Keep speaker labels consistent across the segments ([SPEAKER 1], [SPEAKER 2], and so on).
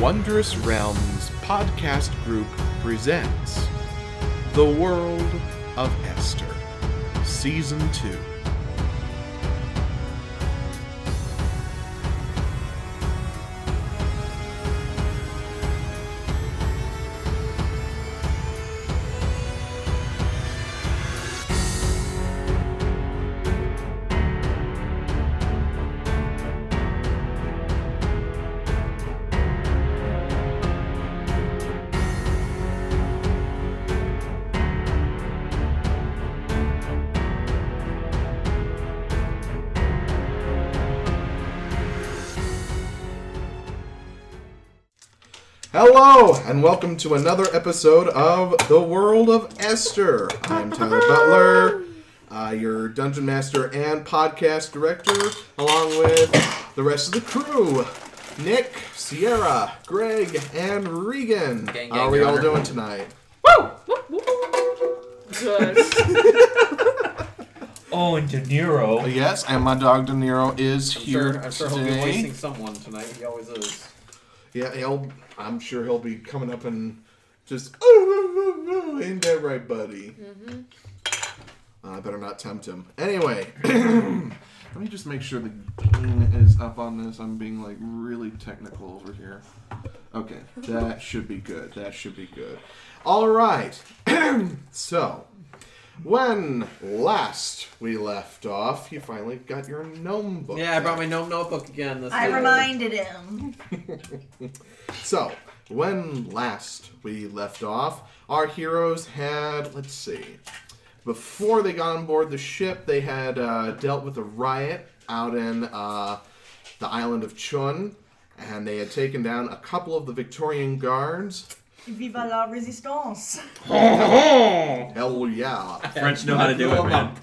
[SPEAKER 1] Wondrous Realms podcast group presents The World of Esther, Season 2. Hello, and welcome to another episode of The World of Esther. I'm Tyler Butler, uh, your dungeon master and podcast director, along with the rest of the crew Nick, Sierra, Greg, and Regan.
[SPEAKER 2] Gang, gang,
[SPEAKER 1] How are we
[SPEAKER 2] Your
[SPEAKER 1] all
[SPEAKER 2] Honor.
[SPEAKER 1] doing tonight?
[SPEAKER 3] Good.
[SPEAKER 4] Oh, and De Niro.
[SPEAKER 1] Yes, and my dog De Niro is
[SPEAKER 2] I'm
[SPEAKER 1] here
[SPEAKER 2] sure, I'm sure he'll be
[SPEAKER 1] today.
[SPEAKER 2] voicing someone tonight. He always is.
[SPEAKER 1] yeah, he'll. I'm sure he'll be coming up and just. "Oh, oh, oh, oh, Ain't that right, buddy? Uh, I better not tempt him. Anyway, let me just make sure the gain is up on this. I'm being like really technical over here. Okay, that should be good. That should be good. All right. so, when last we left off, you finally got your gnome book.
[SPEAKER 2] Yeah, I brought
[SPEAKER 1] back.
[SPEAKER 2] my gnome notebook again. This
[SPEAKER 3] I
[SPEAKER 2] time.
[SPEAKER 3] reminded him.
[SPEAKER 1] So, when last we left off, our heroes had, let's see, before they got on board the ship, they had uh, dealt with a riot out in uh, the island of Chun, and they had taken down a couple of the Victorian guards.
[SPEAKER 3] Viva la resistance.
[SPEAKER 1] Hell yeah.
[SPEAKER 4] French know how to do it,
[SPEAKER 2] Blew 'em
[SPEAKER 4] man.
[SPEAKER 2] up.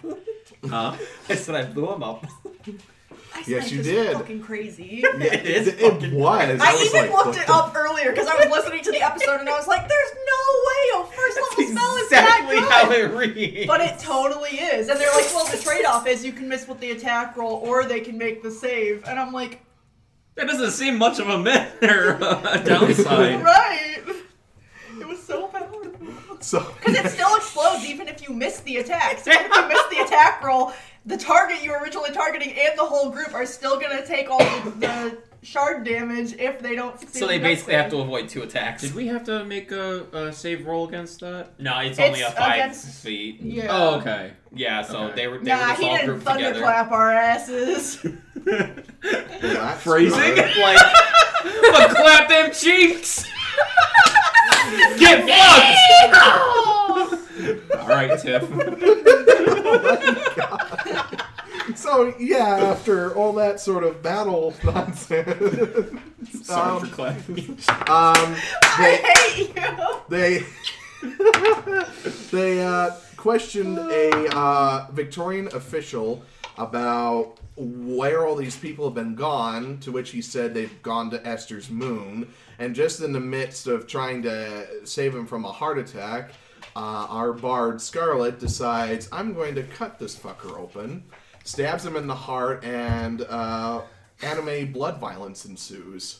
[SPEAKER 4] Huh?
[SPEAKER 2] I said I blew him up.
[SPEAKER 3] I
[SPEAKER 1] Yes,
[SPEAKER 3] said
[SPEAKER 1] you
[SPEAKER 3] this
[SPEAKER 1] did.
[SPEAKER 3] is Fucking crazy.
[SPEAKER 2] it is.
[SPEAKER 1] It, it was.
[SPEAKER 3] I,
[SPEAKER 1] was
[SPEAKER 3] even
[SPEAKER 1] like, what
[SPEAKER 3] looked it
[SPEAKER 1] the-
[SPEAKER 3] up earlier because I was listening to the episode and I was like, "There's no way a first
[SPEAKER 2] That's
[SPEAKER 3] level spell is
[SPEAKER 2] exactly
[SPEAKER 3] that
[SPEAKER 2] how
[SPEAKER 3] good."
[SPEAKER 2] it reads.
[SPEAKER 3] But it totally is, and they're like, "Well, the trade-off is you can miss with the attack roll, or they can make the save." And I'm like,
[SPEAKER 4] That doesn't seem much of a myth or a downside.
[SPEAKER 3] "Right." It was so powerful
[SPEAKER 1] So,
[SPEAKER 3] because it still explodes even if you miss the attack. So even if you miss the attack roll, the target you were originally targeting and the whole group are still gonna take all the, the shard damage if they don't succeed.
[SPEAKER 2] so they
[SPEAKER 3] the next
[SPEAKER 2] basically have
[SPEAKER 3] save.
[SPEAKER 2] to avoid two attacks.
[SPEAKER 5] Did we have to make a, a save roll against that?
[SPEAKER 2] No, it's,
[SPEAKER 3] It's
[SPEAKER 2] only a five
[SPEAKER 3] against-
[SPEAKER 2] feet.
[SPEAKER 3] Yeah.
[SPEAKER 5] Oh, okay.
[SPEAKER 2] Yeah, so
[SPEAKER 5] Okay.
[SPEAKER 2] they were they were
[SPEAKER 3] Nah,
[SPEAKER 2] just
[SPEAKER 3] he
[SPEAKER 2] all
[SPEAKER 3] didn't
[SPEAKER 2] grouped together.
[SPEAKER 3] thunderclap our asses.
[SPEAKER 1] that's
[SPEAKER 4] Phrasing?
[SPEAKER 1] good.
[SPEAKER 2] Like
[SPEAKER 5] but clap them cheeks! Get fucked! Alright, Tiff.
[SPEAKER 1] So, yeah, after all that sort of battle nonsense.
[SPEAKER 5] Sorry
[SPEAKER 1] Um,
[SPEAKER 5] for clapping.
[SPEAKER 1] um,
[SPEAKER 3] I
[SPEAKER 1] they-
[SPEAKER 3] hate you.
[SPEAKER 1] they they uh, questioned a uh, Victorian official about where all these people have been gone. To which he said they've gone to Esther's moon. And just in the midst of trying to save him from a heart attack, uh, our bard Scarlet decides I'm going to cut this fucker open, stabs him in the heart, and uh, anime blood violence ensues.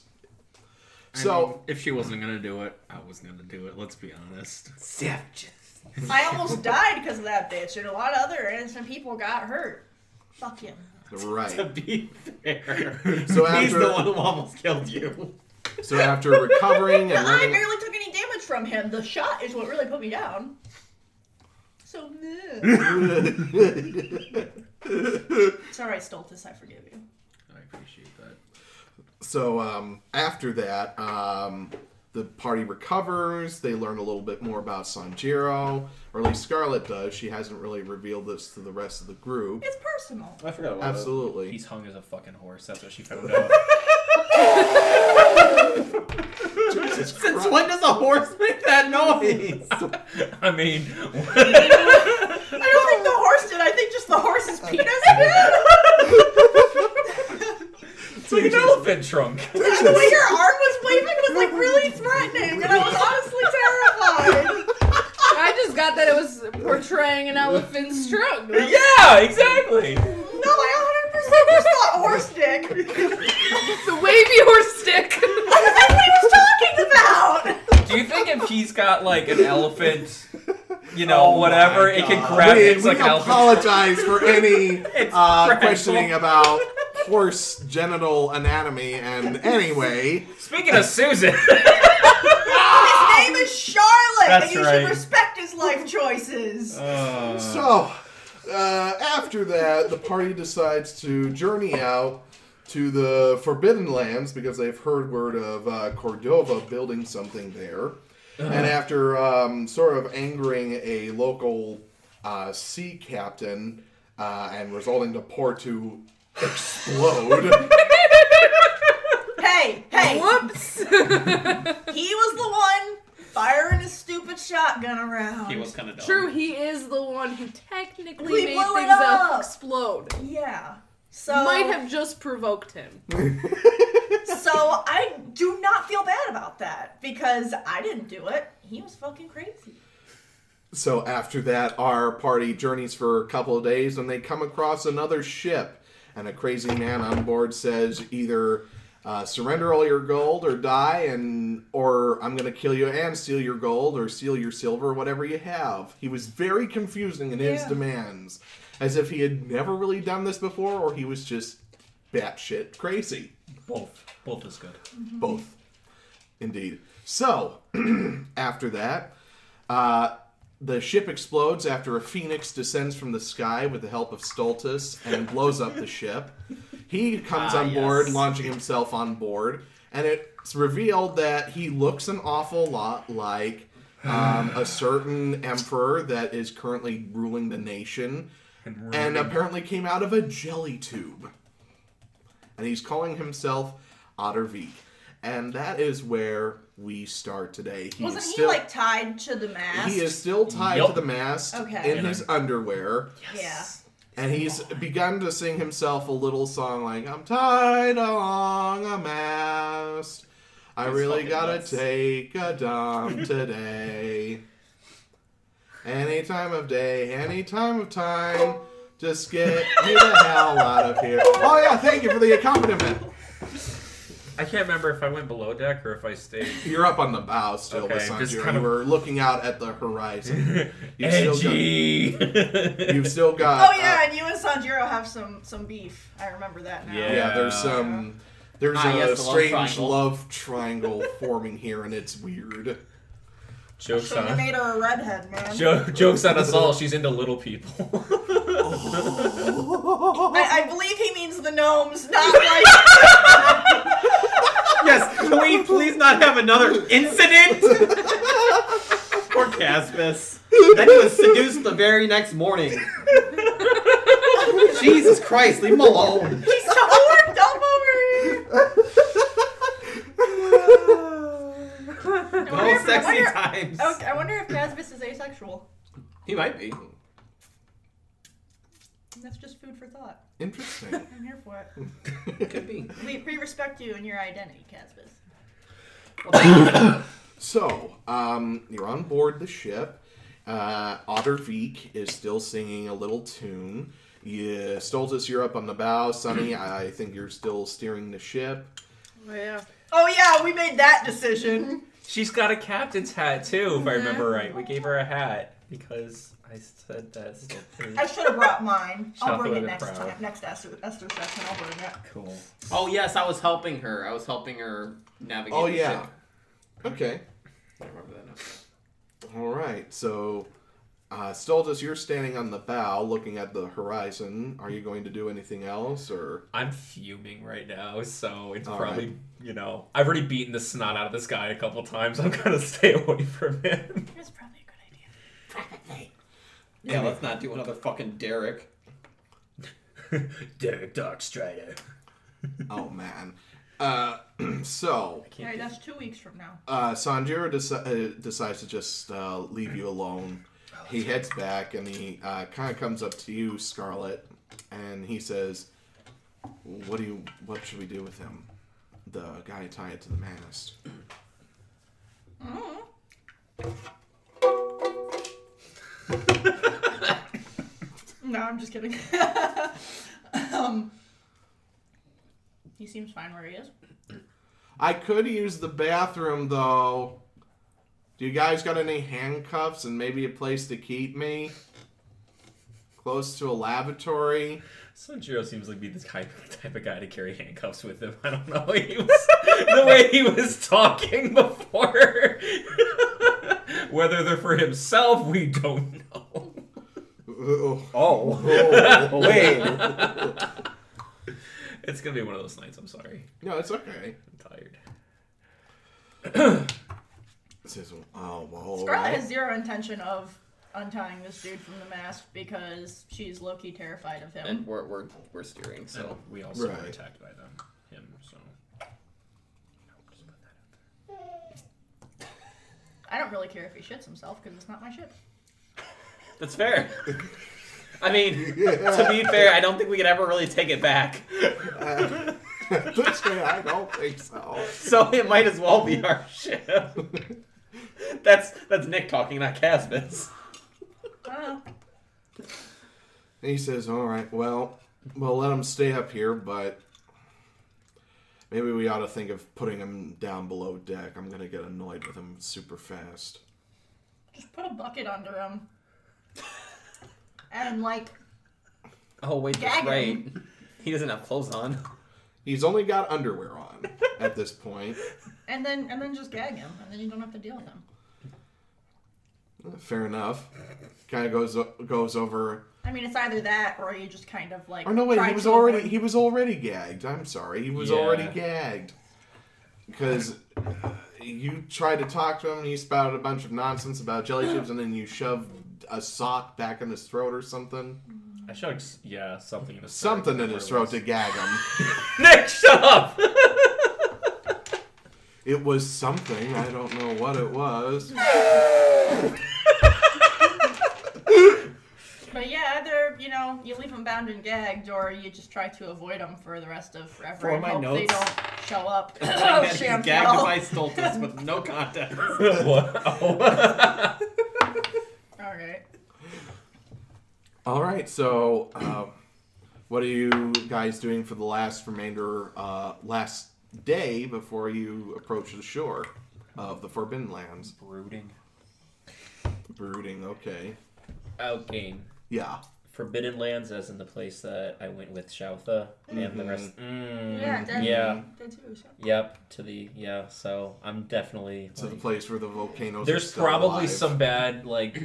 [SPEAKER 1] So.
[SPEAKER 5] if she wasn't gonna do it, I was gonna do it, let's be honest.
[SPEAKER 2] savages.
[SPEAKER 3] I almost died because of that bitch, and a lot of other innocent people got hurt. Fuck him.
[SPEAKER 1] Right.
[SPEAKER 2] To be fair,
[SPEAKER 1] So
[SPEAKER 2] he's
[SPEAKER 1] after-
[SPEAKER 2] the one who almost killed you.
[SPEAKER 1] So after recovering
[SPEAKER 3] But
[SPEAKER 1] and
[SPEAKER 3] I
[SPEAKER 1] running,
[SPEAKER 3] barely took any damage from him. The shot is what really put me down. So, meh. sorry, I stole this. I forgive you.
[SPEAKER 5] I appreciate that.
[SPEAKER 1] so um, after that, um, the party recovers. They learn a little bit more about Sanjiro, or at least Scarlet does. She hasn't really revealed this to the rest of the group.
[SPEAKER 3] It's personal.
[SPEAKER 2] I forgot about
[SPEAKER 1] Absolutely.
[SPEAKER 5] He's hung as a fucking horse, that's what she found out.
[SPEAKER 1] Jesus
[SPEAKER 2] Since
[SPEAKER 1] Christ.
[SPEAKER 2] when does a horse make that noise?
[SPEAKER 5] I mean,
[SPEAKER 3] I don't think the horse did. I think just the horse's penis did.
[SPEAKER 5] it's like an elephant trunk.
[SPEAKER 3] the way your arm was waving was like really threatening, and I was honestly terrified.
[SPEAKER 6] I just got that it was portraying an elephant's trunk.
[SPEAKER 5] yeah, exactly!
[SPEAKER 3] No, I 100% just thought horse dick.
[SPEAKER 6] The wavy horse stick.
[SPEAKER 3] that's what he was talking about!
[SPEAKER 4] Do you think if he's got like an elephant, you know,
[SPEAKER 2] Oh
[SPEAKER 4] whatever,
[SPEAKER 2] my
[SPEAKER 4] it can
[SPEAKER 2] God.
[SPEAKER 4] grab
[SPEAKER 1] we
[SPEAKER 4] it, it's
[SPEAKER 1] we
[SPEAKER 4] like an elephant.
[SPEAKER 1] apologize for any uh,
[SPEAKER 4] dreadful.
[SPEAKER 1] questioning about horse genital anatomy. And anyway,
[SPEAKER 4] Speaking of Susan,
[SPEAKER 3] His name is Charlotte,
[SPEAKER 4] That's
[SPEAKER 3] and you
[SPEAKER 4] right.
[SPEAKER 3] should respect his life choices.
[SPEAKER 1] so uh, after that, the party decides to journey out to the Forbidden Lands because they've heard word of uh, Cordova building something there. And after um, sort of angering a local uh, sea captain uh, and resulting to port to explode.
[SPEAKER 3] Hey, hey,
[SPEAKER 6] Whoops.
[SPEAKER 3] he was the one firing his stupid shotgun around.
[SPEAKER 2] He was kind of dumb.
[SPEAKER 6] True, he is the one who technically
[SPEAKER 3] We
[SPEAKER 6] made
[SPEAKER 3] blew it
[SPEAKER 6] things up
[SPEAKER 3] up.
[SPEAKER 6] explode.
[SPEAKER 3] Yeah. So
[SPEAKER 6] Might have just provoked him.
[SPEAKER 3] So I do not feel bad about that because I didn't do it. He was fucking crazy.
[SPEAKER 1] So after that, our party journeys for a couple of days, and they come across another ship, and a crazy man on board says either uh, surrender all your gold or die, and or I'm going to kill you and steal your gold or steal your silver, whatever you have. He was very confusing in his
[SPEAKER 3] Yeah.
[SPEAKER 1] demands, as if he had never really done this before, or he was just batshit crazy.
[SPEAKER 2] Both. Both is good.
[SPEAKER 1] Both. Indeed. So, after that, uh, the ship explodes after a phoenix descends from the sky with the help of Stoltis and blows up the ship. He comes
[SPEAKER 2] Ah,
[SPEAKER 1] on board,
[SPEAKER 2] yes.
[SPEAKER 1] launching himself on board, and it's revealed that he looks an awful lot like um, a certain emperor that is currently ruling the nation and
[SPEAKER 3] Mm-hmm.
[SPEAKER 1] apparently came out of a jelly tube. And he's calling himself Ottervik. And that is where we start today. He
[SPEAKER 3] Wasn't
[SPEAKER 1] is
[SPEAKER 3] he
[SPEAKER 1] still,
[SPEAKER 3] like tied to the mast?
[SPEAKER 1] He is still tied
[SPEAKER 2] Yup.
[SPEAKER 1] to the mast
[SPEAKER 3] Okay.
[SPEAKER 1] in his underwear.
[SPEAKER 3] Yeah.
[SPEAKER 1] Uh, And he's begun to sing himself a little song like, I'm tied along a mast. I really
[SPEAKER 2] fucking
[SPEAKER 1] gotta
[SPEAKER 2] nuts.
[SPEAKER 1] take a dump today. Any time of day, any time of time. Just get me the hell out of here. Oh, yeah, thank you for the accompaniment.
[SPEAKER 4] I can't remember if I went below deck or if I stayed.
[SPEAKER 1] You're up on the bow still,
[SPEAKER 4] Okay,
[SPEAKER 1] okay,
[SPEAKER 4] just
[SPEAKER 1] Sanjiro.
[SPEAKER 4] kind
[SPEAKER 1] You
[SPEAKER 4] of-
[SPEAKER 1] were looking out at the horizon. You've still
[SPEAKER 5] Edgy.
[SPEAKER 1] got. You've still got
[SPEAKER 3] oh yeah, and you and Sanjiro have some some beef. I remember that now.
[SPEAKER 1] uh, yeah, there's some. There's
[SPEAKER 2] Ah,
[SPEAKER 1] a
[SPEAKER 2] yes, the love
[SPEAKER 1] strange
[SPEAKER 2] triangle.
[SPEAKER 1] love triangle forming here, and it's weird.
[SPEAKER 5] Jokes
[SPEAKER 3] Shouldn't have
[SPEAKER 5] on.
[SPEAKER 3] made her a redhead, man.
[SPEAKER 5] Jo- jokes on us all. She's into little people.
[SPEAKER 3] I, I believe he means the gnomes, not like
[SPEAKER 2] Yes, can we please not have another incident? Poor Caspis. Then he was seduced the very next morning. Jesus Christ, leave him alone.
[SPEAKER 3] he's so worked up over here. I wonder
[SPEAKER 2] No
[SPEAKER 3] if- I
[SPEAKER 2] sexy
[SPEAKER 3] wonder-
[SPEAKER 2] times.
[SPEAKER 3] Okay, I wonder if Casbis is asexual.
[SPEAKER 2] He might be.
[SPEAKER 3] That's just food for thought.
[SPEAKER 1] Interesting.
[SPEAKER 3] I'm here for it.
[SPEAKER 2] Could be.
[SPEAKER 3] We, we respect you and your identity, Casbis.
[SPEAKER 1] So, um, you're on board the ship. Uh, Ottervik is still singing a little tune. Yeah, Stoltis, you're up on the bow. Sunny, I think you're still steering the ship.
[SPEAKER 6] Oh, yeah.
[SPEAKER 3] Oh yeah, we made that decision.
[SPEAKER 4] She's got a captain's hat too, if I remember right. We gave her a hat because I said that.
[SPEAKER 3] I should have brought mine. I'll
[SPEAKER 4] Chocolate
[SPEAKER 3] bring it
[SPEAKER 4] and
[SPEAKER 3] next
[SPEAKER 4] proud.
[SPEAKER 3] time. Next Esther, Esther session, I'll bring it.
[SPEAKER 4] cool.
[SPEAKER 2] Oh yes, I was helping her. I was helping her navigate.
[SPEAKER 1] Oh,
[SPEAKER 2] the
[SPEAKER 1] yeah.
[SPEAKER 2] ship.
[SPEAKER 1] Okay.
[SPEAKER 2] I remember that now.
[SPEAKER 1] All right. So, uh, Stoltis, you're standing on the bow looking at the horizon. Are you going to do anything else? Or.
[SPEAKER 4] I'm fuming right now, so it's
[SPEAKER 1] All
[SPEAKER 4] probably you know I've already beaten the snot out of this guy a couple times. I'm gonna stay away from him.
[SPEAKER 3] It's probably a good idea.
[SPEAKER 2] Yeah, let's not do another fucking Derek.
[SPEAKER 4] Derek Darkstrider.
[SPEAKER 1] Oh, man. Uh, so,
[SPEAKER 3] Alright, that's two weeks from now.
[SPEAKER 1] uh, Sanjiro deci- uh, decides to just uh, leave you alone. He heads back and he uh, kind of comes up to you, Scarlet, and he says, "What do you? What should we do with him? The guy tied to the mast."
[SPEAKER 3] No, I'm just kidding. um, he seems fine where he is.
[SPEAKER 1] I could use the bathroom though. Do you guys got any handcuffs and maybe a place to keep me? Close to a lavatory.
[SPEAKER 4] Sanjiro seems like be the type, type of guy to carry handcuffs with him. I don't know. He was, the way he was talking before. Whether they're for himself, we don't know. Oh.
[SPEAKER 1] Oh,
[SPEAKER 2] wait.
[SPEAKER 4] it's going to be one of those nights. I'm sorry.
[SPEAKER 1] No, it's okay.
[SPEAKER 4] I'm tired.
[SPEAKER 1] This is oh well. all
[SPEAKER 3] Scarlet
[SPEAKER 1] right.
[SPEAKER 3] has zero intention of untying this dude from the mask because she's low key terrified of him.
[SPEAKER 4] And we're, we're, we're steering, so.
[SPEAKER 2] Oh,
[SPEAKER 5] So we also were
[SPEAKER 1] Right.
[SPEAKER 5] attacked by them, him. So
[SPEAKER 3] I don't really care if he shits himself because it's not my ship.
[SPEAKER 2] That's fair. I mean, to be fair, I don't think we could ever really take it back.
[SPEAKER 1] This way, I don't think so.
[SPEAKER 2] So it might as well be our ship. That's that's Nick talking, not Casbus.
[SPEAKER 3] I don't know.
[SPEAKER 1] And he says, "All right, well, we'll let him stay up here, but maybe we ought to think of putting him down below deck. I'm gonna get annoyed with him super fast."
[SPEAKER 3] Just put a bucket under him. And like,
[SPEAKER 2] Oh wait,
[SPEAKER 3] that's right.
[SPEAKER 2] He doesn't have clothes on.
[SPEAKER 1] He's only got underwear on at this point.
[SPEAKER 3] and then and then just gag him, and then you don't have to deal with him.
[SPEAKER 1] Fair enough. Kind of goes goes over.
[SPEAKER 3] I mean, it's either that or you just kind of like.
[SPEAKER 1] Oh no, wait,
[SPEAKER 3] try
[SPEAKER 1] he was
[SPEAKER 3] to
[SPEAKER 1] already
[SPEAKER 3] avoid-
[SPEAKER 1] he was already gagged. I'm sorry, he was
[SPEAKER 4] Yeah.
[SPEAKER 1] already gagged because you tried to talk to him. He spouted a bunch of nonsense about jelly chips, and then you shoved a sock back in his throat or something.
[SPEAKER 4] I showed, yeah, something in his
[SPEAKER 1] something in his throat to gag him.
[SPEAKER 4] Nick, shut up!
[SPEAKER 1] It was something. I don't know what it was.
[SPEAKER 3] But yeah, either you know you leave him bound and gagged, or you just try to avoid him for the rest of forever
[SPEAKER 2] For
[SPEAKER 3] and
[SPEAKER 2] my
[SPEAKER 3] hope they
[SPEAKER 2] notes.
[SPEAKER 3] don't show up. oh,
[SPEAKER 2] he's gagged
[SPEAKER 3] Shamsel.
[SPEAKER 2] by Stoltis with no context.
[SPEAKER 4] what? Oh.
[SPEAKER 3] All right.
[SPEAKER 1] All right. So, uh, what are you guys doing for the last remainder, uh, last day before you approach the shore of the Forbidden Lands?
[SPEAKER 4] Brooding.
[SPEAKER 1] Brooding. Okay.
[SPEAKER 4] Out game.
[SPEAKER 1] Yeah.
[SPEAKER 4] Forbidden Lands, as in the place that I went with Shautha and the rest. Mm,
[SPEAKER 3] Yeah, that,
[SPEAKER 4] yeah.
[SPEAKER 3] That too. So.
[SPEAKER 4] Yep. To the yeah. So I'm definitely.
[SPEAKER 1] To the
[SPEAKER 4] like-
[SPEAKER 1] place where the volcanoes. are
[SPEAKER 4] there's
[SPEAKER 1] still
[SPEAKER 4] probably
[SPEAKER 1] alive.
[SPEAKER 4] some bad like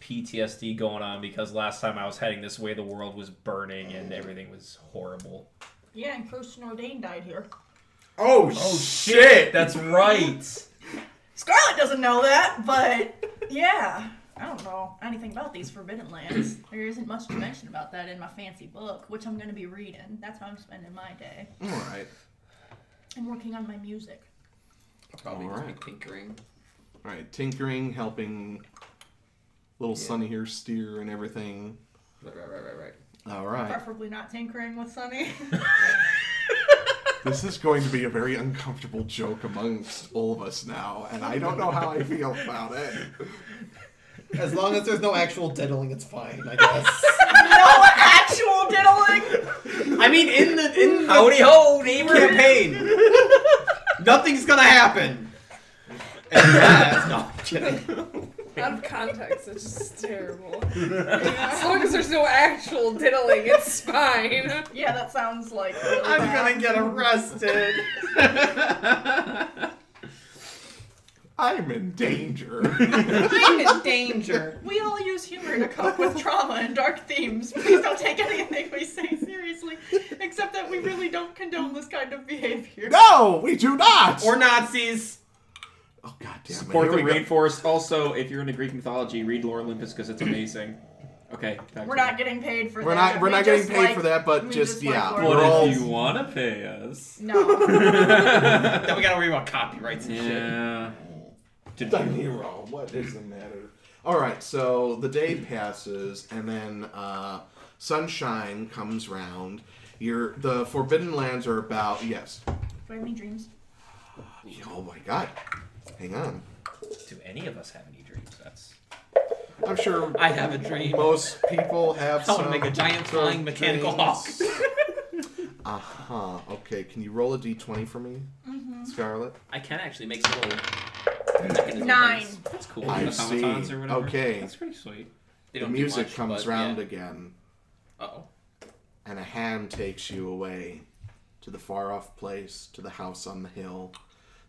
[SPEAKER 4] PTSD going on because last time I was heading this way, the world was burning and everything was horrible.
[SPEAKER 3] Yeah, and Kirsten Ordain died here.
[SPEAKER 5] oh, shit!
[SPEAKER 4] That's right.
[SPEAKER 3] Scarlet doesn't know that, but yeah. I don't know anything about these Forbidden Lands. There isn't much to mention about that in my fancy book, which I'm going to be reading. That's how I'm spending my day.
[SPEAKER 1] All right.
[SPEAKER 3] I'm working on my music.
[SPEAKER 1] Probably just be
[SPEAKER 6] tinkering.
[SPEAKER 1] All right. Tinkering, helping little Sunny here steer and everything.
[SPEAKER 6] Right, right, right, right, right.
[SPEAKER 1] All right.
[SPEAKER 3] Preferably not tinkering with Sunny.
[SPEAKER 1] This is going to be a very uncomfortable joke amongst all of us now, and I don't know how I feel about it.
[SPEAKER 2] As long as there's no actual diddling, it's fine, I guess.
[SPEAKER 3] no actual diddling!
[SPEAKER 2] I mean, in the in the
[SPEAKER 4] Howdy ho, neighbor.
[SPEAKER 2] campaign, nothing's gonna happen. And that's no I'm kidding.
[SPEAKER 6] Out of context, it's just terrible. as long as there's no actual diddling, it's fine.
[SPEAKER 3] Yeah, that sounds like. really
[SPEAKER 2] I'm gonna
[SPEAKER 3] bad.
[SPEAKER 2] get arrested.
[SPEAKER 1] I'm in danger.
[SPEAKER 2] I'm in danger.
[SPEAKER 3] We all use humor to cope with trauma and dark themes. Please don't take anything we say seriously, except that we really don't condone this kind of behavior.
[SPEAKER 1] no, we do not.
[SPEAKER 2] Or Nazis.
[SPEAKER 1] oh god damn it!
[SPEAKER 5] Support
[SPEAKER 1] Here
[SPEAKER 5] the
[SPEAKER 1] we go.
[SPEAKER 5] rainforest. Also, if you're into Greek mythology, read Lore Olympus because it's amazing. Okay, back
[SPEAKER 3] We're
[SPEAKER 5] to
[SPEAKER 3] not getting paid for
[SPEAKER 1] We're
[SPEAKER 3] that.
[SPEAKER 1] not we're
[SPEAKER 3] We
[SPEAKER 1] not getting
[SPEAKER 3] just
[SPEAKER 1] paid
[SPEAKER 3] like-
[SPEAKER 1] for that, but
[SPEAKER 3] we
[SPEAKER 1] just,
[SPEAKER 3] just like
[SPEAKER 1] yeah,
[SPEAKER 3] Lord
[SPEAKER 1] we're
[SPEAKER 3] of the
[SPEAKER 1] all
[SPEAKER 5] What if you want to pay us?
[SPEAKER 3] No.
[SPEAKER 2] Then we gotta worry about copyrights and shit.
[SPEAKER 5] Yeah. Did
[SPEAKER 1] done here wrong. What is the matter? All right, so the day passes, and then uh, sunshine comes round. You're, the Forbidden Lands are about yes.
[SPEAKER 3] Do I have any dreams?
[SPEAKER 1] Oh my god! Hang on.
[SPEAKER 4] Do any of us have any dreams? That's
[SPEAKER 1] I'm sure
[SPEAKER 2] I have a dream.
[SPEAKER 1] Most people have
[SPEAKER 2] I
[SPEAKER 1] some.
[SPEAKER 2] wanna make a
[SPEAKER 1] sort
[SPEAKER 2] giant
[SPEAKER 1] of
[SPEAKER 2] flying mechanical
[SPEAKER 1] dreams. Uh huh. Okay. Can you roll a d20 for me, Scarlet?
[SPEAKER 4] I can actually make some little mechanism
[SPEAKER 3] Nine.
[SPEAKER 4] things. That's cool.
[SPEAKER 1] I
[SPEAKER 4] That's-
[SPEAKER 1] see.
[SPEAKER 5] automatons or whatever.
[SPEAKER 1] Okay.
[SPEAKER 4] That's pretty sweet. They
[SPEAKER 1] The
[SPEAKER 4] don't do
[SPEAKER 1] music
[SPEAKER 4] much,
[SPEAKER 1] comes
[SPEAKER 4] but
[SPEAKER 1] round
[SPEAKER 4] Yeah.
[SPEAKER 1] again,
[SPEAKER 4] Uh-oh.
[SPEAKER 1] and a hand takes you away to the far off place, to the house on the hill.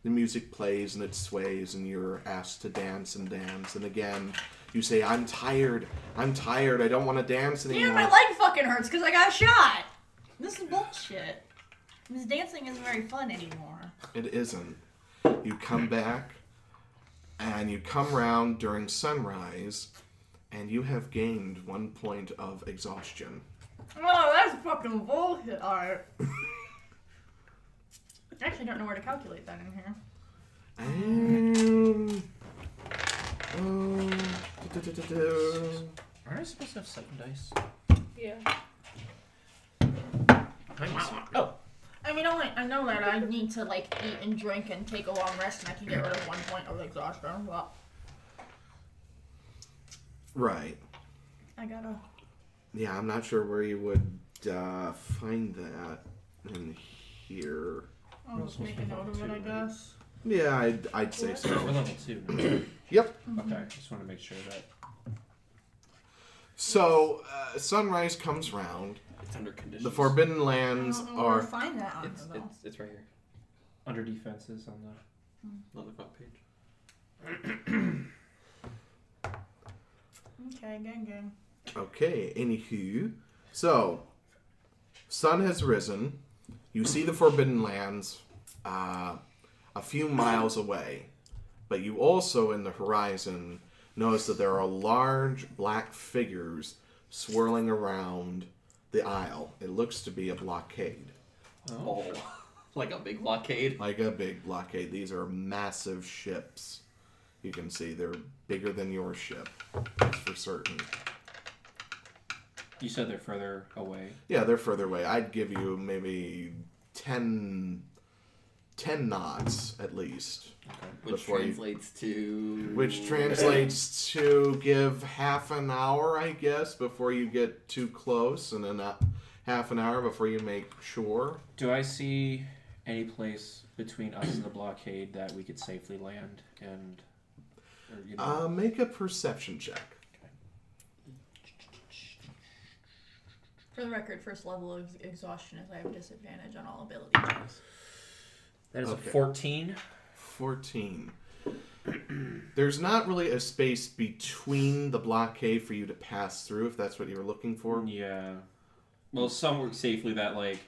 [SPEAKER 1] The music plays and it sways, and you're asked to dance and dance. And again, you say, I'm tired. I'm tired. I don't want to dance anymore.
[SPEAKER 3] Damn, my leg fucking hurts because I got shot. This is bullshit. This dancing isn't very fun anymore.
[SPEAKER 1] It isn't. You come back and you come round during sunrise and you have gained one point of exhaustion.
[SPEAKER 3] Oh, that's fucking bullshit. Alright. I actually don't know where to calculate that in here.
[SPEAKER 1] And, um, du-du-du-du-du.
[SPEAKER 4] Aren't I supposed to have seven dice?
[SPEAKER 6] Yeah.
[SPEAKER 4] Oh.
[SPEAKER 3] I mean, I, I know that I need to, like, eat and drink and take a long rest, and I can get rid of one point of exhaustion, but
[SPEAKER 1] Right.
[SPEAKER 3] I gotta.
[SPEAKER 1] Yeah, I'm not sure where you would uh, find that in here.
[SPEAKER 3] I'll just make a note of it, I guess.
[SPEAKER 1] Yeah, I'd, I'd say so.
[SPEAKER 4] We're level two. now.
[SPEAKER 1] Yep.
[SPEAKER 4] Okay, I just want to make sure that.
[SPEAKER 1] So, uh, sunrise comes round.
[SPEAKER 5] It's under conditions.
[SPEAKER 1] The Forbidden Lands
[SPEAKER 3] I don't know where
[SPEAKER 1] are
[SPEAKER 3] to find that on
[SPEAKER 5] It's,
[SPEAKER 3] her, though.
[SPEAKER 5] it's, it's right here.
[SPEAKER 4] Under defenses on the.
[SPEAKER 5] On the front page.
[SPEAKER 3] Okay, gang, gang.
[SPEAKER 1] Okay, anywho. So, sun has risen. You see the Forbidden Lands uh, a few miles away. But you also, in the horizon, notice that there are large black figures swirling around the isle. It looks to be a blockade,
[SPEAKER 5] Oh. like a big blockade.
[SPEAKER 1] like a big blockade. These are massive ships. You can see they're bigger than your ship, that's for certain.
[SPEAKER 4] You said they're further away.
[SPEAKER 1] Yeah, they're further away. I'd give you maybe 10, 10 knots at least,
[SPEAKER 5] Which
[SPEAKER 1] Before you-
[SPEAKER 5] translates to.
[SPEAKER 1] which translates to give half an hour, I guess, before you get too close, and then a, half an hour before you make shore.
[SPEAKER 4] Do I see any place between us and the blockade that we could safely land and. Or, you know,
[SPEAKER 1] Uh, make a perception check.
[SPEAKER 3] For the record, first level of exhaustion is I have disadvantage on all ability checks.
[SPEAKER 4] that is
[SPEAKER 1] okay.
[SPEAKER 4] a 14.
[SPEAKER 1] 14. There's not really a space between the blockade for you to pass through if that's what you were looking for.
[SPEAKER 4] Yeah.
[SPEAKER 5] Well, some work safely that, like.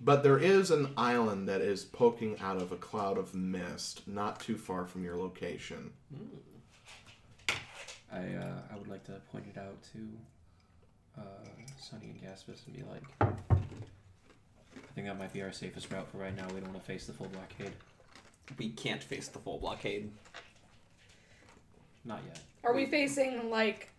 [SPEAKER 1] But there is an island that is poking out of a cloud of mist not too far from your location.
[SPEAKER 4] I uh, I would like to point it out to uh, Sonny and Gaspis and be like, I think that might be our safest route for right now. We don't want to face the full blockade.
[SPEAKER 5] We can't face the full blockade.
[SPEAKER 4] Not yet.
[SPEAKER 6] Are we facing like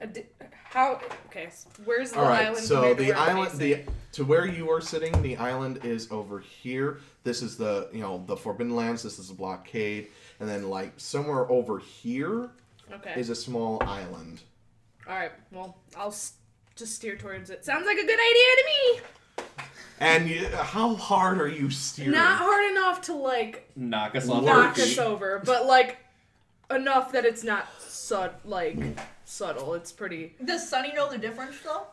[SPEAKER 6] a di- how? Okay, s- where's the
[SPEAKER 1] All right,
[SPEAKER 6] island?
[SPEAKER 1] so
[SPEAKER 6] compared to
[SPEAKER 1] the
[SPEAKER 6] where we're
[SPEAKER 1] island, the
[SPEAKER 6] facing?
[SPEAKER 1] to where you are sitting, the island is over here. This is the you know the Forbidden Lands. This is a blockade, and then like somewhere over here
[SPEAKER 6] okay.
[SPEAKER 1] is a small island.
[SPEAKER 6] All right. Well, I'll s- just steer towards it. Sounds like a good idea to
[SPEAKER 1] And you, how hard are you
[SPEAKER 6] me.
[SPEAKER 1] steering?
[SPEAKER 6] Not hard enough to like
[SPEAKER 5] Knock us off our
[SPEAKER 6] knock
[SPEAKER 5] feet.
[SPEAKER 6] us over, but like enough that it's not sub like subtle. It's pretty.
[SPEAKER 3] Does Sunny know the difference, though?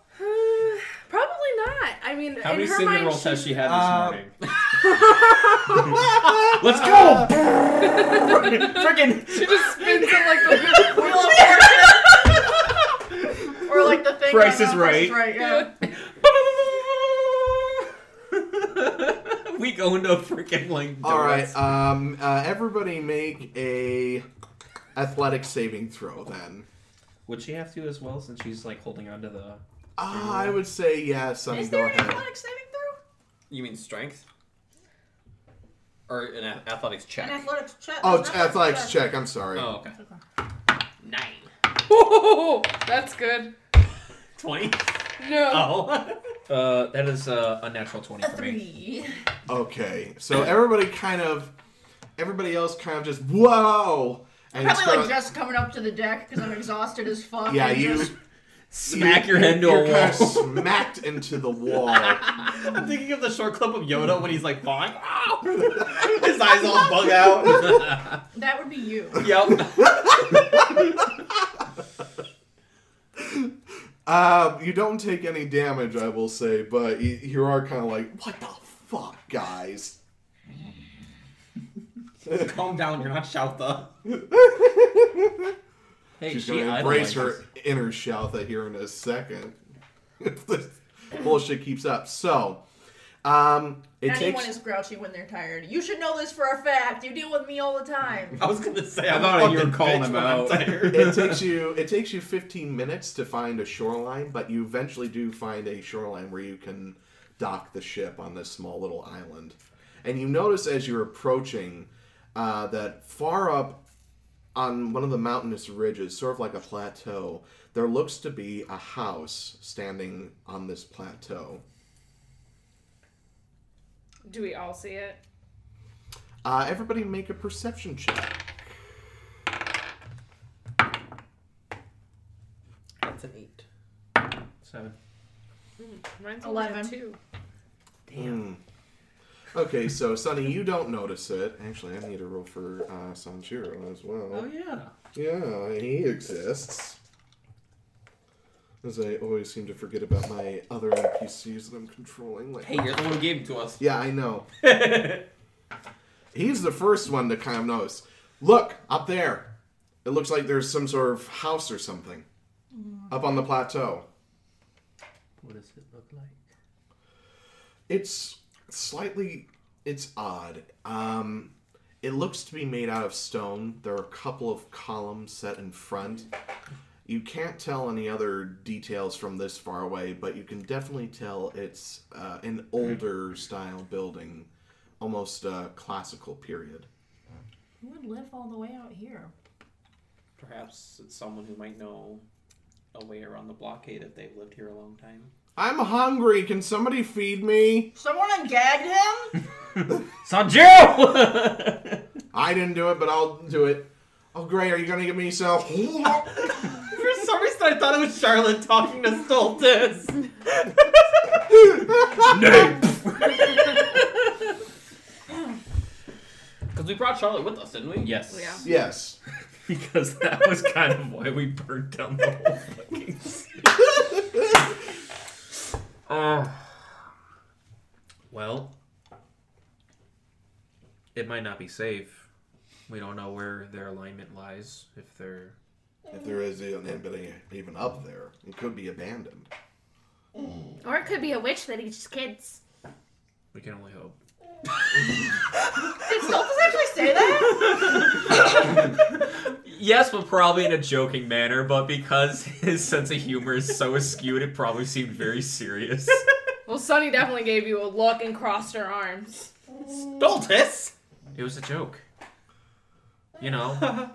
[SPEAKER 6] Probably not. I mean,
[SPEAKER 4] How
[SPEAKER 6] in
[SPEAKER 4] many
[SPEAKER 6] her
[SPEAKER 4] cinnamon
[SPEAKER 6] mind,
[SPEAKER 4] rolls has she had this
[SPEAKER 1] Uh,
[SPEAKER 4] morning?
[SPEAKER 5] Let's go!
[SPEAKER 6] she, she just spins it like the wheel of
[SPEAKER 3] Or like the thing.
[SPEAKER 5] Price
[SPEAKER 3] on
[SPEAKER 5] is
[SPEAKER 3] the
[SPEAKER 5] Right.
[SPEAKER 3] right, yeah.
[SPEAKER 5] we go into a freaking, like.
[SPEAKER 1] All right,
[SPEAKER 5] donuts.
[SPEAKER 1] um, uh, everybody make a athletic saving throw then.
[SPEAKER 4] Would she have to as well since she's like holding onto the?
[SPEAKER 1] Ah, I would say yes. I mean,
[SPEAKER 3] Is
[SPEAKER 1] go
[SPEAKER 3] there an
[SPEAKER 1] ahead.
[SPEAKER 3] athletic saving throw?
[SPEAKER 5] You mean strength? Or an a- athletics check?
[SPEAKER 3] An athletics check.
[SPEAKER 1] Oh,
[SPEAKER 3] There's
[SPEAKER 1] it's
[SPEAKER 3] an
[SPEAKER 1] athletics check. I'm sorry.
[SPEAKER 5] Oh, okay. Nine.
[SPEAKER 6] Oh, that's good.
[SPEAKER 5] Twenty.
[SPEAKER 6] No.
[SPEAKER 5] Oh.
[SPEAKER 4] Uh, that is uh, a natural twenty for
[SPEAKER 3] Three.
[SPEAKER 4] me.
[SPEAKER 1] Okay, so everybody kind of, everybody else kind of just whoa, and
[SPEAKER 3] Probably
[SPEAKER 1] Scarlet-
[SPEAKER 3] like just coming up to the deck because I'm exhausted as fuck.
[SPEAKER 1] yeah,
[SPEAKER 3] and
[SPEAKER 1] you
[SPEAKER 3] just
[SPEAKER 4] smack your head into
[SPEAKER 1] You're
[SPEAKER 4] a
[SPEAKER 1] kinda
[SPEAKER 4] wall.
[SPEAKER 1] smacked into the wall.
[SPEAKER 2] I'm thinking of the short clip of Yoda when he's like falling. Ow! His eyes all bug out.
[SPEAKER 3] That would be you.
[SPEAKER 2] Yep.
[SPEAKER 1] Uh, you don't take any damage, I will say, but you, you are kind of like, what the fuck, guys?
[SPEAKER 2] Calm down. You're not Shoutha.
[SPEAKER 4] Hey,
[SPEAKER 1] She's
[SPEAKER 4] she
[SPEAKER 1] going to
[SPEAKER 4] idolizes-
[SPEAKER 1] embrace her inner Shoutha here in a second. if this bullshit keeps up. So, um, it
[SPEAKER 3] Anyone
[SPEAKER 1] takes.
[SPEAKER 3] is grouchy when they're tired. You should know this for a fact. You deal with me all the time.
[SPEAKER 2] I was gonna say I
[SPEAKER 4] thought you were calling him out.
[SPEAKER 1] it takes you it takes you 15 minutes to find a shoreline but you eventually do find a shoreline where you can dock the ship on this small little island and you notice as you're approaching uh, that far up on one of the mountainous ridges sort of like a plateau there looks to be a house standing on this plateau
[SPEAKER 6] Do we all see it?
[SPEAKER 1] uh, everybody make a perception check
[SPEAKER 2] That's an eight.
[SPEAKER 4] Seven.
[SPEAKER 6] Mine's
[SPEAKER 3] Eleven.
[SPEAKER 6] Two.
[SPEAKER 1] okay so sonny you don't notice it actually i need a roll for uh, sanjiro as well
[SPEAKER 2] Oh yeah.
[SPEAKER 1] Yeah, he exists. As I always seem to forget about my other NPCs that I'm controlling. Like,
[SPEAKER 2] Hey, you're the one who gave him to us.
[SPEAKER 1] yeah, I know. He's the first one to kind of notice. Look up there. It looks like there's some sort of house or something up on the plateau.
[SPEAKER 4] What does it look like?
[SPEAKER 1] It's slightly it's odd. Um it looks to be made out of stone. There are a couple of columns set in front. You can't tell any other details from this far away, but you can definitely tell it's uh, an older style building, almost uh, classical period.
[SPEAKER 3] Who would live all the way out here?
[SPEAKER 5] Perhaps it's someone who might know a way around the blockade if they've lived here a long time.
[SPEAKER 1] I'm hungry. Can somebody feed me?
[SPEAKER 3] Someone ungagged him?
[SPEAKER 4] Sanjiro!
[SPEAKER 1] I didn't do it, but I'll do it. Oh, great. Are you going to give me some?
[SPEAKER 2] For some reason, I thought it was Charlotte talking to Stoltis. Because we brought Charlotte with us, didn't we?
[SPEAKER 4] yes.
[SPEAKER 6] Oh, Yeah.
[SPEAKER 1] yes.
[SPEAKER 4] Because that was kind of why we burned down the whole fucking city. Oh. Well, it might not be safe. We don't know where their alignment lies. If they're.
[SPEAKER 1] If there is anybody even up there, it could be abandoned.
[SPEAKER 7] Or it could be a witch that eats kids.
[SPEAKER 4] We can only hope.
[SPEAKER 3] Did Stolfus actually say that?
[SPEAKER 4] Yes, but probably in a joking manner, but because his sense of humor is so skewed, it probably seemed very serious.
[SPEAKER 6] Well, Sunny definitely gave you a look and crossed her arms.
[SPEAKER 2] Stoltis?
[SPEAKER 4] It was a joke. You know.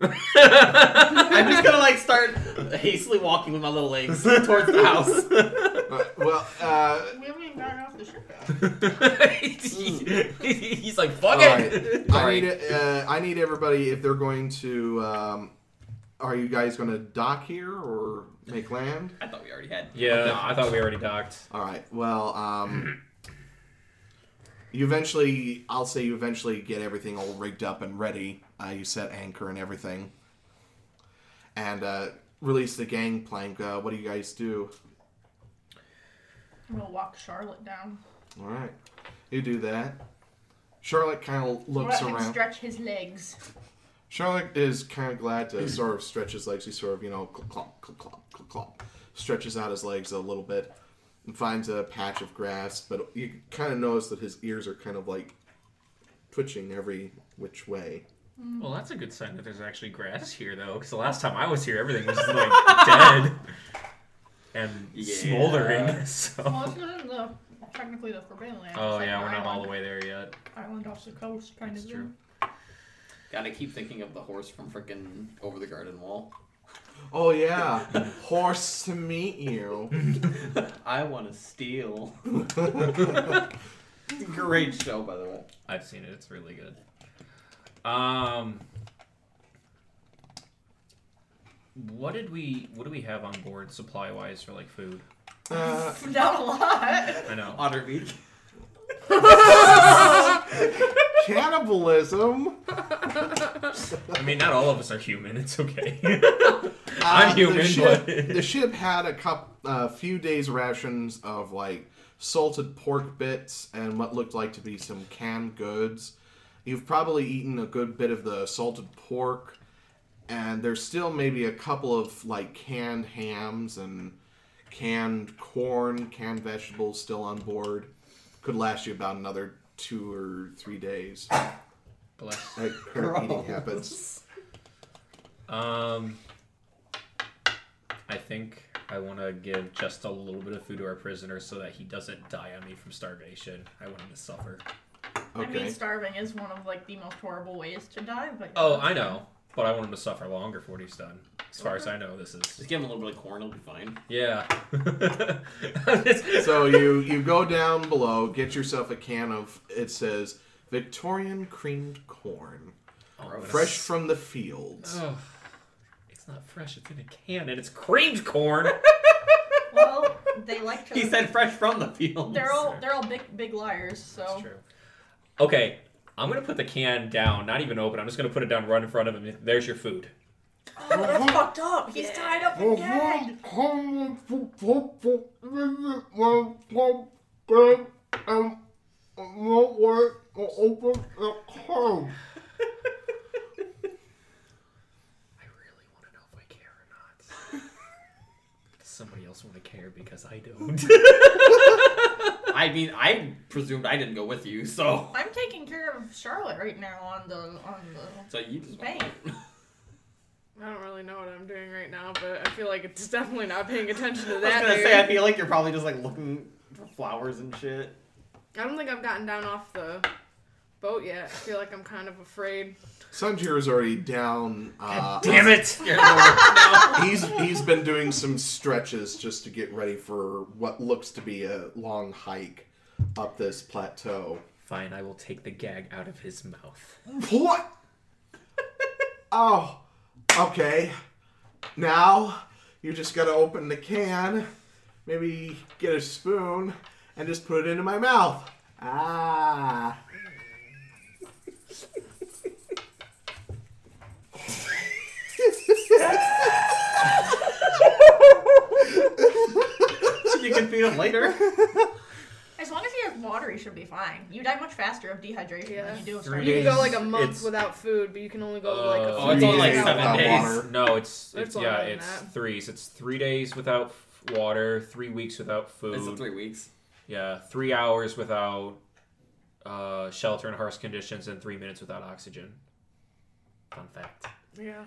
[SPEAKER 2] I'm just gonna like start hastily walking with my little legs towards the house.
[SPEAKER 1] Uh, well, uh,
[SPEAKER 3] We haven't even gotten off the ship yet.
[SPEAKER 4] He's like, fuck
[SPEAKER 1] all
[SPEAKER 4] it!
[SPEAKER 1] right. I need uh, I need everybody if they're going to. Um, are you guys going to dock here or make land?
[SPEAKER 2] I thought we already had.
[SPEAKER 4] Yeah, I thought we already docked.
[SPEAKER 1] All right. Well, um, you eventually. I'll say you eventually get everything all rigged up and ready. Uh, you set anchor and everything, and uh, release the gangplank. Uh, what do you guys do?
[SPEAKER 3] I'm gonna walk Charlotte down.
[SPEAKER 1] All right, you do that. Charlotte kind of
[SPEAKER 3] I'm
[SPEAKER 1] looks
[SPEAKER 3] gonna let him
[SPEAKER 1] around.
[SPEAKER 3] stretch his legs.
[SPEAKER 1] Charlotte is kind of glad to sort of stretch his legs. He sort of, you know, clop, clop, clop, clop, clop, clop, stretches out his legs a little bit and finds a patch of grass. But you kind of notice that his ears are kind of like twitching every which way.
[SPEAKER 4] Well, that's a good sign that there's actually grass here, though, because the last time I was here, everything was like dead and
[SPEAKER 5] Yeah.
[SPEAKER 4] smoldering. So.
[SPEAKER 3] Well, this isn't the technically the Forbidden Land.
[SPEAKER 4] Oh yeah, we're not all the way there yet.
[SPEAKER 3] Island off the coast, kind
[SPEAKER 4] That's
[SPEAKER 3] of.
[SPEAKER 4] true.
[SPEAKER 5] God, I keep thinking of the horse from frickin' Over the Garden Wall.
[SPEAKER 1] Oh, yeah. Horse to meet you.
[SPEAKER 5] I want to steal.
[SPEAKER 2] Great.
[SPEAKER 5] Great show, by the way.
[SPEAKER 4] I've seen it. It's really good. Um, What did we what do we have on board supply wise for like food?
[SPEAKER 1] Uh,
[SPEAKER 3] Not a lot.
[SPEAKER 4] I know.
[SPEAKER 2] Otter beak.
[SPEAKER 1] cannibalism.
[SPEAKER 4] I mean, not all of us are human. It's okay. I'm
[SPEAKER 1] Uh,
[SPEAKER 4] human,
[SPEAKER 1] The ship,
[SPEAKER 4] but-
[SPEAKER 1] the ship had a cup, a few days rations of like salted pork bits and what looked like to be some canned goods. You've probably eaten a good bit of the salted pork, and there's still maybe a couple of like canned hams and canned corn, canned vegetables still on board. Could last you about another two or three days.
[SPEAKER 4] Bless.
[SPEAKER 1] Like current eating
[SPEAKER 5] Gross.
[SPEAKER 1] habits.
[SPEAKER 4] Um, I think I want to give just a little bit of food to our prisoner so that he doesn't die on me from starvation. I want him to suffer.
[SPEAKER 3] I mean,
[SPEAKER 1] Okay.
[SPEAKER 3] starving is one of like the most horrible ways to die. But
[SPEAKER 4] Oh, I know, but I want him to suffer longer for what he's done. As far as I know, this is
[SPEAKER 5] Just give him a little bit of corn, he'll be fine.
[SPEAKER 4] yeah.
[SPEAKER 1] so you you go down below, get yourself a can of it says Victorian creamed corn, fresh from the fields.
[SPEAKER 4] Oh, it's not fresh. It's in a can, and it's creamed corn.
[SPEAKER 3] Well, they like to.
[SPEAKER 5] He said fresh from the field.
[SPEAKER 3] they're all they're all big big liars. So
[SPEAKER 4] That's true. Okay, I'm gonna put the can down, not even open. I'm just gonna put it down right in front of him. There's your food.
[SPEAKER 3] oh, that's fucked up. He's tied up and gagged.
[SPEAKER 4] I really want to know if I care or not. Does somebody else want to care because I don't?
[SPEAKER 5] I mean, I presumed I didn't go with you, so
[SPEAKER 3] I'm taking care of Charlotte right now on the on the.
[SPEAKER 5] so you just
[SPEAKER 3] Hey.
[SPEAKER 6] I don't really know what I'm doing right now, but I feel like it's definitely not paying attention to
[SPEAKER 5] I was
[SPEAKER 6] that.
[SPEAKER 5] gonna
[SPEAKER 6] dude.
[SPEAKER 5] say, I feel like you're probably just like looking for flowers and shit.
[SPEAKER 6] I don't think I've gotten down off the boat yet. I feel like I'm kind of afraid.
[SPEAKER 1] Sanjir is already down. Uh,
[SPEAKER 4] it!
[SPEAKER 5] Scared of the
[SPEAKER 1] He's he's been doing some stretches just to get ready for what looks to be a long hike up this plateau.
[SPEAKER 4] Fine, I will take the gag out of his mouth.
[SPEAKER 1] What? oh, okay. Now you just gotta open the can, maybe get a spoon, and just put it into my mouth. Ah.
[SPEAKER 5] no. you can feed him later.
[SPEAKER 3] As long as he has water, he should be fine. You die much faster of dehydration
[SPEAKER 6] Yeah.
[SPEAKER 3] than you do of
[SPEAKER 4] Three
[SPEAKER 6] You
[SPEAKER 3] starvation.
[SPEAKER 6] can go like a month
[SPEAKER 4] It's-
[SPEAKER 6] without food, but you can only go like a
[SPEAKER 4] Uh,
[SPEAKER 6] few
[SPEAKER 5] oh, it's only like
[SPEAKER 6] days
[SPEAKER 5] seven
[SPEAKER 6] without
[SPEAKER 5] days.
[SPEAKER 6] water.
[SPEAKER 4] No, it's,
[SPEAKER 6] It's
[SPEAKER 4] it's
[SPEAKER 6] longer
[SPEAKER 4] yeah,
[SPEAKER 6] than
[SPEAKER 4] it's
[SPEAKER 6] that.
[SPEAKER 4] three. So it's three days without f- water, three weeks without
[SPEAKER 5] It's in
[SPEAKER 4] food,
[SPEAKER 5] three weeks.
[SPEAKER 4] yeah, three hours without uh, shelter and harsh conditions, and three minutes without oxygen. Fun fact.
[SPEAKER 6] Yeah.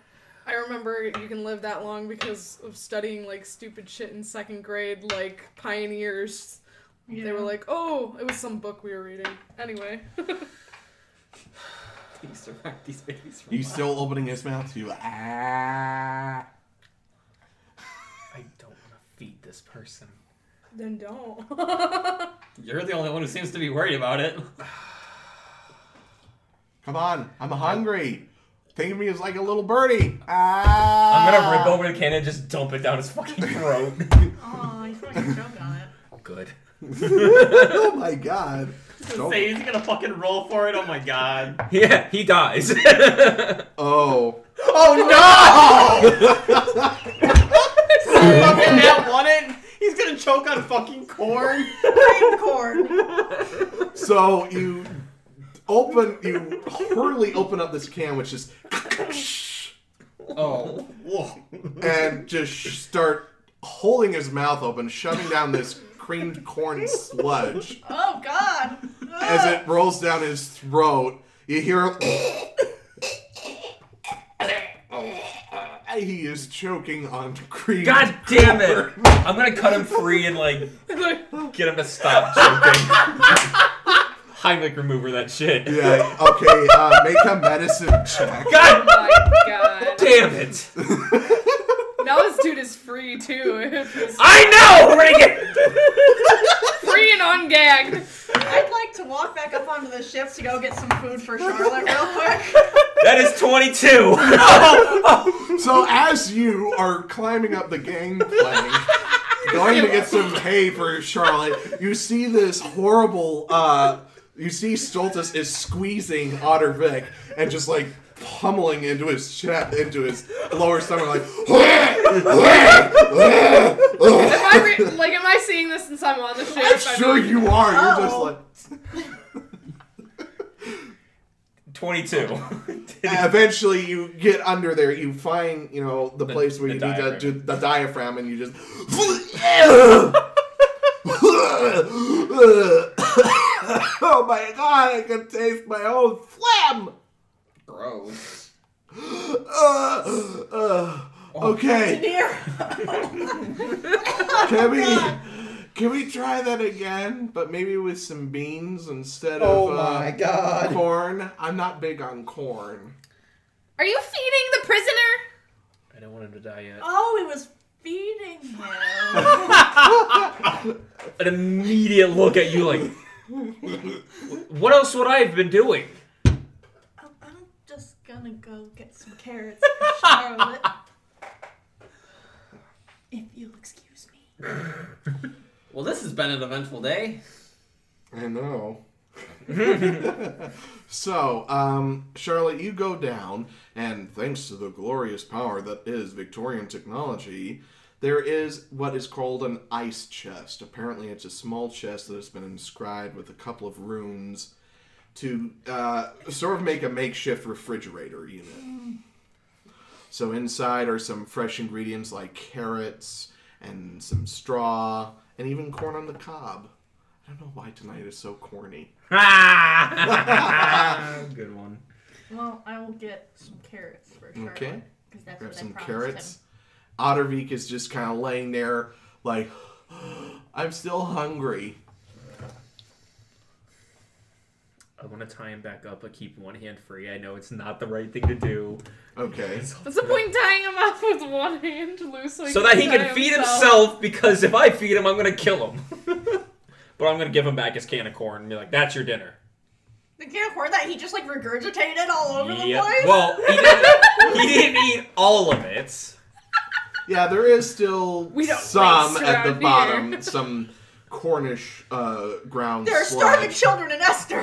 [SPEAKER 6] I remember you can live that long because of studying like stupid shit in second grade, like pioneers. They were like, oh, it was some book we were reading. Anyway.
[SPEAKER 5] You survived these babies. From
[SPEAKER 1] You still opening his mouth? You ah.
[SPEAKER 4] I don't want to feed this person.
[SPEAKER 6] then don't.
[SPEAKER 5] You're the only one who seems to be worried about it.
[SPEAKER 1] Come on, I'm hungry. Think of me as like a little birdie. Ah.
[SPEAKER 4] I'm gonna rip over the can and just dump it down his fucking throat.
[SPEAKER 3] Oh, he's fucking choke on it.
[SPEAKER 4] Good.
[SPEAKER 1] Oh my god. Don't-
[SPEAKER 5] Say he's gonna fucking roll for it. Oh my god.
[SPEAKER 4] Yeah, he dies.
[SPEAKER 1] Oh.
[SPEAKER 5] Oh no! fucking Matt won it. He's gonna choke on fucking corn.
[SPEAKER 3] Cream corn.
[SPEAKER 1] So you open, you hurriedly open up this can, which is
[SPEAKER 5] Oh. Whoa.
[SPEAKER 1] and just sh- start holding his mouth open, shoving down this creamed corn sludge
[SPEAKER 3] Oh God.
[SPEAKER 1] as it rolls down his throat. You hear him. he is choking on cream.
[SPEAKER 4] God damn it! I'm gonna cut him free and like get him to stop joking. Heimlich remover that shit.
[SPEAKER 1] Yeah. Okay. Uh, make a medicine check.
[SPEAKER 4] God
[SPEAKER 6] my god.
[SPEAKER 4] damn it!
[SPEAKER 6] Now this dude is free too. He's
[SPEAKER 4] I know. We're gonna get.
[SPEAKER 6] free and ungagged.
[SPEAKER 3] I'd like to walk back up onto the ship to go get some food for Charlotte real quick.
[SPEAKER 4] That is 22.
[SPEAKER 1] So as you are climbing up the gangplank, going to get some hay for Charlotte, you see this horrible. Uh, you see Stoltis is squeezing Otter Vic and just like pummeling into his chest, into his lower stomach, like.
[SPEAKER 6] Am I re- like, am I seeing this since I'm on the ship?
[SPEAKER 1] I'm sure you are. You're just like.
[SPEAKER 4] 22.
[SPEAKER 1] Eventually, you get under there. You find, you know, the, place where you
[SPEAKER 4] the
[SPEAKER 1] need to
[SPEAKER 4] diaphragm.
[SPEAKER 1] do the diaphragm, and you just. oh my god! I can taste my own phlegm.
[SPEAKER 5] Gross.
[SPEAKER 1] Uh,
[SPEAKER 4] Oh.
[SPEAKER 1] uh, okay,
[SPEAKER 3] Dear.
[SPEAKER 1] can we can we try that again? But maybe with some beans instead
[SPEAKER 5] Oh
[SPEAKER 1] of uh,
[SPEAKER 5] my god.
[SPEAKER 1] corn. I'm not big on corn.
[SPEAKER 7] Are you feeding the prisoner?
[SPEAKER 4] I don't want him to die yet.
[SPEAKER 3] Oh, he was feeding him.
[SPEAKER 4] An immediate look at you like, what else would I have been doing?
[SPEAKER 3] I'm, I'm just gonna go get some carrots for Charlotte. if you'll excuse me.
[SPEAKER 2] Well, this has been an eventful day.
[SPEAKER 1] I know. so, um, Charlotte, you go down, and thanks to the glorious power that is Victorian technology, there is what is called an ice chest. Apparently, it's a small chest that has been inscribed with a couple of runes to uh, sort of make a makeshift refrigerator unit. So inside are some fresh ingredients like carrots and some straw and even corn on the cob. I don't know why tonight is so corny.
[SPEAKER 4] Good one.
[SPEAKER 3] Well, I will get some carrots for Charlotte.
[SPEAKER 1] Okay.
[SPEAKER 3] Because that's
[SPEAKER 1] Grab
[SPEAKER 3] what
[SPEAKER 1] some
[SPEAKER 3] I promised
[SPEAKER 1] carrots. Otterbeek is just kind of laying there, like, I'm still hungry.
[SPEAKER 4] I want to tie him back up, but keep one hand free. I know it's not the right thing to do.
[SPEAKER 1] Okay.
[SPEAKER 6] What's the point in tying him up with one hand loose so,
[SPEAKER 4] so that he
[SPEAKER 6] tie
[SPEAKER 4] can feed himself. because if I feed him, I'm gonna kill him. but I'm gonna give him back his can of corn and be like, "That's your dinner."
[SPEAKER 3] him. The can't afford that. He just like regurgitated all over the
[SPEAKER 4] Yeah.
[SPEAKER 3] place.
[SPEAKER 4] Well, he didn't, he didn't eat all of it.
[SPEAKER 1] Yeah, there is still
[SPEAKER 6] We don't
[SPEAKER 1] some
[SPEAKER 6] waste
[SPEAKER 1] at the
[SPEAKER 6] around
[SPEAKER 1] bottom,
[SPEAKER 6] here.
[SPEAKER 1] some Cornish uh, ground
[SPEAKER 3] there are starving
[SPEAKER 1] sludge.
[SPEAKER 3] children in Esther.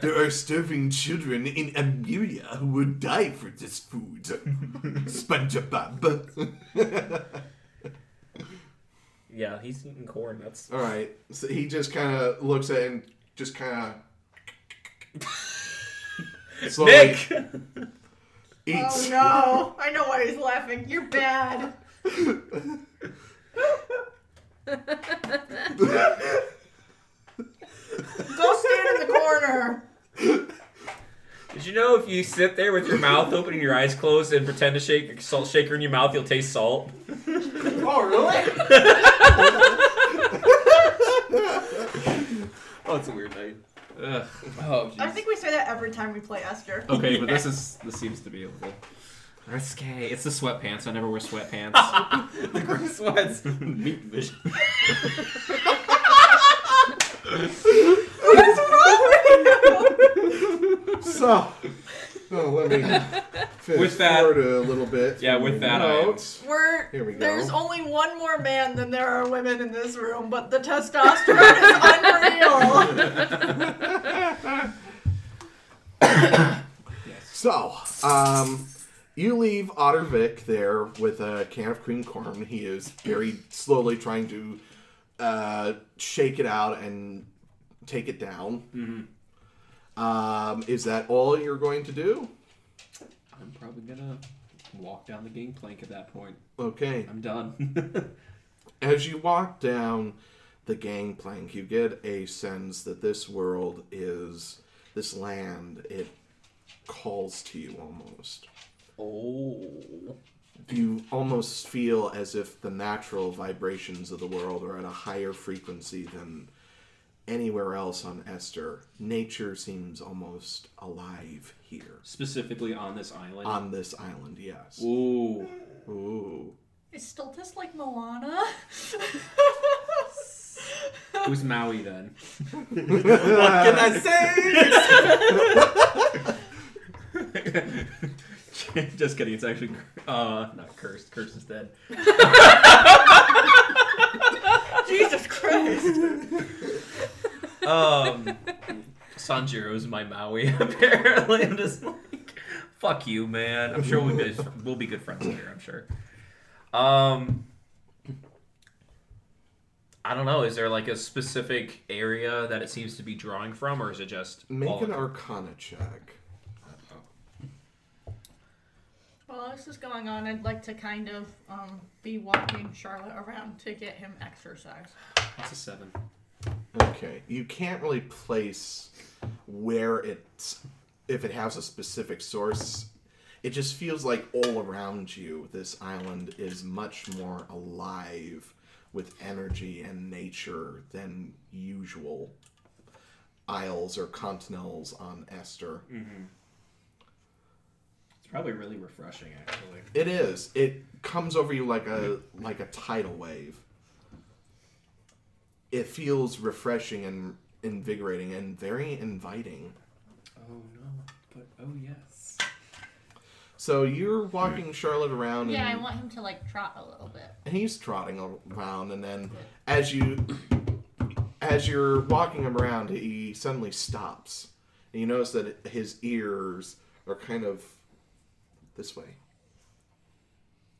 [SPEAKER 1] There are starving children in Amelia who would die for this food. SpongeBob.
[SPEAKER 4] Yeah, he's eating corn. That's
[SPEAKER 1] All right. So he just kind of looks at it and just kind of.
[SPEAKER 4] Nick.
[SPEAKER 1] Eats.
[SPEAKER 3] oh no! I know why he's laughing. You're bad. Go stand in the corner.
[SPEAKER 4] Did you know if you sit there with your mouth open and your eyes closed and pretend to shake a salt shaker in your mouth, you'll taste salt?
[SPEAKER 1] oh, really?
[SPEAKER 5] Oh, it's a weird night.
[SPEAKER 4] Ugh.
[SPEAKER 5] Oh,
[SPEAKER 3] I
[SPEAKER 5] jeez.
[SPEAKER 3] think we say that every time we play Esther.
[SPEAKER 5] Okay, but this is this seems to be a little. That's okay. It's the sweatpants. I never wear sweatpants.
[SPEAKER 4] the gross ones. Meat vision.
[SPEAKER 1] So. Oh, let me finish
[SPEAKER 5] With that-
[SPEAKER 1] forward a little bit.
[SPEAKER 5] Yeah, with that, I-
[SPEAKER 1] Notes.
[SPEAKER 3] We're
[SPEAKER 1] Here we go.
[SPEAKER 3] there's only one more man than there are women in this room, but the testosterone is unreal.
[SPEAKER 1] So, um, you leave Ottervik there with a can of cream corn. He is very slowly trying to uh, shake it out and take it down.
[SPEAKER 5] Mm-hmm.
[SPEAKER 1] Um, is that all you're going to do?
[SPEAKER 5] I'm probably gonna walk down the gangplank at that point.
[SPEAKER 1] Okay.
[SPEAKER 5] I'm done.
[SPEAKER 1] As you walk down the gangplank, you get a sense that this world is this land. It calls to you almost.
[SPEAKER 5] oh.
[SPEAKER 1] you almost feel as if the natural vibrations of the world are at a higher frequency than anywhere else on Esther. Nature seems almost alive here
[SPEAKER 5] Specifically on this island.
[SPEAKER 1] on this island. Yes.
[SPEAKER 5] Ooh.
[SPEAKER 1] Ooh.
[SPEAKER 3] Is Stultus like Moana?
[SPEAKER 2] Who's Maui then?
[SPEAKER 8] What can I say?
[SPEAKER 2] Just kidding. It's actually uh, not cursed. Cursed is dead.
[SPEAKER 3] Jesus Christ.
[SPEAKER 2] Um, Sanjiro's my Maui. Apparently, I'm just like, fuck you, man. I'm sure we'll be we'll be good friends later. I'm sure. Um, I don't know. Is there like a specific area that it seems to be drawing from, or is it just
[SPEAKER 1] Make
[SPEAKER 2] all-
[SPEAKER 1] an Arcana check.
[SPEAKER 3] While this is going on, I'd like to kind of um, be walking Charlotte around to get him exercise.
[SPEAKER 2] That's a seven.
[SPEAKER 1] Okay, you can't really place where it's if it has a specific source. It just feels like all around you, this island is much more alive with energy and nature than usual isles or continentals on Esther.
[SPEAKER 2] It's probably really refreshing, actually.
[SPEAKER 1] It is. It comes over you like a like a tidal wave. It feels refreshing and invigorating and very inviting.
[SPEAKER 2] Oh no! But oh yes.
[SPEAKER 1] So you're walking Charlotte around, and,
[SPEAKER 3] Yeah, I want him to like trot a little bit.
[SPEAKER 1] and he's trotting around, and then as you as you're walking him around, he suddenly stops, and you notice that his ears are kind of this way.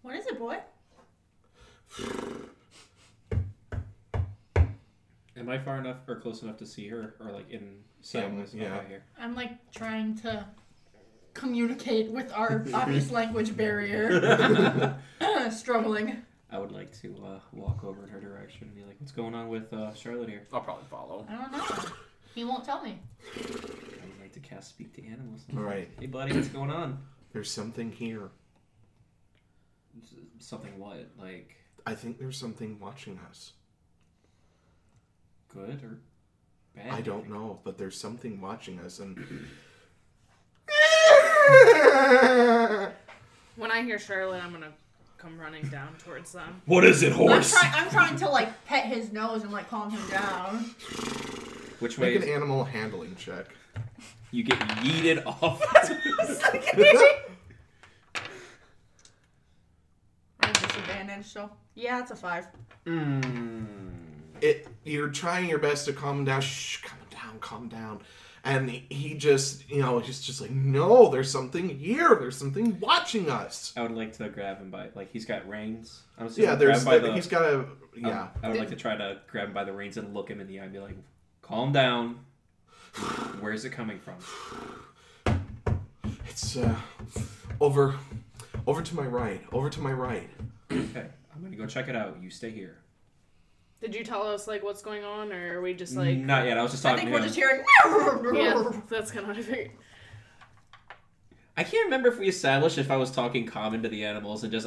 [SPEAKER 3] What is it, boy?
[SPEAKER 4] Am I far enough or close enough to see her, or like in sight?
[SPEAKER 1] Yeah,
[SPEAKER 4] wise?
[SPEAKER 1] yeah.
[SPEAKER 4] Okay, here.
[SPEAKER 3] I'm like trying to communicate with our obvious language barrier. Struggling.
[SPEAKER 4] I would like to uh, walk over in her direction and be like, "What's going on with uh, Charlotte here?"
[SPEAKER 8] I'll probably follow.
[SPEAKER 3] I don't know. He won't tell me.
[SPEAKER 4] I would like to cast "Speak to Animals."
[SPEAKER 3] Mm-hmm.
[SPEAKER 1] All right,
[SPEAKER 4] Hey, buddy, what's going on?
[SPEAKER 1] there's something here.
[SPEAKER 4] S- Something what? Like
[SPEAKER 1] I think there's something watching us.
[SPEAKER 4] good or bad?
[SPEAKER 1] I don't know, but there's something watching us, and
[SPEAKER 6] When I hear Charlotte, I'm gonna come running down towards them.
[SPEAKER 2] What is it,
[SPEAKER 3] I'm, try- I'm trying to like pet his nose and like calm him down.
[SPEAKER 4] Which way?
[SPEAKER 1] make an
[SPEAKER 4] Is-
[SPEAKER 1] animal handling check.
[SPEAKER 2] You get yeeted off.
[SPEAKER 3] I'm disadvantaged, so yeah, it's a five.
[SPEAKER 1] it you're trying your best to calm him down shh calm down calm down and he- he just you know he's just like no there's something here there's something watching us
[SPEAKER 4] I would like to grab him by like he's got reins. I'm assuming
[SPEAKER 1] yeah there's
[SPEAKER 4] grab by
[SPEAKER 1] the-
[SPEAKER 4] the- Oh.
[SPEAKER 1] he's got a
[SPEAKER 4] I-
[SPEAKER 1] yeah
[SPEAKER 4] I would like to try to grab him by the reins and look him in the eye and be like, calm down. Where's it coming from?
[SPEAKER 1] it's uh over over to my right over to my right
[SPEAKER 4] Okay, I'm gonna go check it out. You stay here.
[SPEAKER 6] Did you tell us like what's going on, or are we just like?
[SPEAKER 4] Not yet. I was just
[SPEAKER 3] I
[SPEAKER 4] talking
[SPEAKER 3] think
[SPEAKER 4] to
[SPEAKER 3] we're
[SPEAKER 4] him.
[SPEAKER 3] just hearing.
[SPEAKER 6] Yeah, that's kind of what I figured.
[SPEAKER 4] I can't remember if we established if I was talking common to the animals and just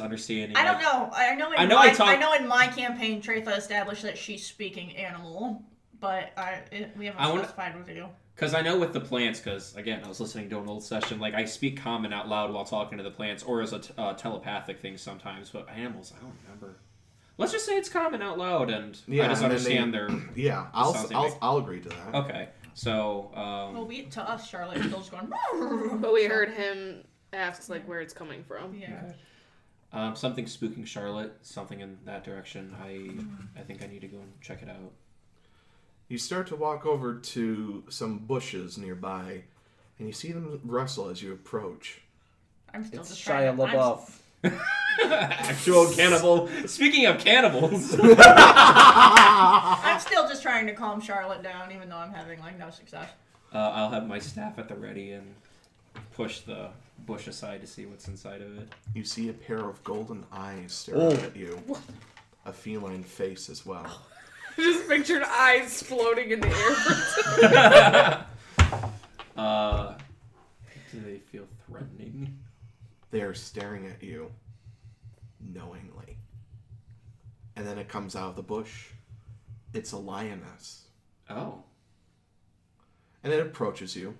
[SPEAKER 4] understanding.
[SPEAKER 3] I don't
[SPEAKER 4] like-
[SPEAKER 3] know. I I know. In
[SPEAKER 4] I know
[SPEAKER 3] my,
[SPEAKER 4] I talk-
[SPEAKER 3] know in my campaign, Tretha established that she's speaking animal, but I it, we haven't
[SPEAKER 4] I wanna-
[SPEAKER 3] specified with you.
[SPEAKER 4] Because I know with the plants, because again, I was listening to an old session, like I speak common out loud while talking to the plants, or as a t- uh, telepathic thing sometimes, but animals, I don't remember. Let's just say it's common out loud, and
[SPEAKER 1] Yeah,
[SPEAKER 4] I just
[SPEAKER 1] and then they-
[SPEAKER 4] understand their.
[SPEAKER 1] yeah i'll
[SPEAKER 4] Sounds Oh. like
[SPEAKER 1] I'll,
[SPEAKER 4] me.
[SPEAKER 1] I'll agree to that
[SPEAKER 4] Okay, so. Um,
[SPEAKER 3] Well, we to us, Charlotte still just going.
[SPEAKER 6] But we heard him ask like where it's coming from.
[SPEAKER 3] Yeah.
[SPEAKER 4] Um, something spooking Charlotte, something in that direction. I I think I need to go and check it out.
[SPEAKER 1] you start to walk over to some bushes nearby and you see them rustle as you approach
[SPEAKER 3] I'm still
[SPEAKER 9] It's
[SPEAKER 3] just
[SPEAKER 9] Shia
[SPEAKER 3] trying to- I'm-
[SPEAKER 9] LaBeouf.
[SPEAKER 4] Actual cannibal. Speaking of cannibals, Uh,
[SPEAKER 3] I'm still just trying to calm Charlotte down, even though I'm having like no success.
[SPEAKER 4] uh, I'll have my staff at the ready and push the bush aside to see what's inside of it.
[SPEAKER 1] you see a pair of golden eyes staring
[SPEAKER 4] Oh.
[SPEAKER 1] at you a feline face as well
[SPEAKER 6] just pictured eyes floating in the air.
[SPEAKER 4] Uh, do they feel threatening?
[SPEAKER 1] they are staring at you knowingly. And then it comes out of the bush. It's a lioness.
[SPEAKER 4] Oh,
[SPEAKER 1] And it approaches you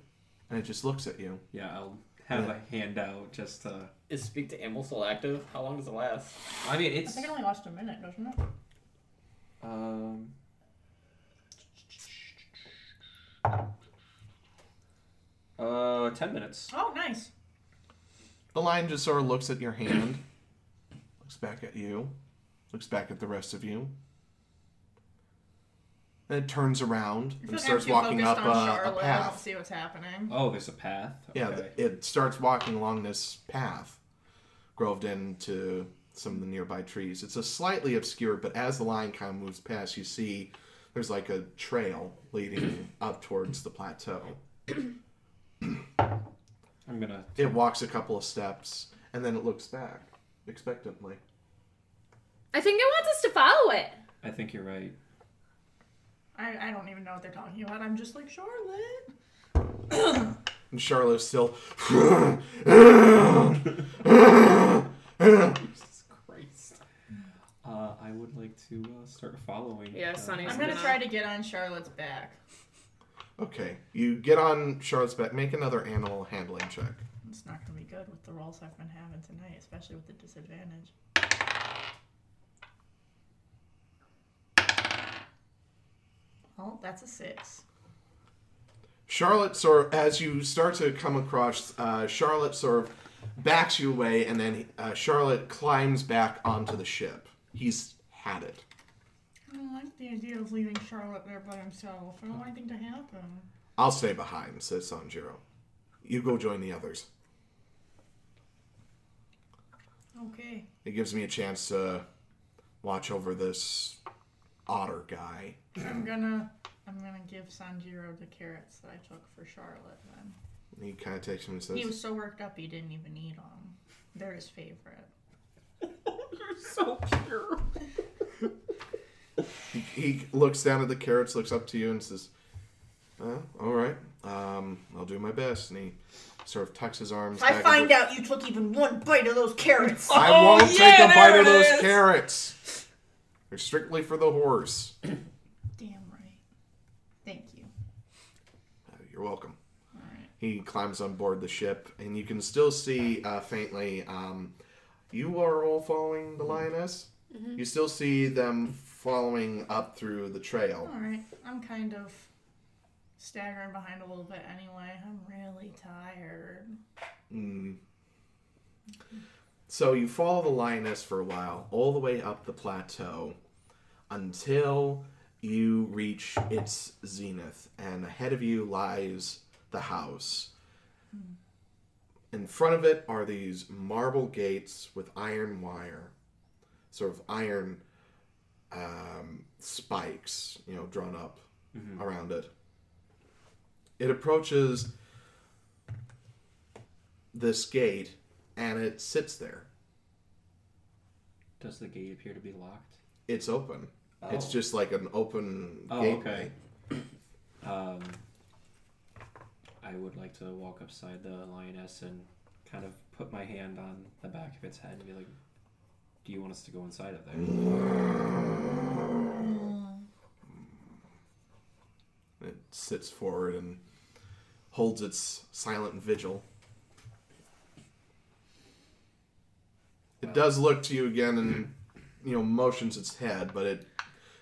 [SPEAKER 1] and it just looks at you.
[SPEAKER 4] yeah. I'll have a handout just uh, to.
[SPEAKER 8] Is speak to animal still active? How long does it last?
[SPEAKER 4] I mean,
[SPEAKER 3] I
[SPEAKER 4] it's
[SPEAKER 3] think it only lasts a minute, doesn't it?
[SPEAKER 4] um. Uh, ten minutes.
[SPEAKER 3] Oh, nice.
[SPEAKER 1] The lion just sort of looks at your hand, looks back at you, looks back at the rest of you. Then it turns around
[SPEAKER 3] I feel
[SPEAKER 1] and
[SPEAKER 3] like
[SPEAKER 1] starts
[SPEAKER 3] I'm too
[SPEAKER 1] walking up
[SPEAKER 3] focused on
[SPEAKER 1] uh, a
[SPEAKER 3] Charlotte. I don't
[SPEAKER 1] path.
[SPEAKER 3] see what's happening.
[SPEAKER 4] Oh, there's a path.
[SPEAKER 1] Yeah,
[SPEAKER 4] Okay.
[SPEAKER 1] th- it starts walking along this path, groved into some of the nearby trees. It's a slightly obscure, but as the line kind of moves past, you see there's like a trail leading up towards the plateau.
[SPEAKER 4] I'm gonna.
[SPEAKER 1] It walks a couple of steps and then it looks back expectantly.
[SPEAKER 6] I think it wants us to follow it.
[SPEAKER 4] I think you're right.
[SPEAKER 3] I, I don't even know what they're talking about. I'm just like, Charlotte.
[SPEAKER 1] And Charlotte's still.
[SPEAKER 4] Jesus Christ.
[SPEAKER 3] Hmm.
[SPEAKER 4] Uh, I would like to uh, start following.
[SPEAKER 10] Yeah,
[SPEAKER 4] uh,
[SPEAKER 10] Sunny's
[SPEAKER 3] I'm gonna
[SPEAKER 10] gonna-
[SPEAKER 3] try to get on Charlotte's back.
[SPEAKER 1] okay, you get on Charlotte's back. Make another animal handling check.
[SPEAKER 3] It's not gonna be good with the rolls I've been having tonight, especially with the disadvantage. Well, that's a six.
[SPEAKER 1] Charlotte sort of, as you start to come across, uh, Charlotte sort of backs you away, and then uh, Charlotte climbs back onto the ship. He's had it.
[SPEAKER 3] I don't like the idea of leaving Charlotte there by himself. I don't want anything to happen.
[SPEAKER 1] I'll stay behind, says Sanjiro. You go join the others.
[SPEAKER 3] Okay.
[SPEAKER 1] It gives me a chance to watch over this otter guy.
[SPEAKER 3] I'm gonna I'm gonna give Sanjiro the carrots that I took for Charlotte then.
[SPEAKER 1] And he kind of takes him and
[SPEAKER 3] He
[SPEAKER 1] says,
[SPEAKER 3] was so worked up he didn't even eat them. They're his favorite.
[SPEAKER 4] You're so pure.
[SPEAKER 1] he, he looks down at the carrots, looks up to you, and says, uh, All right, um, I'll do my best. And he sort of tucks his arms. back into-
[SPEAKER 3] out you took even one bite of those carrots.
[SPEAKER 1] I
[SPEAKER 11] Oh,
[SPEAKER 1] won't
[SPEAKER 11] yeah,
[SPEAKER 1] take a
[SPEAKER 11] there
[SPEAKER 1] bite of
[SPEAKER 11] it
[SPEAKER 1] those
[SPEAKER 11] is.
[SPEAKER 1] carrots. They're strictly for the horse.
[SPEAKER 3] Damn right. Thank you.
[SPEAKER 1] Uh, You're welcome.
[SPEAKER 3] Alright.
[SPEAKER 1] He climbs on board the ship, and you can still see uh, faintly. Um, you are all following the lioness.
[SPEAKER 11] Mm-hmm.
[SPEAKER 1] You still see them following up through the trail.
[SPEAKER 3] Alright. I'm kind of staggering behind a little bit anyway. I'm really tired.
[SPEAKER 1] Mm. So you follow the lioness for a while, all the way up the plateau, until you reach its zenith, and ahead of you lies the house. In front of it are these marble gates with iron wire, sort of iron um, spikes, you know, drawn up around it. It approaches this gate and it sits there.
[SPEAKER 4] Does the gate appear to be locked?
[SPEAKER 1] It's open. It's
[SPEAKER 4] Oh.
[SPEAKER 1] just like an open
[SPEAKER 4] Oh,
[SPEAKER 1] gateway.
[SPEAKER 4] Um, I would like to walk upside the lioness and kind of put my hand on the back of its head and be like, "Do you want us to go inside of there?"
[SPEAKER 1] It sits forward and holds its silent vigil. It does look to you again and you know motions its head, but it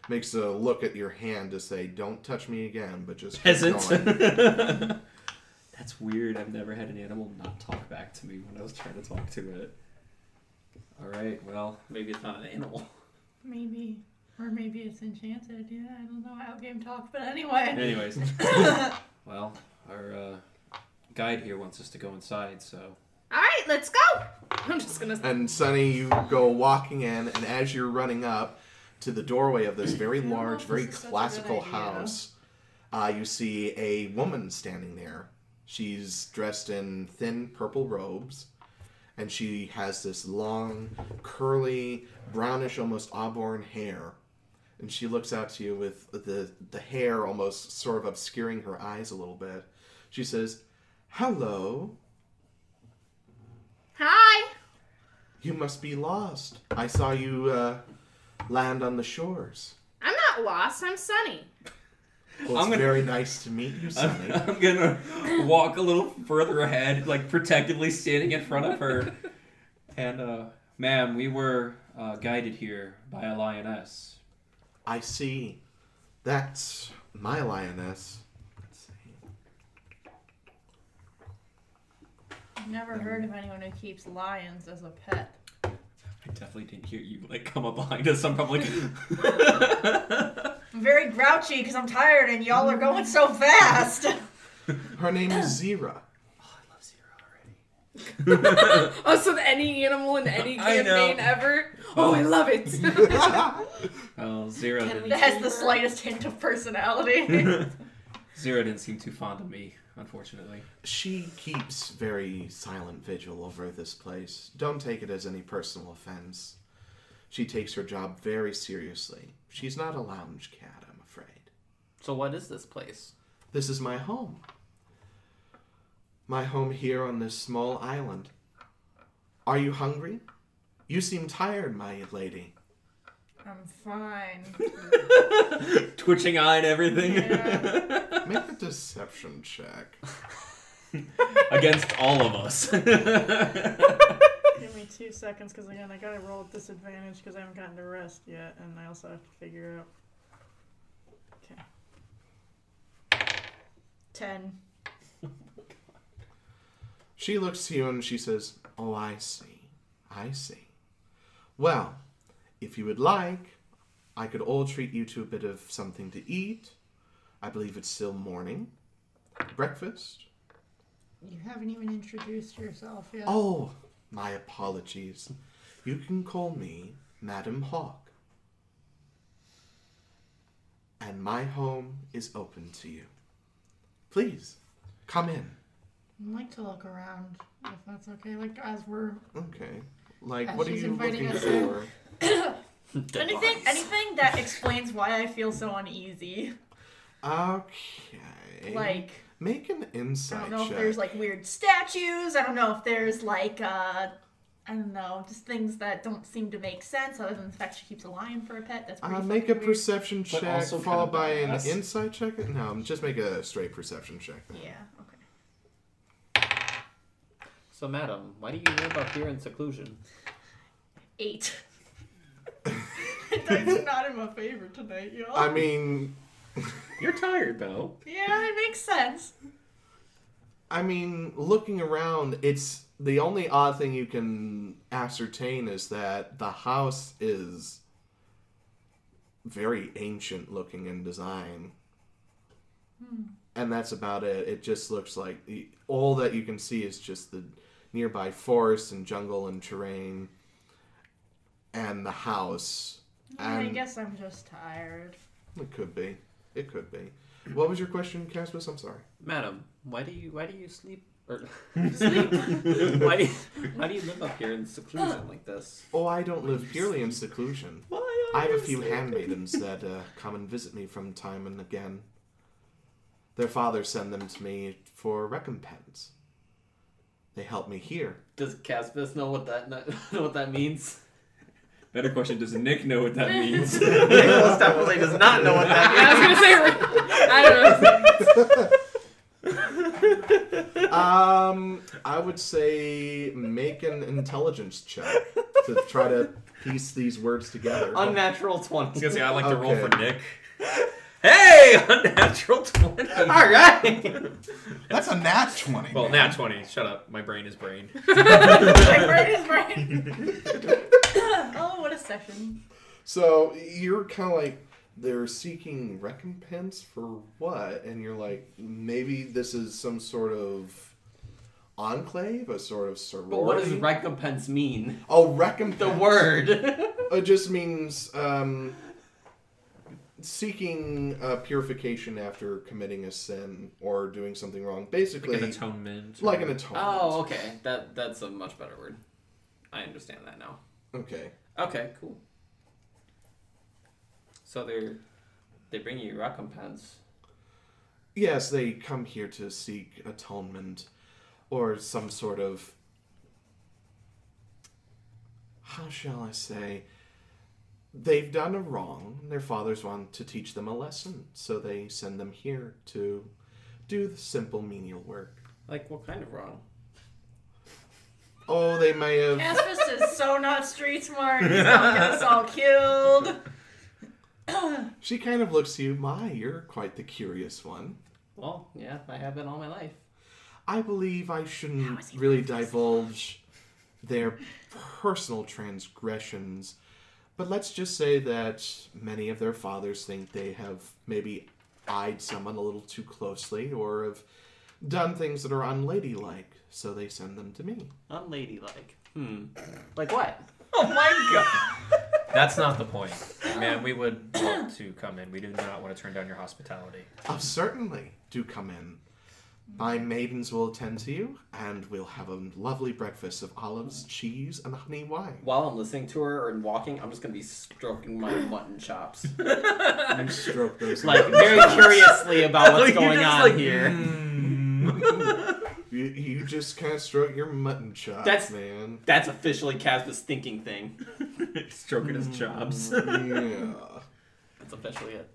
[SPEAKER 1] makes a look at your hand to say, "Don't touch me again," but just keep going."
[SPEAKER 4] Peasant. That's weird. I've never had an animal not talk back to me when I was trying to talk to it. All right. Well, maybe it's not an animal.
[SPEAKER 3] Maybe. Or maybe it's enchanted. Yeah, I don't know how game talk, but anyway.
[SPEAKER 4] Anyways, well, our uh, guide here wants us to go inside, so
[SPEAKER 6] All right, let's go.
[SPEAKER 10] I'm just gonna.
[SPEAKER 1] And Sonny, you go walking in, and as you're running up to the doorway of this very
[SPEAKER 3] know
[SPEAKER 1] large,
[SPEAKER 3] if
[SPEAKER 1] very
[SPEAKER 3] this is such a
[SPEAKER 1] classical
[SPEAKER 3] good idea.
[SPEAKER 1] house, uh, you see a woman standing there. She's dressed in thin purple robes, and she has this long, curly, brownish, almost auburn hair. And she looks out to you with the, the hair almost sort of obscuring her eyes a little bit. She says, Hello,
[SPEAKER 6] Hi.
[SPEAKER 1] You must be lost. I saw you uh, land on the shores.
[SPEAKER 6] I'm not lost. I'm Sunny.
[SPEAKER 1] Well, it's
[SPEAKER 4] I'm gonna-
[SPEAKER 1] very nice to meet you, Sonny.
[SPEAKER 4] I'm gonna walk a little further ahead, like protectively standing in front of her. And, uh, ma'am, we were uh, guided here by a lioness.
[SPEAKER 1] I see. That's my lioness.
[SPEAKER 3] Never heard of anyone who keeps lions as a pet.
[SPEAKER 5] I definitely didn't hear you like come up behind us. I'm probably
[SPEAKER 3] I'm very grouchy because I'm tired and y'all are going so fast.
[SPEAKER 1] Her name is Zira.
[SPEAKER 6] Us with Oh, any animal in any
[SPEAKER 4] I know.
[SPEAKER 6] campaign ever. Oh, I love it.
[SPEAKER 5] oh zero.
[SPEAKER 7] Can we-
[SPEAKER 5] Didn't,
[SPEAKER 3] that has the slightest hint of personality.
[SPEAKER 5] e-, zero didn't seem too fond of me, unfortunately.
[SPEAKER 1] She keeps very silent vigil over this place. Don't take it as any personal offense. She takes her job very seriously. She's not a lounge cat, I'm afraid.
[SPEAKER 2] So what is this place?
[SPEAKER 1] This is my home. My home here on this small island. Are you hungry? You seem tired, my lady.
[SPEAKER 3] I'm fine.
[SPEAKER 5] Twitching eye and everything
[SPEAKER 3] Yeah.
[SPEAKER 1] Make a deception check.
[SPEAKER 5] against all of us.
[SPEAKER 3] Give me two seconds because again I gotta roll at disadvantage because I haven't gotten to rest yet, and I also have to figure out. Okay. Ten.
[SPEAKER 1] She looks to you and she says, Oh, I see. I see. Well, if you would like, I could all treat you to a bit of something to eat. I believe it's still morning. Breakfast.
[SPEAKER 3] You haven't even introduced yourself yet.
[SPEAKER 1] Oh, my apologies. You can call me Madam Hawk. And my home is open to you. Please, come in.
[SPEAKER 3] I'd like to look around, if that's okay. Like as we're
[SPEAKER 1] Okay. Like,
[SPEAKER 3] Uh,
[SPEAKER 1] what are
[SPEAKER 3] she's
[SPEAKER 1] you
[SPEAKER 3] inviting
[SPEAKER 1] looking
[SPEAKER 3] us in.
[SPEAKER 1] for?
[SPEAKER 3] anything, anything that explains why I feel so uneasy.
[SPEAKER 1] Okay.
[SPEAKER 3] Like
[SPEAKER 1] Make an
[SPEAKER 3] I
[SPEAKER 1] insight
[SPEAKER 3] don't know
[SPEAKER 1] check.
[SPEAKER 3] if there's like weird statues. I don't know if there's like uh, I don't know, just things that don't seem to make sense. Other than the fact she keeps a lion for a pet. That's pretty.
[SPEAKER 1] uh,
[SPEAKER 3] fucking
[SPEAKER 1] make a
[SPEAKER 3] weird.
[SPEAKER 1] perception
[SPEAKER 5] But
[SPEAKER 1] check
[SPEAKER 5] also
[SPEAKER 1] followed
[SPEAKER 5] kinda
[SPEAKER 1] by an
[SPEAKER 5] badass.
[SPEAKER 1] insight check. No, just make a straight perception check.
[SPEAKER 3] Yeah. Okay.
[SPEAKER 2] So, madam, why do you live up here in seclusion?
[SPEAKER 3] Eight. Dice are not in my favor tonight, y'all.
[SPEAKER 1] I mean,
[SPEAKER 5] You're tired though.
[SPEAKER 3] yeah, it makes sense.
[SPEAKER 1] I mean, looking around, it's the only odd thing you can ascertain is that the house is very ancient looking in design.
[SPEAKER 3] Hmm.
[SPEAKER 1] And that's about it. It just looks like the, all that you can see is just the nearby forest and jungle and terrain and the house.
[SPEAKER 3] I
[SPEAKER 1] And
[SPEAKER 3] guess I'm just tired.
[SPEAKER 1] it could be. It could be. What was your question, Caspus? I'm sorry.
[SPEAKER 2] Madam, why do you why do you sleep or
[SPEAKER 6] Sleep.
[SPEAKER 2] why do you, why do you live up here in seclusion like this?
[SPEAKER 1] Oh, I don't live purely in seclusion.
[SPEAKER 2] Why
[SPEAKER 1] I have a few handmaidens that uh, come and visit me from time and again. Their fathers send them to me for recompense. They help me here.
[SPEAKER 2] Does Caspis know what that know what that means?
[SPEAKER 5] Better question: Does Nick know what that means?
[SPEAKER 2] Nicholas definitely does not know what
[SPEAKER 6] I
[SPEAKER 2] that
[SPEAKER 6] was gonna say. I don't know.
[SPEAKER 1] Um, I would say make an intelligence check to try to piece these words together.
[SPEAKER 2] means. Unnatural
[SPEAKER 5] I was
[SPEAKER 2] twenty.
[SPEAKER 5] gonna say I like to roll for
[SPEAKER 1] Okay.
[SPEAKER 5] Nick. Hey, unnatural twenty.
[SPEAKER 2] All right.
[SPEAKER 12] That's a nat 20.
[SPEAKER 5] Well, nat twenty. Shut up. My brain is brain.
[SPEAKER 3] My brain is brain. oh, what a session.
[SPEAKER 1] So you're kind of like they're seeking recompense for what, and you're like maybe this is some sort of enclave, a sort of sorority.
[SPEAKER 2] But what does recompense mean?
[SPEAKER 1] oh recompense?
[SPEAKER 2] The word.
[SPEAKER 1] It just means um, seeking uh, purification after committing a sin or doing something wrong. Basically,
[SPEAKER 5] Like an atonement.
[SPEAKER 1] like an atonement.
[SPEAKER 2] Oh, okay. That that's a much better word. I understand that now.
[SPEAKER 1] Okay.
[SPEAKER 2] Okay, cool. So they're they bring you recompense.
[SPEAKER 1] Yes, they come here to seek atonement or some sort of. How shall I say? They've done a wrong. Their fathers want to teach them a lesson, so they send them here to do the simple menial work.
[SPEAKER 2] Like what kind of wrong?
[SPEAKER 1] Oh, they may have.
[SPEAKER 3] Caspis is so not street smart. He's gonna get us all killed.
[SPEAKER 1] She kind of looks to you, my, you're quite the curious one.
[SPEAKER 2] Well, yeah, I have been all my life.
[SPEAKER 1] I believe I shouldn't
[SPEAKER 7] is he
[SPEAKER 1] really divulge their personal transgressions, but let's just say that many of their fathers think they have maybe eyed someone a little too closely or have done things that are unladylike, so they send them to me.
[SPEAKER 2] Unladylike. Hmm. Like what?
[SPEAKER 4] Oh my god. That's not the point. Man, we would love to come in. We do not want to turn down your hospitality.
[SPEAKER 1] Oh, certainly do come in. My maidens will attend to you, and we'll have a lovely breakfast of olives, cheese, and honey wine.
[SPEAKER 13] While I'm listening to her or walking, I'm just gonna be stroking my mutton chops,
[SPEAKER 1] You stroke those.
[SPEAKER 2] Like very curiously about what's
[SPEAKER 4] Like, you're
[SPEAKER 2] going
[SPEAKER 4] just
[SPEAKER 2] on
[SPEAKER 4] like,
[SPEAKER 2] here.
[SPEAKER 1] you, you just kind of stroke your mutton chops,
[SPEAKER 2] That's-
[SPEAKER 1] man.
[SPEAKER 2] That's officially Caspa's thinking thing.
[SPEAKER 4] Stroking his
[SPEAKER 1] Mm.
[SPEAKER 4] chops.
[SPEAKER 1] Yeah.
[SPEAKER 2] That's officially it.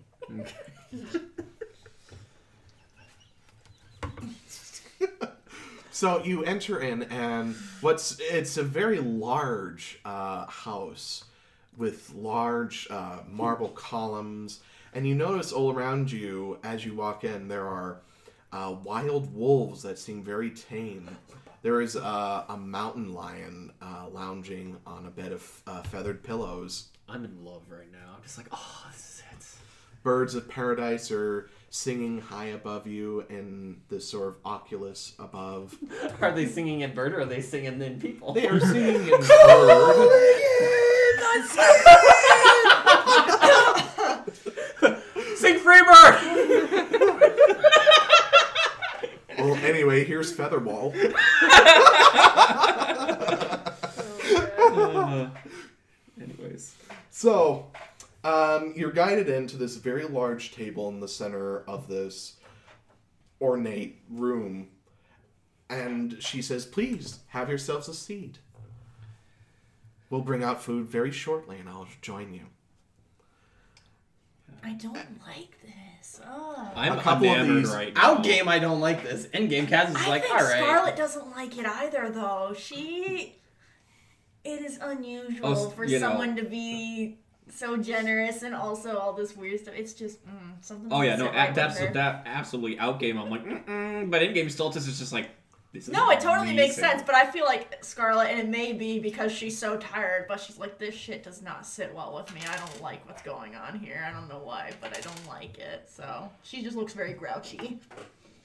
[SPEAKER 1] So you enter in, and what's it's a very large uh, house with large uh, marble columns, and you notice all around you as you walk in there are uh, wild wolves that seem very tame. There is uh, a mountain lion uh, lounging on a bed of uh, feathered pillows.
[SPEAKER 2] I'm in love right now. I'm just like, oh, this is
[SPEAKER 1] birds of paradise are singing high above you in this sort of oculus above.
[SPEAKER 2] it. Are they singing in bird or are they singing in people?
[SPEAKER 1] They are singing in bird.
[SPEAKER 2] Sing Freebird!
[SPEAKER 1] Well, anyway, here's Featherwall.
[SPEAKER 4] Anyways.
[SPEAKER 1] So, um, you're guided into this very large table in the center of this ornate room, and she says, "Please have yourselves a seat. We'll bring out food very shortly, and I'll join you."
[SPEAKER 7] I don't like this. Oh.
[SPEAKER 4] I'm
[SPEAKER 1] A couple of
[SPEAKER 4] enamored
[SPEAKER 1] these
[SPEAKER 4] right now.
[SPEAKER 13] Out game, I don't like this. End game, Kaz is
[SPEAKER 7] I
[SPEAKER 13] like,
[SPEAKER 7] think
[SPEAKER 13] all right.
[SPEAKER 7] Scarlet doesn't like it either, though. She. It is unusual
[SPEAKER 4] Oh, s-
[SPEAKER 7] for
[SPEAKER 4] you know.
[SPEAKER 7] someone to be so generous and also all this weird stuff. It's just mm, something.
[SPEAKER 4] Oh yeah, no,
[SPEAKER 7] doesn't sit right with
[SPEAKER 4] ab-
[SPEAKER 7] her.
[SPEAKER 4] absolutely, that absolutely out game. I'm like, mm-mm, but in game Stultus is just like, this is
[SPEAKER 7] No, it totally makes
[SPEAKER 4] amazing.
[SPEAKER 7] sense, but I feel like Scarlet, and it may be because she's so tired, but she's like, this shit does not sit well with me. I don't like what's going on here. I don't know why, but I don't like it. So she just looks very grouchy.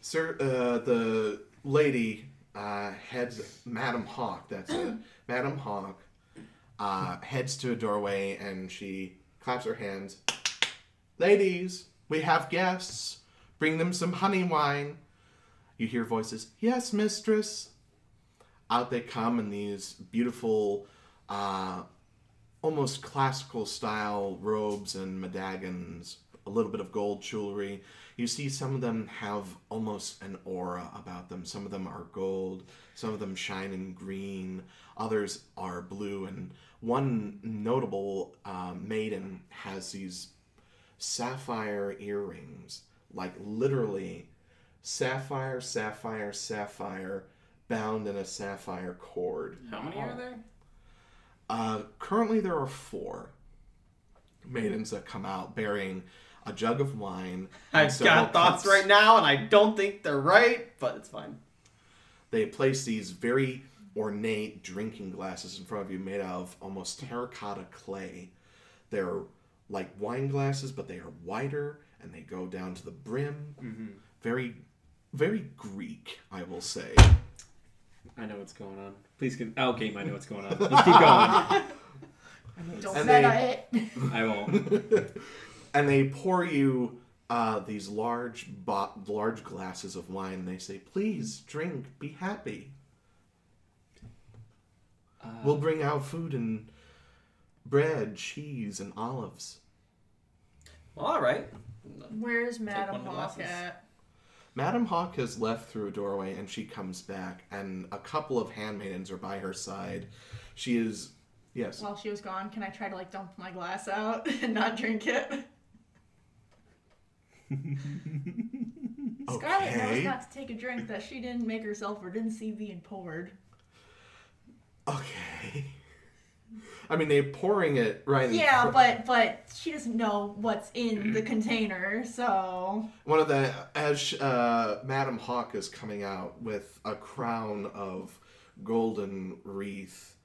[SPEAKER 1] Sir, uh, the lady uh, heads, Madam Hawk, that's it. Madam Hawk uh, heads to a doorway and she claps her hands. Ladies, we have guests. Bring them some honey wine. You hear voices, yes, mistress. Out they come in these beautiful, uh, almost classical style robes and medallions, a little bit of gold jewelry. You see some of them have almost an aura about them. Some of them are gold, some of them shine in green, others are blue, and one notable uh, maiden has these sapphire earrings, like literally sapphire, sapphire, sapphire, bound in a sapphire cord.
[SPEAKER 2] How many are there?
[SPEAKER 1] Uh, currently, there are four maidens that come out bearing a jug of wine. and
[SPEAKER 2] I've
[SPEAKER 1] several
[SPEAKER 2] got thoughts
[SPEAKER 1] cups.
[SPEAKER 2] right now and I don't think they're right, but it's fine.
[SPEAKER 1] They place these very ornate drinking glasses in front of you, made out of almost terracotta clay. They're like wine glasses, but they are wider and they go down to the brim.
[SPEAKER 2] Mm-hmm.
[SPEAKER 1] Very, very Greek, I will say.
[SPEAKER 5] I know what's going on.
[SPEAKER 4] Please, can- out game. I know what's going on.
[SPEAKER 5] Let's keep going.
[SPEAKER 7] Don't
[SPEAKER 1] And
[SPEAKER 7] meta it.
[SPEAKER 5] I won't.
[SPEAKER 1] and they pour you uh, these large bo- large glasses of wine and they say please drink be happy we'll bring out food and bread cheese and olives
[SPEAKER 2] Well, all right.
[SPEAKER 7] Where's
[SPEAKER 2] one
[SPEAKER 7] Madame
[SPEAKER 2] of the
[SPEAKER 7] Hawk
[SPEAKER 2] glasses.
[SPEAKER 7] at?
[SPEAKER 1] madam hawk has left through a doorway and she comes back and a couple of handmaidens are by her side she is yes
[SPEAKER 3] While she was gone, can I try to like dump my glass out and not drink it?
[SPEAKER 1] okay
[SPEAKER 3] Scarlet knows not to take a drink that she didn't make herself or didn't see being poured.
[SPEAKER 1] okay I mean, they're pouring it right in
[SPEAKER 3] Yeah,
[SPEAKER 1] front-
[SPEAKER 3] but but she doesn't know what's in the container, so
[SPEAKER 1] One of the as sh- uh, Madam Hawk is coming out with a crown of golden wreath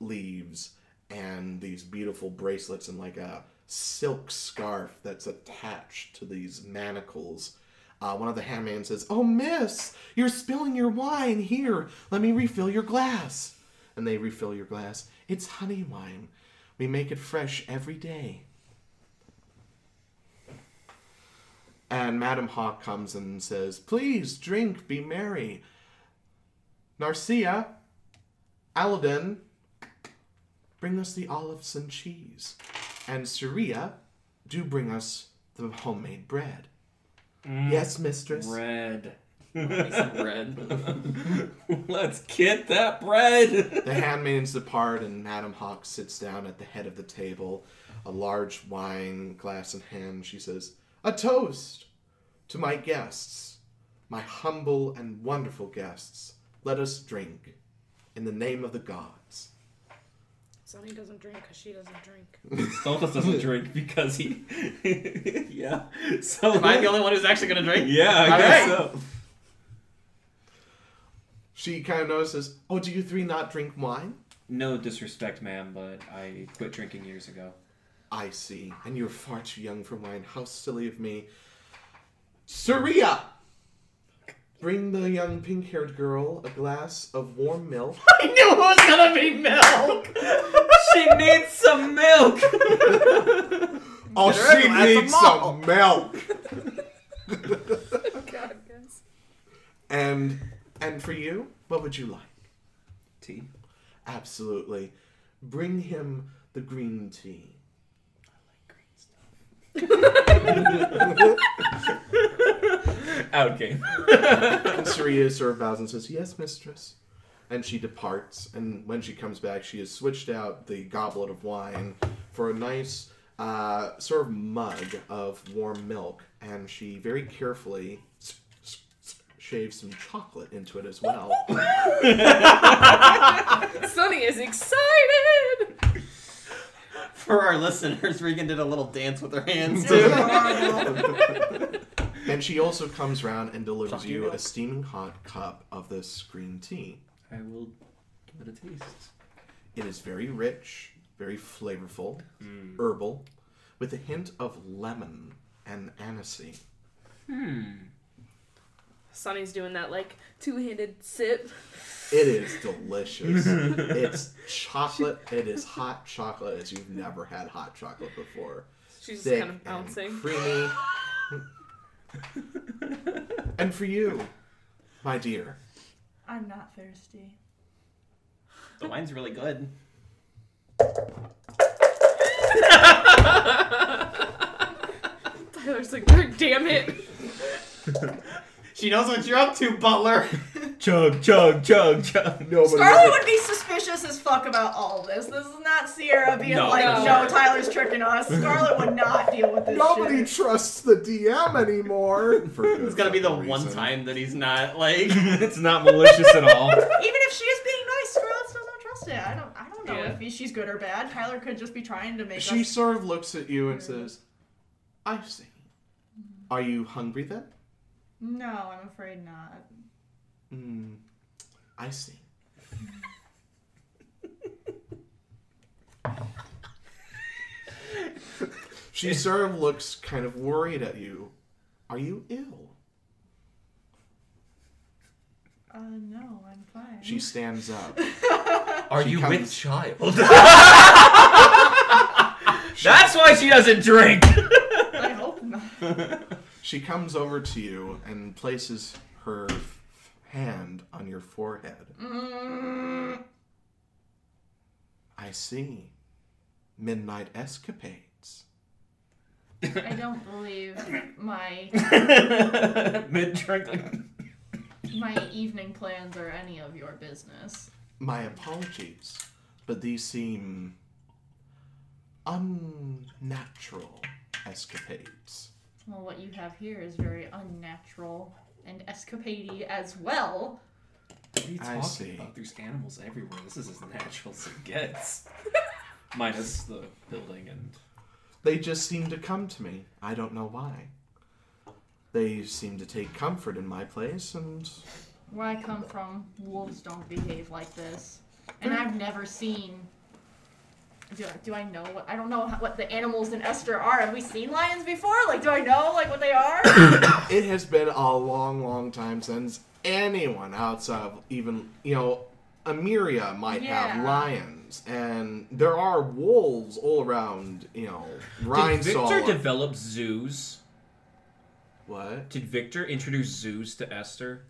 [SPEAKER 1] leaves and these beautiful bracelets and like a silk scarf that's attached to these manacles. Uh, one of the handmaids says, "Oh, Miss, you're spilling your wine. Here, let me refill your glass." And they refill your glass. It's honey wine. We make it fresh every day. And Madam Hawk comes and says, Please drink, be merry. Narcia, Aladdin, bring us the olives and cheese. And Saria, do bring us the homemade bread. Yes, mistress.
[SPEAKER 5] Red.
[SPEAKER 13] Red.
[SPEAKER 4] Let's get that bread.
[SPEAKER 1] The handmaidens depart, and Madam Hawk sits down at the head of the table, a large wine glass in hand. She says, A toast to my guests, my humble and wonderful guests. Let us drink in the name of the gods.
[SPEAKER 6] Sonny doesn't drink because she doesn't drink.
[SPEAKER 4] Stoltz doesn't drink because he. yeah. So.
[SPEAKER 2] Am I the only one who's actually gonna drink?
[SPEAKER 4] Yeah, I guess so.
[SPEAKER 1] She kind of notices, Oh, do you three not drink wine?
[SPEAKER 5] No disrespect, ma'am, but I quit drinking years ago.
[SPEAKER 1] I see, and you're far too young for wine. How silly of me. Saria! Bring the young pink haired girl a glass of warm milk.
[SPEAKER 2] I knew it was gonna be milk.
[SPEAKER 4] She needs some milk.
[SPEAKER 1] Oh,
[SPEAKER 2] Get her a
[SPEAKER 1] she
[SPEAKER 2] glass of
[SPEAKER 1] needs some milk.
[SPEAKER 6] Oh, God, guys.
[SPEAKER 1] And and for you, what would you like?
[SPEAKER 5] Tea?
[SPEAKER 1] Absolutely. Bring him the green tea.
[SPEAKER 4] Out game.
[SPEAKER 1] And Saria sort of bows and says, Yes, mistress. And she departs. And when she comes back, she has switched out the goblet of wine for a nice uh, sort of mug of warm milk. And she very carefully shaves some chocolate into it as well.
[SPEAKER 6] Sonny is excited.
[SPEAKER 2] For our listeners, Regan did a little dance with her hands too.
[SPEAKER 1] and she also comes round and delivers
[SPEAKER 2] Chocolate
[SPEAKER 1] you a
[SPEAKER 2] milk.
[SPEAKER 1] steaming hot cup of this green tea.
[SPEAKER 5] I will give it a taste.
[SPEAKER 1] It is very rich, very flavorful, herbal, with a hint of lemon and aniseed.
[SPEAKER 5] Hmm.
[SPEAKER 6] Sonny's doing that like two-handed sip.
[SPEAKER 1] It is delicious. it's chocolate. It is hot chocolate as you've never had hot chocolate before.
[SPEAKER 6] She's just
[SPEAKER 1] Thick
[SPEAKER 6] kind of bouncing.
[SPEAKER 1] and creamy. and for you, my dear,
[SPEAKER 3] I'm not thirsty.
[SPEAKER 2] The wine's really good.
[SPEAKER 6] Tyler's like, "God damn it.
[SPEAKER 2] She knows what you're up to, Butler.
[SPEAKER 4] Chug, chug, chug, chug.
[SPEAKER 1] nobody.
[SPEAKER 3] Scarlet would be suspicious as fuck about all this. This is not Sierra being
[SPEAKER 4] No,
[SPEAKER 3] like,
[SPEAKER 6] no.
[SPEAKER 3] no, Tyler's tricking us. Scarlet would not deal with this
[SPEAKER 1] Nobody
[SPEAKER 3] shit.
[SPEAKER 1] trusts the DM anymore.
[SPEAKER 2] It's gonna be the one time that he's not like.
[SPEAKER 4] it's not malicious at all.
[SPEAKER 3] Even if she is being nice, Scarlet still don't trust it. I don't. I don't know
[SPEAKER 6] Yeah.
[SPEAKER 3] if he- she's good or bad. Tyler could just be trying to make
[SPEAKER 1] She
[SPEAKER 3] us.
[SPEAKER 1] sort of looks at you and says, "I see. Are you hungry then?
[SPEAKER 3] No, I'm afraid not.
[SPEAKER 1] Hmm. I see. she sort of looks kind of worried at you. Are you ill?
[SPEAKER 3] Uh, no, I'm fine.
[SPEAKER 1] She stands up.
[SPEAKER 4] Are
[SPEAKER 1] She
[SPEAKER 4] you
[SPEAKER 1] comes-
[SPEAKER 4] with child? That's why she doesn't drink.
[SPEAKER 3] I hope not.
[SPEAKER 1] She comes over to you and places her f- hand on your forehead.
[SPEAKER 7] Mm,
[SPEAKER 1] I see. Midnight escapades.
[SPEAKER 7] I don't believe my
[SPEAKER 4] Mid drink. Like,
[SPEAKER 7] my evening plans are any of your business.
[SPEAKER 1] My apologies, but these seem unnatural escapades.
[SPEAKER 7] Well, what you have here is very unnatural and escapade as well.
[SPEAKER 4] What are you
[SPEAKER 1] I
[SPEAKER 4] talking
[SPEAKER 1] see.
[SPEAKER 4] about? There's animals everywhere. This is as natural as it gets. Minus the building and
[SPEAKER 1] They just seem to come to me. I don't know why. They seem to take comfort in my place, and
[SPEAKER 7] Where I come from, wolves don't behave like this, and I've never seen. Do I, do I know what I don't know how, what the animals in Esther are? Have we seen lions before? Like, do I know like what they are?
[SPEAKER 1] it has been a long, long time since anyone outside of even, you know, Emiria might have
[SPEAKER 7] Yeah.
[SPEAKER 1] lions, and there are wolves all around, you know,
[SPEAKER 4] Did
[SPEAKER 1] Rhine
[SPEAKER 4] Victor develop zoos?
[SPEAKER 1] What?
[SPEAKER 4] Did Victor introduce zoos to Esther?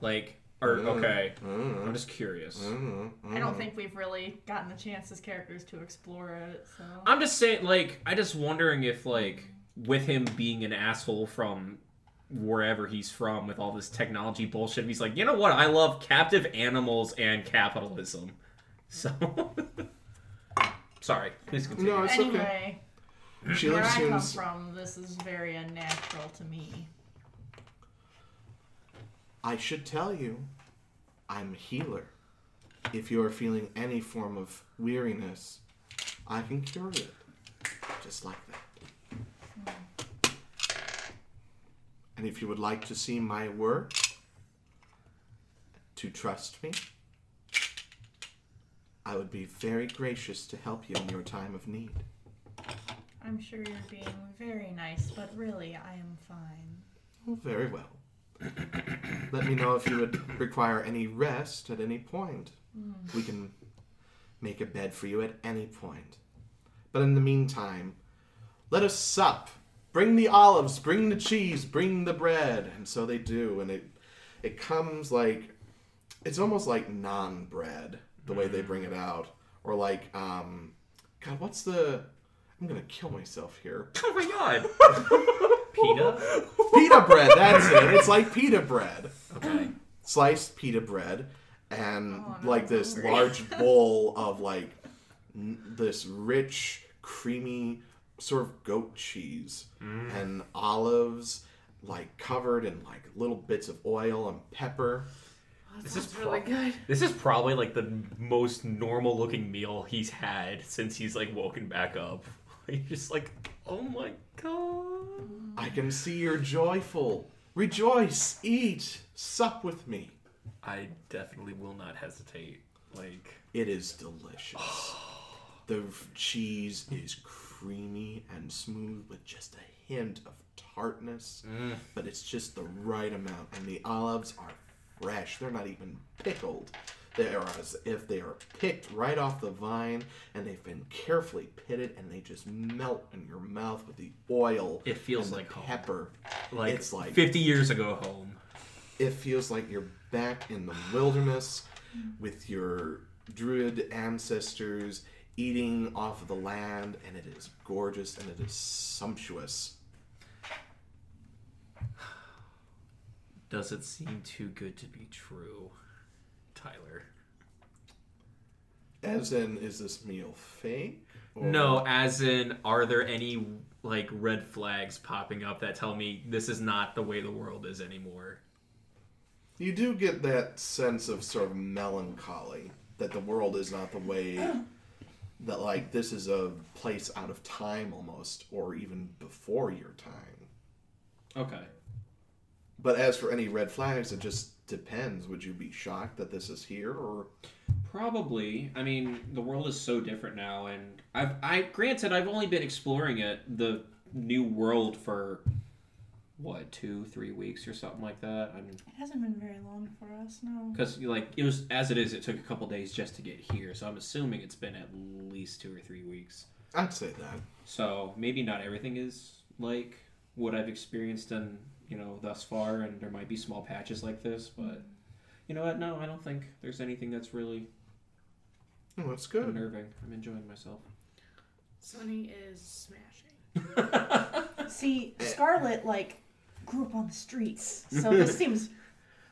[SPEAKER 4] Like, or
[SPEAKER 1] Mm.
[SPEAKER 4] okay,
[SPEAKER 1] Mm.
[SPEAKER 4] I'm just curious.
[SPEAKER 1] Mm,
[SPEAKER 7] I
[SPEAKER 1] mm.
[SPEAKER 7] don't think we've really gotten the chance as characters to explore it. So
[SPEAKER 4] I'm just saying, like, I just wondering if, like, with him being an asshole from wherever he's from, with all this technology bullshit, he's like, you know what? I love captive animals and capitalism. So, sorry. Please continue.
[SPEAKER 5] Oh,
[SPEAKER 1] No, it's okay.
[SPEAKER 7] anyway,
[SPEAKER 1] She
[SPEAKER 7] where I come
[SPEAKER 1] assumes
[SPEAKER 7] from, this is very unnatural to me.
[SPEAKER 1] I should tell you, I'm a healer. If you are feeling any form of weariness, I can cure it. Just like that. And if you would like to see my work, to trust me, I would be very gracious to help you in your time of need.
[SPEAKER 7] I'm sure you're being very nice, but really, I am fine.
[SPEAKER 1] Oh, very well. Let me know if you would require any rest at any point. We can make a bed for you at any point. But in the meantime, let us sup. Bring the olives, bring the cheese, bring the bread. And so they do, and it it comes like it's almost like non bread, the way they bring it out. Or like, um God, what's the I'm gonna kill myself here.
[SPEAKER 4] Oh my god.
[SPEAKER 5] Peta?
[SPEAKER 1] pita bread. That's it. It's like pita bread,
[SPEAKER 4] Okay.
[SPEAKER 1] sliced pita bread, and
[SPEAKER 7] Oh, no.
[SPEAKER 1] like this large bowl of like n- this rich, creamy sort of goat cheese and olives, like covered in like little bits of oil and pepper.
[SPEAKER 6] This
[SPEAKER 4] is
[SPEAKER 6] is really good.
[SPEAKER 4] This is probably like the most normal looking meal he's had since he's like woken back up. You're just like, oh my god.
[SPEAKER 1] I can see you're joyful. Rejoice, eat, sup with me.
[SPEAKER 4] I definitely will not hesitate. Like,
[SPEAKER 1] It is delicious. the f- cheese is creamy and smooth with just a hint of tartness,
[SPEAKER 4] Mm.
[SPEAKER 1] but it's just the right amount. And the olives are fresh, they're not even pickled. They are as if they are picked right off the vine and they've been carefully pitted and they just melt in your mouth with the oil.
[SPEAKER 4] It feels
[SPEAKER 1] and the
[SPEAKER 4] like home.
[SPEAKER 1] pepper.
[SPEAKER 4] like,
[SPEAKER 1] it's like
[SPEAKER 4] 50 years ago home.
[SPEAKER 1] it feels like you're back in the wilderness with your druid ancestors eating off of the land and it is gorgeous and it is sumptuous
[SPEAKER 4] Does it seem too good to be true, Tyler?
[SPEAKER 1] as in is this meal fake or-
[SPEAKER 4] No, as in, are there any like red flags popping up that tell me this is not the way the world is anymore?
[SPEAKER 1] you do get that sense of sort of melancholy that the world is not the way that like this is a place out of time almost or even before your time
[SPEAKER 5] Okay.
[SPEAKER 1] But as for any red flags, it just depends. Would you be shocked that this is here, or
[SPEAKER 5] Probably. I mean, the world is so different now, and I've I granted I've only been exploring it the new world for what two three weeks or something like that. I'm
[SPEAKER 3] It hasn't been very long for us, no.
[SPEAKER 5] because like it was as it is. It took a couple days just to get here, so I'm assuming it's been at least two or three weeks.
[SPEAKER 1] I'd say that
[SPEAKER 5] So maybe not everything is like what I've experienced and you know thus far, and there might be small patches like this, but you know what? No, I don't think there's anything that's really
[SPEAKER 1] oh, that's
[SPEAKER 7] Mm-hmm.
[SPEAKER 1] good.
[SPEAKER 5] unnerving. I'm enjoying myself.
[SPEAKER 6] Sunny is smashing.
[SPEAKER 3] See, Scarlet, like, grew up on the streets, so this seems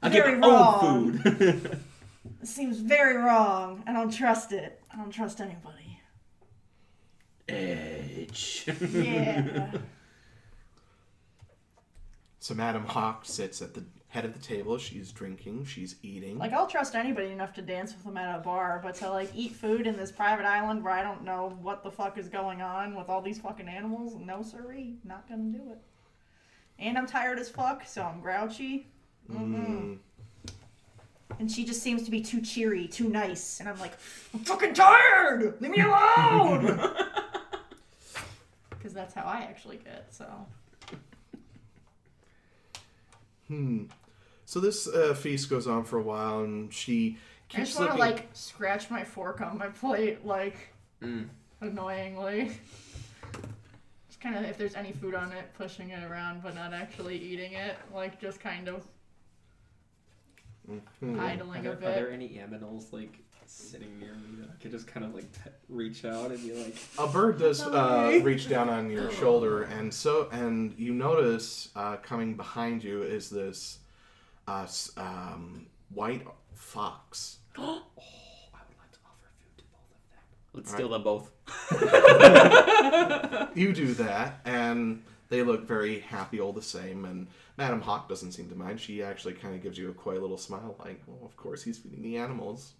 [SPEAKER 5] I get
[SPEAKER 3] very
[SPEAKER 5] my
[SPEAKER 3] wrong.
[SPEAKER 5] own food.
[SPEAKER 3] This seems very wrong. I don't trust it. I don't trust anybody.
[SPEAKER 5] Edge.
[SPEAKER 3] Yeah.
[SPEAKER 1] So Madam Hawk sits at the head of the table. She's drinking. She's eating.
[SPEAKER 3] Like I'll trust anybody enough to dance with them at a bar, but to like eat food in this private island where I don't know what the fuck is going on with all these fucking animals, no siree, not gonna do it. And I'm tired as fuck, so I'm grouchy.
[SPEAKER 1] Mm-hmm.
[SPEAKER 3] Mm-mm. And she just seems to be too cheery, too nice, and I'm like, I'm fucking tired. Leave me alone.
[SPEAKER 7] because that's how I actually get. So mm-hmm.
[SPEAKER 1] So this uh, feast goes on for a while, and she
[SPEAKER 7] I
[SPEAKER 1] keeps
[SPEAKER 7] just want to
[SPEAKER 1] looking-
[SPEAKER 7] like scratch my fork on my plate, like annoyingly. Just kind of if there's any food on it, pushing it around, but not actually eating it, like just kind of
[SPEAKER 1] Hmm.
[SPEAKER 7] idling a
[SPEAKER 5] Are there, are there
[SPEAKER 7] bit.
[SPEAKER 5] any aminals like sitting near me that I could just kind of like pet- reach out and be like,
[SPEAKER 1] a bird does uh, reach down on your shoulder, and so and you notice uh, coming behind you is this uh, s- um, white fox.
[SPEAKER 5] "Oh, I would like to offer food to both of them.
[SPEAKER 2] Let's steal them both.
[SPEAKER 1] You do that, and they look very happy all the same. And Madam Hawk doesn't seem to mind. She actually kind of gives you a coy little smile, like, "Well, of course he's feeding the animals."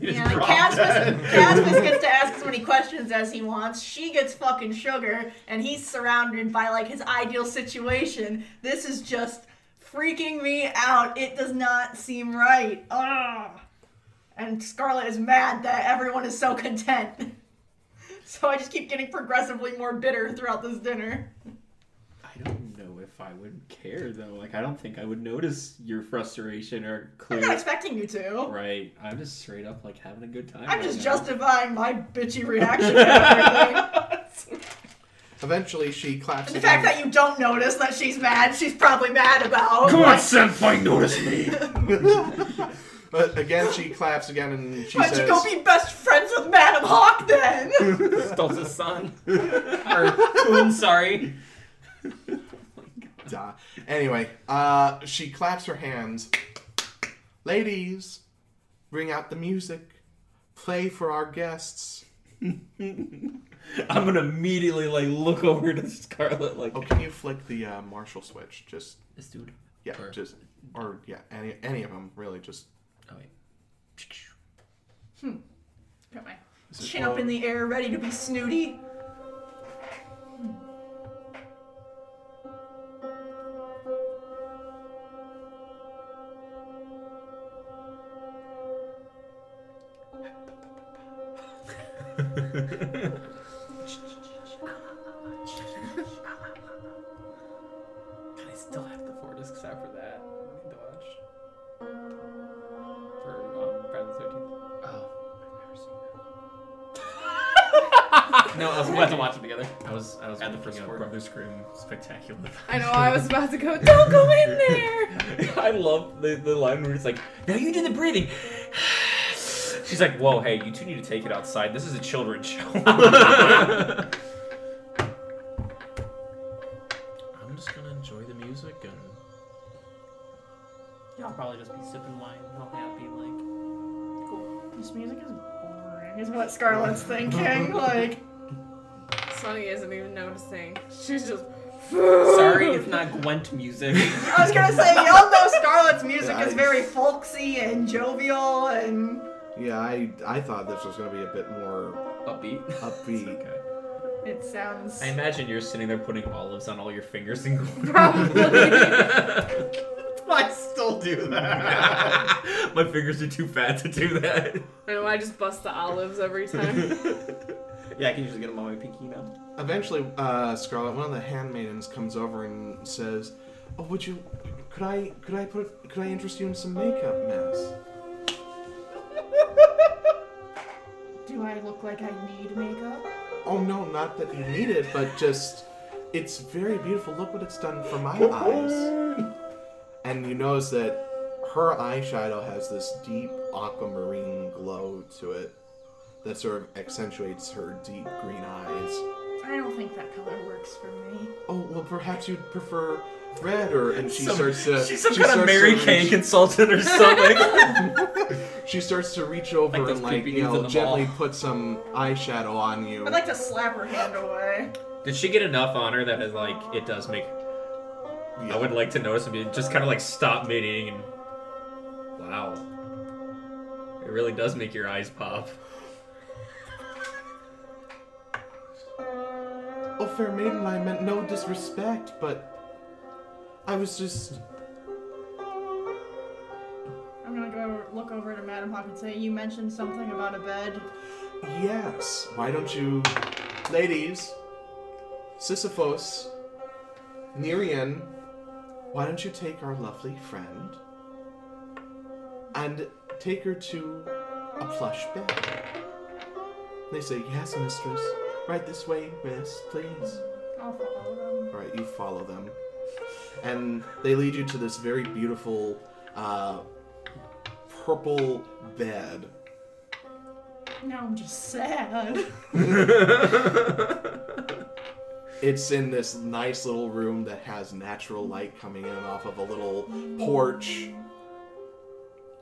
[SPEAKER 3] Yeah, Caspis, Caspis gets to ask as many questions as he wants. She gets fucking sugar, and he's surrounded by like his ideal situation. This is just freaking me out. It does not seem right. Ugh. And Scarlet is mad that everyone is so content. So I just keep getting progressively more bitter throughout this dinner.
[SPEAKER 5] I don't know if I would care though. Like I don't think I would notice your frustration or
[SPEAKER 3] I'm not
[SPEAKER 5] clear.
[SPEAKER 3] expecting you to.
[SPEAKER 5] Right. I'm just straight up like having a good time.
[SPEAKER 3] I'm
[SPEAKER 5] right
[SPEAKER 3] just
[SPEAKER 5] now.
[SPEAKER 3] justifying my bitchy reaction to everything.
[SPEAKER 1] Eventually, she claps.
[SPEAKER 3] And the fact
[SPEAKER 1] again.
[SPEAKER 3] that you don't notice that she's mad, she's probably mad about. Come
[SPEAKER 4] Senpai, notice me!
[SPEAKER 1] But again, she claps again, and she
[SPEAKER 3] Why
[SPEAKER 1] says,
[SPEAKER 3] don't you go be best friends with Madam Hawk then?
[SPEAKER 2] Stole his son. or coon, sorry.
[SPEAKER 1] Duh. Anyway, uh, she claps her hands. Ladies, bring out the music. Play for our guests.
[SPEAKER 5] I'm gonna immediately like look over to Scarlet like
[SPEAKER 1] Oh, can you flick the uh, Marshall switch? Just
[SPEAKER 2] This dude.
[SPEAKER 1] yeah,
[SPEAKER 4] Or-
[SPEAKER 1] just or yeah, any any of them really. Just
[SPEAKER 4] Oh, wait.
[SPEAKER 7] Got my-
[SPEAKER 3] Chin up in the air, ready to be snooty.
[SPEAKER 5] I still have the four discs after that. I need to watch. For um, Friday the 13th.
[SPEAKER 2] No, I was
[SPEAKER 5] We have to watch them together.
[SPEAKER 4] I was, I was
[SPEAKER 5] At the
[SPEAKER 4] looking
[SPEAKER 5] first
[SPEAKER 4] up
[SPEAKER 5] word.
[SPEAKER 4] Brothers Grimm Spectacular.
[SPEAKER 6] I know I was about to go. Don't go in there.
[SPEAKER 5] I love the, the line where it's like, now you do the breathing.
[SPEAKER 4] She's like, whoa, hey, you two need to take it outside. This is a children's show. I'm just gonna enjoy the music and.
[SPEAKER 2] Y'all probably just be sipping wine, all happy, like.
[SPEAKER 3] This music is boring, is what Scarlett's thinking. Like,
[SPEAKER 6] Sonny isn't even noticing. She's just.
[SPEAKER 2] Sorry, it's not Gwent music.
[SPEAKER 3] I was gonna say, y'all know Scarlett's music
[SPEAKER 1] Yeah,
[SPEAKER 3] is
[SPEAKER 1] I-
[SPEAKER 3] very folksy and jovial, and
[SPEAKER 1] yeah, I I thought this was gonna be a bit more
[SPEAKER 5] Upbeat.
[SPEAKER 1] upbeat.
[SPEAKER 5] Okay.
[SPEAKER 3] it sounds.
[SPEAKER 4] I imagine you're sitting there putting olives on all your fingers and going. I still do that. My fingers are too fat to do that.
[SPEAKER 6] I know I just bust the olives every time.
[SPEAKER 13] Yeah, I can usually get them on my pinky now.
[SPEAKER 1] Eventually, uh, Scarlet, one of the handmaidens comes over and says, "Oh, would you? Could I? Could I put? Could I interest you in some makeup, Miss?"
[SPEAKER 7] Do I look like I need makeup?
[SPEAKER 1] Oh no, not that you need it, but just it's very beautiful. Look what it's done for my eyes. And you notice that her eyeshadow has this deep aquamarine glow to it that sort of accentuates her deep green eyes.
[SPEAKER 7] I don't think that color works for me.
[SPEAKER 1] Oh well, perhaps you'd prefer red, or and she starts to.
[SPEAKER 4] She's some
[SPEAKER 1] she
[SPEAKER 4] kind of
[SPEAKER 1] starts to
[SPEAKER 4] Mary
[SPEAKER 1] reach-
[SPEAKER 4] Kay consultant or something.
[SPEAKER 1] She starts to reach over
[SPEAKER 5] those
[SPEAKER 1] and like
[SPEAKER 5] creepy
[SPEAKER 1] you
[SPEAKER 5] dudes in
[SPEAKER 1] know
[SPEAKER 5] the
[SPEAKER 1] gently
[SPEAKER 5] mall.
[SPEAKER 1] put some eyeshadow on you.
[SPEAKER 3] I'd like to slap her hand away.
[SPEAKER 4] Did she get enough on her that it, like it does make
[SPEAKER 1] Yeah.
[SPEAKER 4] I would like to notice and be just kind of like stop mid eating and wow, it really does make your eyes pop.
[SPEAKER 1] Oh, fair maiden, I meant no disrespect, but I was just.
[SPEAKER 3] I'm gonna go over, look over to Madam Hawk and say, "You mentioned something about a bed."
[SPEAKER 1] Yes. Why don't you, ladies, Sisyphos, Nerean, why don't you take our lovely friend and take her to a plush bed? They say, "Yes, mistress. Right this way, miss, please."
[SPEAKER 3] I'll follow them.
[SPEAKER 1] All right, you follow them, and they lead you to this very beautiful uh, purple bed.
[SPEAKER 3] Now I'm just sad.
[SPEAKER 1] It's in this nice little room that has natural light coming in off of a little porch,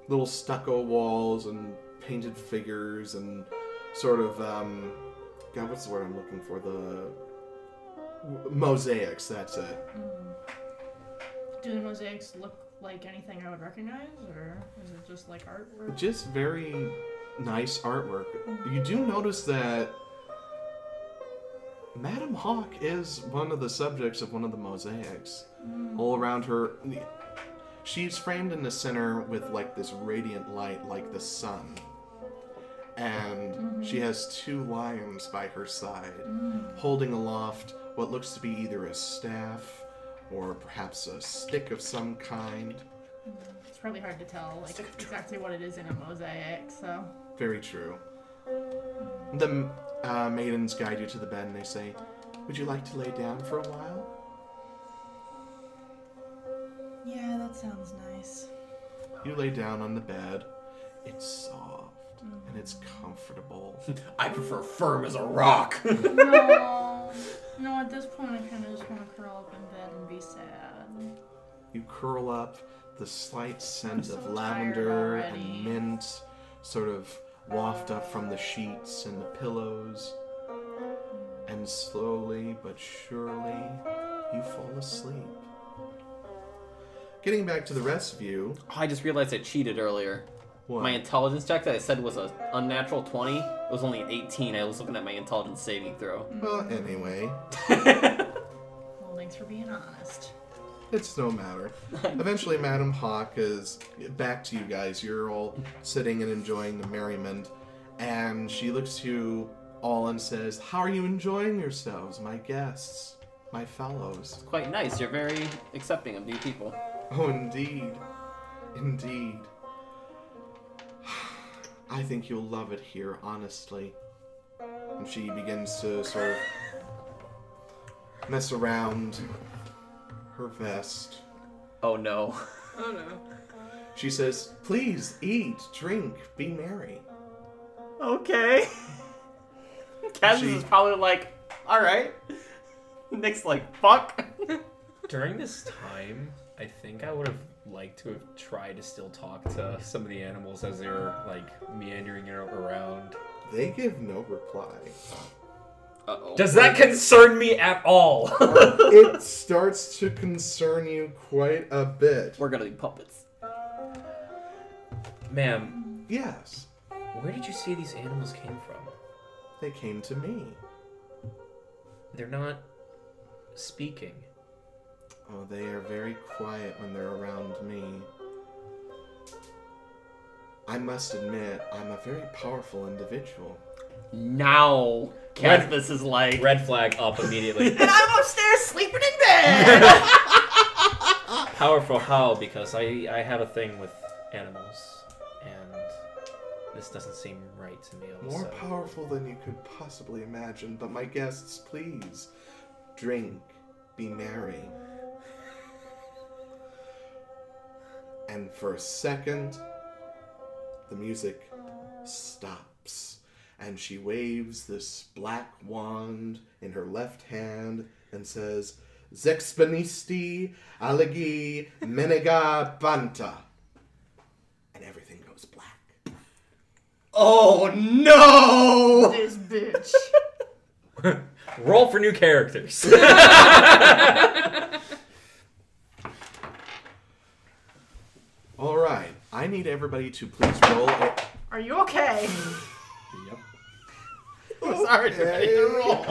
[SPEAKER 1] little stucco walls and painted figures and sort of um, God, what's the word I'm looking for? The mosaics. That's it.
[SPEAKER 3] Do the mosaics look like anything I would recognize, or is it just like artwork?
[SPEAKER 1] just very nice artwork. You do notice that Madame Hawk is one of the subjects of one of the mosaics. All around her, she's framed in the center with like this radiant light, like the sun. And she has two lions by her side, holding aloft what looks to be either a staff or perhaps a stick of some kind.
[SPEAKER 7] It's probably hard to tell like exactly what it is in a mosaic. So
[SPEAKER 1] Very true. The uh, maidens guide you to the bed and they say, Would you like to lay down for a while?
[SPEAKER 3] Yeah, that sounds nice.
[SPEAKER 1] You lay down on the bed. It's soft and it's comfortable.
[SPEAKER 13] I prefer firm as a rock.
[SPEAKER 3] No, no. At this point, I kind of just want to curl up in bed and be sad.
[SPEAKER 1] You curl up, the slight scent
[SPEAKER 3] so
[SPEAKER 1] of
[SPEAKER 3] tired
[SPEAKER 1] lavender
[SPEAKER 3] already.
[SPEAKER 1] and mint sort of waft up from the sheets and the pillows. And slowly but surely, you fall asleep. Getting back to the rest of you.
[SPEAKER 14] I just realized I cheated earlier.
[SPEAKER 1] What?
[SPEAKER 14] My intelligence check that I said was a unnatural 20. It was only an 18. I was looking at my intelligence saving throw.
[SPEAKER 1] Well, anyway,
[SPEAKER 7] well, thanks for being honest.
[SPEAKER 1] it's no matter. Eventually, Madam Hawk is back to you guys. You're all sitting and enjoying the merriment, and she looks to you all and says, How are you enjoying yourselves, my guests, my fellows?
[SPEAKER 14] Quite nice. You're very accepting of new people.
[SPEAKER 1] Oh, indeed. Indeed. I think you'll love it here, honestly. And she begins to sort of mess around her vest.
[SPEAKER 14] Oh no.
[SPEAKER 6] Oh no.
[SPEAKER 1] She says, Please eat, drink, be merry.
[SPEAKER 14] Okay. Cassius
[SPEAKER 1] She-
[SPEAKER 14] is probably like, all right. Nick's like, fuck.
[SPEAKER 4] During this time, I think I would have liked to have tried to still talk to some of the animals as they were like meandering ar- around.
[SPEAKER 1] They give no reply.
[SPEAKER 14] Uh-oh.
[SPEAKER 4] Does that concern me at all?
[SPEAKER 1] it starts to concern you quite a bit.
[SPEAKER 14] We're gonna be puppets.
[SPEAKER 4] Ma'am,
[SPEAKER 1] Yes,
[SPEAKER 4] where did you say these animals came from?
[SPEAKER 1] they came to me.
[SPEAKER 4] They're not speaking.
[SPEAKER 1] Oh, they are very quiet when they're around me. I must admit, I'm a very powerful individual.
[SPEAKER 14] Now,
[SPEAKER 4] Red-
[SPEAKER 14] Cassius is like,
[SPEAKER 4] Red flag up immediately.
[SPEAKER 3] And I'm upstairs sleeping in bed.
[SPEAKER 4] Powerful how? Because I I have a thing with animals, and this doesn't seem right to me.
[SPEAKER 1] More
[SPEAKER 4] Also,
[SPEAKER 1] powerful than you could possibly imagine, but my guests, please drink, be merry. And for a second, the music stops, and she waves this black wand in her left hand and says, Zexpanisti allegi menega banta. And everything goes black.
[SPEAKER 14] oh no!
[SPEAKER 3] this bitch.
[SPEAKER 4] roll for new characters.
[SPEAKER 1] need everybody to please roll. A-
[SPEAKER 3] Are you okay?
[SPEAKER 5] Yep.
[SPEAKER 14] Sorry, ready to roll.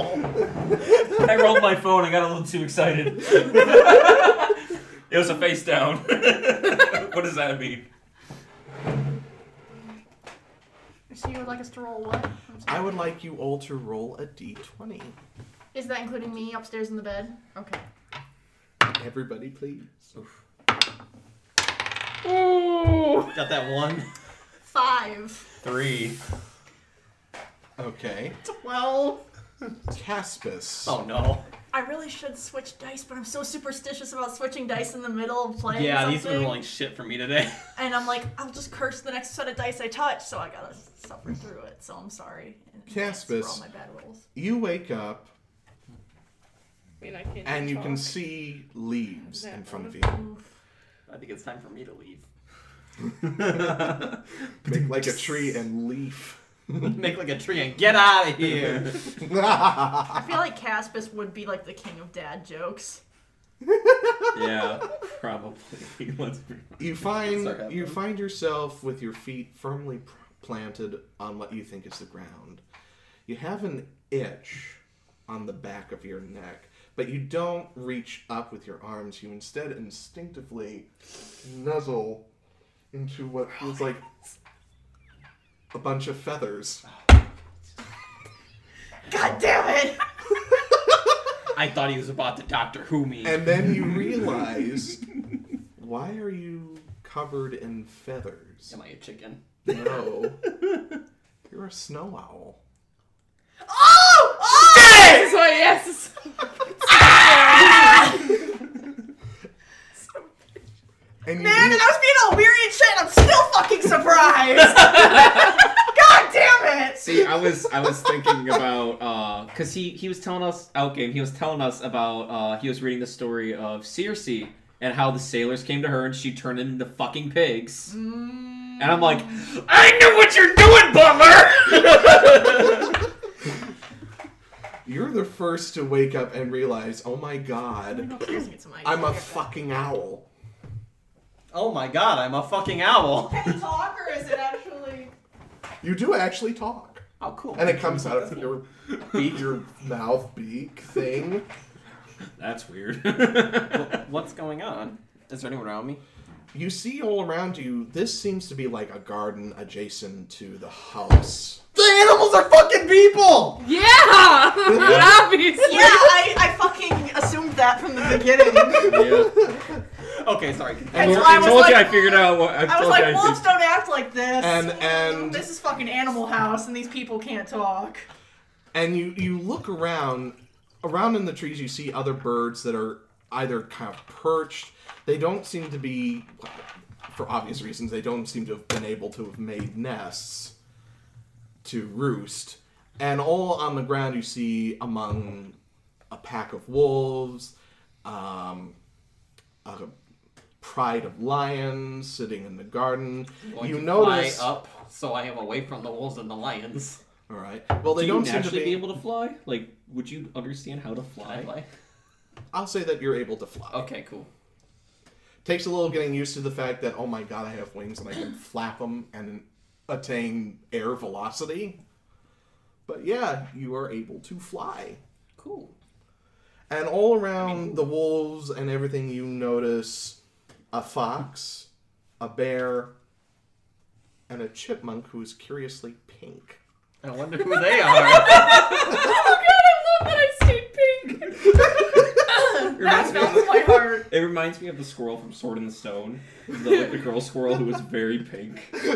[SPEAKER 4] I rolled my phone. I got a little too excited. it was a face down. what does that mean?
[SPEAKER 3] So you would like us to roll what? I'm sorry.
[SPEAKER 1] I would like you all to roll a d20.
[SPEAKER 7] Is that including me upstairs in the bed? Okay.
[SPEAKER 1] Everybody, please.
[SPEAKER 2] Got that one.
[SPEAKER 3] Five.
[SPEAKER 4] Three.
[SPEAKER 1] Okay.
[SPEAKER 3] Well,
[SPEAKER 1] Caspus.
[SPEAKER 14] Oh no.
[SPEAKER 3] I really should switch dice, but I'm so superstitious about switching dice in the middle of playing.
[SPEAKER 14] Yeah,
[SPEAKER 3] something.
[SPEAKER 14] these have been rolling shit for me today.
[SPEAKER 3] And I'm like, I'll just curse the next set of dice I touch, so I gotta suffer through it. So I'm sorry. in advance For all
[SPEAKER 1] Caspis.
[SPEAKER 3] my bad rolls.
[SPEAKER 1] You wake up
[SPEAKER 6] I mean, I can't.
[SPEAKER 1] and you can
[SPEAKER 6] talk.
[SPEAKER 1] see leaves in front of you.
[SPEAKER 13] I think it's time for me to leave.
[SPEAKER 1] Make like a tree and leaf.
[SPEAKER 2] Make like a tree and get out of here.
[SPEAKER 3] I feel like Caspis would be like the king of dad jokes.
[SPEAKER 4] Yeah, probably. Let's be
[SPEAKER 1] You
[SPEAKER 13] Start
[SPEAKER 1] find
[SPEAKER 13] happening.
[SPEAKER 1] you find yourself with your feet firmly pr- planted on what you think is the ground. You have an itch on the back of your neck, but you don't reach up with your arms. You instead instinctively nuzzle into what feels like a bunch of feathers.
[SPEAKER 3] God damn it!
[SPEAKER 2] I thought he was about to Doctor Who me.
[SPEAKER 1] And then you realize, why are you covered in feathers?
[SPEAKER 13] Am I a chicken?
[SPEAKER 1] No. You're a snow owl.
[SPEAKER 3] Oh! Oh!
[SPEAKER 6] Yes, oh, yes.
[SPEAKER 1] And you
[SPEAKER 3] Man, and
[SPEAKER 1] real-
[SPEAKER 3] I was being all weary and shit, and I'm still fucking surprised! God damn it!
[SPEAKER 5] See, I was I was thinking about uh, cause he he was telling us out game. He was telling us about uh, he was reading the story of Circe and how the sailors came to her and she turned them into fucking pigs.
[SPEAKER 14] Mm.
[SPEAKER 5] And I'm like, I know what you're doing, Butler.
[SPEAKER 1] You're the first to wake up and realize, oh my god, I'm a fucking owl.
[SPEAKER 2] oh my god, I'm a fucking owl.
[SPEAKER 3] Can you talk, or is it actually.
[SPEAKER 1] You do actually talk.
[SPEAKER 2] Oh cool.
[SPEAKER 1] And it comes out of your beak, your mouth beak thing.
[SPEAKER 4] That's weird.
[SPEAKER 13] What's going on? Is there anyone around me?
[SPEAKER 1] You see all around you, this seems to be like a garden adjacent to the house.
[SPEAKER 2] The animals are fucking people.
[SPEAKER 6] Yeah, obviously.
[SPEAKER 3] Yeah, I, I fucking assumed that from the beginning.
[SPEAKER 13] Okay, sorry.
[SPEAKER 1] And,
[SPEAKER 3] That's why I
[SPEAKER 4] I
[SPEAKER 3] was
[SPEAKER 4] told you I
[SPEAKER 3] like-
[SPEAKER 4] figured out what I
[SPEAKER 3] I was
[SPEAKER 4] told
[SPEAKER 3] like,
[SPEAKER 4] you. I
[SPEAKER 3] wolves
[SPEAKER 4] did.
[SPEAKER 3] don't act like this.
[SPEAKER 1] And- and-
[SPEAKER 3] this is fucking Animal House, and these people can't talk.
[SPEAKER 1] and you, you look around, around in the trees, you see other birds that are either kind of perched. They don't seem to be, for obvious reasons, they don't seem to have been able to have made nests. to roost. And all on the ground you see among a pack of wolves, um, a pride of lions sitting in the garden. you notice.
[SPEAKER 14] Fly up, so I am away from the wolves and the lions.
[SPEAKER 1] All right. Well, they
[SPEAKER 5] Do you
[SPEAKER 1] not seem to
[SPEAKER 5] naturally
[SPEAKER 1] be.
[SPEAKER 5] be able to fly? Like, would you understand how to fly?
[SPEAKER 1] I'll say that you're able to fly.
[SPEAKER 5] Okay, cool.
[SPEAKER 1] Takes a little getting used to the fact that oh my god, I have wings and I can flap them and attain air velocity. But yeah, you are able to fly.
[SPEAKER 5] Cool.
[SPEAKER 1] And all around the wolves and everything, you notice a fox, a bear, and a chipmunk who is curiously pink.
[SPEAKER 2] I wonder who they are.
[SPEAKER 6] Oh I love that I stayed pink.
[SPEAKER 3] That melts my heart.
[SPEAKER 5] It reminds me of the squirrel from Sword in the Stone, the, like, the girl squirrel who was very pink.
[SPEAKER 7] I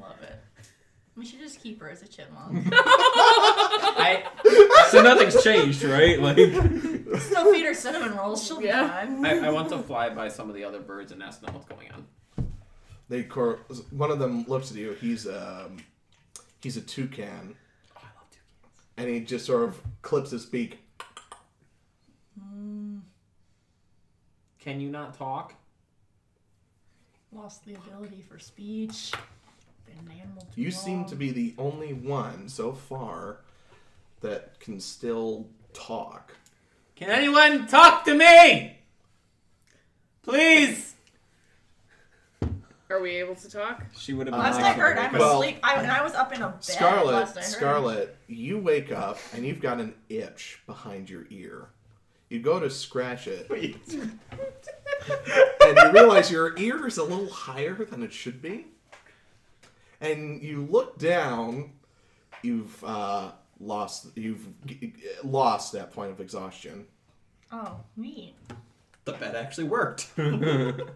[SPEAKER 7] love it. We should just keep her as a chipmunk.
[SPEAKER 4] I, so nothing's changed, right? Like
[SPEAKER 3] Still feed her cinnamon rolls, she'll
[SPEAKER 6] Yeah.
[SPEAKER 3] be fine.
[SPEAKER 13] I, I want to fly by some of the other birds and ask them what's going on.
[SPEAKER 1] They cor- one of them looks at you. He's um, he's a toucan. And he just sort of clips his beak.
[SPEAKER 13] Can you not talk?
[SPEAKER 3] Lost the ability for speech. Been an animal too
[SPEAKER 1] You seem
[SPEAKER 3] long.
[SPEAKER 1] to be the only one so far that can still talk.
[SPEAKER 2] Can anyone talk to me? Please!
[SPEAKER 6] Are we able to talk?
[SPEAKER 5] She would have.
[SPEAKER 3] Last
[SPEAKER 1] Uh,
[SPEAKER 3] I heard, I'm
[SPEAKER 1] well,
[SPEAKER 3] asleep. I, and I was up in a bed
[SPEAKER 1] Scarlet,
[SPEAKER 3] last I heard.
[SPEAKER 1] Scarlet, you wake up and you've got an itch behind your ear. You go to scratch it, and you realize your ear is a little higher than it should be. And you look down. You've uh, lost. You've g- g- lost that point of exhaustion.
[SPEAKER 3] Oh, neat.
[SPEAKER 2] The bet actually worked.
[SPEAKER 5] Like a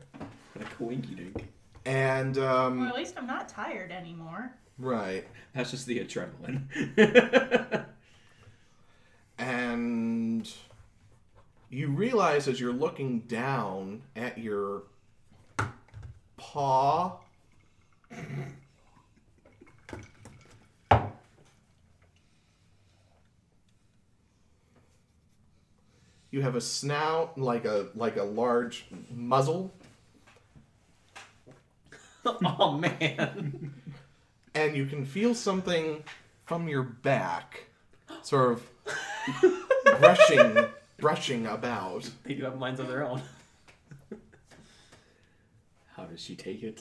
[SPEAKER 5] winky dink.
[SPEAKER 1] And
[SPEAKER 3] Well, at
[SPEAKER 1] um,
[SPEAKER 3] least I'm not tired anymore.
[SPEAKER 1] right.
[SPEAKER 5] That's just the adrenaline.
[SPEAKER 1] and you realize as you're looking down at your paw you have a snout like a like a large muzzle
[SPEAKER 2] oh man.
[SPEAKER 1] and you can feel something from your back sort of brushing brushing about
[SPEAKER 5] They do have minds of their own. How does she take it?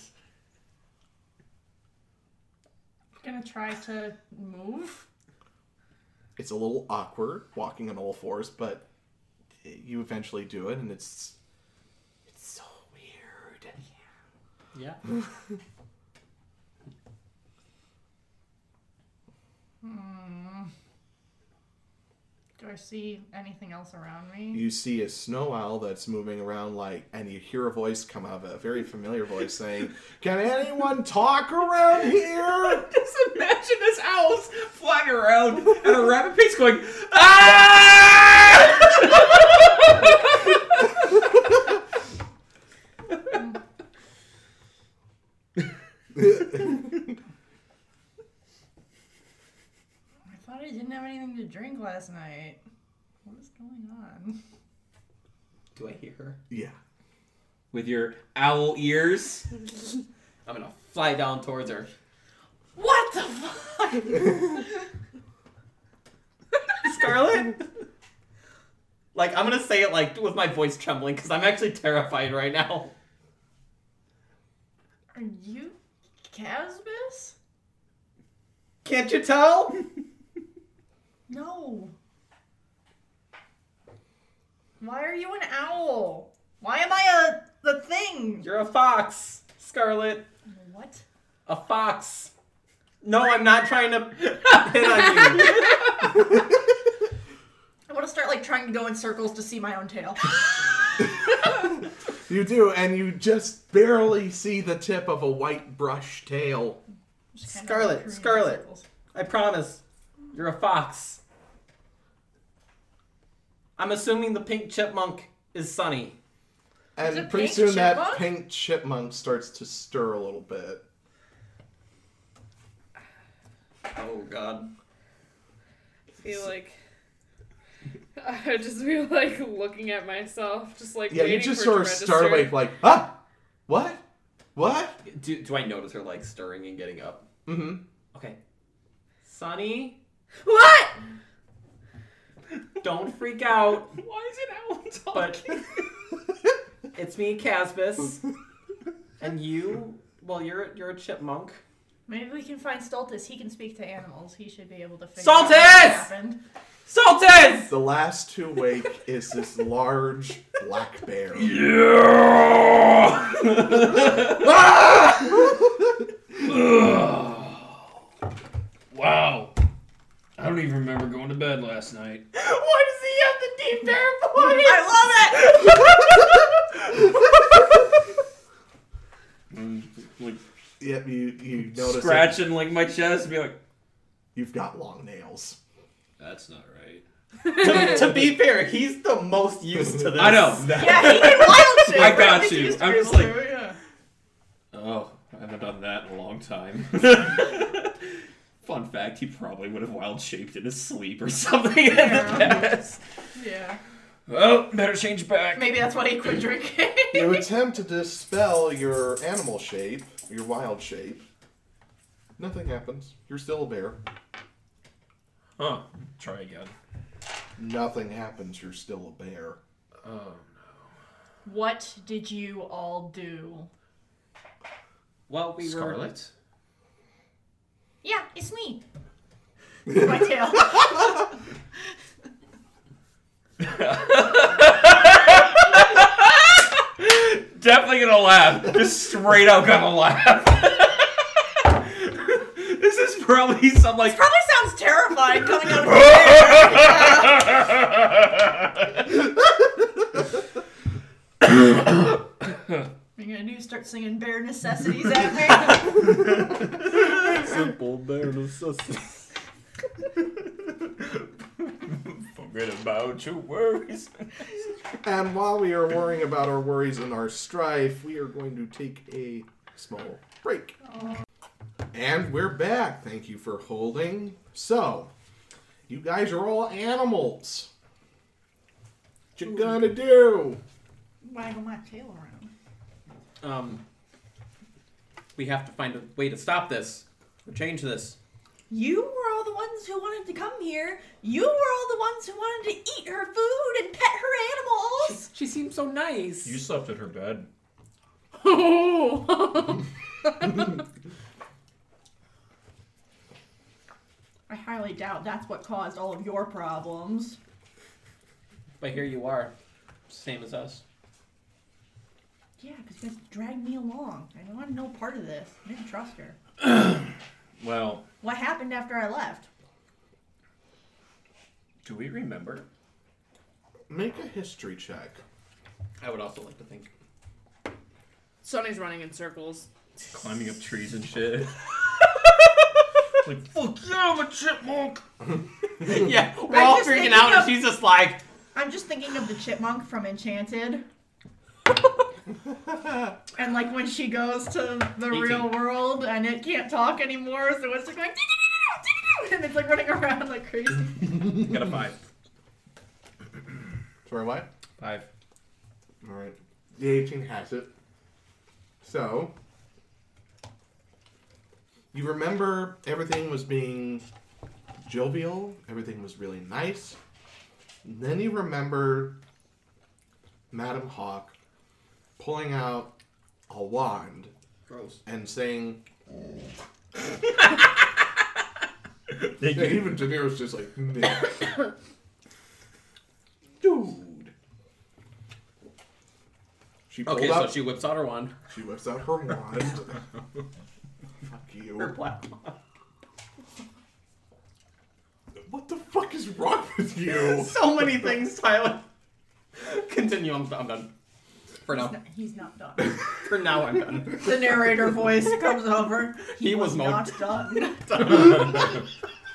[SPEAKER 7] gonna try to move.
[SPEAKER 1] it's a little awkward walking on all fours, but you eventually do it, and it's it's so weird.
[SPEAKER 2] Yeah.
[SPEAKER 7] Do I see anything else around me?
[SPEAKER 1] You see a snow owl that's moving around, like, and you hear a voice come out of it, a very familiar voice saying, "Can anyone talk around here?"
[SPEAKER 2] Just imagine this owl's flying around at a rapid pace going, ah!
[SPEAKER 7] I thought I didn't have anything to drink last night. What is going on?
[SPEAKER 5] Do I hear her?
[SPEAKER 1] yeah,
[SPEAKER 5] With your owl ears? I'm gonna fly down towards her.
[SPEAKER 3] What the fuck?
[SPEAKER 2] Scarlet? Like, I'm gonna say it, like, with my voice trembling, because I'm actually terrified right now.
[SPEAKER 7] Are you Casbus?
[SPEAKER 2] Can't you tell?
[SPEAKER 7] No. Why are you an owl? Why am I a the thing?
[SPEAKER 2] You're a fox, Scarlet.
[SPEAKER 7] What?
[SPEAKER 2] A fox. No, I'm not trying to hit on you.
[SPEAKER 3] I want to start like trying to go in circles to see my own tail.
[SPEAKER 1] you do, and you just barely see the tip of a white brush tail.
[SPEAKER 7] Just kinda
[SPEAKER 2] Scarlet,
[SPEAKER 7] curving in
[SPEAKER 2] Scarlet.
[SPEAKER 7] circles.
[SPEAKER 2] I promise. You're a fox. I'm assuming the pink chipmunk is Sunny.
[SPEAKER 3] Is
[SPEAKER 1] And
[SPEAKER 3] it
[SPEAKER 1] pretty
[SPEAKER 3] pink
[SPEAKER 1] soon that
[SPEAKER 3] chipmunk?
[SPEAKER 1] pink chipmunk starts to stir a little bit.
[SPEAKER 2] Oh god.
[SPEAKER 6] I feel like. I just be like looking at myself, just like
[SPEAKER 1] Yeah,
[SPEAKER 6] waiting
[SPEAKER 1] you just
[SPEAKER 6] for
[SPEAKER 1] sort
[SPEAKER 6] it
[SPEAKER 1] of
[SPEAKER 6] to
[SPEAKER 1] start
[SPEAKER 6] register.
[SPEAKER 1] awake like, ah, what, what?
[SPEAKER 13] Do, do I notice her like stirring and getting up?
[SPEAKER 1] Mm-hmm.
[SPEAKER 2] Okay. Sunny,
[SPEAKER 6] What?
[SPEAKER 2] don't freak out.
[SPEAKER 5] Why is an owl
[SPEAKER 2] But it's me, Casbus. And you well you're you're a chipmunk.
[SPEAKER 3] Maybe we can find Stultus. He can speak to animals. He should be able to figure out
[SPEAKER 2] Stultus!
[SPEAKER 3] what happened.
[SPEAKER 2] Sultans!
[SPEAKER 1] The last to wake is this large black bear.
[SPEAKER 5] wow. I don't even remember going to bed last night.
[SPEAKER 2] Why does he have the deep bear voice?
[SPEAKER 3] I love it.
[SPEAKER 5] Like
[SPEAKER 1] Yep, you you notice it.
[SPEAKER 5] scratching like my chest and be like,
[SPEAKER 1] you've got long nails.
[SPEAKER 5] that's not right.
[SPEAKER 2] to, to be fair, he's the most used to this.
[SPEAKER 5] I know.
[SPEAKER 3] Yeah, he did wild shit.
[SPEAKER 5] I got
[SPEAKER 3] He's
[SPEAKER 5] you.
[SPEAKER 3] used to
[SPEAKER 5] I'm
[SPEAKER 3] it
[SPEAKER 5] just like,
[SPEAKER 3] too, yeah.
[SPEAKER 5] oh, I haven't done that in a long time. Fun fact: He probably would have wild shaped in his sleep or something in the past.
[SPEAKER 7] Yeah.
[SPEAKER 5] Well, Oh, better change back.
[SPEAKER 3] Maybe that's why he quit drinking.
[SPEAKER 1] You attempt to dispel your animal shape, your wild shape. Nothing happens. You're still a bear.
[SPEAKER 5] Huh? Try again.
[SPEAKER 1] Nothing happens. You're still a bear.
[SPEAKER 5] Oh
[SPEAKER 3] What did you all do?
[SPEAKER 2] Well, we were.
[SPEAKER 4] Scarlet?
[SPEAKER 3] Yeah, it's me. My tail.
[SPEAKER 4] Definitely gonna laugh. Just straight up gonna laugh. this is probably some like.
[SPEAKER 3] Probably sounds terrified coming out of your hair. Yeah. You're gonna do start singing bare necessities at me.
[SPEAKER 14] Simple bare necessities.
[SPEAKER 4] Forget about your worries.
[SPEAKER 1] And while we are worrying about our worries and our strife, we are going to take a small break. And we're back. Thank you for holding. So, you guys are all animals. What you gonna do?
[SPEAKER 3] Waggle my tail around.
[SPEAKER 2] Um, we have to find a way to stop this or change this.
[SPEAKER 3] You were all the ones who wanted to come here. You were all the ones who wanted to eat her food and pet her animals.
[SPEAKER 6] She seems so nice.
[SPEAKER 4] You slept in her bed.
[SPEAKER 6] Oh.
[SPEAKER 3] I highly doubt that's what caused all of your problems.
[SPEAKER 2] But here you are, same as us.
[SPEAKER 3] Yeah, because you guys dragged me along. I wanted no part of this. I didn't trust her.
[SPEAKER 4] Well,
[SPEAKER 3] What happened after I left?
[SPEAKER 4] do we remember?
[SPEAKER 1] Make a history check.
[SPEAKER 2] I would also like to think.
[SPEAKER 6] Sonny's running in circles.
[SPEAKER 4] Climbing up trees and shit. like, fuck yeah, I'm a chipmunk!
[SPEAKER 2] yeah, we're
[SPEAKER 3] I'm
[SPEAKER 2] all
[SPEAKER 3] just
[SPEAKER 2] freaking
[SPEAKER 3] thinking
[SPEAKER 2] out,
[SPEAKER 3] of-
[SPEAKER 2] and she's just like,
[SPEAKER 3] I'm just thinking of the chipmunk from Enchanted. and like when she goes to the real world and it can't talk anymore, so it's just going "Dee-dee-dee-doo, dee-dee-doo," and it's like running around like crazy.
[SPEAKER 4] Got a five.
[SPEAKER 1] Sorry, what?
[SPEAKER 4] Five.
[SPEAKER 1] All right. The 18 has it. So, you remember everything was being jovial, everything was really nice. And then you remember Madam Hawk pulling out a wand
[SPEAKER 2] gross.
[SPEAKER 1] and saying,
[SPEAKER 4] They
[SPEAKER 1] and
[SPEAKER 4] gave-
[SPEAKER 1] even De Niro's just like, "Nah." dude. She pulled
[SPEAKER 2] Okay,
[SPEAKER 1] out
[SPEAKER 2] so she whips out her wand.
[SPEAKER 1] She whips out her wand. fuck you.
[SPEAKER 2] Her black
[SPEAKER 1] What the fuck is wrong with you?
[SPEAKER 2] So many things, Tyler. Continue, I'm, I'm done. For now.
[SPEAKER 3] He's not done.
[SPEAKER 2] For now, I'm done.
[SPEAKER 3] The narrator voice comes over.
[SPEAKER 2] He was
[SPEAKER 3] not
[SPEAKER 2] not
[SPEAKER 3] done.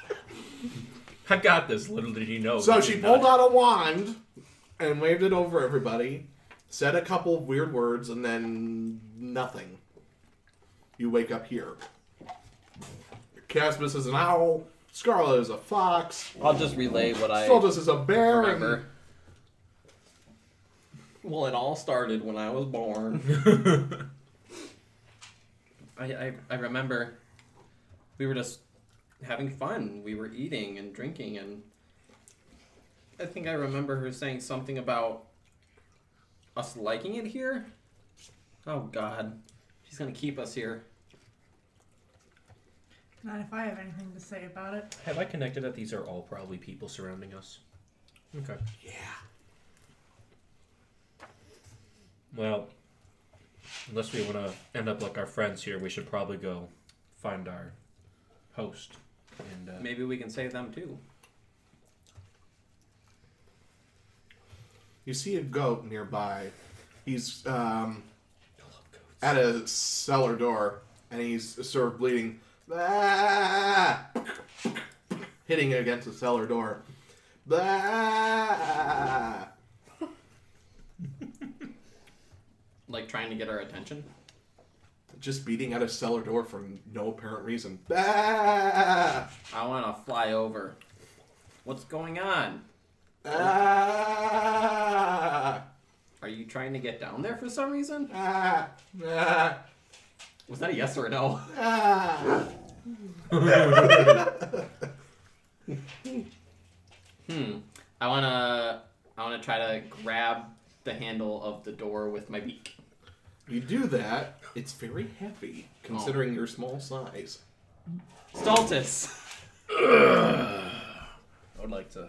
[SPEAKER 4] I got this, little did you know.
[SPEAKER 1] so
[SPEAKER 4] that
[SPEAKER 1] she
[SPEAKER 4] you
[SPEAKER 1] pulled
[SPEAKER 4] nut.
[SPEAKER 1] out a wand and waved it over everybody, said a couple weird words, and then nothing. You wake up here. Casmus is an owl. Scarlet is a fox.
[SPEAKER 14] I'll just relay what I
[SPEAKER 1] Soldius is a bear. and-
[SPEAKER 14] remember.
[SPEAKER 13] Well, it all started when I was born.
[SPEAKER 2] I, I, I remember we were just having fun. We were eating and drinking, and I think I remember her saying something about us liking it here. Oh, God. She's going to keep us here.
[SPEAKER 3] Not if I have anything to say about it.
[SPEAKER 4] Have I connected that these are all probably people surrounding us? Okay.
[SPEAKER 1] Yeah.
[SPEAKER 4] Well, unless we want to end up like our friends here, we should probably go find our host. And uh,
[SPEAKER 2] Maybe we can save them too.
[SPEAKER 1] You see a goat nearby. He's um, at a cellar door, and he's sort of bleeding, Ah! hitting against the cellar door. Ah!
[SPEAKER 2] Like trying to get our attention.
[SPEAKER 1] Just beating at a cellar door for no apparent reason. Ah!
[SPEAKER 2] I want to fly over. What's going on?
[SPEAKER 1] Ah!
[SPEAKER 2] Are you trying to get down there for some reason?
[SPEAKER 1] Ah! Ah!
[SPEAKER 2] Was that a yes or a no?
[SPEAKER 1] Ah!
[SPEAKER 2] Hmm. I wanna I wanna try to grab the handle of the door with my beak.
[SPEAKER 1] You do that, it's very heavy, considering your small size.
[SPEAKER 2] Staltus!
[SPEAKER 4] I would like to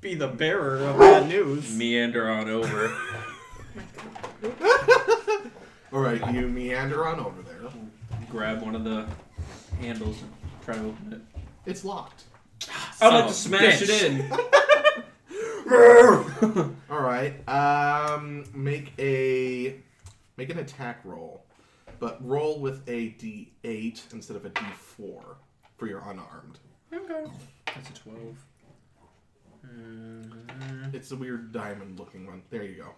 [SPEAKER 2] Be the bearer of bad news.
[SPEAKER 4] meander on over.
[SPEAKER 1] Alright, you meander on over there.
[SPEAKER 4] grab one of the handles and try to open it.
[SPEAKER 1] It's locked.
[SPEAKER 4] I'd
[SPEAKER 5] like to smash it
[SPEAKER 4] in.
[SPEAKER 1] Alright. Um make a make an attack roll. But roll with a D eight instead of a D four for your unarmed.
[SPEAKER 4] That's a 12. Mm-hmm.
[SPEAKER 1] It's a weird diamond looking one. There you go.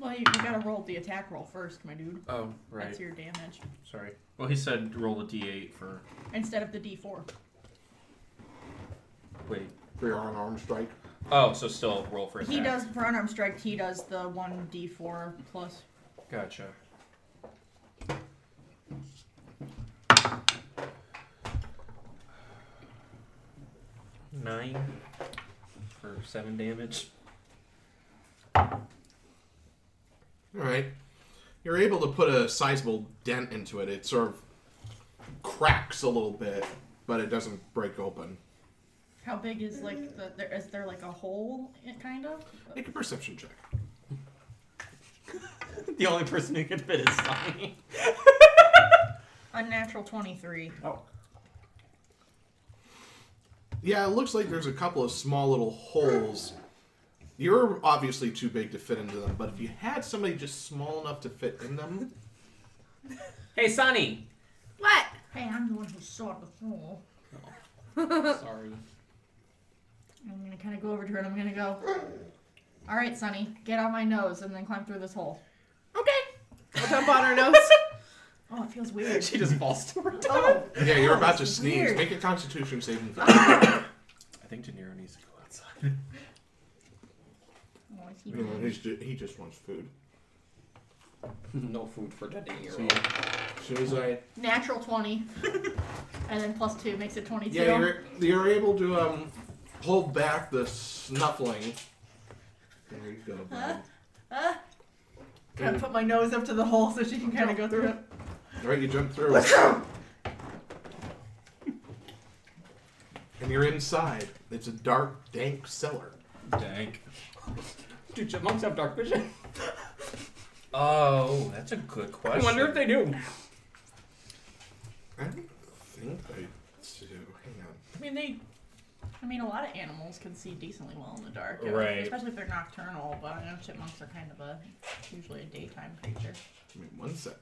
[SPEAKER 3] Well, you, you gotta roll the attack roll first, my dude.
[SPEAKER 4] Oh,
[SPEAKER 3] That's your damage.
[SPEAKER 4] Sorry. Well, he said roll a d8 for.
[SPEAKER 3] Instead of the D4.
[SPEAKER 4] Wait.
[SPEAKER 1] For your unarmed strike.
[SPEAKER 4] Oh, so still roll for attack.
[SPEAKER 3] He does, for unarmed strike, he does the 1D4 plus.
[SPEAKER 4] Gotcha. Nine for seven damage.
[SPEAKER 1] Alright. You're able to put a sizable dent into it. It sort of cracks a little bit, but it doesn't break open.
[SPEAKER 3] How big is like the? There, is there like a hole, in- kind of?
[SPEAKER 1] Make a perception check.
[SPEAKER 2] The only person who could fit is Sonny.
[SPEAKER 3] Unnatural 23.
[SPEAKER 1] Yeah, it looks like there's a couple of small little holes. You're obviously too big to fit into them, but if you had somebody just small enough to fit in them,
[SPEAKER 2] Hey, Sonny!
[SPEAKER 7] What?
[SPEAKER 3] Hey, I'm the one who saw it before.
[SPEAKER 2] Sorry.
[SPEAKER 3] I'm gonna kind of go over to her and I'm gonna go. All right, Sonny, get on my nose and then climb through this hole.
[SPEAKER 6] Okay. I'll jump on her nose.
[SPEAKER 3] Oh, it feels weird.
[SPEAKER 2] She just falls to her death.
[SPEAKER 3] oh,
[SPEAKER 1] yeah, you're about to
[SPEAKER 3] that's
[SPEAKER 1] sneeze.
[SPEAKER 3] weird.
[SPEAKER 1] Make a Constitution saving throw.
[SPEAKER 4] I think De Niro needs to go outside.
[SPEAKER 3] Oh, is he
[SPEAKER 1] you know,
[SPEAKER 3] dead?
[SPEAKER 1] he's ju- he just wants food.
[SPEAKER 2] No food for today.
[SPEAKER 1] So you- as soon as I
[SPEAKER 3] Natural 20. and then plus 2 makes it 22.
[SPEAKER 1] yeah, you're, you're able to um hold back the snuffling. There you go. bud.
[SPEAKER 3] Huh? Kind of Ah. put my nose up to the hole so she can kind of go through it.
[SPEAKER 1] All right, you jump through. And you're inside. It's a dark, dank cellar.
[SPEAKER 4] Dank.
[SPEAKER 2] Dude, chipmunks have dark vision.
[SPEAKER 4] Oh, that's a good
[SPEAKER 2] I
[SPEAKER 4] question.
[SPEAKER 2] wonder if they do.
[SPEAKER 1] I don't think I do. Hang on.
[SPEAKER 3] I mean, they. I mean, a lot of animals can see decently well in the dark, uh,
[SPEAKER 4] Right.
[SPEAKER 3] Especially if they're nocturnal. But I know chipmunks are kind of a usually a daytime creature.
[SPEAKER 1] Give me one sec.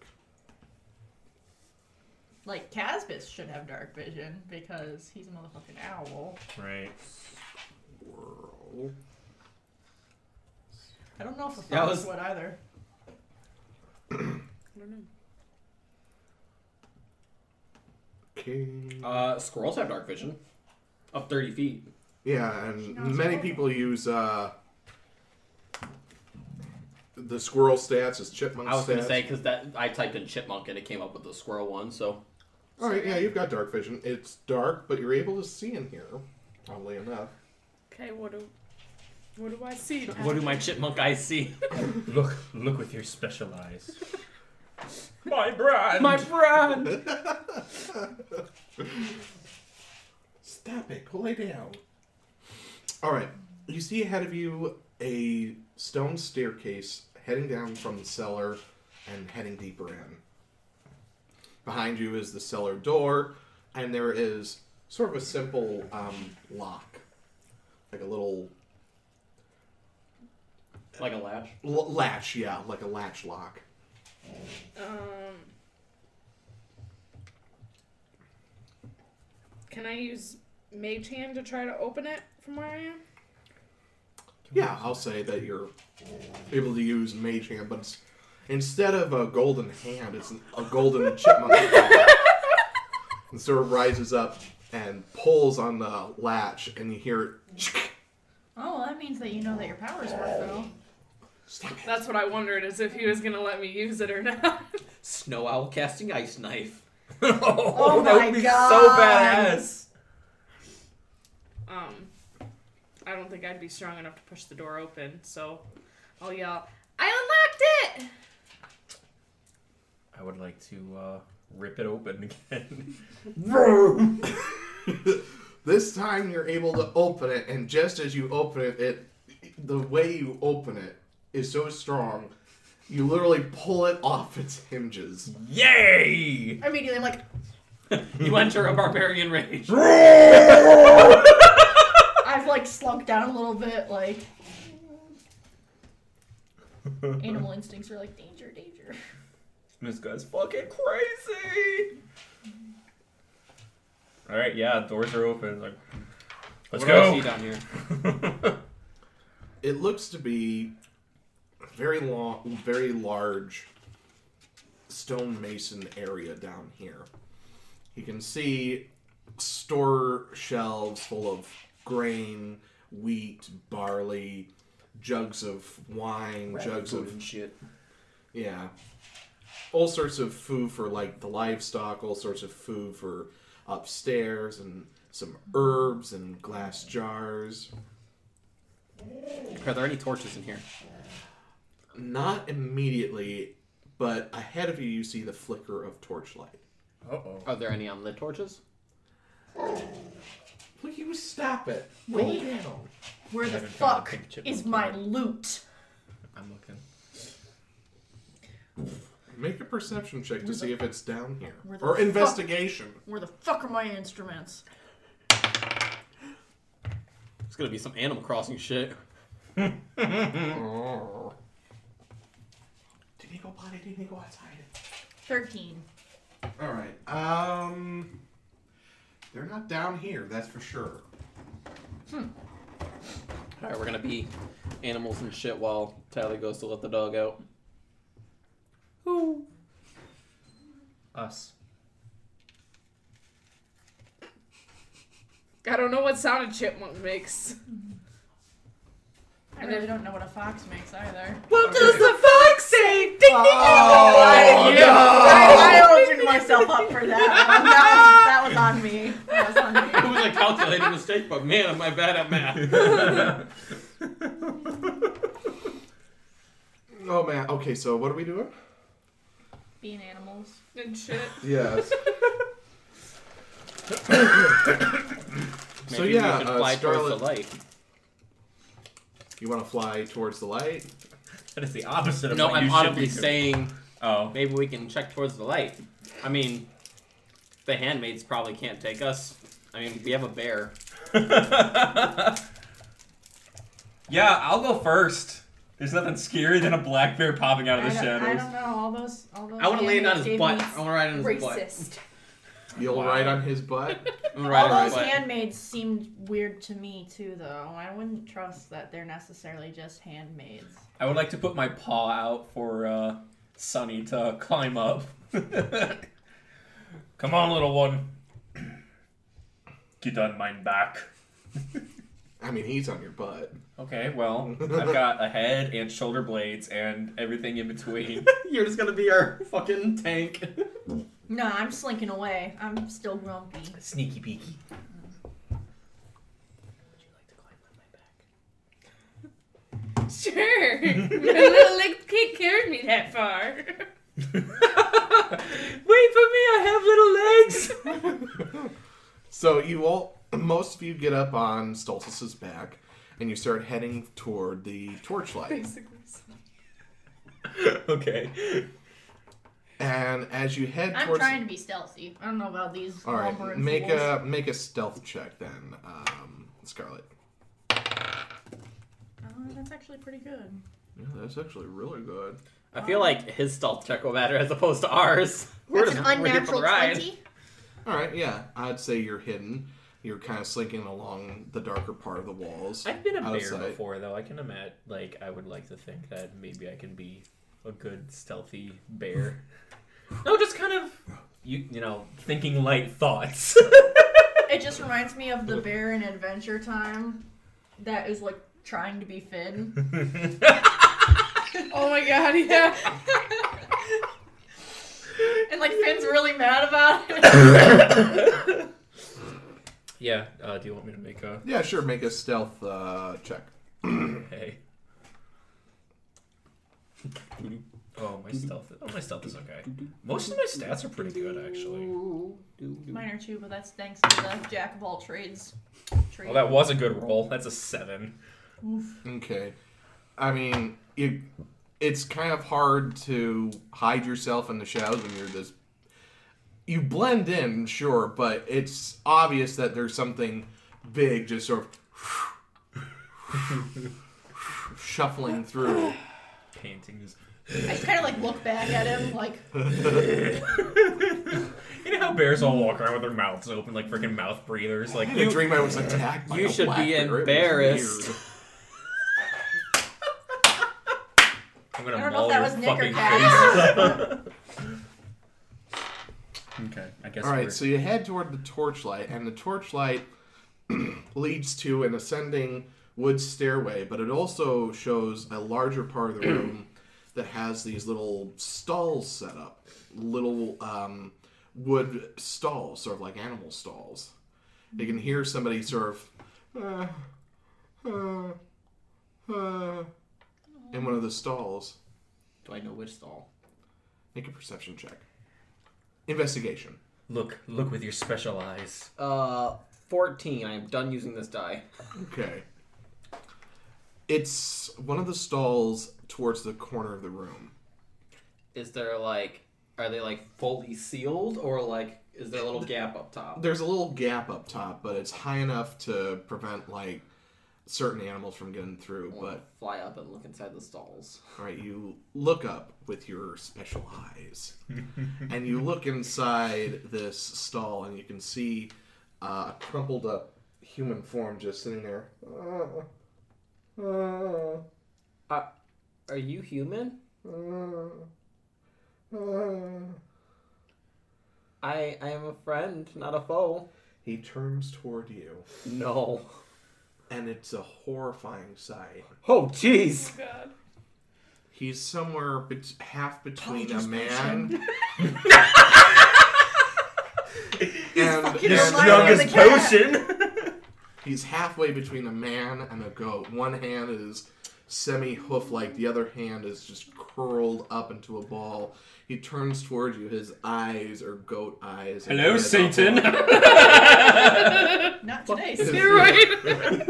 [SPEAKER 3] Like Caspis should have dark vision because he's a motherfucking owl.
[SPEAKER 4] Right.
[SPEAKER 1] Whirl.
[SPEAKER 3] I don't know if a
[SPEAKER 2] Yeah, I
[SPEAKER 3] fox
[SPEAKER 2] was-
[SPEAKER 3] would either.
[SPEAKER 1] Okay.
[SPEAKER 2] Uh, squirrels have dark vision. Up 30 feet.
[SPEAKER 1] Yeah,
[SPEAKER 3] She
[SPEAKER 1] and
[SPEAKER 3] knows
[SPEAKER 1] many
[SPEAKER 3] all.
[SPEAKER 1] people use uh, the squirrel stats as chipmunk
[SPEAKER 14] I was
[SPEAKER 1] stats.
[SPEAKER 14] gonna say because that I typed in chipmunk and it came up with the squirrel one. So
[SPEAKER 1] All right, yeah, you've got dark vision. It's dark, but you're able to see in here, oddly enough.
[SPEAKER 6] Okay, what do what do I see?
[SPEAKER 14] what do my chipmunk eyes see?
[SPEAKER 4] Look, look with your special eyes. My brand.
[SPEAKER 2] My friend!
[SPEAKER 1] Stop it. Go lay down. All right. You see ahead of you a stone staircase heading down from the cellar and heading deeper in. Behind you is the cellar door, and there is sort of a simple um, lock, like a little
[SPEAKER 14] like a latch.
[SPEAKER 1] l- latch. Yeah, like a latch lock.
[SPEAKER 6] Um, can I use mage hand to try to open it from where I am?
[SPEAKER 1] Yeah, I'll say that you're able to use mage hand, but it's, instead of a golden hand, it's a golden chipmunk. hand. and sort of rises up and pulls on the latch, and you hear it.
[SPEAKER 3] Oh, well, that means that you know that your powers work though.
[SPEAKER 6] That's what I wondered, is if he was gonna let me use it or not.
[SPEAKER 2] Snow owl casting ice knife.
[SPEAKER 4] oh,
[SPEAKER 3] Oh
[SPEAKER 4] that
[SPEAKER 3] my
[SPEAKER 4] would be
[SPEAKER 3] God.
[SPEAKER 4] so badass.
[SPEAKER 6] um, I don't think I'd be strong enough to push the door open, so I'll yell, I unlocked it!
[SPEAKER 4] I would like to uh, rip it open again.
[SPEAKER 1] This time you're able to open it, and just as you open it, it the way you open it is so strong, you literally pull it off its hinges.
[SPEAKER 4] Yay!
[SPEAKER 3] Immediately, I'm like,
[SPEAKER 2] You enter a barbarian rage.
[SPEAKER 3] I've like slunk down a little bit, like. Animal instincts are like danger, danger.
[SPEAKER 4] This guy's fucking crazy. All right, yeah, doors are open. Like, let's
[SPEAKER 2] what do I see
[SPEAKER 4] go.
[SPEAKER 2] down here?
[SPEAKER 1] It looks to be very long, very large stonemason area down here. You can see store shelves full of grain, wheat, barley, jugs of wine, jugs of
[SPEAKER 2] shit.
[SPEAKER 1] Yeah. All sorts of food for like the livestock, all sorts of food for upstairs, and some herbs and glass jars.
[SPEAKER 2] Are there any torches in here?
[SPEAKER 1] Not immediately, but ahead of you, you see the flicker of torchlight.
[SPEAKER 4] Uh oh.
[SPEAKER 14] Are there any on the torches?
[SPEAKER 1] Will you stop it? Roll down.
[SPEAKER 3] Where the
[SPEAKER 4] haven't found a
[SPEAKER 3] fuck
[SPEAKER 4] pink chipmunk
[SPEAKER 3] is my
[SPEAKER 4] yet.
[SPEAKER 3] loot?
[SPEAKER 4] I'm looking.
[SPEAKER 1] Make a perception check to see if it's down here.
[SPEAKER 3] Where the
[SPEAKER 1] Or
[SPEAKER 3] fuck-
[SPEAKER 1] investigation.
[SPEAKER 3] Where the fuck are my instruments?
[SPEAKER 2] It's gonna be some Animal Crossing shit.
[SPEAKER 1] Did he go potty? Did he go outside?
[SPEAKER 3] 13.
[SPEAKER 1] All right. Um, they're not down here. That's for sure.
[SPEAKER 2] All right, we're gonna be animals and shit while Tally goes to let the dog out.
[SPEAKER 4] Us.
[SPEAKER 6] I don't know what sound a chipmunk makes.
[SPEAKER 7] I really don't know what a fox makes either.
[SPEAKER 6] What does the fox say? Ding ding
[SPEAKER 1] Oh,
[SPEAKER 6] ding!
[SPEAKER 3] I, I opened myself up for that. one. That was, that was on me. That was on me.
[SPEAKER 2] It was a calculated mistake, but man, am I bad at math.
[SPEAKER 1] Oh man. Okay. So what are we doing?
[SPEAKER 7] Being animals.
[SPEAKER 6] And shit.
[SPEAKER 1] Yes. so
[SPEAKER 2] Maybe
[SPEAKER 1] yeah,
[SPEAKER 2] we should
[SPEAKER 1] uh,
[SPEAKER 2] fly towards
[SPEAKER 1] Scarlet,
[SPEAKER 2] the light.
[SPEAKER 1] you want to fly towards the light?
[SPEAKER 4] That is the opposite of
[SPEAKER 2] No,
[SPEAKER 4] what
[SPEAKER 2] I'm
[SPEAKER 4] you should
[SPEAKER 2] audibly
[SPEAKER 4] be doing.
[SPEAKER 2] saying
[SPEAKER 4] Oh,
[SPEAKER 2] maybe we can check towards the light. I mean, the handmaids probably can't take us. I mean, we have a bear.
[SPEAKER 4] yeah, I'll go first. There's nothing scarier than a black bear popping out of
[SPEAKER 7] I,
[SPEAKER 4] the
[SPEAKER 7] don't, I
[SPEAKER 4] shadows.
[SPEAKER 7] don't know. All those. All those
[SPEAKER 2] I want to land
[SPEAKER 7] handmaids
[SPEAKER 2] on his
[SPEAKER 7] gave
[SPEAKER 2] butt.
[SPEAKER 7] me
[SPEAKER 2] I want to ride on his butt.
[SPEAKER 6] Racist.
[SPEAKER 1] You'll
[SPEAKER 4] Wow.
[SPEAKER 1] ride on his butt.
[SPEAKER 2] I'm gonna ride
[SPEAKER 7] All
[SPEAKER 2] on his
[SPEAKER 7] those
[SPEAKER 2] butt.
[SPEAKER 7] handmaids seemed weird to me too, though. I wouldn't trust that they're necessarily just handmaids.
[SPEAKER 4] I would like to put my paw out for uh, Sunny to climb up. Come on, little one. Get on mine back.
[SPEAKER 1] I mean, he's on your butt.
[SPEAKER 4] Okay, well, I've got a head and shoulder blades and everything in between.
[SPEAKER 2] You're just gonna be our fucking tank.
[SPEAKER 3] No, I'm slinking away. I'm still grumpy.
[SPEAKER 4] Sneaky peeky.
[SPEAKER 6] Sure. My little legs can't carry me that far.
[SPEAKER 4] Wait for me, I have little legs.
[SPEAKER 1] So you all, most of you, get up on Stultus's back, and you start heading toward the torchlight.
[SPEAKER 6] Basically.
[SPEAKER 4] okay.
[SPEAKER 1] And as you head
[SPEAKER 7] I'm
[SPEAKER 1] towards,
[SPEAKER 7] trying to be stealthy. I don't know about these.
[SPEAKER 1] all right,
[SPEAKER 7] lumbering
[SPEAKER 1] make
[SPEAKER 7] fools.
[SPEAKER 1] a make a stealth check then, um, Scarlet.
[SPEAKER 7] Oh, that's actually pretty good.
[SPEAKER 1] Yeah, that's actually really good.
[SPEAKER 14] I feel like his stealth check will matter as opposed to ours.
[SPEAKER 3] That's an
[SPEAKER 14] just- we're here for the
[SPEAKER 3] unnatural
[SPEAKER 14] ride.
[SPEAKER 3] 20.
[SPEAKER 1] All right, yeah, I'd say you're hidden. You're kind of slinking along the darker part of the walls.
[SPEAKER 4] I've been a
[SPEAKER 1] Out of
[SPEAKER 4] bear
[SPEAKER 1] sight.
[SPEAKER 4] before, though. I can imagine, like, I would like to think that maybe I can be a good stealthy bear. no, just kind of, you, you know, thinking light thoughts.
[SPEAKER 3] It just reminds me of the bear in Adventure Time that is like trying to be Finn.
[SPEAKER 6] Oh my god, yeah.
[SPEAKER 3] And like Finn's really mad about it.
[SPEAKER 4] yeah, Yeah. Uh, do you want me to make a
[SPEAKER 1] Yeah, sure. Make a stealth uh, check.
[SPEAKER 4] hey? Oh, my stealth. Oh, my stealth is okay. Most of my stats are pretty good, actually.
[SPEAKER 7] Mine are too, but that's thanks to the jack of all trades. Trade.
[SPEAKER 4] Well, Oh, that was a good roll. That's a seven.
[SPEAKER 1] Okay. I mean, you, it's kind of hard to hide yourself in the shadows when you're this. You blend in, sure, but it's obvious that there's something big just sort of shuffling through.
[SPEAKER 4] Painting is.
[SPEAKER 3] I just kind of like look back at him, like
[SPEAKER 4] You know how bears all walk around with their mouths open, like freaking mouth breathers. Like
[SPEAKER 1] You, the dream I was attacked. By
[SPEAKER 14] you
[SPEAKER 1] a
[SPEAKER 14] should
[SPEAKER 1] black
[SPEAKER 14] be
[SPEAKER 1] bear. It was
[SPEAKER 14] embarrassed.
[SPEAKER 1] weird.
[SPEAKER 4] I'm gonna
[SPEAKER 3] I don't know
[SPEAKER 4] maul
[SPEAKER 3] if that
[SPEAKER 4] your
[SPEAKER 3] was Nick or
[SPEAKER 4] fucking face. okay, I guess.
[SPEAKER 1] All right,
[SPEAKER 4] we're-
[SPEAKER 1] so you head toward the torchlight, and the torchlight leads to an ascending wood stairway, but it also shows a larger part of the room that has these little stalls set up, little um, wood stalls, sort of like animal stalls. You can hear somebody sort of uh, uh, uh, in one of the stalls.
[SPEAKER 2] Do I know which stall?
[SPEAKER 1] Make a perception check. Investigation.
[SPEAKER 4] look, look with your special eyes.
[SPEAKER 2] Uh, 14. I am done using this die.
[SPEAKER 1] Okay. It's one of the stalls towards the corner of the room.
[SPEAKER 2] Is there like, are they like fully sealed or like, is there a little gap up top?
[SPEAKER 1] There's a little gap up top, but it's high enough to prevent like certain animals from getting through.
[SPEAKER 2] I wanna
[SPEAKER 1] But
[SPEAKER 2] fly up and look inside the stalls.
[SPEAKER 1] all right, you look up with your special eyes, and you look inside this stall, and you can see uh, a crumpled up human form just sitting there.
[SPEAKER 2] Uh, Are you human? I I am a friend, not a foe.
[SPEAKER 1] He turns toward you,
[SPEAKER 2] No.
[SPEAKER 1] and it's a horrifying sight.
[SPEAKER 2] Oh jeez.
[SPEAKER 6] God.
[SPEAKER 1] He's somewhere bet- half between a man. and,
[SPEAKER 3] fucking
[SPEAKER 1] and-
[SPEAKER 3] alive. Young as-
[SPEAKER 1] and
[SPEAKER 4] potion.
[SPEAKER 1] he's halfway between a man and a goat. One hand is semi hoof like, the other hand is just curled up into a ball. He turns towards you. His eyes are goat eyes. and
[SPEAKER 4] Hello,
[SPEAKER 1] red
[SPEAKER 4] Satan.
[SPEAKER 1] eyes.
[SPEAKER 3] not today.
[SPEAKER 1] His-
[SPEAKER 6] You're right.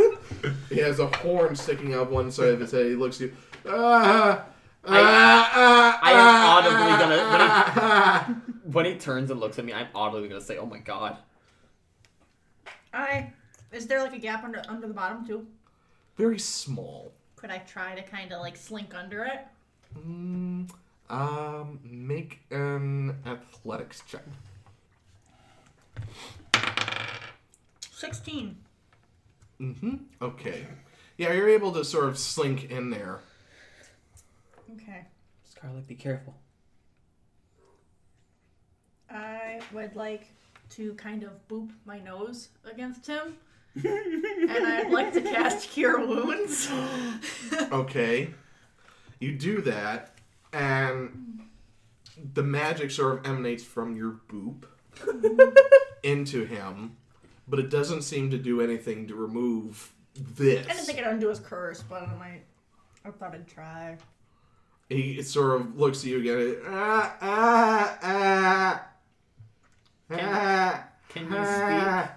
[SPEAKER 1] He has a horn sticking out one side of his head. He looks at you. Ah, ah, ah,
[SPEAKER 14] I am
[SPEAKER 1] ah,
[SPEAKER 14] audibly gonna-
[SPEAKER 1] ah,
[SPEAKER 14] when he-
[SPEAKER 1] ah, ah."
[SPEAKER 14] When he turns and looks at me, I'm audibly gonna say, "Oh my god."
[SPEAKER 3] I is there like a gap under under the bottom too?
[SPEAKER 1] Very small.
[SPEAKER 3] Could I try to kind of like slink under it?
[SPEAKER 1] Mm, um, make an athletics check.
[SPEAKER 3] Sixteen.
[SPEAKER 1] Mm-hmm. Okay. Yeah, you're able to sort of slink in there.
[SPEAKER 3] Okay.
[SPEAKER 14] Scarlet, be careful.
[SPEAKER 3] I would like to kind of boop my nose against him. and I'd like to cast Cure Wounds.
[SPEAKER 1] Okay. You do that, and the magic sort of emanates from your boop into him, but it doesn't seem to do anything to remove this.
[SPEAKER 3] I didn't think it'd undo his curse, but I might. I thought I'd try.
[SPEAKER 1] He sort of looks at you again. Ah, ah, ah. Ah,
[SPEAKER 14] Can you speak?
[SPEAKER 1] ah,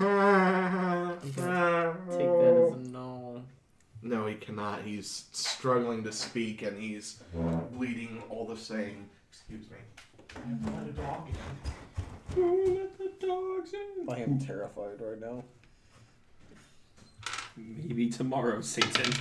[SPEAKER 1] ah.
[SPEAKER 14] Take that as a no.
[SPEAKER 1] No, he cannot. He's struggling to speak and he's bleeding all the same. Excuse me. I haven't let a dog in.
[SPEAKER 14] I am terrified right now.
[SPEAKER 5] Maybe tomorrow, Satan.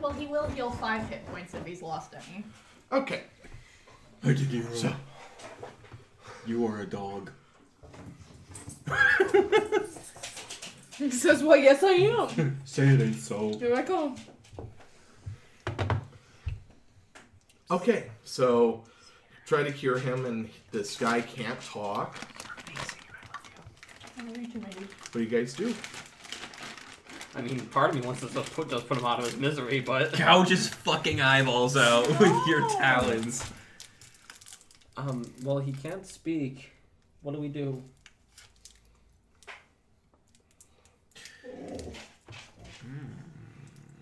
[SPEAKER 7] Well, he will heal five hit points if he's lost any.
[SPEAKER 1] Okay.
[SPEAKER 12] I did you wrong.
[SPEAKER 1] So-
[SPEAKER 12] You are a dog.
[SPEAKER 6] He says, "Well, yes, I am."
[SPEAKER 12] Say it ain't so.
[SPEAKER 6] Here I come.
[SPEAKER 1] Okay. So try to cure him and this guy can't talk. What do you guys do?
[SPEAKER 14] I mean, part of me wants to just put, just put him out of his misery, but
[SPEAKER 4] Gouge his fucking eyeballs out with your talons.
[SPEAKER 14] um, well, he can't speak. What do we do?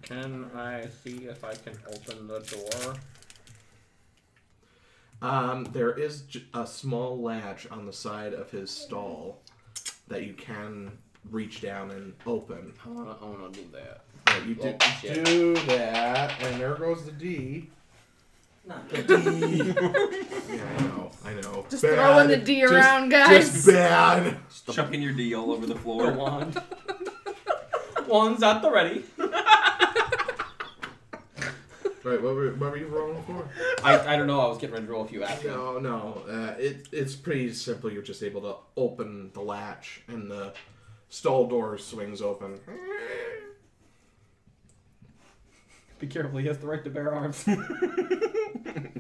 [SPEAKER 14] Can I see if I can open the door?
[SPEAKER 1] Um, there is j- a small latch on the side of his stall that you can reach down and open.
[SPEAKER 14] I wanna, I wanna do that.
[SPEAKER 1] Uh, you do,
[SPEAKER 14] Oh, shit.
[SPEAKER 1] do that, and there goes the D. Yeah, I know, I know.
[SPEAKER 6] Just throwing the D around, guys.
[SPEAKER 1] Just bad.
[SPEAKER 4] Chucking your D all over the
[SPEAKER 14] The
[SPEAKER 4] floor.
[SPEAKER 14] wand. Wand's at the ready.
[SPEAKER 1] Right, what were, what were you rolling for?
[SPEAKER 2] I, I don't know. I was getting ready to roll a few actions.
[SPEAKER 1] No, no. Uh, it it's pretty simple. You're just able to open the latch, and the stall door swings open.
[SPEAKER 2] Be careful. He has the right to bear arms.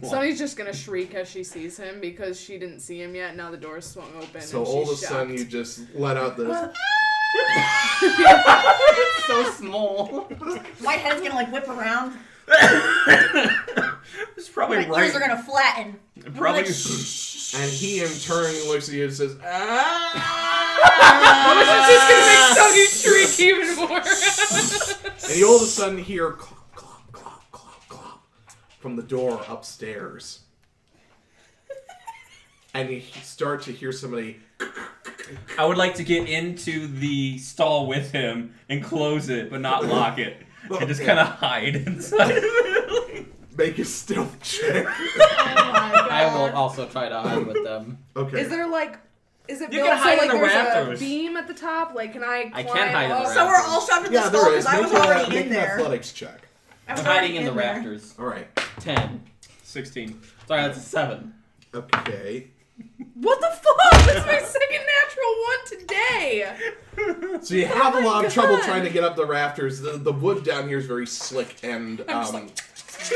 [SPEAKER 6] Sonny's just gonna shriek as she sees him because she didn't see him yet. Now the door swung open.
[SPEAKER 1] So
[SPEAKER 6] and she's
[SPEAKER 1] all of a
[SPEAKER 6] shocked.
[SPEAKER 1] sudden, you just let out this.
[SPEAKER 14] So small.
[SPEAKER 3] My head's gonna like whip around.
[SPEAKER 4] It's probably
[SPEAKER 3] My ears are gonna flatten.
[SPEAKER 4] Probably.
[SPEAKER 3] Like,
[SPEAKER 1] And he in turn looks at you and says, ah!
[SPEAKER 6] It's just gonna make Sonny shriek even more.
[SPEAKER 1] and you all of a sudden hear clop, clop, clop, clop, clop from the door upstairs. And you start to hear somebody.
[SPEAKER 4] I would like to get into the stall with him and close it, but not lock it. And just kind of hide inside of it.
[SPEAKER 1] Make a stealth check.
[SPEAKER 6] oh my god.
[SPEAKER 2] I will also try to hide with them.
[SPEAKER 1] Okay.
[SPEAKER 6] Is there like, is it
[SPEAKER 4] You
[SPEAKER 6] built
[SPEAKER 4] can hide
[SPEAKER 6] so
[SPEAKER 4] in
[SPEAKER 6] like
[SPEAKER 4] the
[SPEAKER 6] there's
[SPEAKER 4] rafters.
[SPEAKER 6] a beam at the top? Like, can I?
[SPEAKER 14] I
[SPEAKER 6] Climb
[SPEAKER 14] can hide in the
[SPEAKER 6] up?
[SPEAKER 14] rafters.
[SPEAKER 3] So we're all shoved in the
[SPEAKER 1] yeah,
[SPEAKER 3] stall
[SPEAKER 1] there is.
[SPEAKER 3] because I
[SPEAKER 1] Make,
[SPEAKER 3] was
[SPEAKER 1] an-
[SPEAKER 3] already
[SPEAKER 1] make
[SPEAKER 3] in
[SPEAKER 1] an
[SPEAKER 3] there.
[SPEAKER 1] athletics check.
[SPEAKER 3] I was
[SPEAKER 14] I'm
[SPEAKER 3] already
[SPEAKER 14] hiding in the
[SPEAKER 3] there.
[SPEAKER 14] rafters.
[SPEAKER 1] All right.
[SPEAKER 14] Ten.
[SPEAKER 4] 16.
[SPEAKER 14] Sorry, that's a seven.
[SPEAKER 1] Okay.
[SPEAKER 6] What the fuck? That's my second natural one today.
[SPEAKER 1] So
[SPEAKER 3] Oh
[SPEAKER 1] you have a lot of trouble
[SPEAKER 6] God.
[SPEAKER 1] trying to get up the rafters. The, the wood down here is very slick and um,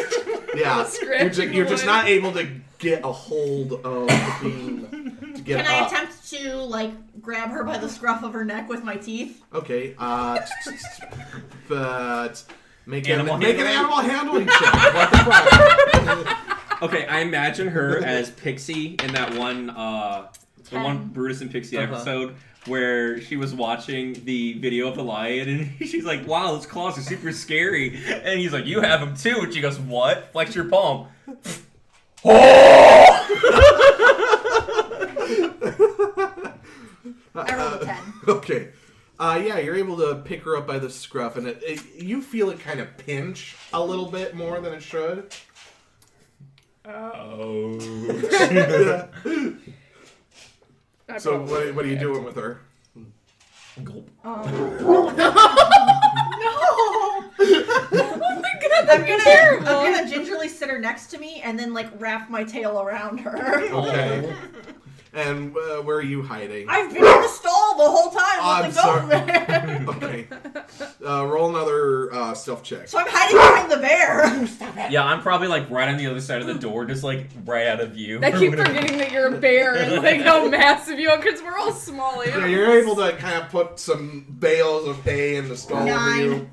[SPEAKER 1] yeah, you're, ju-
[SPEAKER 6] Scratching
[SPEAKER 1] you're just
[SPEAKER 6] wood.
[SPEAKER 1] not able to get a hold of the beam to get up.
[SPEAKER 3] Can I attempt to like grab her by the scruff of her neck with my teeth?
[SPEAKER 1] okay, uh, but make
[SPEAKER 4] Animal
[SPEAKER 1] an, make an animal
[SPEAKER 4] handling?
[SPEAKER 1] handling check. What the fuck?
[SPEAKER 4] Okay, I imagine her as Pixie in that one, uh, the one Brutus and Pixie
[SPEAKER 14] Uh-huh.
[SPEAKER 4] episode where she was watching the video of the lion and she's like, "Wow, those claws are super scary," and he's like, "You have them too," and she goes, "What? Flex your palm."
[SPEAKER 3] I rolled a ten.
[SPEAKER 1] okay. Uh, yeah, you're able to pick her up by the scruff, and it, it, you feel it kind of pinch a little bit more than it should.
[SPEAKER 4] Oh.
[SPEAKER 6] I
[SPEAKER 1] So
[SPEAKER 6] probably-
[SPEAKER 1] what, what are you doing with her?
[SPEAKER 3] Um. No! Oh I'm gonna, I'm gonna gingerly sit her next to me and then like wrap my tail around her.
[SPEAKER 1] Okay. and uh, where are you hiding?
[SPEAKER 3] I've been in the stall the whole time with
[SPEAKER 1] I'm
[SPEAKER 3] the goat there.
[SPEAKER 1] Okay. Uh, roll another uh, stealth check.
[SPEAKER 3] So I'm hiding behind the bear. Stop it.
[SPEAKER 4] Yeah, I'm probably like right on the other side of the door, just like right out of view.
[SPEAKER 6] I keep forgetting that you're a bear and like how massive you are because we're all small.
[SPEAKER 1] Yeah, you're able to kind of put some bales of hay in the stall over you.
[SPEAKER 3] Nine.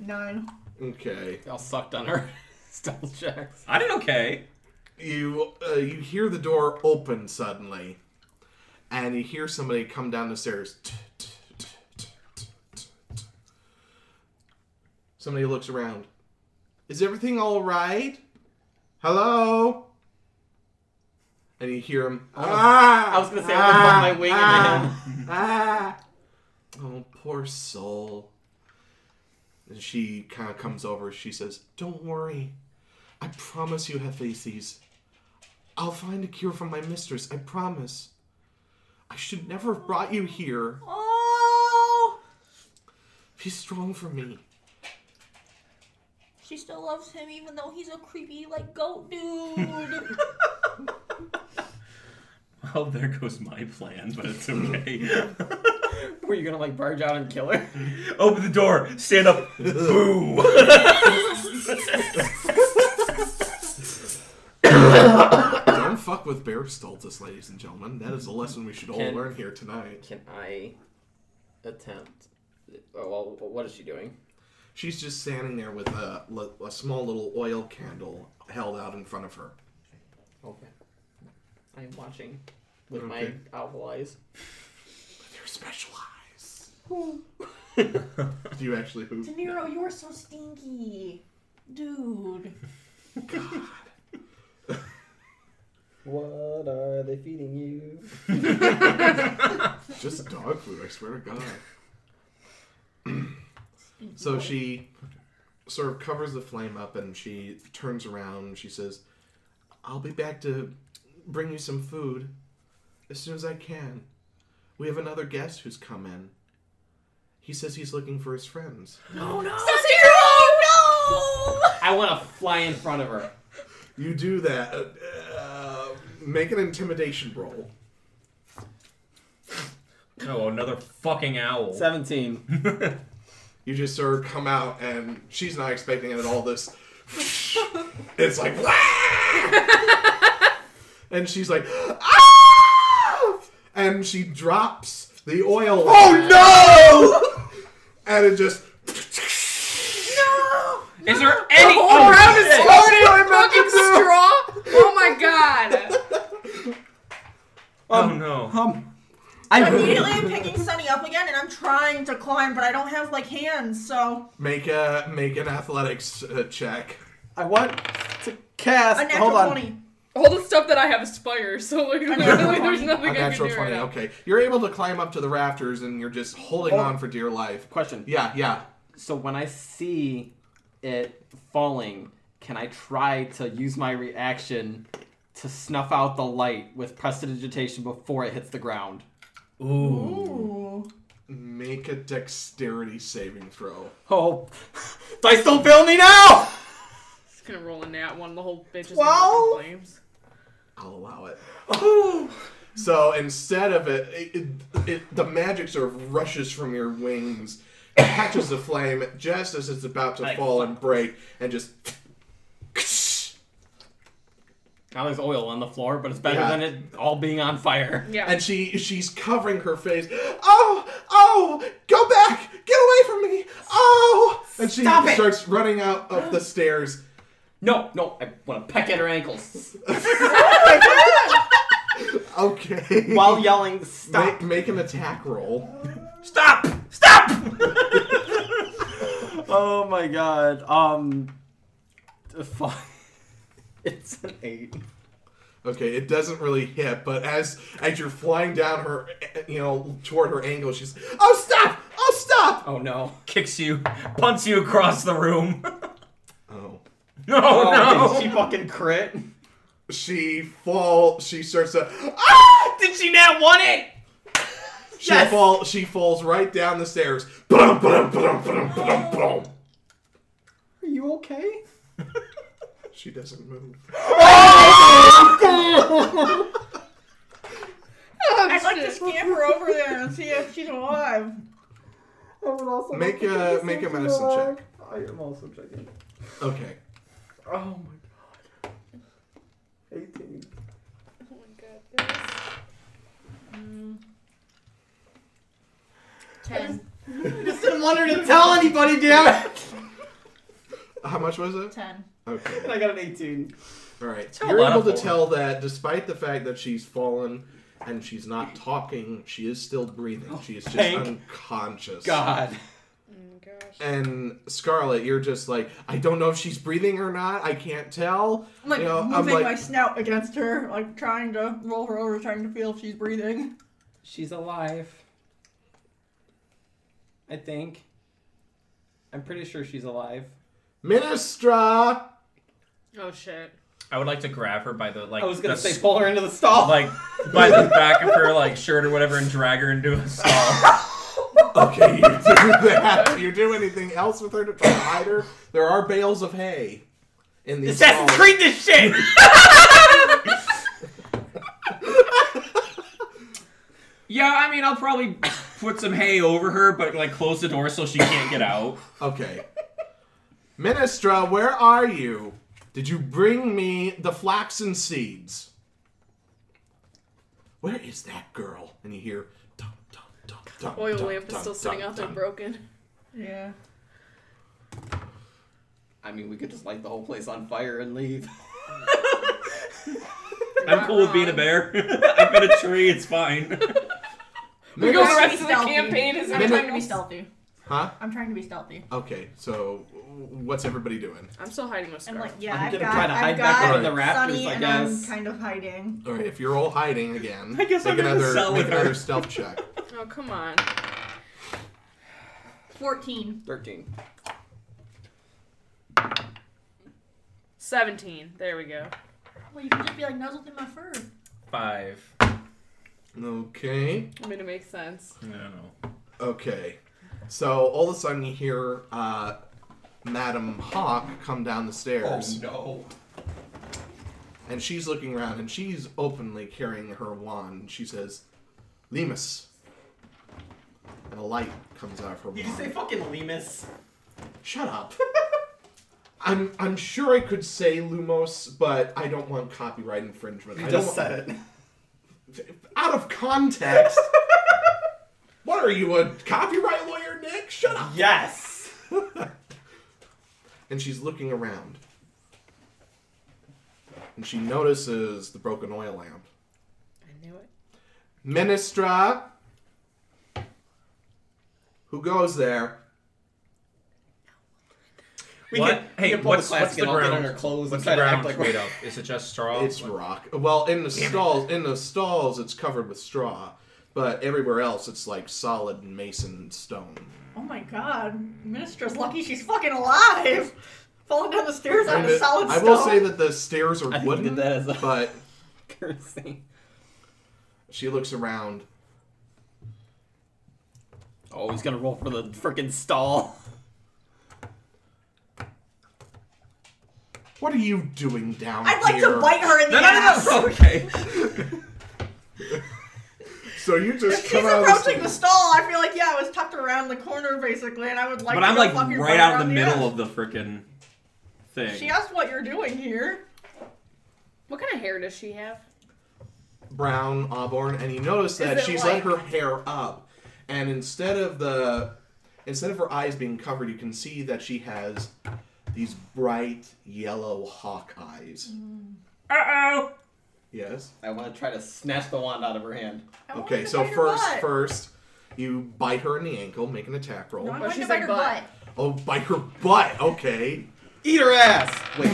[SPEAKER 3] Nine.
[SPEAKER 1] Okay.
[SPEAKER 14] They all sucked on her. Stealth checks.
[SPEAKER 4] I did okay.
[SPEAKER 1] You uh, you hear the door open suddenly, and you hear somebody come down the stairs. Somebody looks around. Is everything all right? Hello. And you hear him.
[SPEAKER 14] Oh. I was gonna say I would bump my wing into him.
[SPEAKER 1] ah. Oh, poor soul. And she kind of comes over. She says, Don't worry. I promise you, Hephaestus. I'll find a cure for my mistress. I promise. I should never have brought you here.
[SPEAKER 3] Oh!
[SPEAKER 1] Be strong for me.
[SPEAKER 3] She still loves him even though he's a creepy like goat dude.
[SPEAKER 4] Well, Oh, there goes my plan, but it's okay.
[SPEAKER 14] Were you gonna like barge out and kill her?
[SPEAKER 4] Open the door. Stand up. Boo.
[SPEAKER 1] Don't fuck with bear stultus, ladies and gentlemen. That is a lesson we should all
[SPEAKER 14] Can-
[SPEAKER 1] learn here tonight.
[SPEAKER 14] Can I attempt oh,
[SPEAKER 2] Well, what is she doing?
[SPEAKER 1] She's just standing there with a, li- a small little oil candle held out in front of her.
[SPEAKER 2] Okay. I'm watching with
[SPEAKER 1] Okay.
[SPEAKER 2] my owl eyes.
[SPEAKER 1] They're special eyes. Do you actually hoop?
[SPEAKER 3] De Niro, you're so stinky. Dude.
[SPEAKER 2] What are they feeding you?
[SPEAKER 1] Just dog food, I swear to God. so she sort of covers the flame up and she turns around and she says, I'll be back to bring you some food as soon as I can. We have another guest who's come in. He says he's looking for his friends.
[SPEAKER 2] I want to fly in front of her.
[SPEAKER 1] You do that. Uh, uh, make an intimidation roll.
[SPEAKER 4] Oh, another fucking owl.
[SPEAKER 2] 17.
[SPEAKER 1] You just sort of come out, and she's not expecting it at all. This, it's like, "Wah!" and she's like, ah! and she drops the oil. Oh no! and it just. No!
[SPEAKER 4] Is there any
[SPEAKER 6] whole
[SPEAKER 4] oh,
[SPEAKER 6] round
[SPEAKER 4] shit.
[SPEAKER 6] is
[SPEAKER 1] what I meant to
[SPEAKER 6] loaded fucking straw. Oh my god.
[SPEAKER 4] Oh no.
[SPEAKER 2] Um,
[SPEAKER 3] Immediately I'm picking Sunny up again and I'm trying to climb, but I don't have like hands, so
[SPEAKER 1] Make a make an athletics uh, check.
[SPEAKER 2] I want to
[SPEAKER 3] a
[SPEAKER 2] cast.
[SPEAKER 3] natural
[SPEAKER 2] Hold on.
[SPEAKER 3] 20.
[SPEAKER 6] All the stuff that I have is fire, so like literally there's nothing
[SPEAKER 1] A
[SPEAKER 6] I can do
[SPEAKER 1] natural
[SPEAKER 6] right
[SPEAKER 1] twenty.
[SPEAKER 6] now.
[SPEAKER 1] Okay, you're able to climb up to the rafters, and you're just holding
[SPEAKER 2] Oh.
[SPEAKER 1] on for dear life.
[SPEAKER 2] Question.
[SPEAKER 1] Yeah, yeah.
[SPEAKER 2] So when I see it falling, can I try to use my reaction to snuff out the light with prestidigitation before it hits the ground?
[SPEAKER 3] Ooh.
[SPEAKER 1] Make a dexterity saving throw.
[SPEAKER 2] Oh, dice don't fail me now!
[SPEAKER 6] It's gonna roll a nat one. The whole bitch is
[SPEAKER 3] Well-
[SPEAKER 6] gonna be in flames.
[SPEAKER 1] I'll allow it. so instead of it, it, it, it- the magic sort of rushes from your wings, catches the flame just as it's about to
[SPEAKER 2] Like,
[SPEAKER 1] fall
[SPEAKER 2] fuck.
[SPEAKER 1] and break, and just
[SPEAKER 2] Now there's oil on the floor, but it's better
[SPEAKER 1] Yeah.
[SPEAKER 2] than it all being on fire.
[SPEAKER 6] Yeah.
[SPEAKER 1] and she she's covering her face. Oh, oh, go back, get away from me. Oh, and she
[SPEAKER 2] Stop it.
[SPEAKER 1] starts running out up the stairs.
[SPEAKER 2] No, no, I want to peck at her ankles
[SPEAKER 1] Okay.
[SPEAKER 2] while yelling, "Stop!
[SPEAKER 1] make, make an attack roll.
[SPEAKER 2] Stop! Stop!" oh my god. Um, fuck. It's an eight.
[SPEAKER 1] Okay, it doesn't really hit, but as as you're flying down her, eh, you know, toward her angle, she's, oh stop, oh stop.
[SPEAKER 2] Oh no.
[SPEAKER 4] Kicks you, punts you across the room.
[SPEAKER 1] Oh.
[SPEAKER 4] No,
[SPEAKER 2] Oh,
[SPEAKER 4] no.
[SPEAKER 2] did she fucking crit?
[SPEAKER 1] She fall. She starts to, ah!
[SPEAKER 2] Did she not want it?
[SPEAKER 1] She fall. She falls right down the stairs. Ba-dum, ba-dum, ba-dum, ba-dum, ba-dum, ba-dum.
[SPEAKER 2] Are you okay?
[SPEAKER 1] She doesn't move.
[SPEAKER 6] Oh,
[SPEAKER 3] I'd like to scamper over there and see if she's alive.
[SPEAKER 2] I would also
[SPEAKER 1] Make a make a medicine check.
[SPEAKER 2] I am also checking.
[SPEAKER 1] Okay.
[SPEAKER 2] Oh my god. 18.
[SPEAKER 6] Oh my god. guys.
[SPEAKER 7] Ten.
[SPEAKER 2] I just didn't want her to tell anybody, damn it!
[SPEAKER 1] How much was it?
[SPEAKER 7] Ten.
[SPEAKER 1] Okay.
[SPEAKER 2] And I got an 18.
[SPEAKER 1] All right.
[SPEAKER 4] a
[SPEAKER 1] You're
[SPEAKER 4] lot
[SPEAKER 1] able
[SPEAKER 4] of
[SPEAKER 1] to
[SPEAKER 4] form.
[SPEAKER 1] tell that despite the fact that she's fallen and she's not talking, she is still breathing. She is just
[SPEAKER 2] Oh, thank
[SPEAKER 1] unconscious.
[SPEAKER 2] God.
[SPEAKER 6] Oh my gosh.
[SPEAKER 1] And Scarlet, you're just like, I don't know if she's breathing or not. I can't tell.
[SPEAKER 3] I'm like
[SPEAKER 1] You know, I'm
[SPEAKER 3] moving
[SPEAKER 1] like-
[SPEAKER 3] my snout against her, like trying to roll her over, trying to feel if she's breathing.
[SPEAKER 2] She's alive. I think. I'm pretty sure she's alive.
[SPEAKER 1] Ministra!
[SPEAKER 6] Oh shit.
[SPEAKER 4] I would like to grab her by the like.
[SPEAKER 2] I was gonna
[SPEAKER 4] the
[SPEAKER 2] say
[SPEAKER 4] s-
[SPEAKER 2] pull her into the stall.
[SPEAKER 4] like by the back of her like shirt or whatever and drag her into a stall.
[SPEAKER 1] Okay, you do that. You do anything else with her to try to hide her? There are bales of hay in these
[SPEAKER 2] Assassin's
[SPEAKER 1] stalls.
[SPEAKER 2] Creed this shit!
[SPEAKER 4] Yeah, I mean, I'll probably put some hay over her, but like close the door so she can't get out.
[SPEAKER 1] Okay. Ministra, where are you? Did you bring me the flaxen seeds? Where is that girl? And you hear dum dum
[SPEAKER 6] Oil lamp is still sitting out there broken.
[SPEAKER 3] Yeah.
[SPEAKER 2] I mean, we could just light the whole place on fire and leave.
[SPEAKER 4] I'm cool with being a bear. I've been a tree. It's fine.
[SPEAKER 6] We go the
[SPEAKER 3] Trying to be
[SPEAKER 6] rest of the
[SPEAKER 3] stealthy.
[SPEAKER 6] campaign is
[SPEAKER 3] I'm trying to be stealthy.
[SPEAKER 1] Huh?
[SPEAKER 3] I'm trying to be stealthy.
[SPEAKER 1] Okay, so w- what's everybody doing?
[SPEAKER 6] I'm still hiding my
[SPEAKER 3] I'm
[SPEAKER 6] scarf.
[SPEAKER 3] like, yeah,
[SPEAKER 2] I'm
[SPEAKER 3] have
[SPEAKER 2] gonna
[SPEAKER 3] got,
[SPEAKER 2] try to hide
[SPEAKER 3] I've
[SPEAKER 2] back
[SPEAKER 3] got
[SPEAKER 2] under the rafters,
[SPEAKER 3] Sunny,
[SPEAKER 2] I
[SPEAKER 3] and
[SPEAKER 2] guess.
[SPEAKER 3] I'm kind of hiding.
[SPEAKER 1] All right, if you're all hiding again,
[SPEAKER 4] I guess
[SPEAKER 1] make
[SPEAKER 4] I'm in the
[SPEAKER 1] another
[SPEAKER 4] cell
[SPEAKER 1] make
[SPEAKER 4] with her.
[SPEAKER 1] another stealth check.
[SPEAKER 6] oh come on.
[SPEAKER 3] 14.
[SPEAKER 2] 13.
[SPEAKER 6] Seventeen. There we go.
[SPEAKER 3] Well, you can just be like nuzzled in my fur.
[SPEAKER 4] Five.
[SPEAKER 1] Okay.
[SPEAKER 6] I mean, it makes sense.
[SPEAKER 4] I don't know.
[SPEAKER 1] Okay. So all of a sudden you hear uh, Madam Hawk come down the stairs,
[SPEAKER 13] Oh, no.
[SPEAKER 1] and she's looking around, and she's openly carrying her wand. She says, "Lemus," and a light comes out of her
[SPEAKER 13] Did
[SPEAKER 1] wand.
[SPEAKER 13] you say fucking Lemus?
[SPEAKER 1] Shut up. I'm I'm sure I could say Lumos, but I don't want copyright infringement.
[SPEAKER 13] You
[SPEAKER 1] I
[SPEAKER 13] just
[SPEAKER 1] don't
[SPEAKER 13] said it.
[SPEAKER 1] out of context. what are you a copyright lawyer, Nick? Shut up.
[SPEAKER 13] Yes.
[SPEAKER 1] And she's looking around. And she notices the broken oil lamp.
[SPEAKER 6] I knew it.
[SPEAKER 1] Ministra who goes there?
[SPEAKER 13] We
[SPEAKER 4] What?
[SPEAKER 13] Can,
[SPEAKER 4] Hey,
[SPEAKER 13] we can pull the
[SPEAKER 4] what's-
[SPEAKER 13] classic
[SPEAKER 4] what's the
[SPEAKER 13] and all get
[SPEAKER 4] ground?
[SPEAKER 13] on our clothes
[SPEAKER 4] What's
[SPEAKER 13] and try
[SPEAKER 4] the ground
[SPEAKER 13] to act like
[SPEAKER 4] made
[SPEAKER 13] we're
[SPEAKER 4] of? Is it just straw?
[SPEAKER 1] It's rock. Well, in the stalls, in the stalls, it's covered with straw, but everywhere else, it's like solid mason stone.
[SPEAKER 3] Oh my god. Ministra's lucky she's fucking alive. Falling down the stairs on a
[SPEAKER 1] And
[SPEAKER 3] solid
[SPEAKER 1] I
[SPEAKER 3] stone.
[SPEAKER 1] will say that the stairs are
[SPEAKER 14] I think
[SPEAKER 1] wooden,
[SPEAKER 14] you did that as a-
[SPEAKER 1] but
[SPEAKER 14] Cursing.
[SPEAKER 1] she looks around.
[SPEAKER 14] Oh, he's gonna roll for the freaking stall.
[SPEAKER 1] What are you doing down
[SPEAKER 3] I'd like
[SPEAKER 1] here?
[SPEAKER 3] to bite her in the
[SPEAKER 4] No, no, no,
[SPEAKER 3] ass.
[SPEAKER 4] no. Okay.
[SPEAKER 1] So you just
[SPEAKER 3] If she's
[SPEAKER 1] come out of
[SPEAKER 3] approaching
[SPEAKER 1] the
[SPEAKER 3] the stall, I feel like yeah, I was tucked around the corner basically, and I would like.
[SPEAKER 4] But
[SPEAKER 3] to
[SPEAKER 4] I'm
[SPEAKER 3] go
[SPEAKER 4] like
[SPEAKER 3] fucking
[SPEAKER 4] right
[SPEAKER 3] run
[SPEAKER 4] out of
[SPEAKER 3] around
[SPEAKER 4] the middle
[SPEAKER 3] ass.
[SPEAKER 4] of the freaking thing.
[SPEAKER 3] She asked what you're doing here.
[SPEAKER 6] What kind of hair does she have?
[SPEAKER 1] brown auburn, and you notice that
[SPEAKER 6] it
[SPEAKER 1] she's
[SPEAKER 6] like-
[SPEAKER 1] let her hair up, and instead of the instead of her eyes being covered, you can see that she has these bright yellow hawk eyes.
[SPEAKER 3] Mm.
[SPEAKER 4] Uh-oh.
[SPEAKER 1] Yes.
[SPEAKER 2] I want to try to snatch the wand out of her hand.
[SPEAKER 3] I wanted
[SPEAKER 1] Okay.
[SPEAKER 3] to
[SPEAKER 1] So
[SPEAKER 3] bite her
[SPEAKER 1] first,
[SPEAKER 3] butt.
[SPEAKER 1] first, you bite her in the ankle, make an attack roll.
[SPEAKER 3] No, I
[SPEAKER 6] Oh,
[SPEAKER 3] wanted
[SPEAKER 6] she
[SPEAKER 3] to bite
[SPEAKER 6] said
[SPEAKER 3] her
[SPEAKER 6] butt.
[SPEAKER 3] butt.
[SPEAKER 1] Oh, bite her butt. Okay.
[SPEAKER 2] Eat her ass! Wait,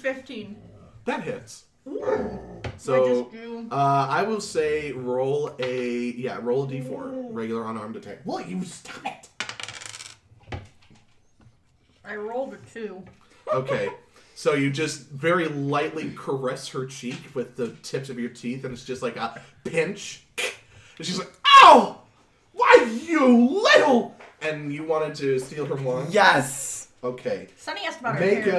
[SPEAKER 3] Fifteen.
[SPEAKER 1] That hits.
[SPEAKER 3] I
[SPEAKER 1] So
[SPEAKER 3] just drew-
[SPEAKER 1] uh, I will say roll a yeah roll a d4 regular unarmed attack. Will you stop it?
[SPEAKER 3] I rolled a two.
[SPEAKER 1] Okay, so you just very lightly caress her cheek with the tips of your teeth, and it's just like a pinch. And she's like, "Ow! Why you little?" And you wanted to steal her wand.
[SPEAKER 13] Yes.
[SPEAKER 1] Okay.
[SPEAKER 3] Sunny asked about her
[SPEAKER 1] Make a-
[SPEAKER 3] hair too.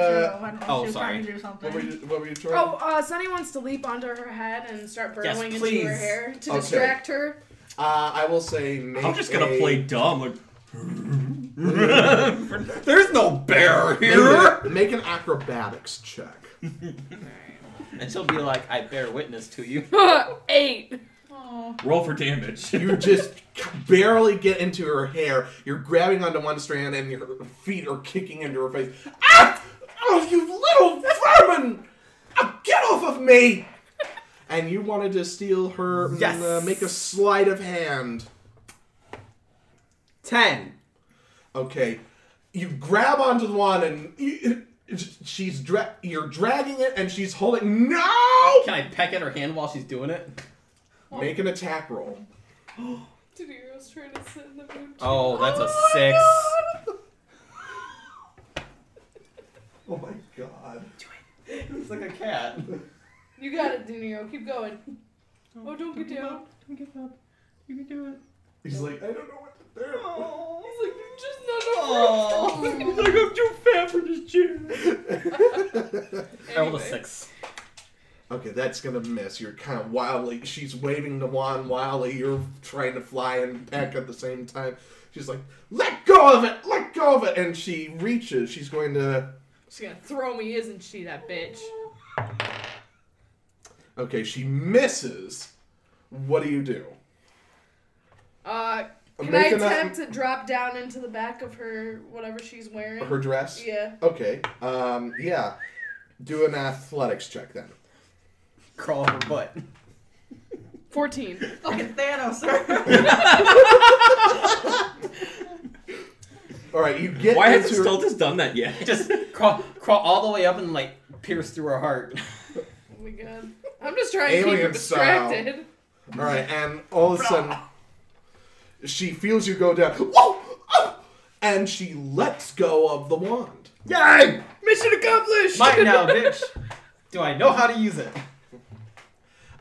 [SPEAKER 3] I don't know if
[SPEAKER 2] Oh,
[SPEAKER 3] she was
[SPEAKER 2] sorry.
[SPEAKER 3] trying to do something.
[SPEAKER 1] What were you? What were you trying?
[SPEAKER 6] Oh, uh, Sunny wants to leap onto her head and start
[SPEAKER 2] Yes,
[SPEAKER 6] burrowing into her
[SPEAKER 2] please.
[SPEAKER 6] hair to
[SPEAKER 1] Okay.
[SPEAKER 6] distract her.
[SPEAKER 1] Uh, I will say. Make
[SPEAKER 4] I'm just gonna
[SPEAKER 1] a-
[SPEAKER 4] play dumb. Like,
[SPEAKER 2] there's no bear
[SPEAKER 1] Make,
[SPEAKER 2] here!
[SPEAKER 1] a- make an acrobatics check.
[SPEAKER 2] And she'll be like, I bear witness to you.
[SPEAKER 6] Eight.
[SPEAKER 3] Oh,
[SPEAKER 4] roll for damage.
[SPEAKER 1] You just barely get into her hair. You're grabbing onto one strand, and your feet are kicking into her face. Ah! Oh, you little vermin! Ah, get off of me! And you wanted to steal her.
[SPEAKER 13] Yes.
[SPEAKER 1] Uh, make a sleight of hand.
[SPEAKER 2] Ten.
[SPEAKER 1] Okay, you grab onto the one, and you, she's dra- you're dragging it, and she's holding. No!
[SPEAKER 2] Can I peck at her hand while she's doing it?
[SPEAKER 1] Make an attack roll.
[SPEAKER 6] Didiro's trying to sit in the room.
[SPEAKER 2] Oh, that's a six.
[SPEAKER 1] Oh my god.
[SPEAKER 2] It's like a cat.
[SPEAKER 6] You got it, Dinero. Keep going. Oh, don't get down.
[SPEAKER 1] He's like, I don't know what to do.
[SPEAKER 6] He's like, you're just not
[SPEAKER 2] Oh.
[SPEAKER 4] like I'm too fat for this chair.
[SPEAKER 14] I rolled a
[SPEAKER 6] Anyway.
[SPEAKER 14] six.
[SPEAKER 1] Okay, that's gonna miss. You're kind of wildly. She's waving the wand wildly. You're trying to fly and peck at the same time. She's like, "Let go of it! Let go of it!" And she reaches. She's going to.
[SPEAKER 6] She's gonna throw me, isn't she, that bitch?
[SPEAKER 1] Okay, she misses. What do you do?
[SPEAKER 6] Uh, can I
[SPEAKER 1] Make an-
[SPEAKER 6] attempt to drop down into the back of her whatever she's wearing?
[SPEAKER 1] her dress?
[SPEAKER 6] Yeah.
[SPEAKER 1] Okay. Um, yeah. Do an athletics check then.
[SPEAKER 2] Crawl her butt.
[SPEAKER 6] Fourteen.
[SPEAKER 3] Fucking Thanos, sir.
[SPEAKER 1] All right, you get
[SPEAKER 4] Why has
[SPEAKER 1] into
[SPEAKER 4] it
[SPEAKER 1] her-
[SPEAKER 4] still just done that yet?
[SPEAKER 2] Just crawl, crawl all the way up and like pierce through her heart.
[SPEAKER 6] Oh my god. I'm just trying to keep her
[SPEAKER 1] Alien style.
[SPEAKER 6] distracted.
[SPEAKER 1] All right, and all of a sudden, she feels you go down. Whoa! Oh! And she lets go of the wand.
[SPEAKER 4] Yay!
[SPEAKER 6] Mission accomplished.
[SPEAKER 2] Mine now, bitch. Do I know how to use it?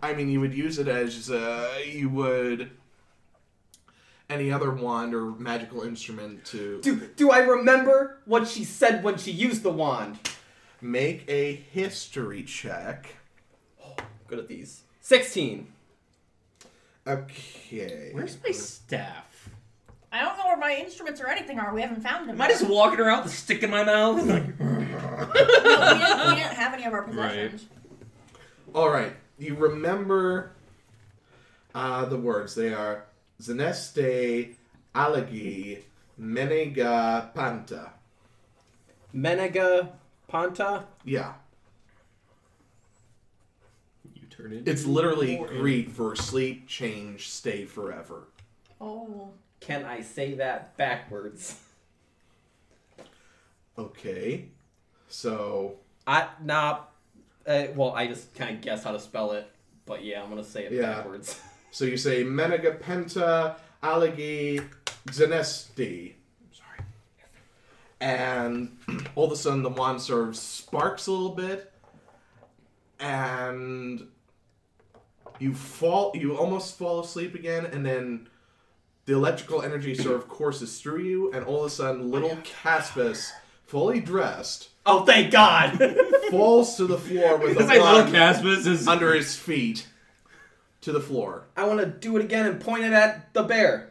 [SPEAKER 1] I mean, you would use it as uh, you would any other wand or magical instrument to
[SPEAKER 2] Do Do I remember what she said when she used the wand?
[SPEAKER 1] make a history check.
[SPEAKER 2] Good at these. Sixteen.
[SPEAKER 1] Okay.
[SPEAKER 4] Where's my staff?
[SPEAKER 3] I don't know where my instruments or anything are. We haven't found them.
[SPEAKER 4] Am I just walking around with a stick in my mouth? Like,
[SPEAKER 3] we, didn't, we didn't have any of our possessions.
[SPEAKER 1] All right, you remember uh, the words. They are Zeneste Alagi Menega Panta.
[SPEAKER 2] Menega Panta.
[SPEAKER 1] Yeah,
[SPEAKER 4] you turn in.
[SPEAKER 1] it's literally Greek for sleep, change, stay forever.
[SPEAKER 3] Oh.
[SPEAKER 2] Can I say that backwards?
[SPEAKER 1] Okay, so
[SPEAKER 2] I nah. Uh, well, I just kind of guess how to spell it, but yeah, I'm gonna say it
[SPEAKER 1] Yeah.
[SPEAKER 2] backwards.
[SPEAKER 1] so you say Menega Penta Alagi Zeneste. And all of a sudden, the wand sort of sparks a little bit, and you fall you almost fall asleep again and then the electrical energy sort of courses through you and all of a sudden little caspis fully dressed
[SPEAKER 2] Oh, thank God!
[SPEAKER 1] falls to the floor with a
[SPEAKER 4] It's like little
[SPEAKER 1] wand
[SPEAKER 4] Caspis is
[SPEAKER 1] under his feet to the floor
[SPEAKER 2] I want to do it again and point it at the bear.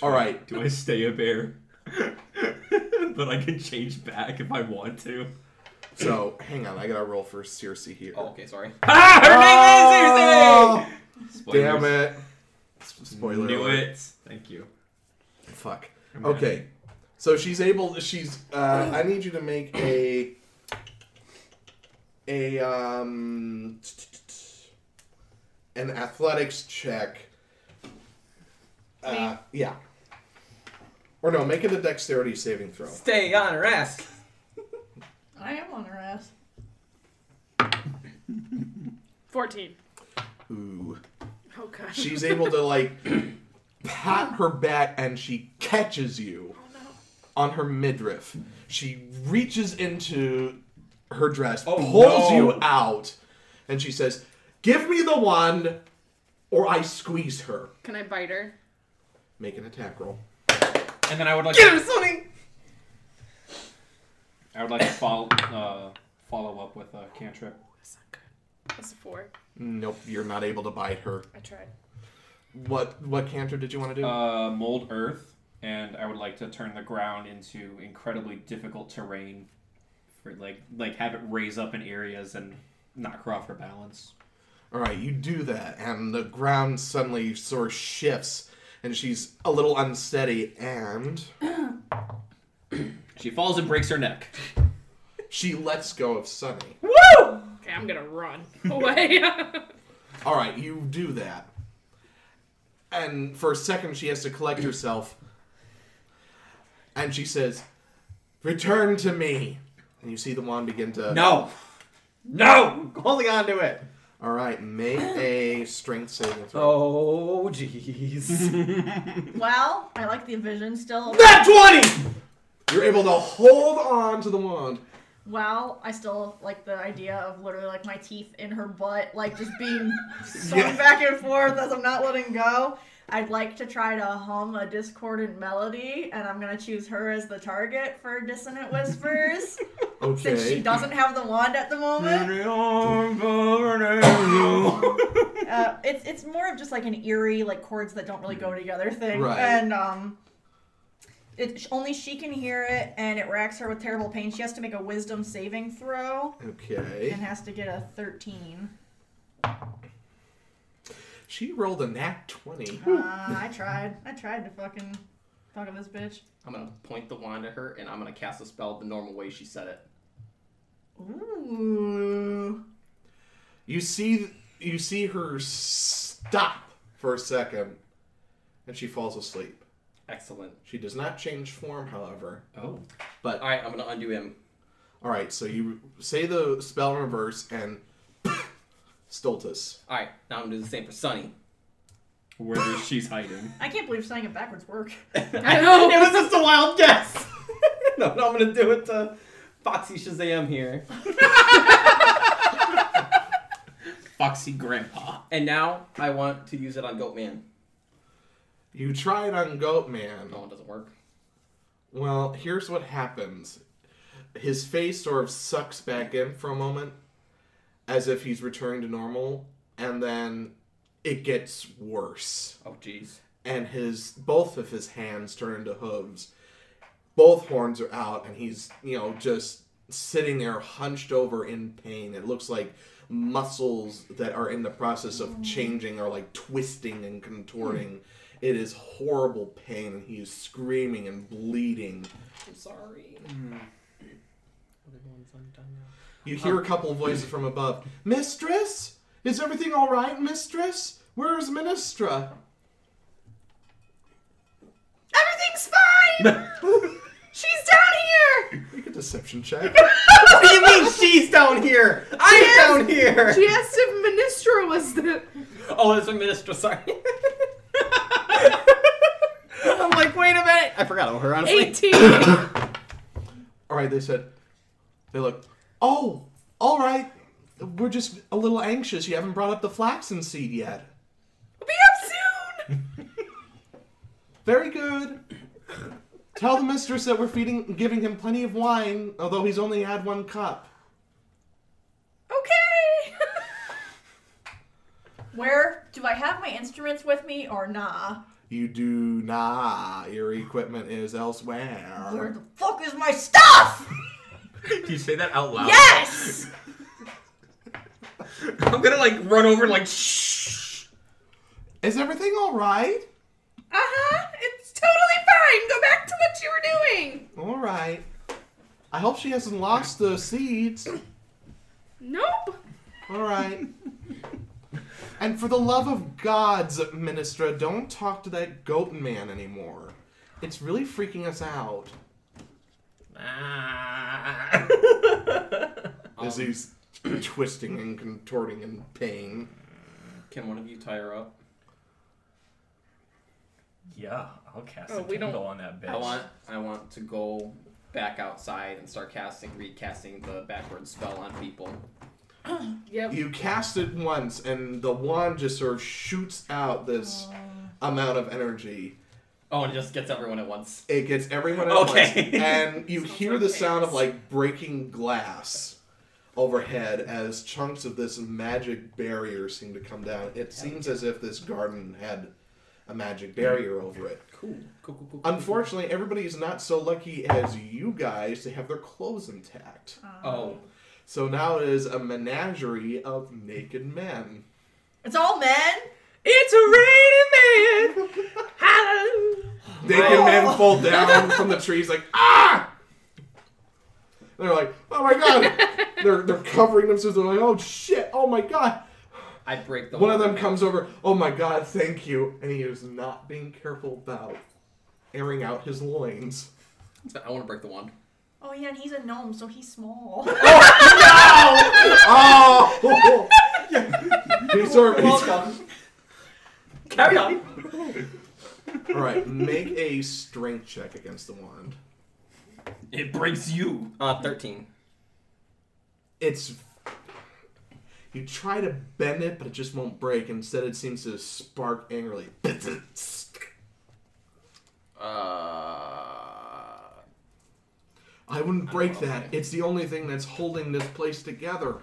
[SPEAKER 1] all right
[SPEAKER 4] Do I stay a bear? but I can change back if I want to.
[SPEAKER 1] so hang on i gotta roll for circe here
[SPEAKER 2] Oh, okay, sorry.
[SPEAKER 4] Ah, her
[SPEAKER 1] Oh,
[SPEAKER 4] name is Circe!
[SPEAKER 1] damn it S- spoiler
[SPEAKER 4] Knew
[SPEAKER 1] alert.
[SPEAKER 4] it. Thank you.
[SPEAKER 1] fuck
[SPEAKER 4] I'm
[SPEAKER 1] okay so she's able she's uh i need you to make a a um an athletics check uh yeah or no make it a dexterity saving throw
[SPEAKER 2] Stay on her ass.
[SPEAKER 3] I am on her ass.
[SPEAKER 6] Fourteen.
[SPEAKER 1] ooh
[SPEAKER 6] Oh gosh.
[SPEAKER 1] she's able to like pat her back and she catches you
[SPEAKER 6] Oh,
[SPEAKER 1] on her midriff. She reaches into her dress, pulls
[SPEAKER 2] no.
[SPEAKER 1] you out, and she says, "Give me the wand, or I squeeze her."
[SPEAKER 6] Can I bite her?
[SPEAKER 1] Make an attack roll.
[SPEAKER 5] And then I would like
[SPEAKER 2] Get him, Sonny.
[SPEAKER 5] I would like to follow uh, follow up with a cantrip.
[SPEAKER 6] That's not good. That's a four.
[SPEAKER 1] Nope, you're not able to bite her.
[SPEAKER 6] I tried.
[SPEAKER 1] What what canter did you want to do?
[SPEAKER 5] Uh, mold earth, and I would like to turn the ground into incredibly difficult terrain, for like like have it raise up in areas and knock her off her balance.
[SPEAKER 1] All right, you do that, and the ground suddenly sort of shifts, and she's a little unsteady, and
[SPEAKER 5] She falls and breaks her neck.
[SPEAKER 1] she lets go of Sunny.
[SPEAKER 6] Okay, I'm gonna run away.
[SPEAKER 1] All right, you do that. And for a second, she has to collect herself. And she says, Return to me. And you see the wand begin to.
[SPEAKER 2] No, no, holding on to it.
[SPEAKER 1] All right, make a strength saving throw.
[SPEAKER 2] Oh, jeez.
[SPEAKER 3] Well, I like the vision still.
[SPEAKER 1] Nat 20! You're able to hold on to the wand.
[SPEAKER 3] Well, I still like the idea of literally like my teeth in her butt, like just being sewn
[SPEAKER 1] Yeah.
[SPEAKER 3] back and forth as I'm not letting go. I'd like to try to hum a discordant melody, and I'm gonna choose her as the target for dissonant whispers since she
[SPEAKER 1] Okay.
[SPEAKER 3] doesn't have the wand at the moment. Uh, it's it's more of just like an eerie, like chords that don't really go together thing,
[SPEAKER 1] Right.
[SPEAKER 3] and um. It, only she can hear it, and it racks her with terrible pain. She has to make a wisdom saving throw
[SPEAKER 1] Okay.
[SPEAKER 3] and has to get a 13.
[SPEAKER 1] She rolled a nat 20.
[SPEAKER 3] Uh, I tried. I tried to fucking talk to this bitch.
[SPEAKER 2] I'm gonna point the wand at her and I'm gonna cast a spell the normal way she said it.
[SPEAKER 3] Ooh.
[SPEAKER 1] You see you see her stop for a second and she falls asleep.
[SPEAKER 2] Excellent.
[SPEAKER 1] She does not change form, however.
[SPEAKER 2] Oh.
[SPEAKER 1] But
[SPEAKER 2] All right, I'm gonna undo him.
[SPEAKER 1] all right, so you say the spell in reverse and Stoltis.
[SPEAKER 2] All right, now I'm gonna do the same for Sunny.
[SPEAKER 12] Wherever she's hiding.
[SPEAKER 3] I can't believe saying it backwards worked.
[SPEAKER 6] I know.
[SPEAKER 2] It was just a wild guess. no, no, I'm gonna do it to Foxy Shazam here.
[SPEAKER 5] Foxy Grandpa.
[SPEAKER 2] And now I want to use it on Goatman.
[SPEAKER 1] You try it on Goatman.
[SPEAKER 2] No, Oh, it doesn't work.
[SPEAKER 1] Well, here's what happens. His face sort of sucks back in for a moment, as if he's returning to normal, and then it gets worse.
[SPEAKER 2] Oh, jeez.
[SPEAKER 1] And his both of his hands turn into hooves. Both horns are out, and he's you know just sitting there hunched over in pain. It looks like muscles that are in the process
[SPEAKER 2] Mm.
[SPEAKER 1] of changing are like twisting and contorting.
[SPEAKER 2] Hmm.
[SPEAKER 1] It is horrible pain, and he is screaming and bleeding.
[SPEAKER 2] I'm sorry. Everyone's undone now.
[SPEAKER 1] You hear a couple of voices from above. Mistress? Is everything all right, mistress? Where's Ministra?
[SPEAKER 3] Everything's fine! She's down here!
[SPEAKER 1] Make a deception check.
[SPEAKER 2] What do you mean she's down here? I'm down here.
[SPEAKER 6] She asked if Ministra was the.
[SPEAKER 2] Oh, that's a minister. Sorry. I'm like, wait a minute. I forgot about her. Honestly.
[SPEAKER 6] 18.
[SPEAKER 1] all right, they said. They look. Oh, all right. We're just a little anxious. You haven't brought up the flaxen seed yet.
[SPEAKER 6] Be up soon!
[SPEAKER 1] Very good. Tell the mistress that we're feeding, giving him plenty of wine, although he's only had one cup.
[SPEAKER 6] Okay!
[SPEAKER 3] Where do I have my instruments with me or nah?
[SPEAKER 1] You do nah. Your equipment is
[SPEAKER 3] Oh, Where
[SPEAKER 1] elsewhere.
[SPEAKER 3] the fuck is my stuff?
[SPEAKER 4] Do you say that out loud?
[SPEAKER 3] Yes!
[SPEAKER 4] I'm gonna like run over and like shh.
[SPEAKER 1] Is everything all right?
[SPEAKER 6] Uh huh. It's totally fine. Go back to what you were doing.
[SPEAKER 1] All right. I hope she hasn't lost the seeds.
[SPEAKER 6] Nope.
[SPEAKER 1] All right. and for the love of gods, Ministra, don't talk to that goat man anymore. It's really freaking us out.
[SPEAKER 4] Ah.
[SPEAKER 1] As he's twisting and contorting in pain.
[SPEAKER 2] Can one of you tie her up?
[SPEAKER 4] yeah, I'll cast
[SPEAKER 6] Oh,
[SPEAKER 4] a
[SPEAKER 6] we don't-
[SPEAKER 4] candle on that bitch.
[SPEAKER 2] I want. I want to go back outside and start casting, recasting the backward spell on people.
[SPEAKER 6] Yep.
[SPEAKER 1] You cast it once, and the wand just sort of shoots out this amount of energy.
[SPEAKER 2] Oh, and it just gets everyone at once.
[SPEAKER 1] It gets everyone at
[SPEAKER 2] Okay.
[SPEAKER 1] once, and you hear the sound of like breaking glass overhead as chunks of this magic barrier seem to come down. It seems as if this garden had a magic barrier over it.
[SPEAKER 2] Cool. Cool. Cool. cool.
[SPEAKER 1] Unfortunately, everybody is not so lucky as you guys to have their clothes intact.
[SPEAKER 2] Oh.
[SPEAKER 1] So now it is a menagerie of naked men.
[SPEAKER 3] It's all men?
[SPEAKER 6] It's a rainy man. Hallelujah.
[SPEAKER 1] Naked men fall down from the trees like ah. They're like, oh my god! they're they're covering themselves. They're like, oh shit! Oh my god!
[SPEAKER 2] I break the.
[SPEAKER 1] One of them
[SPEAKER 2] wand.
[SPEAKER 1] comes over. Oh my god! Thank you. And he is not being careful about airing out his loins.
[SPEAKER 2] I want to break the wand.
[SPEAKER 3] Oh yeah, and he's a gnome, so he's small.
[SPEAKER 1] Oh! oh! He sort of- he's-
[SPEAKER 2] Carry on.
[SPEAKER 1] all right, make a strength check against the wand.
[SPEAKER 4] It breaks you.
[SPEAKER 2] Uh, thirteen.
[SPEAKER 1] It's you try to bend it, but it just won't break. Instead, it seems to spark angrily.
[SPEAKER 2] Uh.
[SPEAKER 1] I wouldn't break
[SPEAKER 2] know.
[SPEAKER 1] that. It's the only thing that's holding this place together.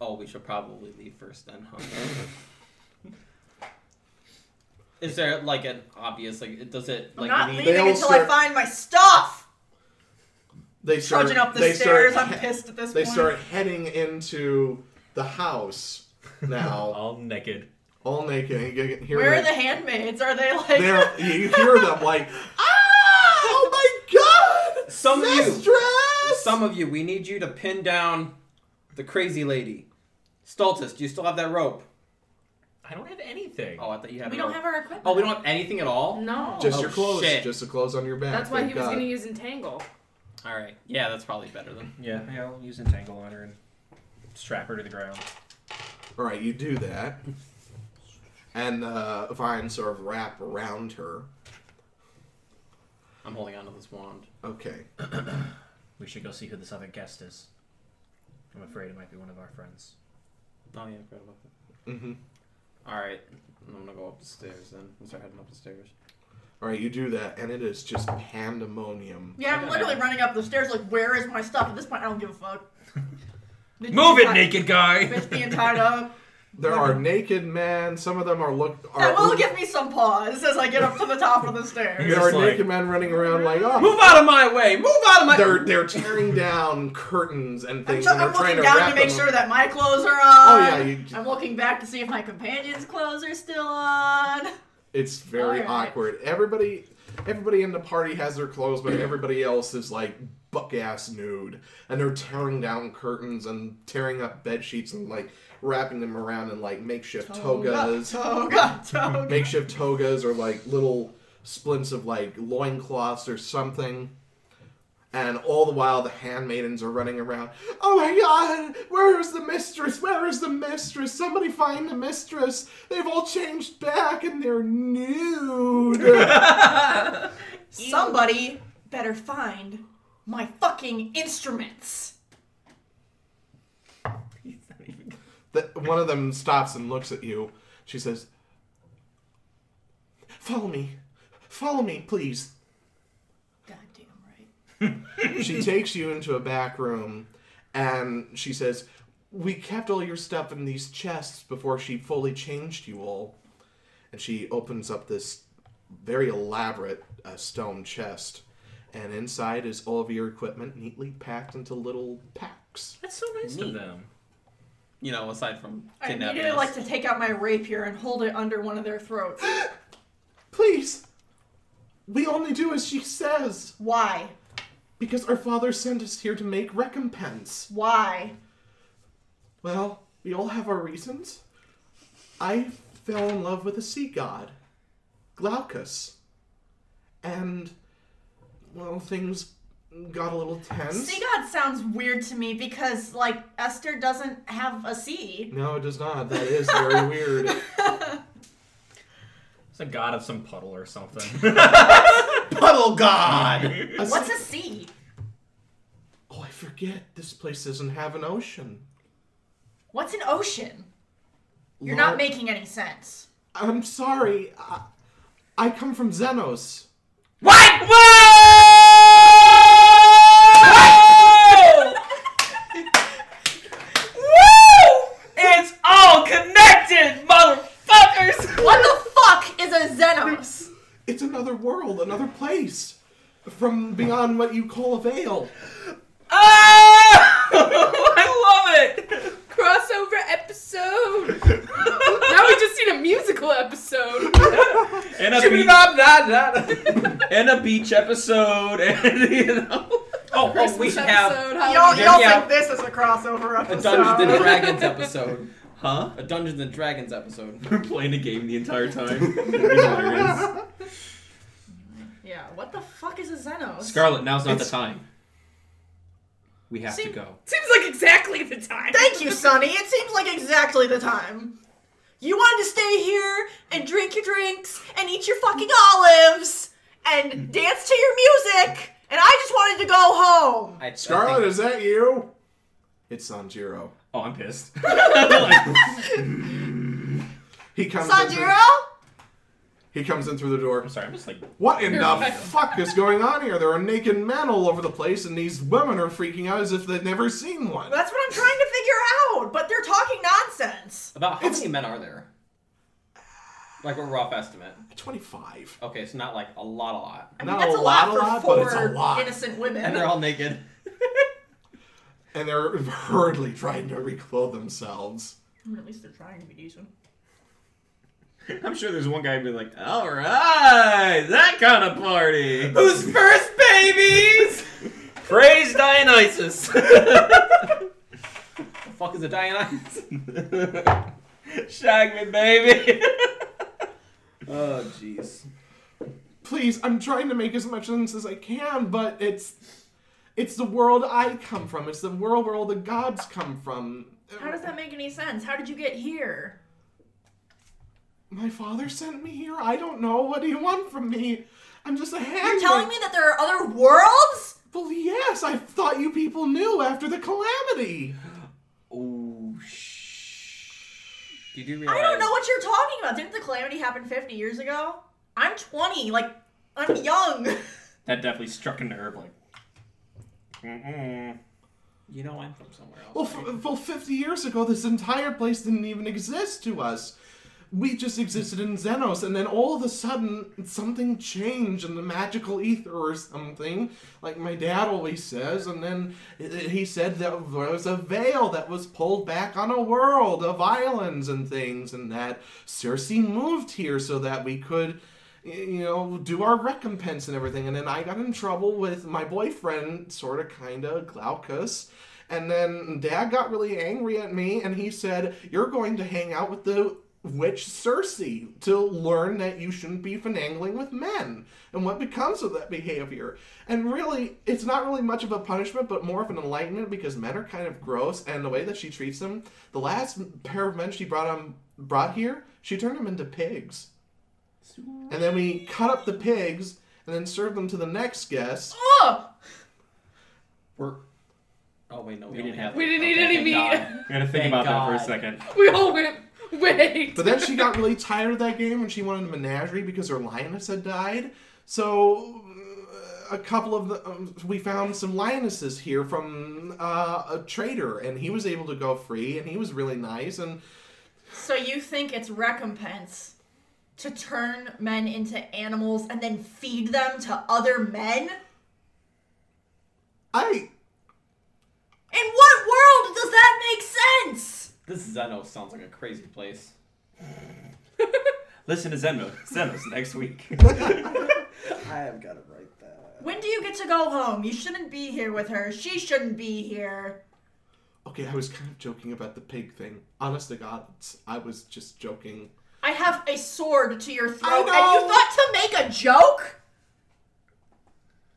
[SPEAKER 2] Oh, we should probably leave first then, huh? Is there like an obvious like it does it
[SPEAKER 3] I'm
[SPEAKER 2] like
[SPEAKER 3] not
[SPEAKER 2] need
[SPEAKER 1] They all
[SPEAKER 3] leaving until I
[SPEAKER 1] start-
[SPEAKER 3] find my stuff!
[SPEAKER 1] They start
[SPEAKER 3] Trudging up the
[SPEAKER 1] they
[SPEAKER 3] stairs,
[SPEAKER 1] Start,
[SPEAKER 3] I'm pissed at this
[SPEAKER 1] They
[SPEAKER 3] point.
[SPEAKER 2] Oh.
[SPEAKER 1] start heading into the house now.
[SPEAKER 4] All naked.
[SPEAKER 1] all naked. And you can hear
[SPEAKER 3] Where are
[SPEAKER 1] like,
[SPEAKER 3] the handmaids? Are they like?
[SPEAKER 1] they're- you hear them like, ah, oh my god,
[SPEAKER 2] Some of you-
[SPEAKER 1] mistress!
[SPEAKER 2] Some of you, we need you to pin down the crazy lady. Stultus, do you still have that rope?
[SPEAKER 4] I don't have anything.
[SPEAKER 2] Oh, I thought you had.
[SPEAKER 7] We
[SPEAKER 2] a
[SPEAKER 7] don't
[SPEAKER 2] rope.
[SPEAKER 7] have our equipment.
[SPEAKER 2] Oh, we don't have anything at all.
[SPEAKER 6] No.
[SPEAKER 1] just
[SPEAKER 2] Oh,
[SPEAKER 1] your clothes,
[SPEAKER 2] shit.
[SPEAKER 1] just the clothes on your back.
[SPEAKER 6] That's why
[SPEAKER 1] thank
[SPEAKER 6] he was
[SPEAKER 1] God.
[SPEAKER 6] going to use Entangle.
[SPEAKER 2] All right. Yeah, that's probably better than.
[SPEAKER 4] Yeah, yeah, I'll use entangle on her and strap her to the ground.
[SPEAKER 1] All right, you do that, and uh, vines sort of wrap around her.
[SPEAKER 2] I'm holding on to this wand.
[SPEAKER 1] Okay,
[SPEAKER 4] We should go see who this other guest is. I'm afraid it might be one of our friends.
[SPEAKER 2] Oh yeah, I forgot about that.
[SPEAKER 1] mm-hmm.
[SPEAKER 2] All right, I'm gonna go up the stairs then. I'm start heading up the stairs.
[SPEAKER 1] all right, you do that, and it is just pandemonium.
[SPEAKER 3] Yeah, I'm literally running up the stairs. Like, where is my stuff? At this point, I don't give a fuck. Bitch
[SPEAKER 4] Move
[SPEAKER 3] being
[SPEAKER 4] it,
[SPEAKER 3] tied-
[SPEAKER 4] naked guy!
[SPEAKER 3] Bitch being tied up.
[SPEAKER 1] There are naked men. Some of them are look. Are,
[SPEAKER 3] That will give me some pause as I get up to the top of the stairs.
[SPEAKER 1] There are
[SPEAKER 4] Just like-
[SPEAKER 1] naked men running around like, oh,
[SPEAKER 2] Move out of my way! Move out of my.
[SPEAKER 1] they're they're tearing down curtains and
[SPEAKER 3] I'm,
[SPEAKER 1] things.
[SPEAKER 3] so-
[SPEAKER 1] and
[SPEAKER 3] I'm
[SPEAKER 1] they're trying
[SPEAKER 3] looking
[SPEAKER 1] to
[SPEAKER 3] down
[SPEAKER 1] wrap
[SPEAKER 3] to make
[SPEAKER 1] them-
[SPEAKER 3] sure that my clothes are on.
[SPEAKER 1] Oh yeah, you,
[SPEAKER 3] I'm looking back to see if my companion's clothes are still on.
[SPEAKER 1] it's very
[SPEAKER 3] Alright.
[SPEAKER 1] awkward. Everybody, everybody in the party has their clothes, but everybody else is like buck ass nude, and they're tearing down curtains and tearing up bed sheets and like wrapping them around in like makeshift togas.
[SPEAKER 3] Toga, toga.
[SPEAKER 1] makeshift togas or like little splints of like loincloths or something. And all the while, the handmaidens are running around. Oh my god! Where is the mistress? Where is the mistress? Somebody find the mistress! They've all changed back and they're nude!
[SPEAKER 3] Somebody better find my fucking instruments.
[SPEAKER 1] the, one of them stops and looks at you. She says, Follow me. Follow me, please.
[SPEAKER 3] Goddamn right.
[SPEAKER 1] she takes you into a back room and she says, We kept all your stuff in these chests before she fully changed you all. And she opens up this very elaborate uh, stone chest. And inside is all of your equipment neatly packed into little packs.
[SPEAKER 4] That's so nice
[SPEAKER 6] E.
[SPEAKER 2] Neat.
[SPEAKER 4] of them.
[SPEAKER 2] You know, aside from
[SPEAKER 3] I
[SPEAKER 2] kidnapping.
[SPEAKER 3] immediately
[SPEAKER 2] us.
[SPEAKER 3] like to take out my rapier and hold it under one of their throats.
[SPEAKER 1] Please! We only do as she says!
[SPEAKER 3] Why?
[SPEAKER 1] Because our father sent us here to make recompense.
[SPEAKER 3] Why?
[SPEAKER 1] Well, we all have our reasons. I fell in love with a sea god, Glaucus. And, well, things got a little tense.
[SPEAKER 3] Sea god sounds weird to me because like Esther doesn't have a sea.
[SPEAKER 1] no, it does not. That is very weird.
[SPEAKER 4] It's a god of some puddle or something.
[SPEAKER 1] Puddle god!
[SPEAKER 3] What's a sea?
[SPEAKER 1] oh, I forget. This place doesn't have an ocean.
[SPEAKER 3] What's an ocean? You're
[SPEAKER 1] Lar-
[SPEAKER 3] not making any sense.
[SPEAKER 1] I'm sorry. I, I come from Xenos.
[SPEAKER 4] what? It's all connected, motherfuckers!
[SPEAKER 3] What the fuck is a Xenos?
[SPEAKER 1] It's another world, another place. From beyond what you call a veil.
[SPEAKER 4] I love it!
[SPEAKER 6] Crossover episode! now we just need a musical episode.
[SPEAKER 4] And a beach, and a beach episode, and you know.
[SPEAKER 2] Oh, oh, we
[SPEAKER 6] Christmas
[SPEAKER 2] should have
[SPEAKER 6] episode,
[SPEAKER 3] Y'all,
[SPEAKER 6] Halloween.
[SPEAKER 3] y'all
[SPEAKER 2] Yeah.
[SPEAKER 3] think this is a crossover
[SPEAKER 2] a
[SPEAKER 3] episode?
[SPEAKER 2] Dungeons and Dragons episode.
[SPEAKER 12] Huh?
[SPEAKER 2] A Dungeons and Dragons episode.
[SPEAKER 12] We're playing a game the entire time. It'd be hilarious.
[SPEAKER 3] Yeah, what the fuck is a Xenos?
[SPEAKER 5] Scarlet, now's not
[SPEAKER 1] It's-
[SPEAKER 5] the time. We have to
[SPEAKER 3] See-
[SPEAKER 5] go.
[SPEAKER 6] Seems like exactly the time.
[SPEAKER 3] Thank you, Sonny. It seems like exactly the time. You wanted to stay here and drink your drinks and eat your fucking olives and dance to your music, and I just wanted to go home.
[SPEAKER 2] I, I
[SPEAKER 1] Scarlet, is that you? It's Sanjiro.
[SPEAKER 5] Oh, I'm pissed.
[SPEAKER 1] He comes. In through,
[SPEAKER 3] Sanjiro?
[SPEAKER 1] he comes in through the door.
[SPEAKER 5] I'm sorry, I'm just like.
[SPEAKER 1] What in the
[SPEAKER 6] Perfect.
[SPEAKER 1] fuck is going on here? There are naked men all over the place, and these women are freaking out as if they've never seen one.
[SPEAKER 3] That's what I'm trying to figure out, but they're talking nonsense.
[SPEAKER 2] about how many men are there? Like a rough estimate.
[SPEAKER 1] Twenty-five.
[SPEAKER 2] Okay, it's not like a lot, a lot,
[SPEAKER 3] I mean,
[SPEAKER 1] Not
[SPEAKER 3] that's
[SPEAKER 1] a
[SPEAKER 3] a
[SPEAKER 1] lot,
[SPEAKER 3] lot,
[SPEAKER 1] a lot,
[SPEAKER 3] for four
[SPEAKER 1] but it's a lot.
[SPEAKER 3] innocent women.
[SPEAKER 2] and they're all naked.
[SPEAKER 1] And they're hurriedly trying to reclothe themselves.
[SPEAKER 3] at least they're trying to be decent.
[SPEAKER 12] I'm sure there's one guy who'd be like, all right, that kind of party.
[SPEAKER 4] Who's first, babies? Praise Dionysus.
[SPEAKER 2] The fuck is a Dionysus?
[SPEAKER 4] Shag me, baby.
[SPEAKER 2] Oh, jeez.
[SPEAKER 1] Please, I'm trying to make as much sense as I can, but it's it's the world I come from. It's the world where all the gods come from.
[SPEAKER 3] How does that make any sense? How did you get here?
[SPEAKER 1] My father sent me here. I don't know. What do you want from me? I'm just a
[SPEAKER 3] You're
[SPEAKER 1] handmaid.
[SPEAKER 3] telling me that there are other worlds?
[SPEAKER 1] Well, yes, I thought you people knew after the calamity.
[SPEAKER 12] Oh, shh.
[SPEAKER 2] You do realize
[SPEAKER 3] I don't know what you're talking about. Didn't the calamity happen 50 years ago? I'm 20. Like, I'm young.
[SPEAKER 4] That definitely struck a nerve. Like, mm-mm.
[SPEAKER 2] You know I'm from somewhere else.
[SPEAKER 1] Well, f- well, 50 years ago, this entire place didn't even exist to us. We just existed in Xenos, and then all of a sudden, something changed in the magical ether or something, like my dad always says. And then i- i- he said that there was a veil that was pulled back on a world of islands and things, and that Circe moved here so that we could you know, do our recompense and everything. And then I got in trouble with my boyfriend, sort of, kind of, Glaucus. And then dad got really angry at me and he said, You're going to hang out with the witch Circe to learn that you shouldn't be finagling with men and what becomes of that behavior. And really, it's not really much of a punishment, but more of an enlightenment because men are kind of gross and the way that she treats them. The last pair of men she brought on, brought here, she turned them into pigs. And then we cut up the pigs and then served them to the next guest.
[SPEAKER 3] Ugh!
[SPEAKER 2] We're. Oh wait, no, we,
[SPEAKER 14] didn't
[SPEAKER 2] only
[SPEAKER 14] have-
[SPEAKER 6] We didn't eat any meat.
[SPEAKER 4] I'm gonna think
[SPEAKER 14] Thank
[SPEAKER 4] about that for
[SPEAKER 14] God.
[SPEAKER 4] a second.
[SPEAKER 6] We all went, wait.
[SPEAKER 1] But then she got really tired of that game and she wanted a menagerie because her lioness had died. So uh, a couple of the um, we found some lionesses here from uh, a trader and he was able to go free and he was really nice and
[SPEAKER 3] So you think it's recompense to turn men into animals and then feed them to other men?
[SPEAKER 1] I
[SPEAKER 3] In what world does that make sense?
[SPEAKER 2] This Zeno sounds like a crazy place.
[SPEAKER 4] Listen to Zenos. Zenos next week.
[SPEAKER 13] I have got to write that.
[SPEAKER 3] When do you get to go home? You shouldn't be here with her. She shouldn't be here.
[SPEAKER 1] okay, I was kind of joking about the pig thing. Honest to God, it's- I was just joking.
[SPEAKER 3] I have a sword to your throat,
[SPEAKER 1] I
[SPEAKER 3] and you
[SPEAKER 1] know.
[SPEAKER 3] thought to make a joke?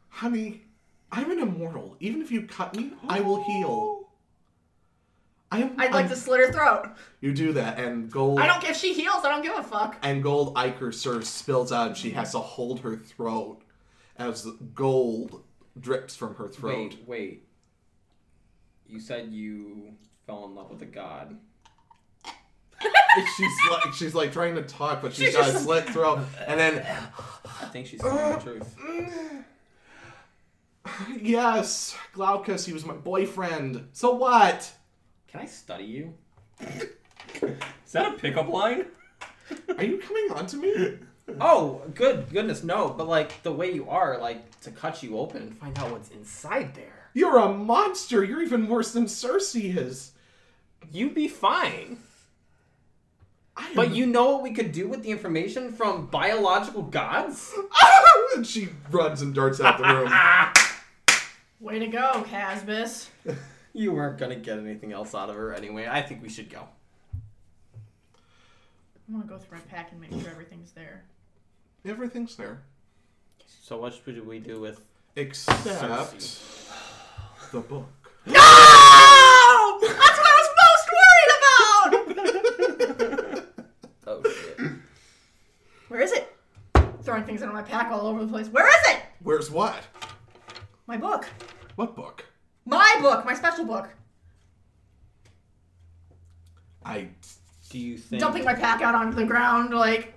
[SPEAKER 1] Honey, I'm an immortal. Even if you cut me, I will heal. I am.
[SPEAKER 3] I'd like
[SPEAKER 1] I'm-
[SPEAKER 3] to slit her throat.
[SPEAKER 1] You do that, and gold.
[SPEAKER 3] I don't. If she heals, I don't give a fuck.
[SPEAKER 1] and gold ichor sort of spills out and she has to hold her throat as gold drips from her throat
[SPEAKER 2] Wait, wait. You said you fell in love with a god.
[SPEAKER 1] she's like she's like trying to talk but she's got a slit throat and then
[SPEAKER 2] I think she's telling the truth.
[SPEAKER 1] yes glaucus he was my boyfriend so what
[SPEAKER 2] Can I study you?
[SPEAKER 4] Is that a pickup line?
[SPEAKER 1] are you coming on to me
[SPEAKER 2] Oh, good goodness, no. But like the way you are, like to cut you open and find out what's inside there.
[SPEAKER 1] you're a monster you're even worse than circe is
[SPEAKER 2] You'd be fine.
[SPEAKER 1] I am-
[SPEAKER 2] But you know what we could do with the information from biological gods?
[SPEAKER 1] and she runs and darts out the room
[SPEAKER 3] Way to go, Casbus.
[SPEAKER 2] You weren't gonna get anything else out of her anyway. I think we should go.
[SPEAKER 3] I'm gonna go through my pack and make sure everything's there.
[SPEAKER 1] everything's there
[SPEAKER 2] So what should we do with
[SPEAKER 1] except the book
[SPEAKER 3] No! That's what I was most worried about!
[SPEAKER 2] Oh shit.
[SPEAKER 3] Where is it? Throwing things into my pack all over the place. Where is it?
[SPEAKER 1] where's what
[SPEAKER 3] My book.
[SPEAKER 1] what book
[SPEAKER 3] My book. My special book.
[SPEAKER 1] i
[SPEAKER 2] Do you think
[SPEAKER 3] Dumping my pack out onto the ground, like.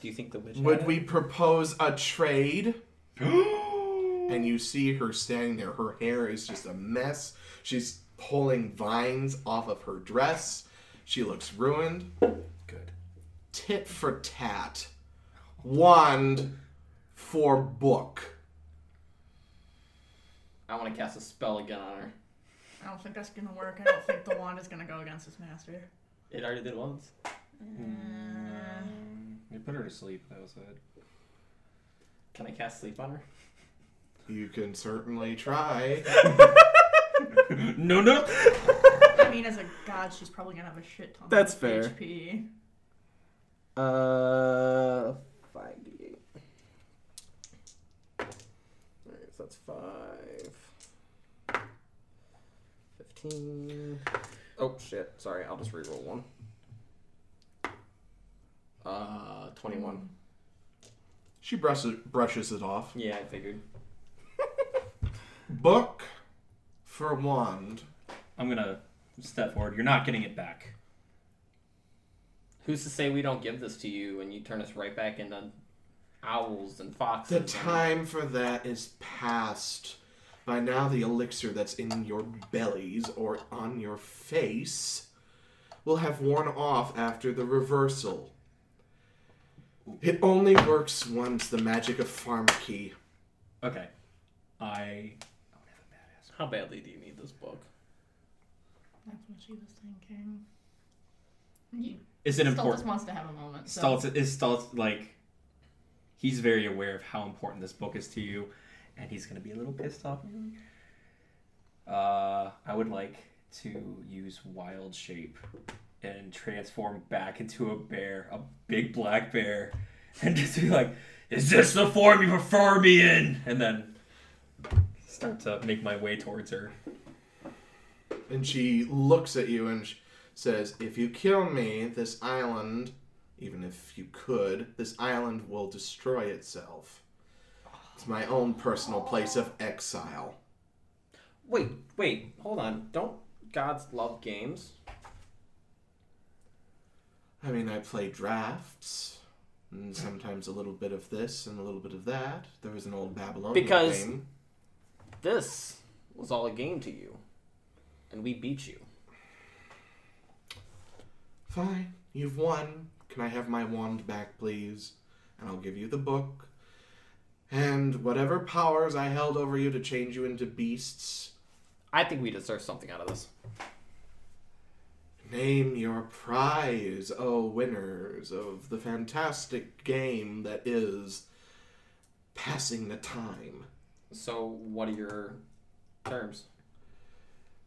[SPEAKER 2] do you think the witch
[SPEAKER 1] Would
[SPEAKER 2] had
[SPEAKER 1] we propose a trade? and you see her standing there. Her hair is just a mess. She's pulling vines off of her dress. She looks ruined.
[SPEAKER 4] Good.
[SPEAKER 1] Tit for tat. Wand for book.
[SPEAKER 2] I wanna cast a spell again on her.
[SPEAKER 3] I don't think that's gonna work. I don't think the wand is gonna go against this master.
[SPEAKER 2] It already did once.
[SPEAKER 5] You put her to sleep. That was it.
[SPEAKER 2] Can I cast sleep on her?
[SPEAKER 1] You can certainly try.
[SPEAKER 5] No, no.
[SPEAKER 3] I mean, as a god, she's probably gonna have a shit ton.
[SPEAKER 14] That's
[SPEAKER 3] of
[SPEAKER 14] fair.
[SPEAKER 3] HP.
[SPEAKER 14] Uh, five d eight. All right, so that's five. Fifteen.
[SPEAKER 2] Oh shit! Sorry, I'll just re-roll one. Uh, twenty-one.
[SPEAKER 1] She brushes, brushes it off.
[SPEAKER 2] Yeah, I figured.
[SPEAKER 1] Book for wand.
[SPEAKER 5] I'm gonna step forward. You're not getting it back.
[SPEAKER 2] Who's to say we don't give this to you and you turn us right back into owls and foxes?
[SPEAKER 1] The time for that is past. By now, the elixir that's in your bellies or on your face will have worn off after the reversal. It only works once the magic of Farmkey.
[SPEAKER 5] Okay. I
[SPEAKER 2] How badly do you need this book?
[SPEAKER 7] That's what she was thinking.
[SPEAKER 5] is it
[SPEAKER 7] Still just
[SPEAKER 5] important.
[SPEAKER 7] wants to have a moment. So.
[SPEAKER 5] Stoltz is Stoltz like he's very aware of how important this book is to you, and he's gonna be a little pissed off. maybe. Uh, I would like to use wild shape and transform back into a bear, a big black bear, and just be like, "Is this the form you prefer me in?" And then start to make my way towards her.
[SPEAKER 1] And she looks at you and sh- says, If you kill me, this island, even if you could, this island will destroy itself. It's my own personal place of exile.
[SPEAKER 2] Wait, wait, hold on. Don't gods love games?
[SPEAKER 1] I mean, I play drafts, and sometimes a little bit of this and a little bit of that. There was an old Babylonian
[SPEAKER 14] Because-
[SPEAKER 1] game.
[SPEAKER 14] This was all a game to you, and we beat you.
[SPEAKER 1] Fine, you've won. Can I have my wand back, please? And I'll give you the book. And whatever powers I held over you to change you into beasts,
[SPEAKER 14] I think we deserve something out of this.
[SPEAKER 1] Name your prize, O winners of the fantastic game that is passing the time.
[SPEAKER 2] So, what are your terms?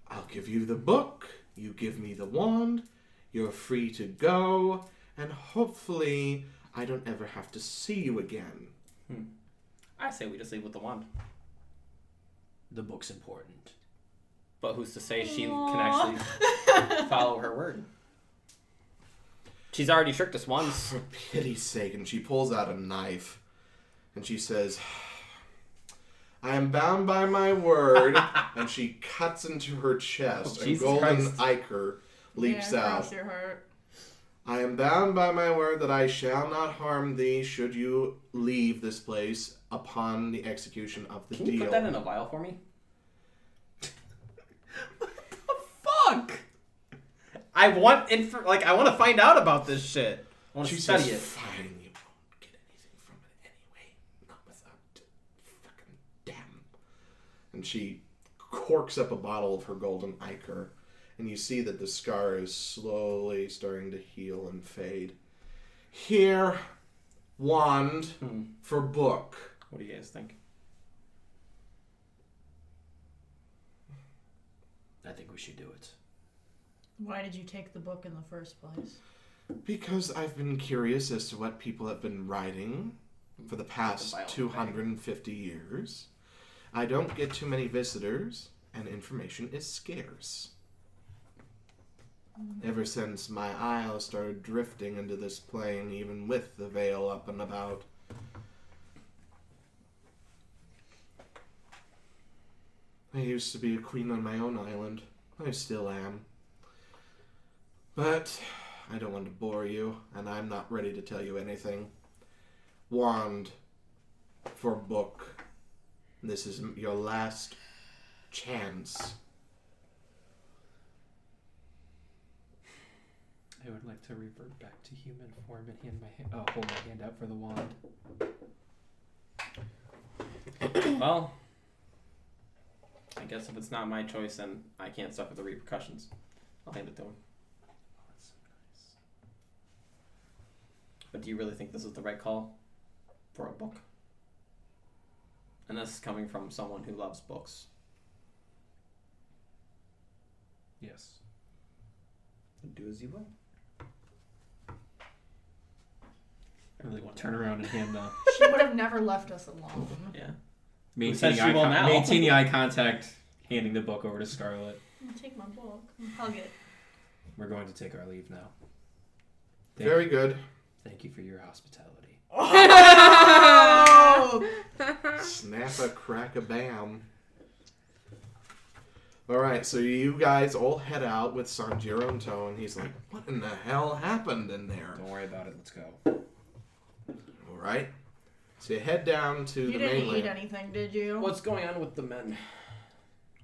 [SPEAKER 1] I'll give you the book, you give me the wand, you're free to go, and hopefully I don't ever have to see you again.
[SPEAKER 2] I say we just leave with the wand.
[SPEAKER 4] The book's important.
[SPEAKER 2] But who's to say she can actually follow her word?
[SPEAKER 14] She's already tricked us once.
[SPEAKER 1] For pity's sake, and she pulls out a knife and she says, I am bound by my word. and she cuts into her chest,
[SPEAKER 2] Oh,
[SPEAKER 1] and
[SPEAKER 2] Jesus
[SPEAKER 1] Golden
[SPEAKER 2] Christ.
[SPEAKER 1] Iker leaps
[SPEAKER 7] yeah,
[SPEAKER 1] out.
[SPEAKER 7] cross your heart.
[SPEAKER 1] I am bound by my word that I shall not harm thee should you leave this place upon the execution of the
[SPEAKER 2] Can you
[SPEAKER 1] deal.
[SPEAKER 2] put that in a vial for me?
[SPEAKER 5] Fuck.
[SPEAKER 2] I want inf- like I want to find out about this shit. I want
[SPEAKER 1] she
[SPEAKER 2] to study
[SPEAKER 1] says,
[SPEAKER 2] it.
[SPEAKER 1] "Fine, you won't get anything from it anyway, not without d- fucking damn." And she corks up a bottle of her golden ichor, and you see that the scar is slowly starting to heal and fade. Here, wand
[SPEAKER 2] Hmm.
[SPEAKER 1] for book.
[SPEAKER 2] What do you guys think?
[SPEAKER 4] I think we should do it.
[SPEAKER 7] Why did you take the book in the first place?
[SPEAKER 1] Because I've been curious as to what people have been writing for the past
[SPEAKER 2] The Bible
[SPEAKER 1] 250 years. I don't get too many visitors, and information is scarce. Ever since my isle started drifting into this plane, even with the veil up and about. I used to be a queen on my own island. I still am. But I don't want to bore you, and I'm not ready to tell you anything. Wand for book. This is m- your last chance.
[SPEAKER 5] I would like to revert back to human form and hand my ha- uh, hold my hand out for the wand.
[SPEAKER 2] Well, I guess if it's not my choice, then I can't suffer the repercussions. I'll hand it to him. But do you really think this is the right call for a book? And this is coming from someone who loves books.
[SPEAKER 5] Yes.
[SPEAKER 2] Do as you will. I really want to.
[SPEAKER 5] Turn around and hand the
[SPEAKER 7] She would have never left us alone.
[SPEAKER 2] Yeah.
[SPEAKER 5] maintaining
[SPEAKER 2] says she
[SPEAKER 5] eye,
[SPEAKER 2] will
[SPEAKER 5] con-
[SPEAKER 2] now?
[SPEAKER 5] maintaining eye contact, handing the book over to Scarlet.
[SPEAKER 7] I'll take my book. Hug it.
[SPEAKER 5] We're going to take our leave now. Thank,
[SPEAKER 1] Very good.
[SPEAKER 5] thank you for your hospitality.
[SPEAKER 7] Oh!
[SPEAKER 1] Snap a crack a bam. All right, so you guys all head out with Sanjiro in tow, and he's like, "What in the hell happened in there?"
[SPEAKER 5] Don't worry about it. Let's go.
[SPEAKER 1] All right, so you head down to
[SPEAKER 7] You
[SPEAKER 1] the
[SPEAKER 7] didn't
[SPEAKER 1] mainland.
[SPEAKER 7] eat anything, did you?
[SPEAKER 2] What's going on with the men?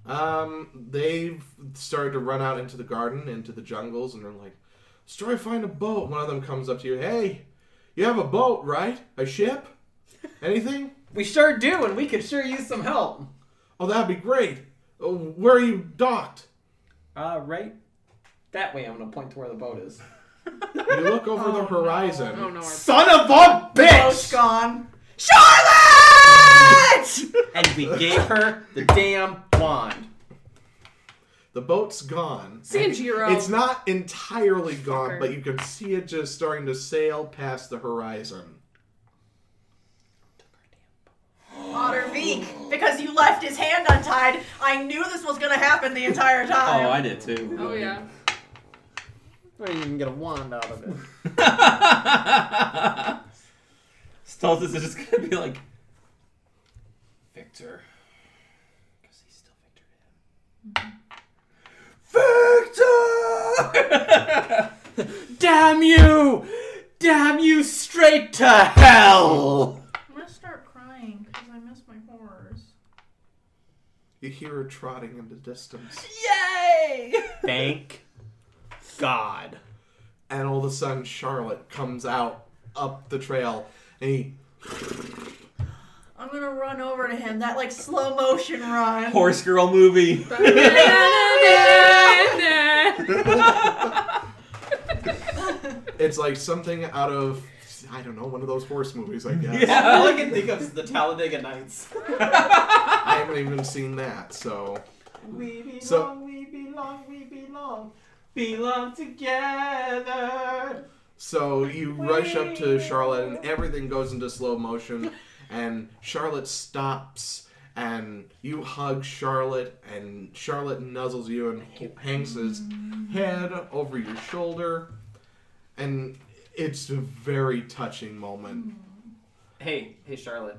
[SPEAKER 1] Um, they've started to run out into the garden, into the jungles, and they're like, "Let's try to find a boat." One of them comes up to you, "Hey, you have a boat, right? A ship? Anything?
[SPEAKER 2] We sure do, and we could sure use some help.
[SPEAKER 1] Oh, that'd be great. Oh, where are you docked?"
[SPEAKER 2] Uh, right that way. I'm gonna point to where the boat is.
[SPEAKER 1] You look over the horizon.
[SPEAKER 6] Oh no, our
[SPEAKER 2] Son of a
[SPEAKER 3] Boat's gone.
[SPEAKER 2] and we gave her the damn wand.
[SPEAKER 1] The boat's gone.
[SPEAKER 6] Sanjiro.
[SPEAKER 1] It's not entirely gone,
[SPEAKER 6] Fucker.
[SPEAKER 1] but you can see it just starting to sail past the horizon.
[SPEAKER 3] Otter Veek, because you left his hand untied. I knew this was gonna happen the entire time.
[SPEAKER 12] Oh, I did too.
[SPEAKER 6] Oh yeah.
[SPEAKER 2] I didn't even get a wand out of it.
[SPEAKER 12] Stultus is just gonna be like,
[SPEAKER 5] Victor. Because he's still Victor to him.
[SPEAKER 2] Damn you! Damn you straight to hell!
[SPEAKER 7] I'm gonna start crying because I miss my horrors.
[SPEAKER 1] You hear her trotting in the distance,
[SPEAKER 3] Yay!
[SPEAKER 2] Thank God.
[SPEAKER 1] and all of a sudden, Charlotte comes out up the trail, and he
[SPEAKER 3] I'm gonna run over to him. That like slow motion run.
[SPEAKER 12] horse girl movie.
[SPEAKER 1] it's like something out of I don't know one of those horse movies. I guess
[SPEAKER 2] All I can think of is the Talladega Nights.
[SPEAKER 1] I haven't even seen that. So
[SPEAKER 2] We belong,
[SPEAKER 1] So-
[SPEAKER 2] we belong, we belong. Belong together.
[SPEAKER 1] So you rush up to Charlotte, and everything goes into slow motion. And Charlotte stops, and you hug Charlotte, and Charlotte nuzzles you and h- hangs his head over your shoulder. And it's a very touching moment.
[SPEAKER 2] Hey, hey, Charlotte.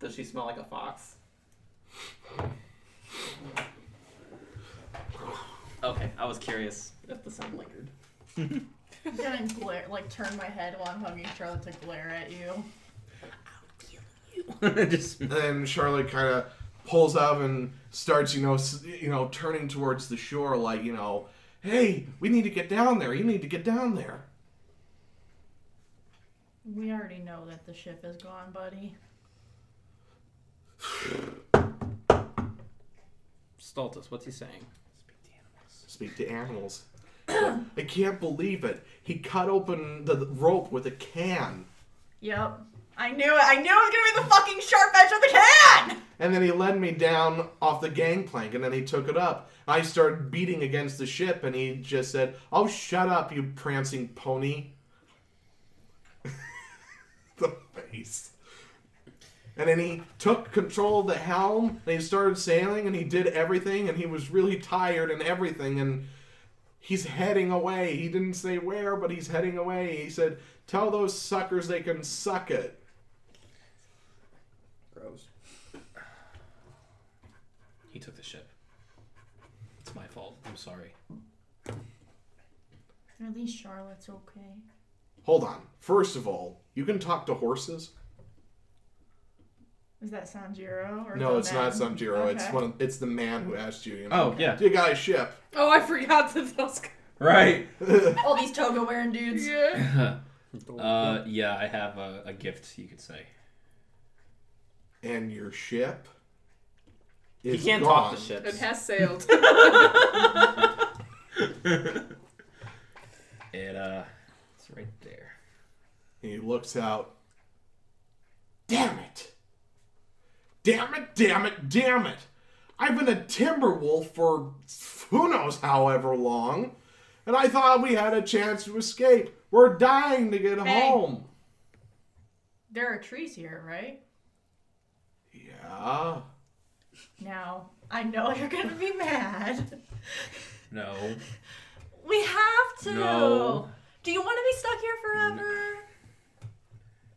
[SPEAKER 2] Does she smell like a fox? Okay, I was curious if the sound lingered.
[SPEAKER 7] I'm gonna glare, like turn my head while I'm hugging Charlotte to glare at you.
[SPEAKER 12] just
[SPEAKER 1] And then Charlotte kind of pulls up and starts, you know, s- you know, turning towards the shore, like you know, hey, we need to get down there. You need to get down there.
[SPEAKER 7] We already know that the ship is gone, buddy.
[SPEAKER 2] Stultus, what's he saying?
[SPEAKER 1] speak to animals. I can't believe it. He cut open the the rope with a can,
[SPEAKER 7] Yep.
[SPEAKER 3] I knew it. I knew it was gonna be the fucking sharp edge of the can.
[SPEAKER 1] and then he led me down off the gangplank, and then he took it up. I started beating against the ship, and he just said, "Oh, shut up, you prancing pony." the face. And then he took control of the helm, and he started sailing, and he did everything, and he was really tired and everything, and he's heading away. He didn't say where, but he's heading away. He said, "Tell those suckers they can suck it."
[SPEAKER 5] He took the ship. It's my fault. I'm sorry.
[SPEAKER 7] At least Charlotte's okay.
[SPEAKER 1] Hold on. First of all, you can talk to horses.
[SPEAKER 7] Is that Sanjiro? Or
[SPEAKER 1] no,
[SPEAKER 7] the
[SPEAKER 1] it's
[SPEAKER 7] man?
[SPEAKER 1] not Sanjiro. It's
[SPEAKER 7] Okay.
[SPEAKER 1] one. Of, it's the man who asked you. you know,
[SPEAKER 5] Oh yeah,
[SPEAKER 1] "Do you got a ship.
[SPEAKER 6] Oh, I forgot that that was.
[SPEAKER 5] right.
[SPEAKER 3] All these toga wearing dudes.
[SPEAKER 6] Yeah.
[SPEAKER 5] Uh, yeah, I have a, a gift. You could say.
[SPEAKER 1] And your ship.
[SPEAKER 2] He
[SPEAKER 1] Is
[SPEAKER 2] can't
[SPEAKER 1] gone.
[SPEAKER 2] talk to
[SPEAKER 6] It
[SPEAKER 2] ships.
[SPEAKER 6] has sailed.
[SPEAKER 4] It uh, it's right there.
[SPEAKER 1] He looks out. Damn it! Damn it, damn it, damn it! I've been a timber wolf for who knows however long, and I thought we had a chance to escape. We're dying to get
[SPEAKER 3] Hey.
[SPEAKER 1] home.
[SPEAKER 3] There are trees here, right?
[SPEAKER 1] Yeah.
[SPEAKER 3] Now, I know you're gonna be mad.
[SPEAKER 4] No.
[SPEAKER 3] We have to.
[SPEAKER 4] No.
[SPEAKER 3] Do you want to be stuck here forever?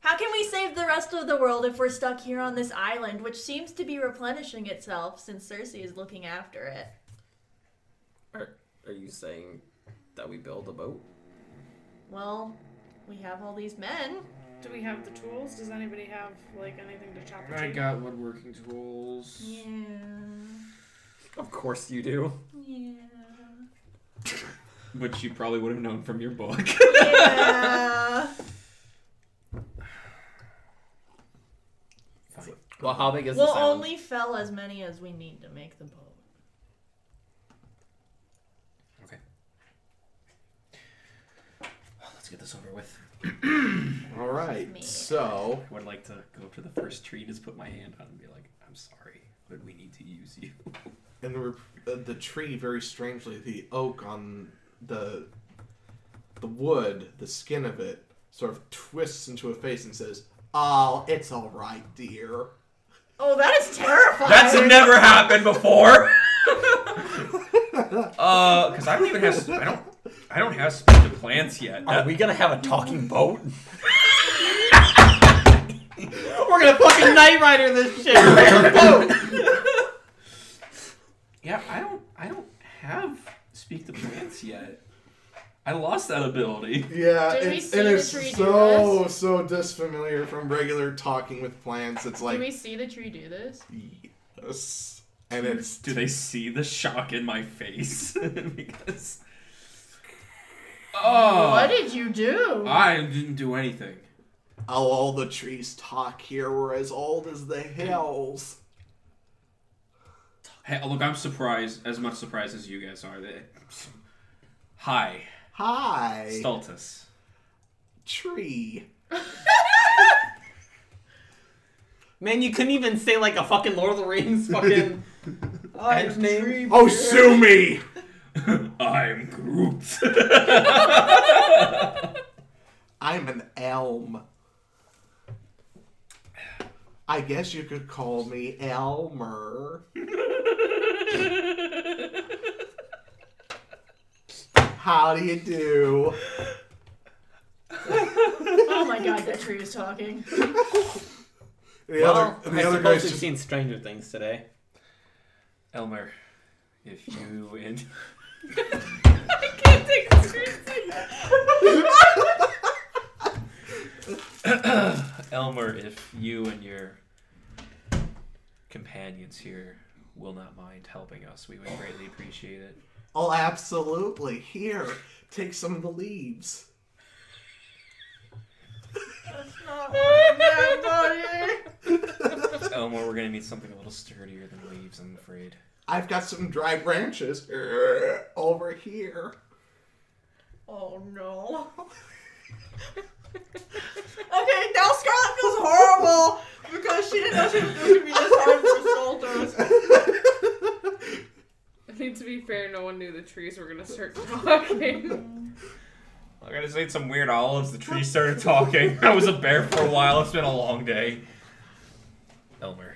[SPEAKER 3] How can we save the rest of the world if we're stuck here on this island, which seems to be replenishing itself since Cersei is looking after it?
[SPEAKER 2] Are, are you saying that we build a boat?
[SPEAKER 3] Well, we have all these men.
[SPEAKER 6] Do we have the tools? Does anybody have like anything to chop? a
[SPEAKER 5] I
[SPEAKER 6] tree?
[SPEAKER 5] got woodworking tools.
[SPEAKER 3] Yeah.
[SPEAKER 2] Of course you do.
[SPEAKER 3] Yeah.
[SPEAKER 4] Which you probably would have known from your book.
[SPEAKER 3] yeah.
[SPEAKER 14] Well, how big is
[SPEAKER 3] we'll
[SPEAKER 14] this island?
[SPEAKER 3] only fell as many as we need to make the boat.
[SPEAKER 4] Let's get this over with.
[SPEAKER 1] All right.
[SPEAKER 3] Me.
[SPEAKER 1] So
[SPEAKER 4] I would like to go up to the first tree, just put my hand on it, and be like, "I'm sorry, but we need to use you."
[SPEAKER 1] and the, rep- uh, the tree very strangely the oak on the the wood the skin of it sort of twists into a face and says oh it's all right dear
[SPEAKER 3] Oh, that is terrifying.
[SPEAKER 4] That's never happened before. uh, because I don't even have I don't I don't have speech of plants yet.
[SPEAKER 14] Are we gonna have a talking boat?
[SPEAKER 2] We're gonna fucking Night Rider this shit.
[SPEAKER 4] yeah, I don't I don't have speak to plants yet. I lost that ability.
[SPEAKER 1] yeah
[SPEAKER 7] Did we
[SPEAKER 1] it's,
[SPEAKER 7] see
[SPEAKER 1] and
[SPEAKER 7] the
[SPEAKER 1] it's
[SPEAKER 7] tree do
[SPEAKER 1] so so disfamiliar from regular talking with plants it's
[SPEAKER 7] Can
[SPEAKER 1] like
[SPEAKER 7] we see the tree do this?
[SPEAKER 1] yes. and it's
[SPEAKER 4] Do they see the shock in my face? because oh,
[SPEAKER 3] What did you do?
[SPEAKER 4] I didn't do anything.
[SPEAKER 1] oh all the trees talk here were as old as the hills
[SPEAKER 4] Hey, look, I'm surprised as much surprised as you guys are. That hi,
[SPEAKER 1] hi
[SPEAKER 4] Stultus.
[SPEAKER 1] tree
[SPEAKER 14] Man, you couldn't even say like a fucking Lord of the Rings fucking.
[SPEAKER 2] I'm name.
[SPEAKER 1] oh sue me
[SPEAKER 4] I'm Groot.
[SPEAKER 1] I'm an elm. I guess you could call me Elmer. How do you do?
[SPEAKER 3] Oh my god, that tree is talking.
[SPEAKER 1] The
[SPEAKER 2] Well,
[SPEAKER 1] other, the
[SPEAKER 2] I
[SPEAKER 1] other
[SPEAKER 2] suppose
[SPEAKER 1] guy's
[SPEAKER 2] we've
[SPEAKER 1] just
[SPEAKER 2] seen Stranger Things today.
[SPEAKER 4] Elmer, if you and
[SPEAKER 6] Can't take the tree.
[SPEAKER 4] Elmer, if you and your companions here will not mind helping us, we would greatly appreciate it.
[SPEAKER 1] oh, absolutely. Here, take some of the leaves.
[SPEAKER 4] Elmer, we're gonna need something a little sturdier than leaves, I'm afraid.
[SPEAKER 1] I've got some dry branches uh, over here.
[SPEAKER 3] Oh no. okay, now Scarlett feels horrible because she didn't know she was going to be this hard for soldiers.
[SPEAKER 6] I think to be fair, no one knew the trees were gonna start talking.
[SPEAKER 4] I gotta say some weird olives. The tree started talking. I was a bear for a while. It's been a long day. Elmer,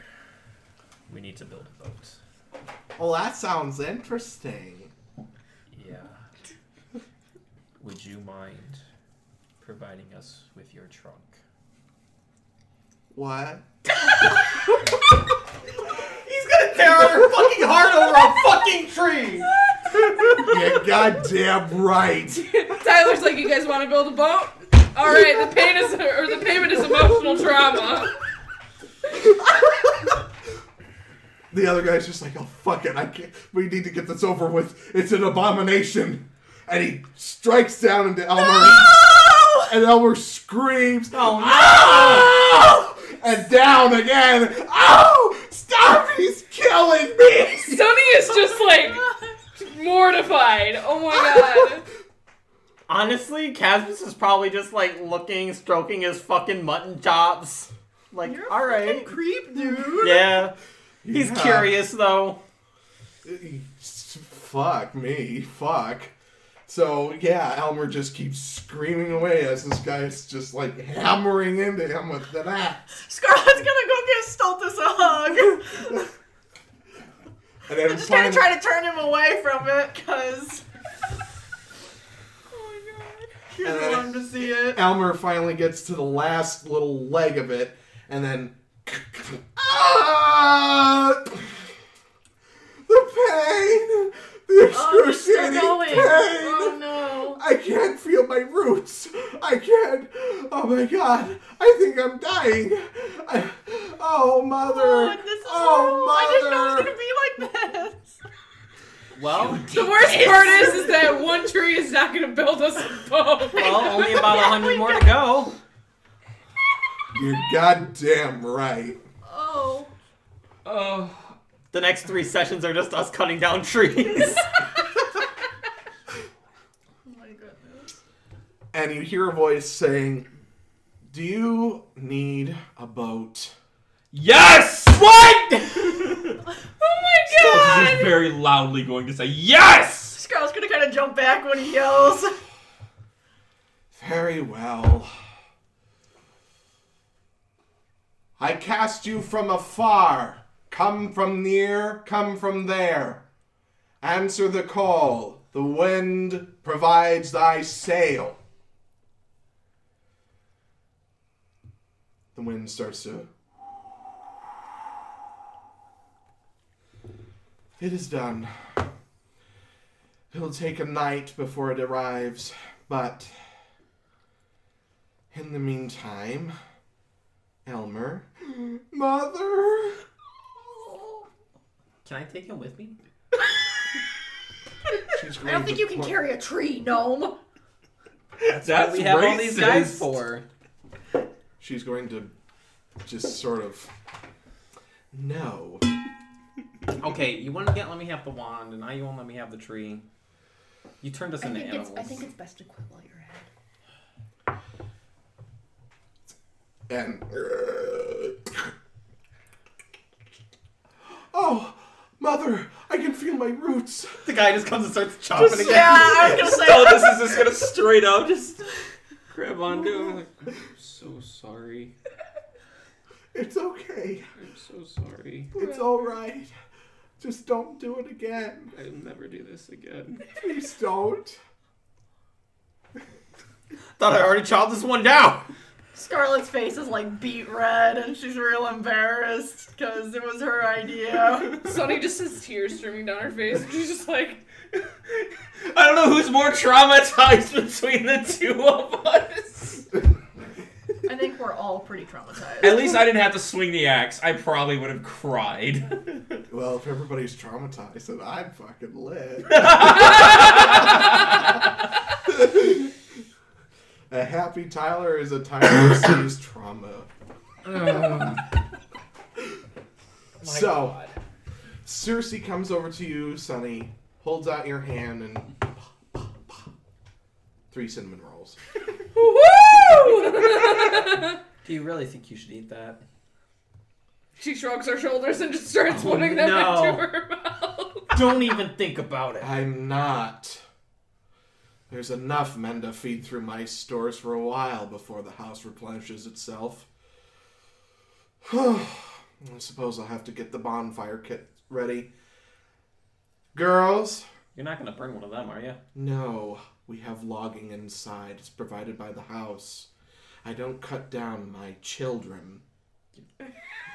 [SPEAKER 4] we need to build a boat.
[SPEAKER 1] Well, that sounds interesting.
[SPEAKER 4] Yeah. Would you mind providing us with your trunk?
[SPEAKER 1] What?
[SPEAKER 2] He's gonna tear her fucking heart over a fucking tree.
[SPEAKER 1] yeah, goddamn right.
[SPEAKER 6] Tyler's like, "You guys want to build a boat? All right, the pain is or the payment is emotional trauma."
[SPEAKER 1] The other guy's just like, oh fuck it, I can't. We need to get this over with. It's an abomination. And he strikes down into Elmer, and Elmer screams,
[SPEAKER 14] Oh no!
[SPEAKER 1] "Oh!" and down again. Oh, stop! He's killing me.
[SPEAKER 6] Sonny is just like mortified. Oh my god.
[SPEAKER 14] Honestly, Casmus is probably just like looking, stroking his fucking mutton chops. Like,
[SPEAKER 1] You're a
[SPEAKER 14] all right,
[SPEAKER 1] fucking creep, dude.
[SPEAKER 14] yeah. He's
[SPEAKER 1] Yeah.
[SPEAKER 14] curious though.
[SPEAKER 1] Fuck me. Fuck. So yeah, Elmer just keeps screaming away as this guy is just like hammering into him with that axe.
[SPEAKER 3] Scarlet's gonna go give Stultus a hug.
[SPEAKER 1] And then
[SPEAKER 3] I'm just gonna
[SPEAKER 1] finally-
[SPEAKER 3] try to turn him away from it, cause. oh my god. You
[SPEAKER 1] And
[SPEAKER 3] don't
[SPEAKER 1] then-
[SPEAKER 3] want him to see it.
[SPEAKER 1] Elmer finally gets to the last little leg of it, and then. Ah! The pain! The
[SPEAKER 6] Oh, it's still
[SPEAKER 1] excruciating
[SPEAKER 6] going.
[SPEAKER 1] pain!
[SPEAKER 6] Oh no.
[SPEAKER 1] I can't feel my roots! I can't! Oh my god! I think I'm dying! I... Oh, mother!
[SPEAKER 3] Oh, this is horrible. I didn't know it was
[SPEAKER 1] mother!
[SPEAKER 3] gonna be like this.
[SPEAKER 14] Well,
[SPEAKER 6] The worst part is, is that one tree is not going to build us a boat.
[SPEAKER 14] well, only about a hundred more to go.
[SPEAKER 1] You're goddamn right.
[SPEAKER 6] Oh.
[SPEAKER 4] Oh,
[SPEAKER 14] The next three sessions are just us cutting down trees.
[SPEAKER 1] and you hear a voice saying, Do you need a boat?
[SPEAKER 4] yes!
[SPEAKER 3] Oh my
[SPEAKER 4] This is
[SPEAKER 3] god!
[SPEAKER 4] very loudly going to say yes.
[SPEAKER 3] Scarlet's gonna kind of jump back when he yells.
[SPEAKER 1] Very well. I cast you from afar. Come from near, come from there. Answer the call. The wind provides thy sail. The wind starts to. It is done. It'll take a night before it arrives, but in the meantime, Elmer. Mother!
[SPEAKER 14] Can I take him with me?
[SPEAKER 1] She's
[SPEAKER 3] I don't think you can carry a tree, gnome.
[SPEAKER 4] That's, That's
[SPEAKER 2] we have all these guys for.
[SPEAKER 1] She's going to just sort of. No.
[SPEAKER 2] Okay, you wouldn't get let me have the wand, and now you won't let me have the tree. You turned us
[SPEAKER 3] I
[SPEAKER 2] into
[SPEAKER 3] think, it's,
[SPEAKER 2] animals.
[SPEAKER 3] I think it's best to quit while you're ahead.
[SPEAKER 1] And. Oh, Mother! I can feel my roots!
[SPEAKER 14] The guy just comes and starts chopping again.
[SPEAKER 3] Yeah, I was gonna say.
[SPEAKER 4] this is just gonna straight up just grab onto him. Like,
[SPEAKER 12] so sorry.
[SPEAKER 1] It's okay.
[SPEAKER 12] I'm so sorry.
[SPEAKER 1] It's alright. Just don't do it again.
[SPEAKER 12] I'll never do this again.
[SPEAKER 1] Please don't.
[SPEAKER 14] Thought I already chopped this one down.
[SPEAKER 3] Scarlet's face is like beet red, and she's real embarrassed because it was her idea.
[SPEAKER 6] Sonny just has tears streaming down her face. And she's just like,
[SPEAKER 4] I don't know who's more traumatized between the two of us.
[SPEAKER 3] I think we're all pretty traumatized.
[SPEAKER 4] At least I didn't have to swing the axe. I probably would have cried.
[SPEAKER 1] Well, if everybody's traumatized, then I'm fucking lit. a happy Tyler is a Tyler who sees trauma. so, Cersei comes over to you, Sonny, holds out your hand, and three cinnamon rolls.
[SPEAKER 2] Do you really think you should eat that?
[SPEAKER 6] she shrugs her shoulders and just starts putting them
[SPEAKER 14] no.
[SPEAKER 6] into her mouth.
[SPEAKER 14] Don't even think about it.
[SPEAKER 1] I'm not. There's enough men to feed through my stores for a while before the house replenishes itself. I suppose I'll have to get the bonfire kit ready. Girls,
[SPEAKER 2] You're not gonna burn one of them, are you?
[SPEAKER 1] no, we have logging inside. It's provided by the house. I don't cut down my children.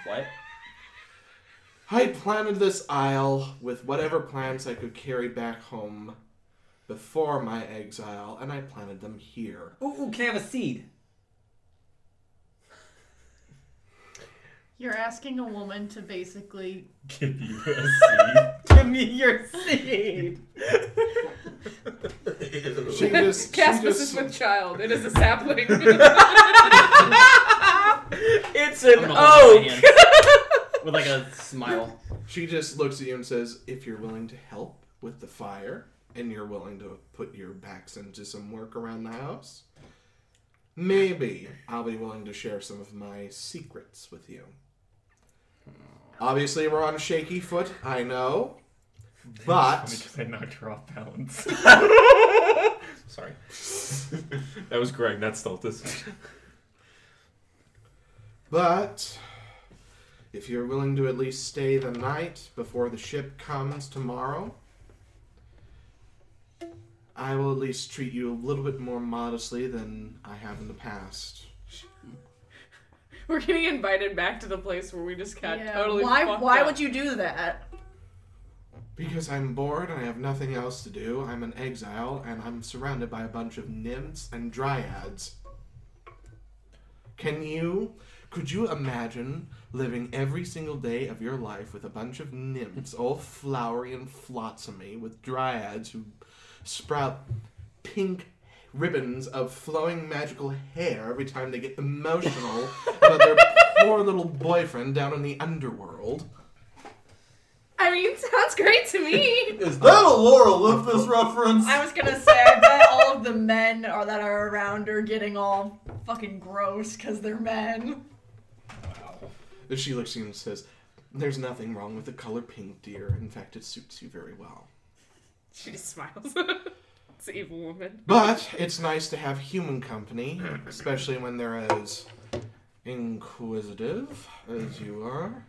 [SPEAKER 2] What?
[SPEAKER 1] I planted this isle with whatever plants I could carry back home before my exile, and I planted them here.
[SPEAKER 2] Ooh, ooh, can I have a seed?
[SPEAKER 7] You're asking a woman to basically.
[SPEAKER 4] Give you a seed.
[SPEAKER 14] Give me your seed.
[SPEAKER 1] She just, she
[SPEAKER 6] Caspus
[SPEAKER 1] just,
[SPEAKER 6] is with child. It is a sapling.
[SPEAKER 4] It's an
[SPEAKER 2] I'm gonna hold my
[SPEAKER 4] oak.
[SPEAKER 2] hand with like a smile.
[SPEAKER 1] she just looks at you and says, If you're willing to help with the fire, and you're willing to put your backs into some work around the house, maybe I'll be willing to share some of my secrets with you. Obviously, we're on shaky foot, I know.
[SPEAKER 4] Only
[SPEAKER 1] But
[SPEAKER 4] 'cause I knocked her off balance. Sorry. that was Greg, not Stultus.
[SPEAKER 1] But if you're willing to at least stay the night before the ship comes tomorrow, I will at least treat you a little bit more modestly than I have in the past.
[SPEAKER 6] We're getting invited back to the place where we just got
[SPEAKER 3] Yeah,
[SPEAKER 6] totally.
[SPEAKER 3] why
[SPEAKER 6] fucked
[SPEAKER 3] why
[SPEAKER 6] up.
[SPEAKER 3] would you do that?
[SPEAKER 1] Because I'm bored and I have nothing else to do, I'm an exile and I'm surrounded by a bunch of nymphs and dryads. Can you, could you imagine living every single day of your life with a bunch of nymphs, all flowery and flotsamy, with dryads who sprout pink ribbons of flowing magical hair every time they get emotional about their poor little boyfriend down in the underworld?
[SPEAKER 6] I mean, sounds great to me.
[SPEAKER 13] Is that a Laura Limpus reference?
[SPEAKER 3] I was gonna say I bet all of the men are that are around are getting all fucking gross because they're men.
[SPEAKER 1] She looks at him and says, There's nothing wrong with the color pink, dear. In fact, it suits you very well.
[SPEAKER 6] she just smiles. it's an evil woman.
[SPEAKER 1] But it's nice to have human company, especially when they're as inquisitive as you are.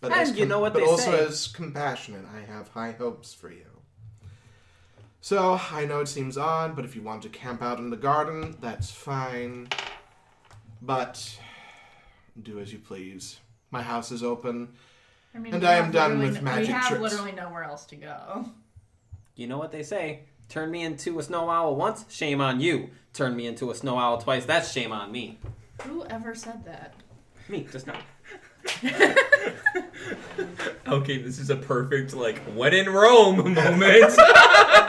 [SPEAKER 1] But
[SPEAKER 14] And
[SPEAKER 1] as
[SPEAKER 14] you know what
[SPEAKER 1] but
[SPEAKER 14] they
[SPEAKER 1] also
[SPEAKER 14] say.
[SPEAKER 1] as compassionate. I have high hopes for you. So I know it seems odd, but if you want to camp out in the garden, that's fine. But do as you please. My house is open.
[SPEAKER 7] I mean,
[SPEAKER 1] And
[SPEAKER 7] we
[SPEAKER 1] I am
[SPEAKER 7] have
[SPEAKER 1] done
[SPEAKER 7] literally
[SPEAKER 1] with
[SPEAKER 7] no-
[SPEAKER 1] magic
[SPEAKER 7] We have
[SPEAKER 1] tricks.
[SPEAKER 7] literally nowhere else to go.
[SPEAKER 14] You know what they say. Turn me into a snow owl once, shame on you. Turn me into a snow owl twice, that's shame on me.
[SPEAKER 7] Who ever said that?
[SPEAKER 14] Me, just not.
[SPEAKER 4] Okay, this is a perfect, like, when in Rome moment.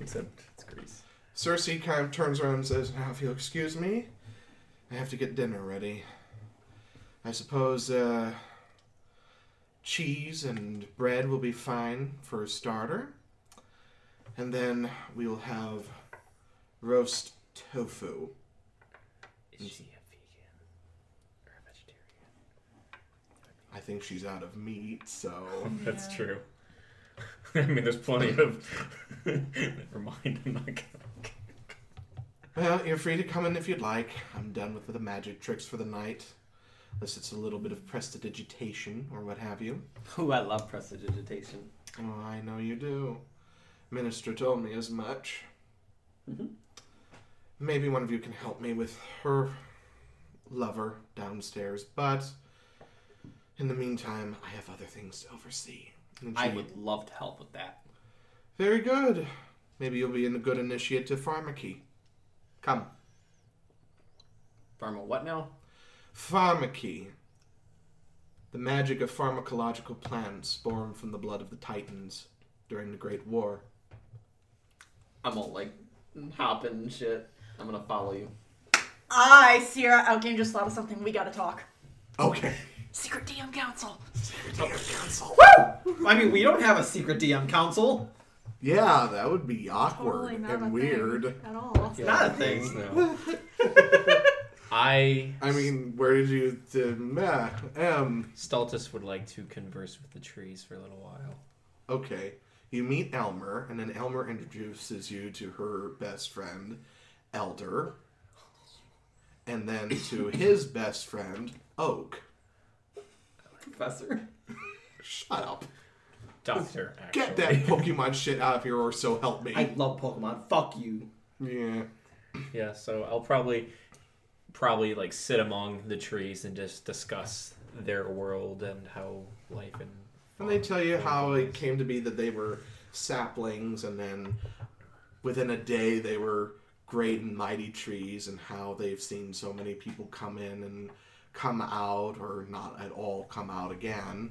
[SPEAKER 4] Except it's Greece.
[SPEAKER 1] Cersei kind of turns around and says, Now, if you'll excuse me, I have to get dinner ready. I suppose uh, cheese and bread will be fine for a starter. And then we will have roast tofu.
[SPEAKER 4] Is she a vegan or a vegetarian?
[SPEAKER 1] I think she's out of meat, so.
[SPEAKER 4] That's true. I mean, there's plenty of. Never mind, I'm not gonna.
[SPEAKER 1] Well, you're free to come in if you'd like. I'm done with the magic tricks for the night. Unless it's a little bit of prestidigitation or what have you.
[SPEAKER 14] Ooh, I love prestidigitation.
[SPEAKER 1] Oh, I know you do. Minister told me as much.
[SPEAKER 14] Mhm.
[SPEAKER 1] Maybe one of you can help me with her lover downstairs, but in the meantime, I have other things to oversee. And
[SPEAKER 14] I
[SPEAKER 1] she-
[SPEAKER 14] would love to help with that.
[SPEAKER 1] Very good. Maybe you'll be in a good initiate to pharmacy. Come.
[SPEAKER 14] Pharma, what now?
[SPEAKER 1] Pharmacy. The magic of pharmacological plants born from the blood of the Titans during the Great War.
[SPEAKER 14] I'm all like hopping and shit. I'm gonna follow you.
[SPEAKER 3] I Sierra Outgame just thought of something. We gotta talk.
[SPEAKER 1] Okay.
[SPEAKER 3] Secret DM Council.
[SPEAKER 2] I mean, we don't have a secret DM council.
[SPEAKER 1] Yeah, that would be awkward
[SPEAKER 3] Totally not a
[SPEAKER 1] and
[SPEAKER 3] thing
[SPEAKER 1] weird.
[SPEAKER 3] at all.
[SPEAKER 14] Yeah.
[SPEAKER 2] Not a thing.
[SPEAKER 4] No. I
[SPEAKER 1] I mean, where did you the meh, um, M?
[SPEAKER 5] Staltus would like to converse with the trees for a little while.
[SPEAKER 1] Okay, you meet Elmer, and then Elmer introduces you to her best friend, Elder, and then to his best friend, Oak.
[SPEAKER 14] Professor.
[SPEAKER 1] Shut up!
[SPEAKER 4] doctor actually.
[SPEAKER 1] Get that Pokemon shit out of here, or so help me.
[SPEAKER 14] I love Pokemon. Fuck you.
[SPEAKER 1] Yeah.
[SPEAKER 4] Yeah, so I'll probably probably like sit among the trees and just discuss their world and how life and
[SPEAKER 1] And they tell you how it came to be that they were saplings, and then within a day they were great and mighty trees, and how they've seen so many people come in and come out, or not at all come out again.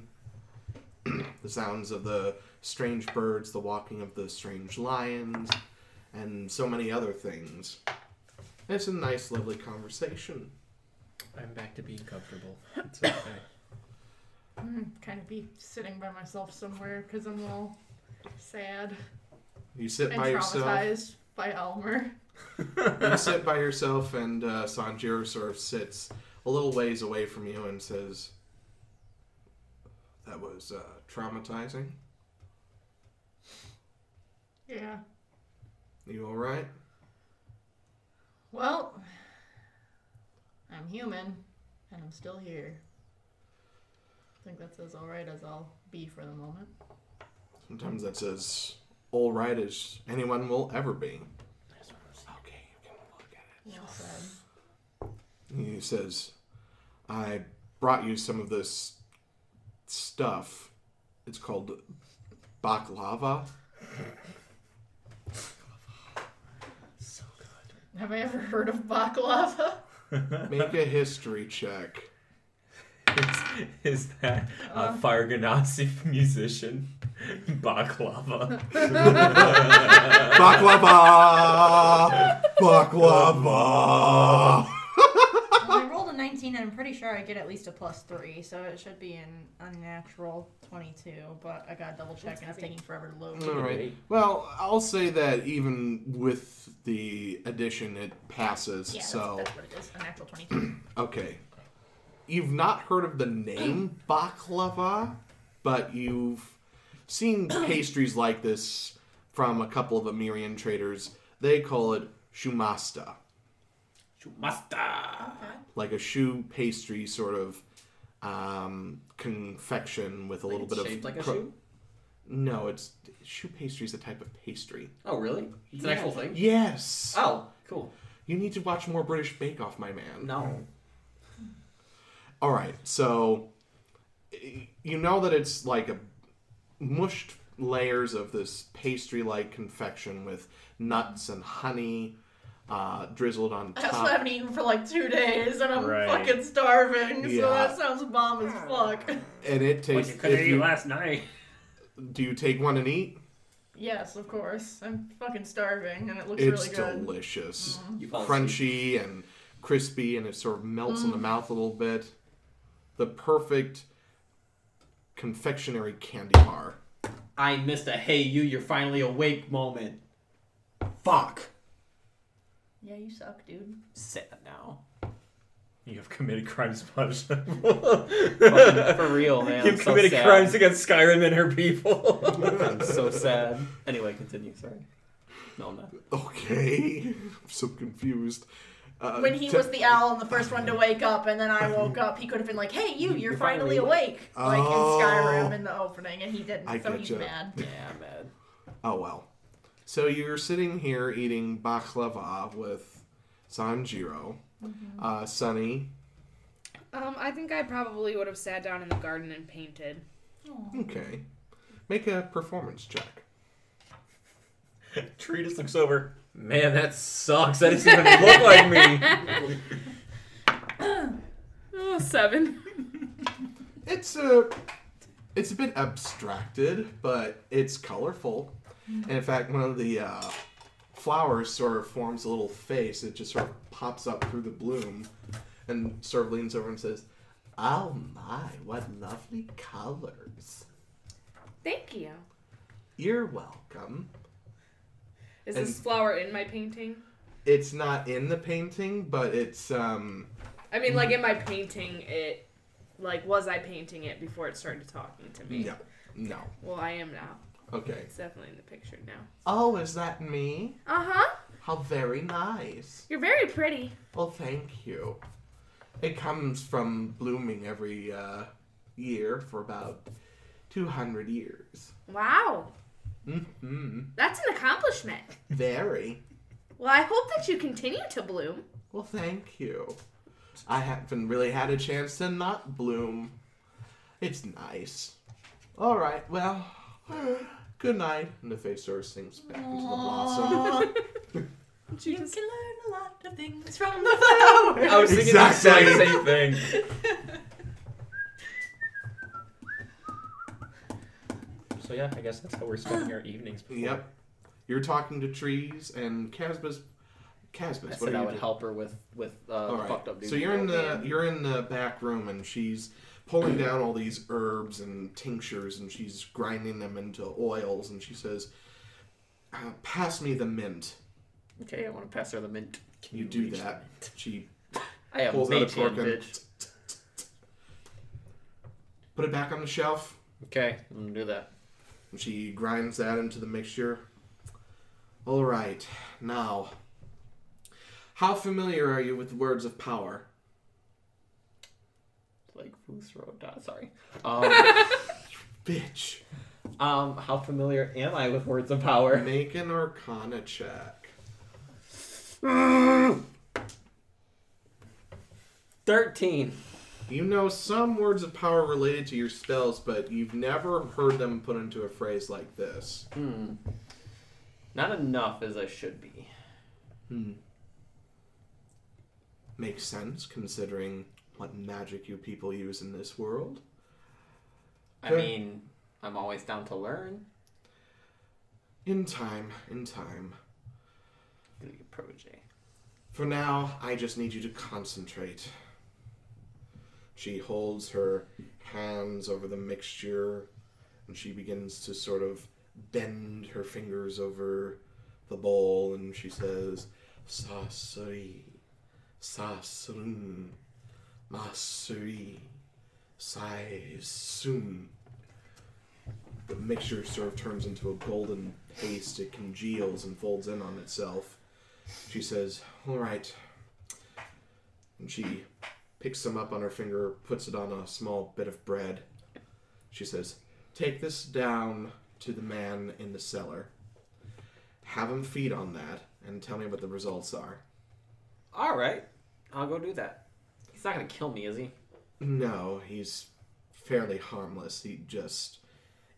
[SPEAKER 1] the sounds of the strange birds, the walking of the strange lions, and so many other things. It's a nice, lovely conversation.
[SPEAKER 4] I'm back to being comfortable. It's okay.
[SPEAKER 7] Mm, kind of be sitting by myself somewhere because I'm all
[SPEAKER 6] sad
[SPEAKER 1] You sit
[SPEAKER 6] and
[SPEAKER 1] by yourself.
[SPEAKER 6] traumatized by Elmer.
[SPEAKER 1] You sit by yourself, and uh, Sanjiro sort of sits a little ways away from you and says, "That was uh, traumatizing.
[SPEAKER 6] Yeah.
[SPEAKER 1] You all right?"
[SPEAKER 7] Well, I'm human, and I'm still here. I think that's as alright as I'll be for the moment.
[SPEAKER 1] Sometimes that's as all right as anyone will ever be. Okay, you can look at it.
[SPEAKER 7] Well said.
[SPEAKER 1] He says, I brought you some of this stuff. It's called baklava.
[SPEAKER 7] Have I ever heard of baklava?
[SPEAKER 1] Make a history check.
[SPEAKER 4] Is, is that
[SPEAKER 1] Uh.
[SPEAKER 4] a fire Ganassi musician? Baklava.
[SPEAKER 1] Baklava! Baklava!
[SPEAKER 7] well, I rolled a 19, and I'm pretty sure I get at least a plus three, so it should be an unnatural 22. But I gotta double check, and it's taking forever to load.
[SPEAKER 1] All right. Well, I'll say that even with the addition, it passes.
[SPEAKER 7] Yeah, that's,
[SPEAKER 1] so,
[SPEAKER 7] that's what it is. A natural 22.
[SPEAKER 1] okay. You've not heard of the name baklava, but you've seen pastries like this from a couple of Amirian traders. They call it shumasta,
[SPEAKER 2] Shumasta.
[SPEAKER 1] like a shoe pastry sort of um, confection with a little
[SPEAKER 2] It's
[SPEAKER 1] bit
[SPEAKER 2] shaped
[SPEAKER 1] of
[SPEAKER 2] like a
[SPEAKER 1] cro-
[SPEAKER 2] shoe.
[SPEAKER 1] No, it's shoe pastry is a type of pastry.
[SPEAKER 2] Oh, really? It's an actual thing.
[SPEAKER 1] Yes.
[SPEAKER 2] Oh, cool.
[SPEAKER 1] You need to watch more British Bake Off, my man.
[SPEAKER 2] No.
[SPEAKER 1] All right, so y- you know that it's like a mushed layers of this pastry-like confection with nuts and honey uh, drizzled on
[SPEAKER 3] I also
[SPEAKER 1] top.
[SPEAKER 3] haven't eaten for like two days and I'm
[SPEAKER 5] Right.
[SPEAKER 3] fucking starving,
[SPEAKER 1] Yeah.
[SPEAKER 3] so that sounds bomb as fuck.
[SPEAKER 1] And it
[SPEAKER 5] Like
[SPEAKER 1] tastes.
[SPEAKER 5] you couldn't
[SPEAKER 1] If
[SPEAKER 5] eat
[SPEAKER 1] you,
[SPEAKER 5] last night.
[SPEAKER 1] do you take one and eat?
[SPEAKER 3] yes, of course. I'm fucking starving and it looks
[SPEAKER 1] It's
[SPEAKER 3] really good. Mm-hmm.
[SPEAKER 1] delicious,
[SPEAKER 2] You fall asleep.
[SPEAKER 1] crunchy and crispy, and it sort of melts
[SPEAKER 3] Mm.
[SPEAKER 1] in the mouth a little bit. The perfect confectionery candy bar.
[SPEAKER 2] I missed a hey you, you're finally awake moment. Fuck.
[SPEAKER 7] yeah, you suck, dude.
[SPEAKER 14] Sad now.
[SPEAKER 4] You have committed crimes punishable.
[SPEAKER 14] Fucking for real, man. I'm
[SPEAKER 4] You've
[SPEAKER 14] so
[SPEAKER 4] committed
[SPEAKER 14] sad.
[SPEAKER 4] crimes against Skyrim and her people.
[SPEAKER 14] I'm so sad. Anyway, continue. Sorry. No, I'm not.
[SPEAKER 1] Okay, I'm so confused. Uh,
[SPEAKER 3] When he
[SPEAKER 1] te-
[SPEAKER 3] was the owl and the first one to wake up, and then I woke up, he could have been like, "Hey, you, you're finally awake!" Like in
[SPEAKER 1] Oh.
[SPEAKER 3] Skyrim in the opening, and he didn't,
[SPEAKER 1] I
[SPEAKER 3] so
[SPEAKER 1] get
[SPEAKER 3] he's
[SPEAKER 1] ya.
[SPEAKER 3] mad.
[SPEAKER 14] Yeah, I'm mad.
[SPEAKER 1] Oh well. So you're sitting here eating baklava with Sanjiro,
[SPEAKER 3] Mm-hmm.
[SPEAKER 1] uh, Sunny.
[SPEAKER 6] Um, I think I probably would have sat down in the garden and painted.
[SPEAKER 1] Okay, make a performance check.
[SPEAKER 4] Tree just looks over. Man, that sucks. That doesn't even look like me.
[SPEAKER 6] Oh, seven.
[SPEAKER 1] It's a, it's a bit abstracted, but it's colorful. And in fact, one of the uh, flowers sort of forms a little face. It just sort of pops up through the bloom, and sort of leans over and says, "Oh my, what lovely colors!
[SPEAKER 6] Thank you.
[SPEAKER 1] You're welcome."
[SPEAKER 6] Is
[SPEAKER 1] And-
[SPEAKER 6] this flower in my painting?
[SPEAKER 1] it's not in the painting, but it's um
[SPEAKER 6] I mean, like in my painting, it like was I painting it before it started talking to me?
[SPEAKER 1] no, no.
[SPEAKER 6] Well, I am now.
[SPEAKER 1] Okay.
[SPEAKER 6] It's definitely in the picture now.
[SPEAKER 1] Oh, is that me?
[SPEAKER 6] Uh huh.
[SPEAKER 1] How very nice.
[SPEAKER 6] You're very pretty.
[SPEAKER 1] Well, thank you. It comes from blooming every uh, year for about two hundred years.
[SPEAKER 6] Wow,
[SPEAKER 1] Hmm.
[SPEAKER 6] that's an accomplishment.
[SPEAKER 1] Very.
[SPEAKER 6] Well, I hope that you continue to bloom.
[SPEAKER 1] Well, thank you. I haven't really had a chance to not bloom. It's nice. All right. Well. Good night. And the face sort of sinks back into the blossom.
[SPEAKER 3] You can learn a lot of things from the flower.
[SPEAKER 4] I was thinking
[SPEAKER 1] Exactly.
[SPEAKER 4] the exact same thing.
[SPEAKER 5] So yeah, I guess that's how we're spending our evenings. Before.
[SPEAKER 1] Yep. You're talking to trees, and Casbah's Casmus,
[SPEAKER 2] I
[SPEAKER 1] what
[SPEAKER 2] said
[SPEAKER 1] are
[SPEAKER 2] I
[SPEAKER 1] you
[SPEAKER 2] would
[SPEAKER 1] doing?
[SPEAKER 2] help her with with uh,
[SPEAKER 1] All
[SPEAKER 2] the
[SPEAKER 1] right.
[SPEAKER 2] fucked up dude.
[SPEAKER 1] So you're in the you're in the back room, and she's pulling down all these herbs and tinctures, and she's grinding them into oils, and she says, uh, "Pass me the mint."
[SPEAKER 2] okay. I want to pass her the mint.
[SPEAKER 1] Can you do that? She
[SPEAKER 2] I have
[SPEAKER 1] pulls out a
[SPEAKER 2] mint
[SPEAKER 1] cork
[SPEAKER 2] hand,
[SPEAKER 1] and
[SPEAKER 2] bitch.
[SPEAKER 1] put it back on the shelf.
[SPEAKER 2] Okay, I'm gonna do that.
[SPEAKER 1] And she grinds that into the mixture. All right, now, how familiar are you with words of power?
[SPEAKER 2] Like Ruth Road. ah, Sorry. Um,
[SPEAKER 1] Bitch,
[SPEAKER 2] um, how familiar am I with words of power?
[SPEAKER 1] make an Arcana check.
[SPEAKER 2] Thirteen.
[SPEAKER 1] You know some words of power related to your spells, but you've never heard them put into a phrase like this.
[SPEAKER 2] Hmm. Not enough as I should be.
[SPEAKER 1] Hmm. Makes sense considering what magic you people use in this world.
[SPEAKER 2] I
[SPEAKER 1] Sure.
[SPEAKER 2] mean, I'm always down to learn.
[SPEAKER 1] In time, in time.
[SPEAKER 2] Gonna be a protege.
[SPEAKER 1] For now, I just need you to concentrate. She holds her hands over the mixture and she begins to sort of bend her fingers over the bowl and she says, Sasuri, Sasrun, Masuri, Saisum. The mixture sort of turns into a golden paste. It congeals and folds in on itself. She says, All right. And she picks some up on her finger, puts it on a small bit of bread. She says, Take this down to the man in the cellar. Have him feed on that and tell me what the results are.
[SPEAKER 2] All right, I'll go do that. He's not gonna kill me, is he?
[SPEAKER 1] No, he's fairly harmless. He just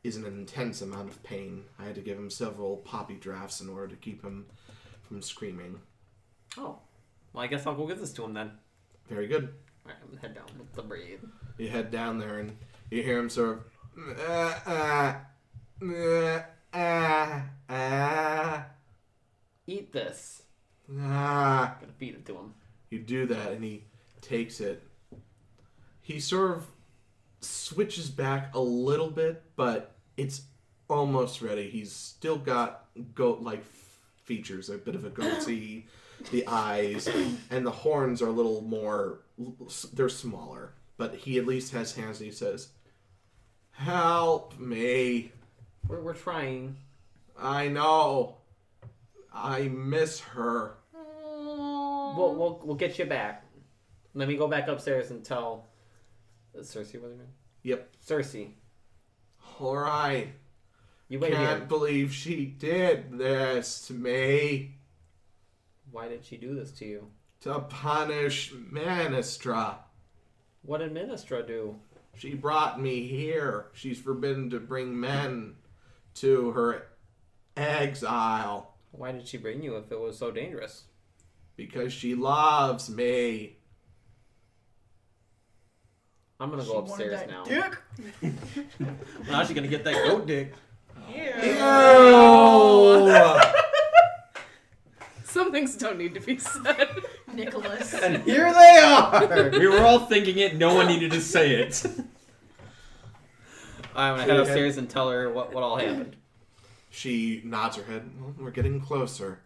[SPEAKER 1] is in an intense amount of pain. I had to give him several poppy drafts in order to keep him from screaming.
[SPEAKER 2] Oh, well, I guess I'll go give this to him then.
[SPEAKER 1] Very good.
[SPEAKER 2] All right, I'm gonna head down with the braid.
[SPEAKER 1] You head down there and you hear him sort of. "Uh, uh, uh, uh, uh,
[SPEAKER 2] Eat this.
[SPEAKER 1] uh."
[SPEAKER 2] I'm gonna feed it to him.
[SPEAKER 1] You do that and he takes it. He sort of switches back a little bit, but it's almost ready. He's still got goat like features, a bit of a goatee, the eyes, and the horns are a little more. They're smaller, but he at least has hands and he says, Help me.
[SPEAKER 2] We're, we're trying.
[SPEAKER 1] I know. I miss her.
[SPEAKER 2] We'll, we'll we'll get you back. Let me go back upstairs and tell Cersei was her name.
[SPEAKER 1] Yep.
[SPEAKER 2] Cersei,
[SPEAKER 1] All right.
[SPEAKER 2] you wait
[SPEAKER 1] Can't
[SPEAKER 2] here.
[SPEAKER 1] believe she did this to me
[SPEAKER 2] Why did she do this to you?
[SPEAKER 1] to punish Manistra.
[SPEAKER 2] What did Ministra do?
[SPEAKER 1] She brought me here. She's forbidden to bring men to her exile
[SPEAKER 2] Why did she bring you if it was so dangerous?
[SPEAKER 1] because she loves me.
[SPEAKER 2] I'm gonna
[SPEAKER 7] She
[SPEAKER 2] go
[SPEAKER 7] wanted
[SPEAKER 2] upstairs
[SPEAKER 7] that
[SPEAKER 2] now.
[SPEAKER 7] dick.
[SPEAKER 14] Now she's gonna get that goat dick.
[SPEAKER 1] Ew!
[SPEAKER 6] Some things don't need to be said.
[SPEAKER 7] Nicholas.
[SPEAKER 1] uh,
[SPEAKER 14] And here they are.
[SPEAKER 5] we were all thinking it. No one needed to say it.
[SPEAKER 2] I'm gonna head upstairs and tell her what, what all happened.
[SPEAKER 1] She nods her head. Well, we're getting closer.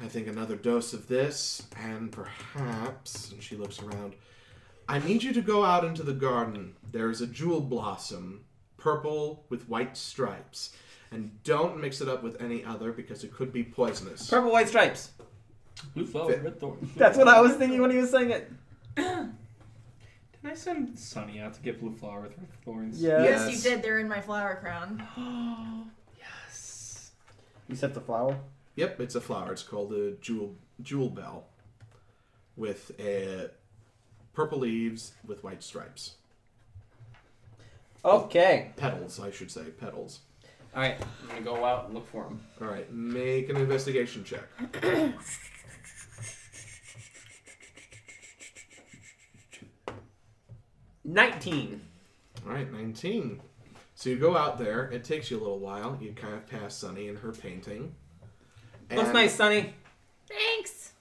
[SPEAKER 1] I think another dose of this, and perhaps. And she looks around. I need you to go out into the garden. There is a jewel blossom, purple with white stripes. And don't mix it up with any other because it could be poisonous.
[SPEAKER 14] Purple white stripes.
[SPEAKER 5] Blue flower, red thorn.
[SPEAKER 14] That's what I was thinking when he was saying it.
[SPEAKER 5] Did I send Sunny out to get blue flower with red thorns?
[SPEAKER 7] Yes,
[SPEAKER 1] Yes.
[SPEAKER 7] you did. They're in my flower crown.
[SPEAKER 5] yes.
[SPEAKER 14] You set the flower.
[SPEAKER 1] Yep, it's a flower. It's called a jewel jewel bell, with a purple leaves with white stripes.
[SPEAKER 14] Okay.
[SPEAKER 1] Petals, I should say, petals.
[SPEAKER 2] All right, I'm gonna go out and look for him.
[SPEAKER 1] All right, make an investigation check.
[SPEAKER 2] Nineteen.
[SPEAKER 1] All right, 19. So you go out there. It takes you a little while. You kind of pass Sunny and her painting.
[SPEAKER 2] Looks
[SPEAKER 1] And
[SPEAKER 2] nice, Sonny.
[SPEAKER 7] Thanks.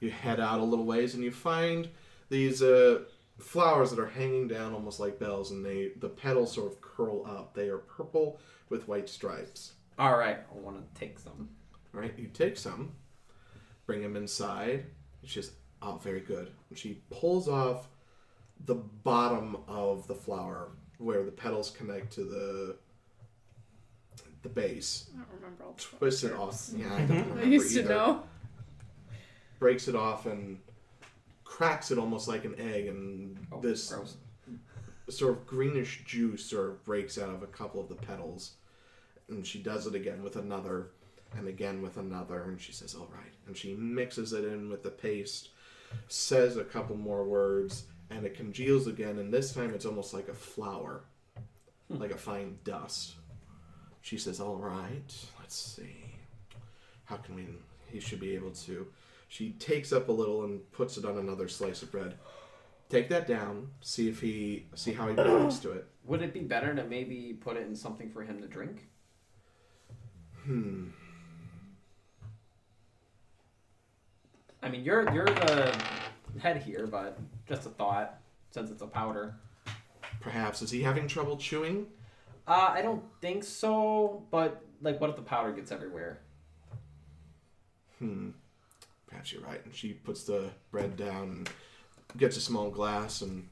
[SPEAKER 1] You head out a little ways and you find these uh, flowers that are hanging down almost like bells, and they the petals sort of curl up. They are purple with white stripes.
[SPEAKER 2] All right, I want to take some.
[SPEAKER 1] All right, you take some, bring them inside. And she says, "Oh, very good." And she pulls off the bottom of the flower where the petals connect to the the base.
[SPEAKER 6] I don't remember all the
[SPEAKER 1] Twists it off. Yeah, I don't remember
[SPEAKER 6] I used to
[SPEAKER 1] either.
[SPEAKER 6] know.
[SPEAKER 1] Breaks it off and cracks it almost like an egg, and this
[SPEAKER 2] gross.
[SPEAKER 1] sort of greenish juice sort of breaks out of a couple of the petals. And she does it again with another, and again with another, and she says, "All right." And she mixes it in with the paste, says a couple more words, and it congeals again. And this time, it's almost like a flour, like a fine dust. She says, "All right, let's see. How can we? He should be able to." She takes up a little and puts it on another slice of bread. Take that down. See if he see how he reacts to it.
[SPEAKER 2] Would it be better to maybe put it in something for him to drink?
[SPEAKER 1] Hmm.
[SPEAKER 2] I mean, you're you're the head here, but just a thought since it's a powder.
[SPEAKER 1] Perhaps is he having trouble chewing?
[SPEAKER 2] Uh, I don't think so, but like, what if the powder gets everywhere?
[SPEAKER 1] Hmm. Perhaps you're right. And she puts the bread down and gets a small glass and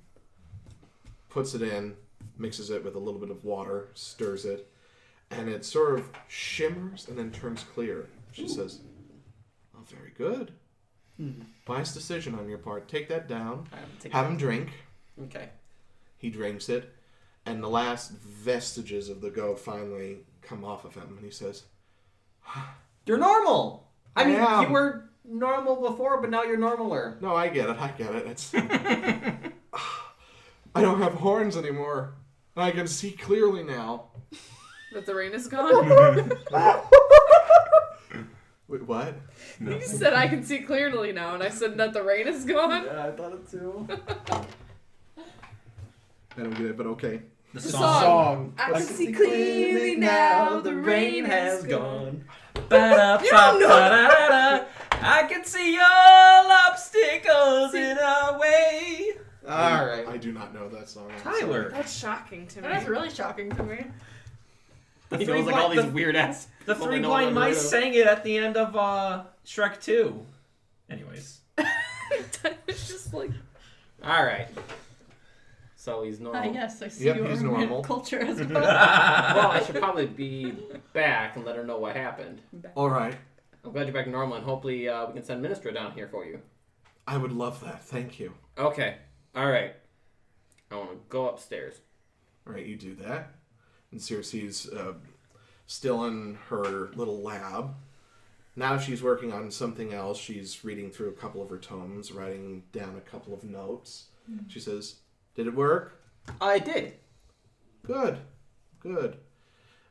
[SPEAKER 1] puts it in, mixes it with a little bit of water, stirs it, and it sort of shimmers and then turns clear. She says, "Oh, very good. Wise decision on your part. Take that down.
[SPEAKER 2] Hmm. I haven't taken
[SPEAKER 1] Have him drink."
[SPEAKER 2] it. Okay.
[SPEAKER 1] He drinks it, and the last vestiges of the go finally come off of him, and he says,
[SPEAKER 2] You're normal. I mean,
[SPEAKER 1] Yeah.
[SPEAKER 2] you were normal before, but now you're normaler.
[SPEAKER 1] "No, I get it. I get it. It's I don't have horns anymore, and I can see clearly now."
[SPEAKER 6] But the rain is gone.
[SPEAKER 1] Wait, what?
[SPEAKER 6] you said I can see clearly now, and I said that the rain is gone.
[SPEAKER 2] I thought it too.
[SPEAKER 1] I don't get it, but okay.
[SPEAKER 4] The
[SPEAKER 6] The
[SPEAKER 4] song.
[SPEAKER 6] song. I can see clearly now. The rain has gone.
[SPEAKER 4] Ba-da-ba-ba-da-da. I can see all obstacles in our way.
[SPEAKER 1] I-
[SPEAKER 2] All right.
[SPEAKER 1] I do not know that song. I'm
[SPEAKER 4] Tyler,
[SPEAKER 6] That's shocking to me.
[SPEAKER 7] That is really shocking to me.
[SPEAKER 4] the
[SPEAKER 14] It
[SPEAKER 4] three,
[SPEAKER 14] feels like all
[SPEAKER 4] blind,
[SPEAKER 14] these
[SPEAKER 4] the,
[SPEAKER 14] weird ass.
[SPEAKER 4] the
[SPEAKER 14] people
[SPEAKER 4] three
[SPEAKER 14] they know
[SPEAKER 4] blind
[SPEAKER 14] what I'm
[SPEAKER 4] mice sang it at the end of uh, Shrek 2. Anyways.
[SPEAKER 6] it's just like
[SPEAKER 2] All right.
[SPEAKER 14] So he's normal.
[SPEAKER 3] Ah, yes, I see
[SPEAKER 1] Oh. Yep,
[SPEAKER 3] you
[SPEAKER 1] he's
[SPEAKER 3] are in
[SPEAKER 1] normal.
[SPEAKER 3] culture as well.
[SPEAKER 2] Well,
[SPEAKER 4] well,
[SPEAKER 2] I should probably be back and let her know what happened.
[SPEAKER 1] All right.
[SPEAKER 2] I'm glad you're back normal, and hopefully uh, we can send Ministra down here for you.
[SPEAKER 1] I would love that. Thank you.
[SPEAKER 2] Okay. All right. I want to go upstairs.
[SPEAKER 1] All right, you do that. And Circe's uh, still in her little lab. Now she's working on something else. She's reading through a couple of her tomes, writing down a couple of notes. She says, Did it work?
[SPEAKER 2] I did.
[SPEAKER 1] Good. Good.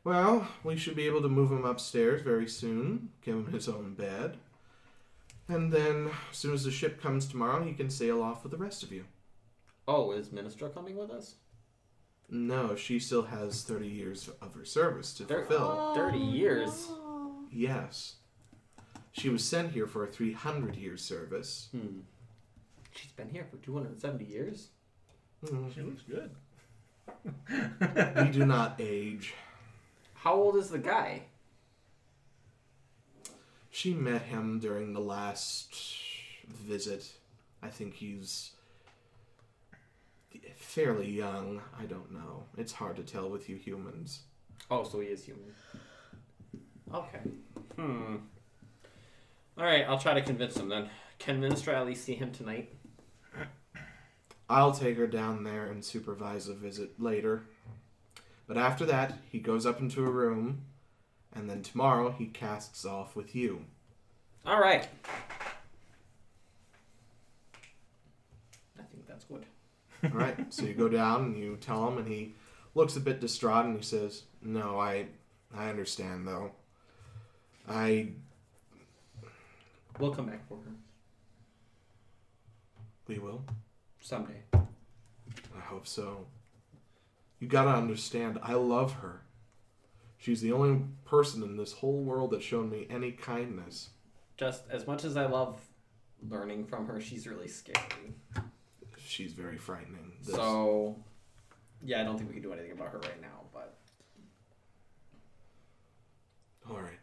[SPEAKER 1] Well, we should be able to move him upstairs very soon, give him his own bed. And then, as soon as the ship comes tomorrow, he can sail off with the rest of you.
[SPEAKER 2] Oh, is Ministra coming with us?
[SPEAKER 1] No, she still has 30 years of her service to
[SPEAKER 2] Thir-
[SPEAKER 1] fulfill.
[SPEAKER 2] 30 years.
[SPEAKER 1] Yes. She was sent here for a 300 year service.
[SPEAKER 2] Hmm. She's been here for 270 years?
[SPEAKER 1] Mm,
[SPEAKER 4] she looks good.
[SPEAKER 1] We do not age.
[SPEAKER 2] How old is the guy?
[SPEAKER 1] She met him during the last visit. I think he's fairly young. I don't know. It's hard to tell with you humans.
[SPEAKER 2] Oh, so he is human. Okay. Hmm. All right, I'll try to convince him then. Can Ministra at least see him tonight?
[SPEAKER 1] I'll take her down there and supervise a visit later. But after that, he goes up into a room, and then tomorrow he casts off with you.
[SPEAKER 2] All right. I think that's good.
[SPEAKER 1] All right. So you go down and you tell him, and he looks a bit distraught, and he says, "No, I, I understand though. I
[SPEAKER 2] We'll come back for her
[SPEAKER 1] we will.
[SPEAKER 2] someday.
[SPEAKER 1] I hope so. You gotta understand. I love her. She's the only person in this whole world that's shown me any kindness.
[SPEAKER 2] Just as much as I love learning from her, she's really scary.
[SPEAKER 1] She's very frightening. This-
[SPEAKER 2] So, yeah, I don't think we can do anything about her right now, but
[SPEAKER 1] All right.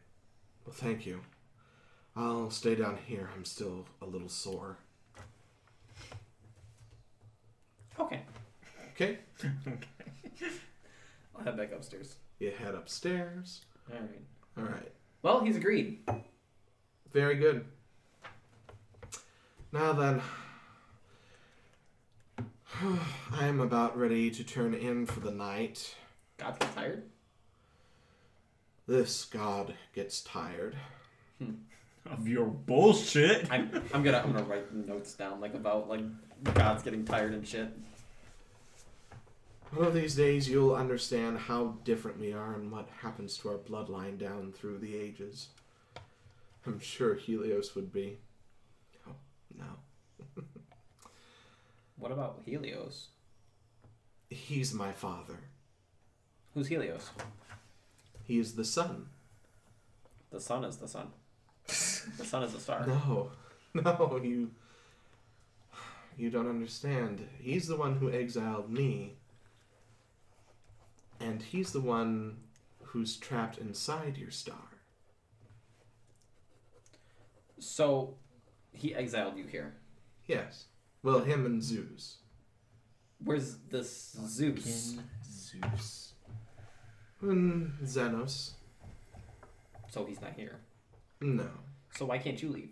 [SPEAKER 1] Well, thank you. I'll stay down here. I'm still a little sore.
[SPEAKER 2] okay.
[SPEAKER 1] Okay.
[SPEAKER 2] I'll head back upstairs.
[SPEAKER 1] You head upstairs.
[SPEAKER 2] All right.
[SPEAKER 1] All right.
[SPEAKER 2] Well, he's agreed.
[SPEAKER 1] Very good. Now then, I am about ready to turn in for the night.
[SPEAKER 2] God's not tired.
[SPEAKER 1] This god gets tired.
[SPEAKER 4] Of your bullshit.
[SPEAKER 2] I'm, I'm gonna I'm gonna write notes down like about like God's getting tired and shit.
[SPEAKER 1] One of these days, you'll understand how different we are and what happens to our bloodline down through the ages. I'm sure Helios would be. Oh, no.
[SPEAKER 2] What about Helios?
[SPEAKER 1] He's my father.
[SPEAKER 2] Who's Helios?
[SPEAKER 1] He is the sun.
[SPEAKER 2] The sun is the sun. The sun is a star.
[SPEAKER 1] No, no, you. You don't understand. He's the one who exiled me. And he's the one who's trapped inside your star.
[SPEAKER 2] So, he exiled you here.
[SPEAKER 1] Yes. Well, him and Zeus.
[SPEAKER 2] Where's this Zeus?
[SPEAKER 4] Zeus.
[SPEAKER 1] Mm, Xenos.
[SPEAKER 2] So he's not here.
[SPEAKER 1] No.
[SPEAKER 2] So why can't you leave?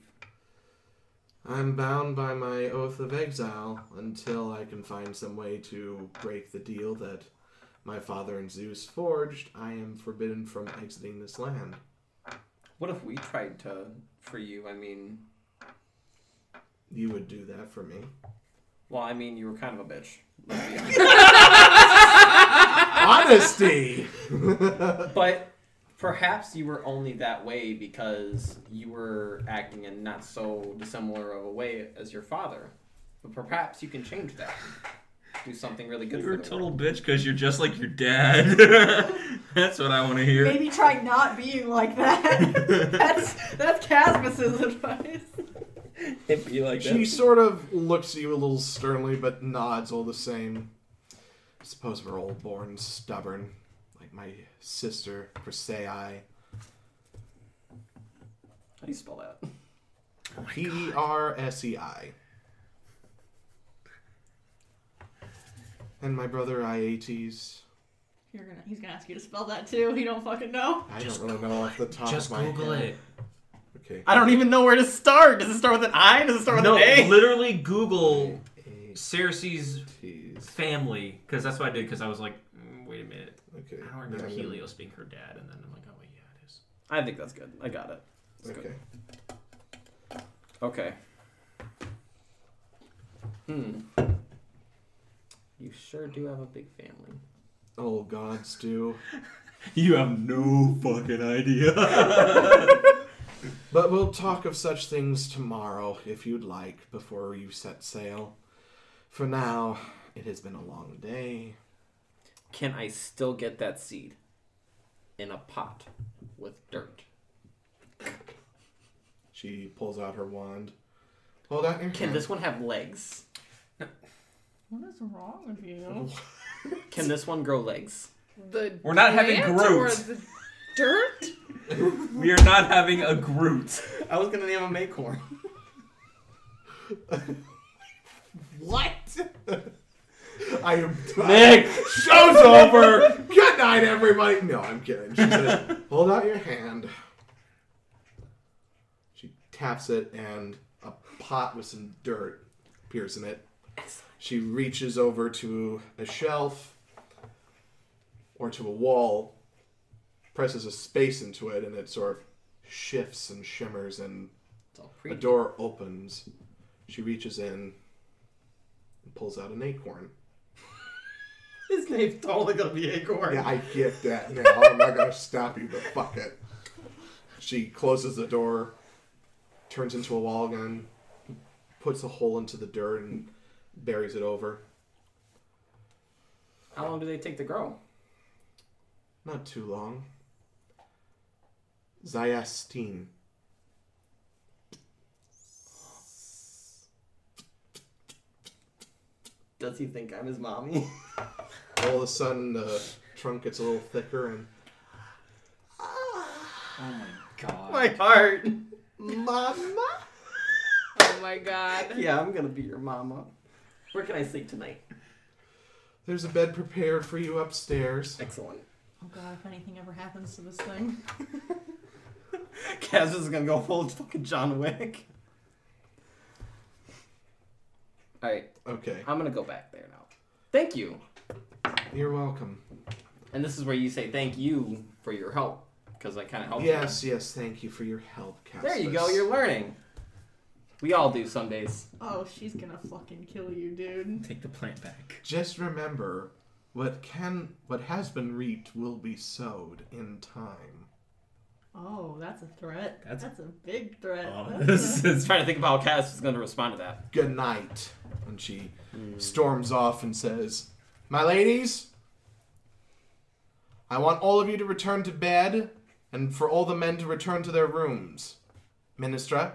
[SPEAKER 1] I'm bound by my oath of exile until I can find some way to break the deal that my father and Zeus forged. I am forbidden from exiting this land.
[SPEAKER 2] What if we tried to for you? I mean,
[SPEAKER 1] You would do that for me.
[SPEAKER 2] well, I mean, you were kind of a bitch. let's be honest.
[SPEAKER 1] Honesty!
[SPEAKER 2] But perhaps you were only that way because you were acting in not so dissimilar of a way as your father. But perhaps you can change that. Do something really good
[SPEAKER 4] You're
[SPEAKER 2] for
[SPEAKER 4] a
[SPEAKER 2] the
[SPEAKER 4] total
[SPEAKER 2] world.
[SPEAKER 4] bitch because you're just like your dad. That's what I want to hear.
[SPEAKER 3] Maybe try not being like that. that's that's Caspus's advice.
[SPEAKER 4] It'd be like
[SPEAKER 1] She sort of looks at you a little sternly, but nods all the same. I suppose we're all born stubborn, like my sister Persei.
[SPEAKER 2] How do you spell that?
[SPEAKER 1] P R S E I. And my brother Iates.
[SPEAKER 3] You're gonna he's gonna ask you to spell that too. He don't fucking know.
[SPEAKER 1] I don't really know off the top of my head. Okay.
[SPEAKER 2] I don't even know where to start. Does it start with an I? Does it start with
[SPEAKER 5] No,
[SPEAKER 2] an A?
[SPEAKER 5] literally Google Cersei's
[SPEAKER 1] Iates.
[SPEAKER 5] family because that's what I did because I was like, mm, wait a minute,
[SPEAKER 1] Okay.
[SPEAKER 5] I don't remember
[SPEAKER 1] Yeah, I'm
[SPEAKER 5] Helios being her dad, and then I'm like, oh wait, yeah, it is.
[SPEAKER 2] I think that's good. I got it.
[SPEAKER 1] gonna- Okay.
[SPEAKER 2] Okay. Hmm. You sure do have a big family.
[SPEAKER 1] Oh, gods do.
[SPEAKER 4] You have no fucking idea.
[SPEAKER 1] But we'll talk of such things tomorrow, if you'd like, before you set sail. For now, it has been a long day.
[SPEAKER 2] Can I still get that seed in a pot with dirt?
[SPEAKER 1] She pulls out her wand. Hold out your
[SPEAKER 2] Can
[SPEAKER 1] hand.
[SPEAKER 2] this one have legs?
[SPEAKER 7] What is wrong with
[SPEAKER 1] Oh.
[SPEAKER 7] you?
[SPEAKER 2] Can this one grow legs?
[SPEAKER 6] The
[SPEAKER 4] We're not having
[SPEAKER 6] plant
[SPEAKER 4] Groot.
[SPEAKER 6] Or the dirt?
[SPEAKER 4] we are not having a Groot.
[SPEAKER 2] I was gonna name him Acorn.
[SPEAKER 1] I am.
[SPEAKER 4] Nick, show's over.
[SPEAKER 1] Good night, everybody. No, I'm kidding. She says, "Hold out your hand." She taps it, and a pot with some dirt appears in it. She reaches over to a shelf or to a wall, presses a space into it, and it sort of shifts and shimmers, and
[SPEAKER 2] It's all
[SPEAKER 1] a
[SPEAKER 2] pretty.
[SPEAKER 1] door opens. She reaches in and pulls out an acorn.
[SPEAKER 2] His name's totally gonna be Acorn.
[SPEAKER 1] Yeah, I get that now. I'm not gonna stop you, but fuck it. She closes the door, turns into a wall gun, puts a hole into the dirt and buries it over.
[SPEAKER 2] How long do they take to grow?
[SPEAKER 1] Not too long. Zyastine.
[SPEAKER 2] Does he think I'm his mommy?
[SPEAKER 1] All of a sudden, the trunk gets a little thicker, and
[SPEAKER 4] Oh my god.
[SPEAKER 2] My heart.
[SPEAKER 1] Mama.
[SPEAKER 6] Oh my god.
[SPEAKER 2] Yeah, I'm gonna be your mama. Where can I sleep tonight?
[SPEAKER 1] There's a bed prepared for you upstairs.
[SPEAKER 2] Excellent.
[SPEAKER 3] Oh god, if anything ever happens to this thing.
[SPEAKER 2] Kaz is gonna go full fucking John Wick. All right,
[SPEAKER 1] Okay,
[SPEAKER 2] I'm gonna go back there now. Thank you.
[SPEAKER 1] you're welcome.
[SPEAKER 2] And this is where you say thank you for your help because I kind of helped. you.
[SPEAKER 1] Yes, yes, thank you for your help, Casper.
[SPEAKER 2] There you go. You're learning. We all do some days.
[SPEAKER 3] Oh, she's gonna fucking kill you, dude.
[SPEAKER 15] Take the plant back.
[SPEAKER 1] Just remember, what can, what has been reaped will be sowed in time.
[SPEAKER 3] Oh, that's a threat.
[SPEAKER 15] That's-
[SPEAKER 3] That's, a big threat.
[SPEAKER 15] Oh,
[SPEAKER 3] That's
[SPEAKER 15] this
[SPEAKER 3] a-
[SPEAKER 15] is
[SPEAKER 16] trying to think about how Cass is going to respond to that.
[SPEAKER 1] Good night. And she
[SPEAKER 2] Hmm.
[SPEAKER 1] storms off and says, "My ladies, I want all of you to return to bed, and for all the men to return to their rooms. Ministra,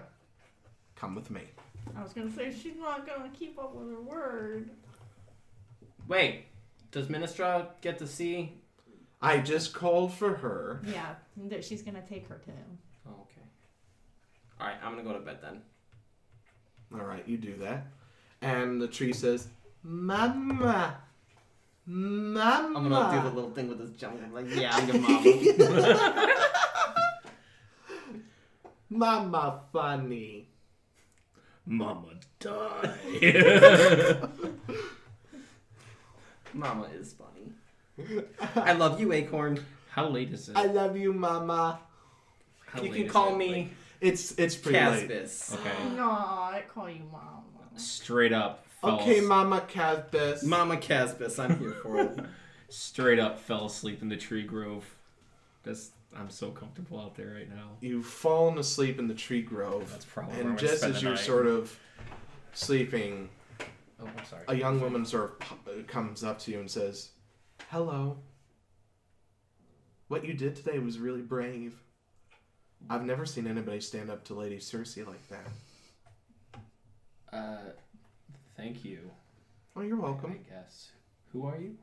[SPEAKER 1] come with me."
[SPEAKER 3] I was gonna say she's not gonna keep up with her word.
[SPEAKER 2] Wait, does Ministra get to see?
[SPEAKER 1] I just called for her.
[SPEAKER 3] Yeah, that she's gonna take her to him.
[SPEAKER 2] Oh, okay. All right, I'm gonna go to bed then.
[SPEAKER 1] All right, you do that. And the tree says, Mama. Mama.
[SPEAKER 2] I'm gonna do the little thing with this jump. I'm like, yeah, I'm your mom.
[SPEAKER 1] Mama funny.
[SPEAKER 15] Mama die.
[SPEAKER 2] Mama is funny. I love you, Acorn.
[SPEAKER 4] How late is it?
[SPEAKER 1] I love you, Mama.
[SPEAKER 4] How
[SPEAKER 2] you
[SPEAKER 4] late
[SPEAKER 2] can
[SPEAKER 4] is
[SPEAKER 2] call
[SPEAKER 4] it?
[SPEAKER 2] me
[SPEAKER 1] It's it's pretty late.
[SPEAKER 2] Caspis.
[SPEAKER 4] Like, okay.
[SPEAKER 3] No, I call you mama.
[SPEAKER 4] Straight up. Fell,
[SPEAKER 1] Okay, Mama Caspis.
[SPEAKER 2] Mama Caspis, I'm here for it.
[SPEAKER 4] Straight up fell asleep in the tree grove. Just, I'm so comfortable out there right now.
[SPEAKER 1] You've fallen asleep in the tree grove.
[SPEAKER 4] That's probably where I'm
[SPEAKER 1] and
[SPEAKER 4] gonna
[SPEAKER 1] just
[SPEAKER 4] spend
[SPEAKER 1] as
[SPEAKER 4] the
[SPEAKER 1] you're
[SPEAKER 4] night.
[SPEAKER 1] sort of sleeping,
[SPEAKER 4] Oh, I'm sorry.
[SPEAKER 1] a young woman sort of po- comes up to you and says, "Hello. What you did today was really brave. I've never seen anybody stand up to Lady Cersei like that."
[SPEAKER 4] Uh, thank you.
[SPEAKER 1] Oh, you're
[SPEAKER 4] I
[SPEAKER 1] welcome.
[SPEAKER 4] guess. Who are you?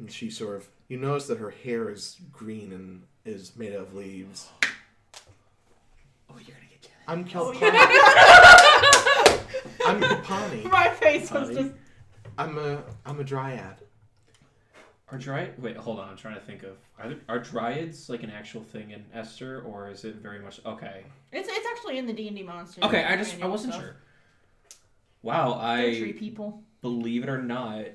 [SPEAKER 1] And she sort of, you notice that her hair is green and is made of leaves.
[SPEAKER 4] Oh, you're gonna get killed.
[SPEAKER 1] I'm Kelpani. I'm Kelpani.
[SPEAKER 3] My face was just
[SPEAKER 1] I'm a I'm a dryad.
[SPEAKER 4] Are dryad? Wait, hold on. I'm trying to think of. Are, there, are dryads like an actual thing in Esther, or is it very much okay?
[SPEAKER 3] It's it's actually in the D and D monster.
[SPEAKER 4] Okay, I just I
[SPEAKER 3] manual
[SPEAKER 4] wasn't
[SPEAKER 3] stuff.
[SPEAKER 4] sure. Wow,
[SPEAKER 3] They're tree
[SPEAKER 4] I
[SPEAKER 3] people.
[SPEAKER 4] believe it or not,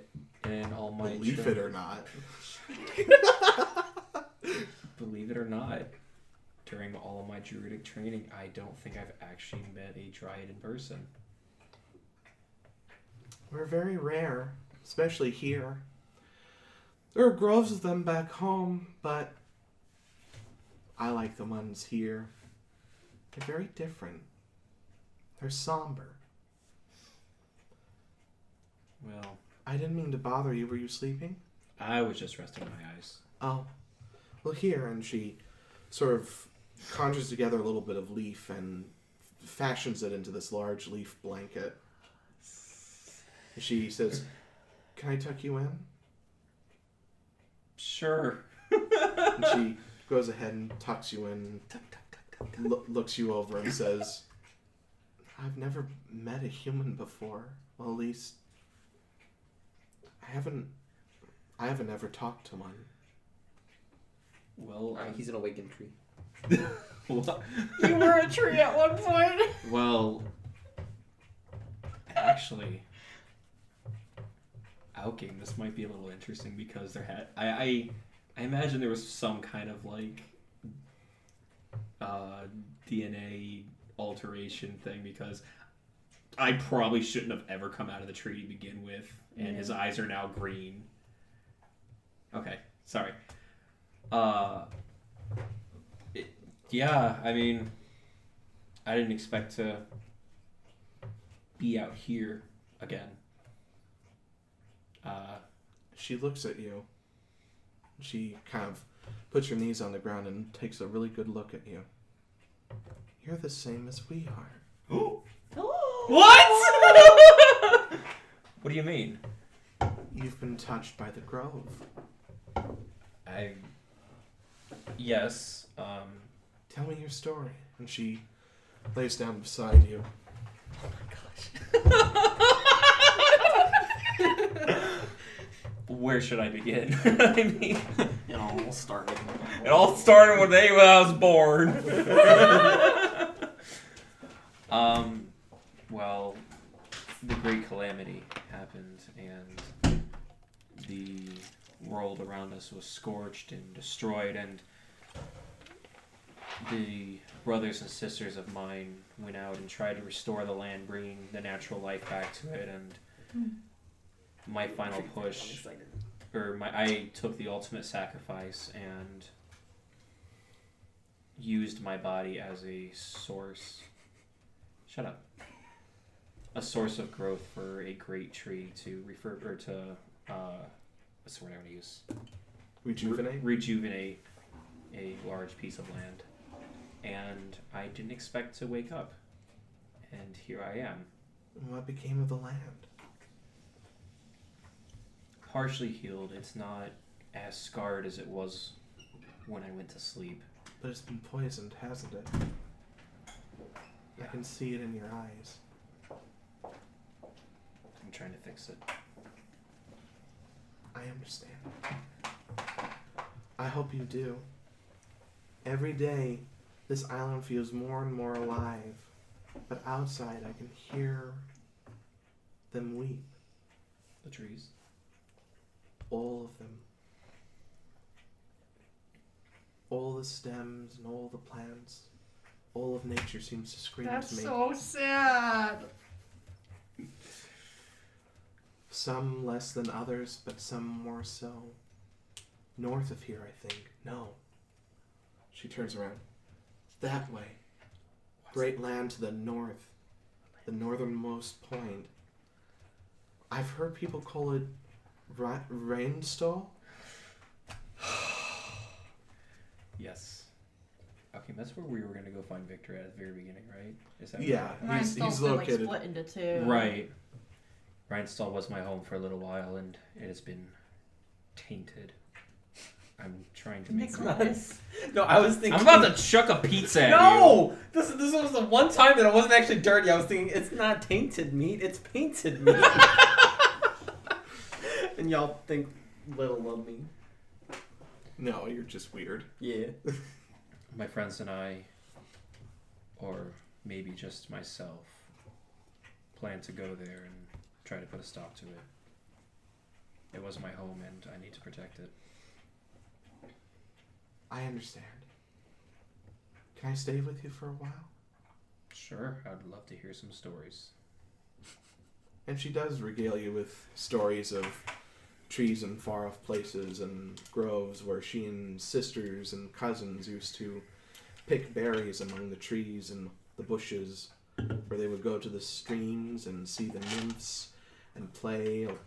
[SPEAKER 4] in all my
[SPEAKER 1] Believe
[SPEAKER 4] tra-
[SPEAKER 1] it or not.
[SPEAKER 4] believe it or not, during all of my druidic training, I don't think I've actually met a dryad in person.
[SPEAKER 1] We're very rare, especially here. There are groves of them back home, but I like the ones here. They're very different. They're somber.
[SPEAKER 4] Well,
[SPEAKER 1] I didn't mean to bother you. Were you sleeping?
[SPEAKER 4] I was just resting my eyes.
[SPEAKER 1] Oh, well, here. And she sort of conjures together a little bit of leaf and fashions it into this large leaf blanket. She says, Can I tuck you in?
[SPEAKER 4] Sure.
[SPEAKER 1] And she goes ahead and tucks you in, lo- looks you over, and says, I've never met a human before. Well, at least I haven't. I haven't ever talked to one.
[SPEAKER 4] Well,
[SPEAKER 2] All right, he's an awakened tree.
[SPEAKER 4] well,
[SPEAKER 3] You were a tree at one point.
[SPEAKER 4] well, actually, outing. This might be a little interesting because there had I, I I imagine there was some kind of like uh, DNA alteration thing because I probably shouldn't have ever come out of the tree to begin with, and his eyes are now green. Okay, sorry. Uh, it, yeah, I mean, I didn't expect to be out here again. Uh,
[SPEAKER 1] She looks at you. She kind of puts her knees on the ground and takes a really good look at you. You're the same as we are.
[SPEAKER 3] Ooh.
[SPEAKER 4] What? What do you mean?
[SPEAKER 17] You've been touched by the grove.
[SPEAKER 4] I. Yes. Um,
[SPEAKER 1] Tell me your story. And she lays down beside you.
[SPEAKER 4] where should I begin? I mean,
[SPEAKER 17] You know, we'll start with
[SPEAKER 4] it all started one day when I was born. um, well, the great calamity happened, and the world around us was scorched and destroyed, and the brothers and sisters of mine went out and tried to restore the land, bringing the natural life back to it, and my final push or my I took the ultimate sacrifice and used my body as a source. Shut up. A source of growth for a great tree to refer or to uh, what's the word I want to use?
[SPEAKER 1] Rejuvenate?
[SPEAKER 4] Rejuvenate a large piece of land, and I didn't expect to wake up, and here I am.
[SPEAKER 1] What became of the land?
[SPEAKER 4] partially healed. It's not as scarred as it was when I went to sleep.
[SPEAKER 1] But it's been poisoned, hasn't it? I can see it in your eyes.
[SPEAKER 4] I'm trying to fix it.
[SPEAKER 1] I understand. I hope you do. Every day, this island feels more and more alive. But outside, I can hear them weep.
[SPEAKER 4] The trees.
[SPEAKER 1] All of them. All the stems and all the plants. All of nature seems to scream to
[SPEAKER 3] That's
[SPEAKER 1] me.
[SPEAKER 3] so sad.
[SPEAKER 1] Some less than others, but some more so. North of here, I think. No. She turns around. That way. Great land to the north. The northernmost point. I've heard people call it ra- Rainstall.
[SPEAKER 4] Yes. Okay, that's where we were gonna go find Victor at the very beginning, right? Is that
[SPEAKER 1] Yeah, he's, he's located.
[SPEAKER 3] like split into two.
[SPEAKER 4] right? Right. Rhinestall was my home for a little while, and it has been tainted. I'm trying to make.
[SPEAKER 3] Nicholas.
[SPEAKER 2] No, I was thinking.
[SPEAKER 4] I'm about to chuck a pizza at you.
[SPEAKER 2] No, this this was the one time that it wasn't actually dirty. I was thinking it's not tainted meat, it's painted meat. and y'all think little of me?
[SPEAKER 1] no, you're just weird.
[SPEAKER 2] Yeah.
[SPEAKER 4] my friends and I, or maybe just myself, plan to go there and try to put a stop to it. It was my home and I need to protect it.
[SPEAKER 1] I understand. Can I stay with you for a while?
[SPEAKER 4] Sure, I'd love to hear some stories.
[SPEAKER 1] And she does regale you with stories of trees and far off places and groves where she and sisters and cousins used to pick berries among the trees and the bushes, where they would go to the streams and see the nymphs and play and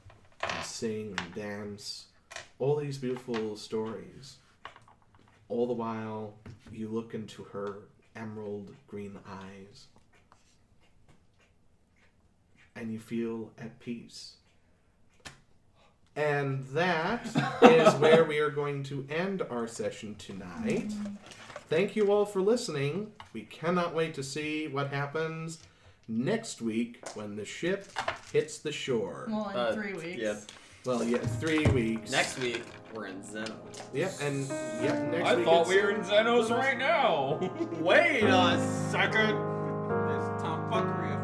[SPEAKER 1] sing and dance. All these beautiful stories. All the while, you look into her emerald green eyes and you feel at peace. And that is where we are going to end our session tonight. Thank you all for listening. We cannot wait to see what happens next week when the ship hits the shore.
[SPEAKER 3] Well, in
[SPEAKER 18] Uh,
[SPEAKER 3] three weeks.
[SPEAKER 18] yeah.
[SPEAKER 1] Well, yeah, three weeks.
[SPEAKER 18] Next week, we're in Zeno.
[SPEAKER 1] Yep, and yep, next
[SPEAKER 4] I
[SPEAKER 1] week.
[SPEAKER 4] thought
[SPEAKER 1] it's-
[SPEAKER 4] we were in Zenos right now!
[SPEAKER 18] Wait a second! There's tomfuckery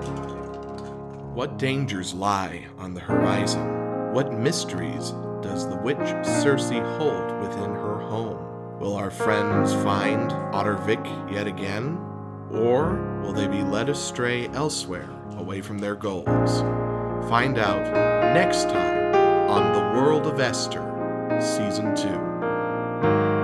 [SPEAKER 18] afoot.
[SPEAKER 1] What dangers lie on the horizon? What mysteries does the witch Circe hold within her home? Will our friends find Ottervik yet again? Or will they be led astray elsewhere, away from their goals? Find out next time on The World of Esther, Season 2.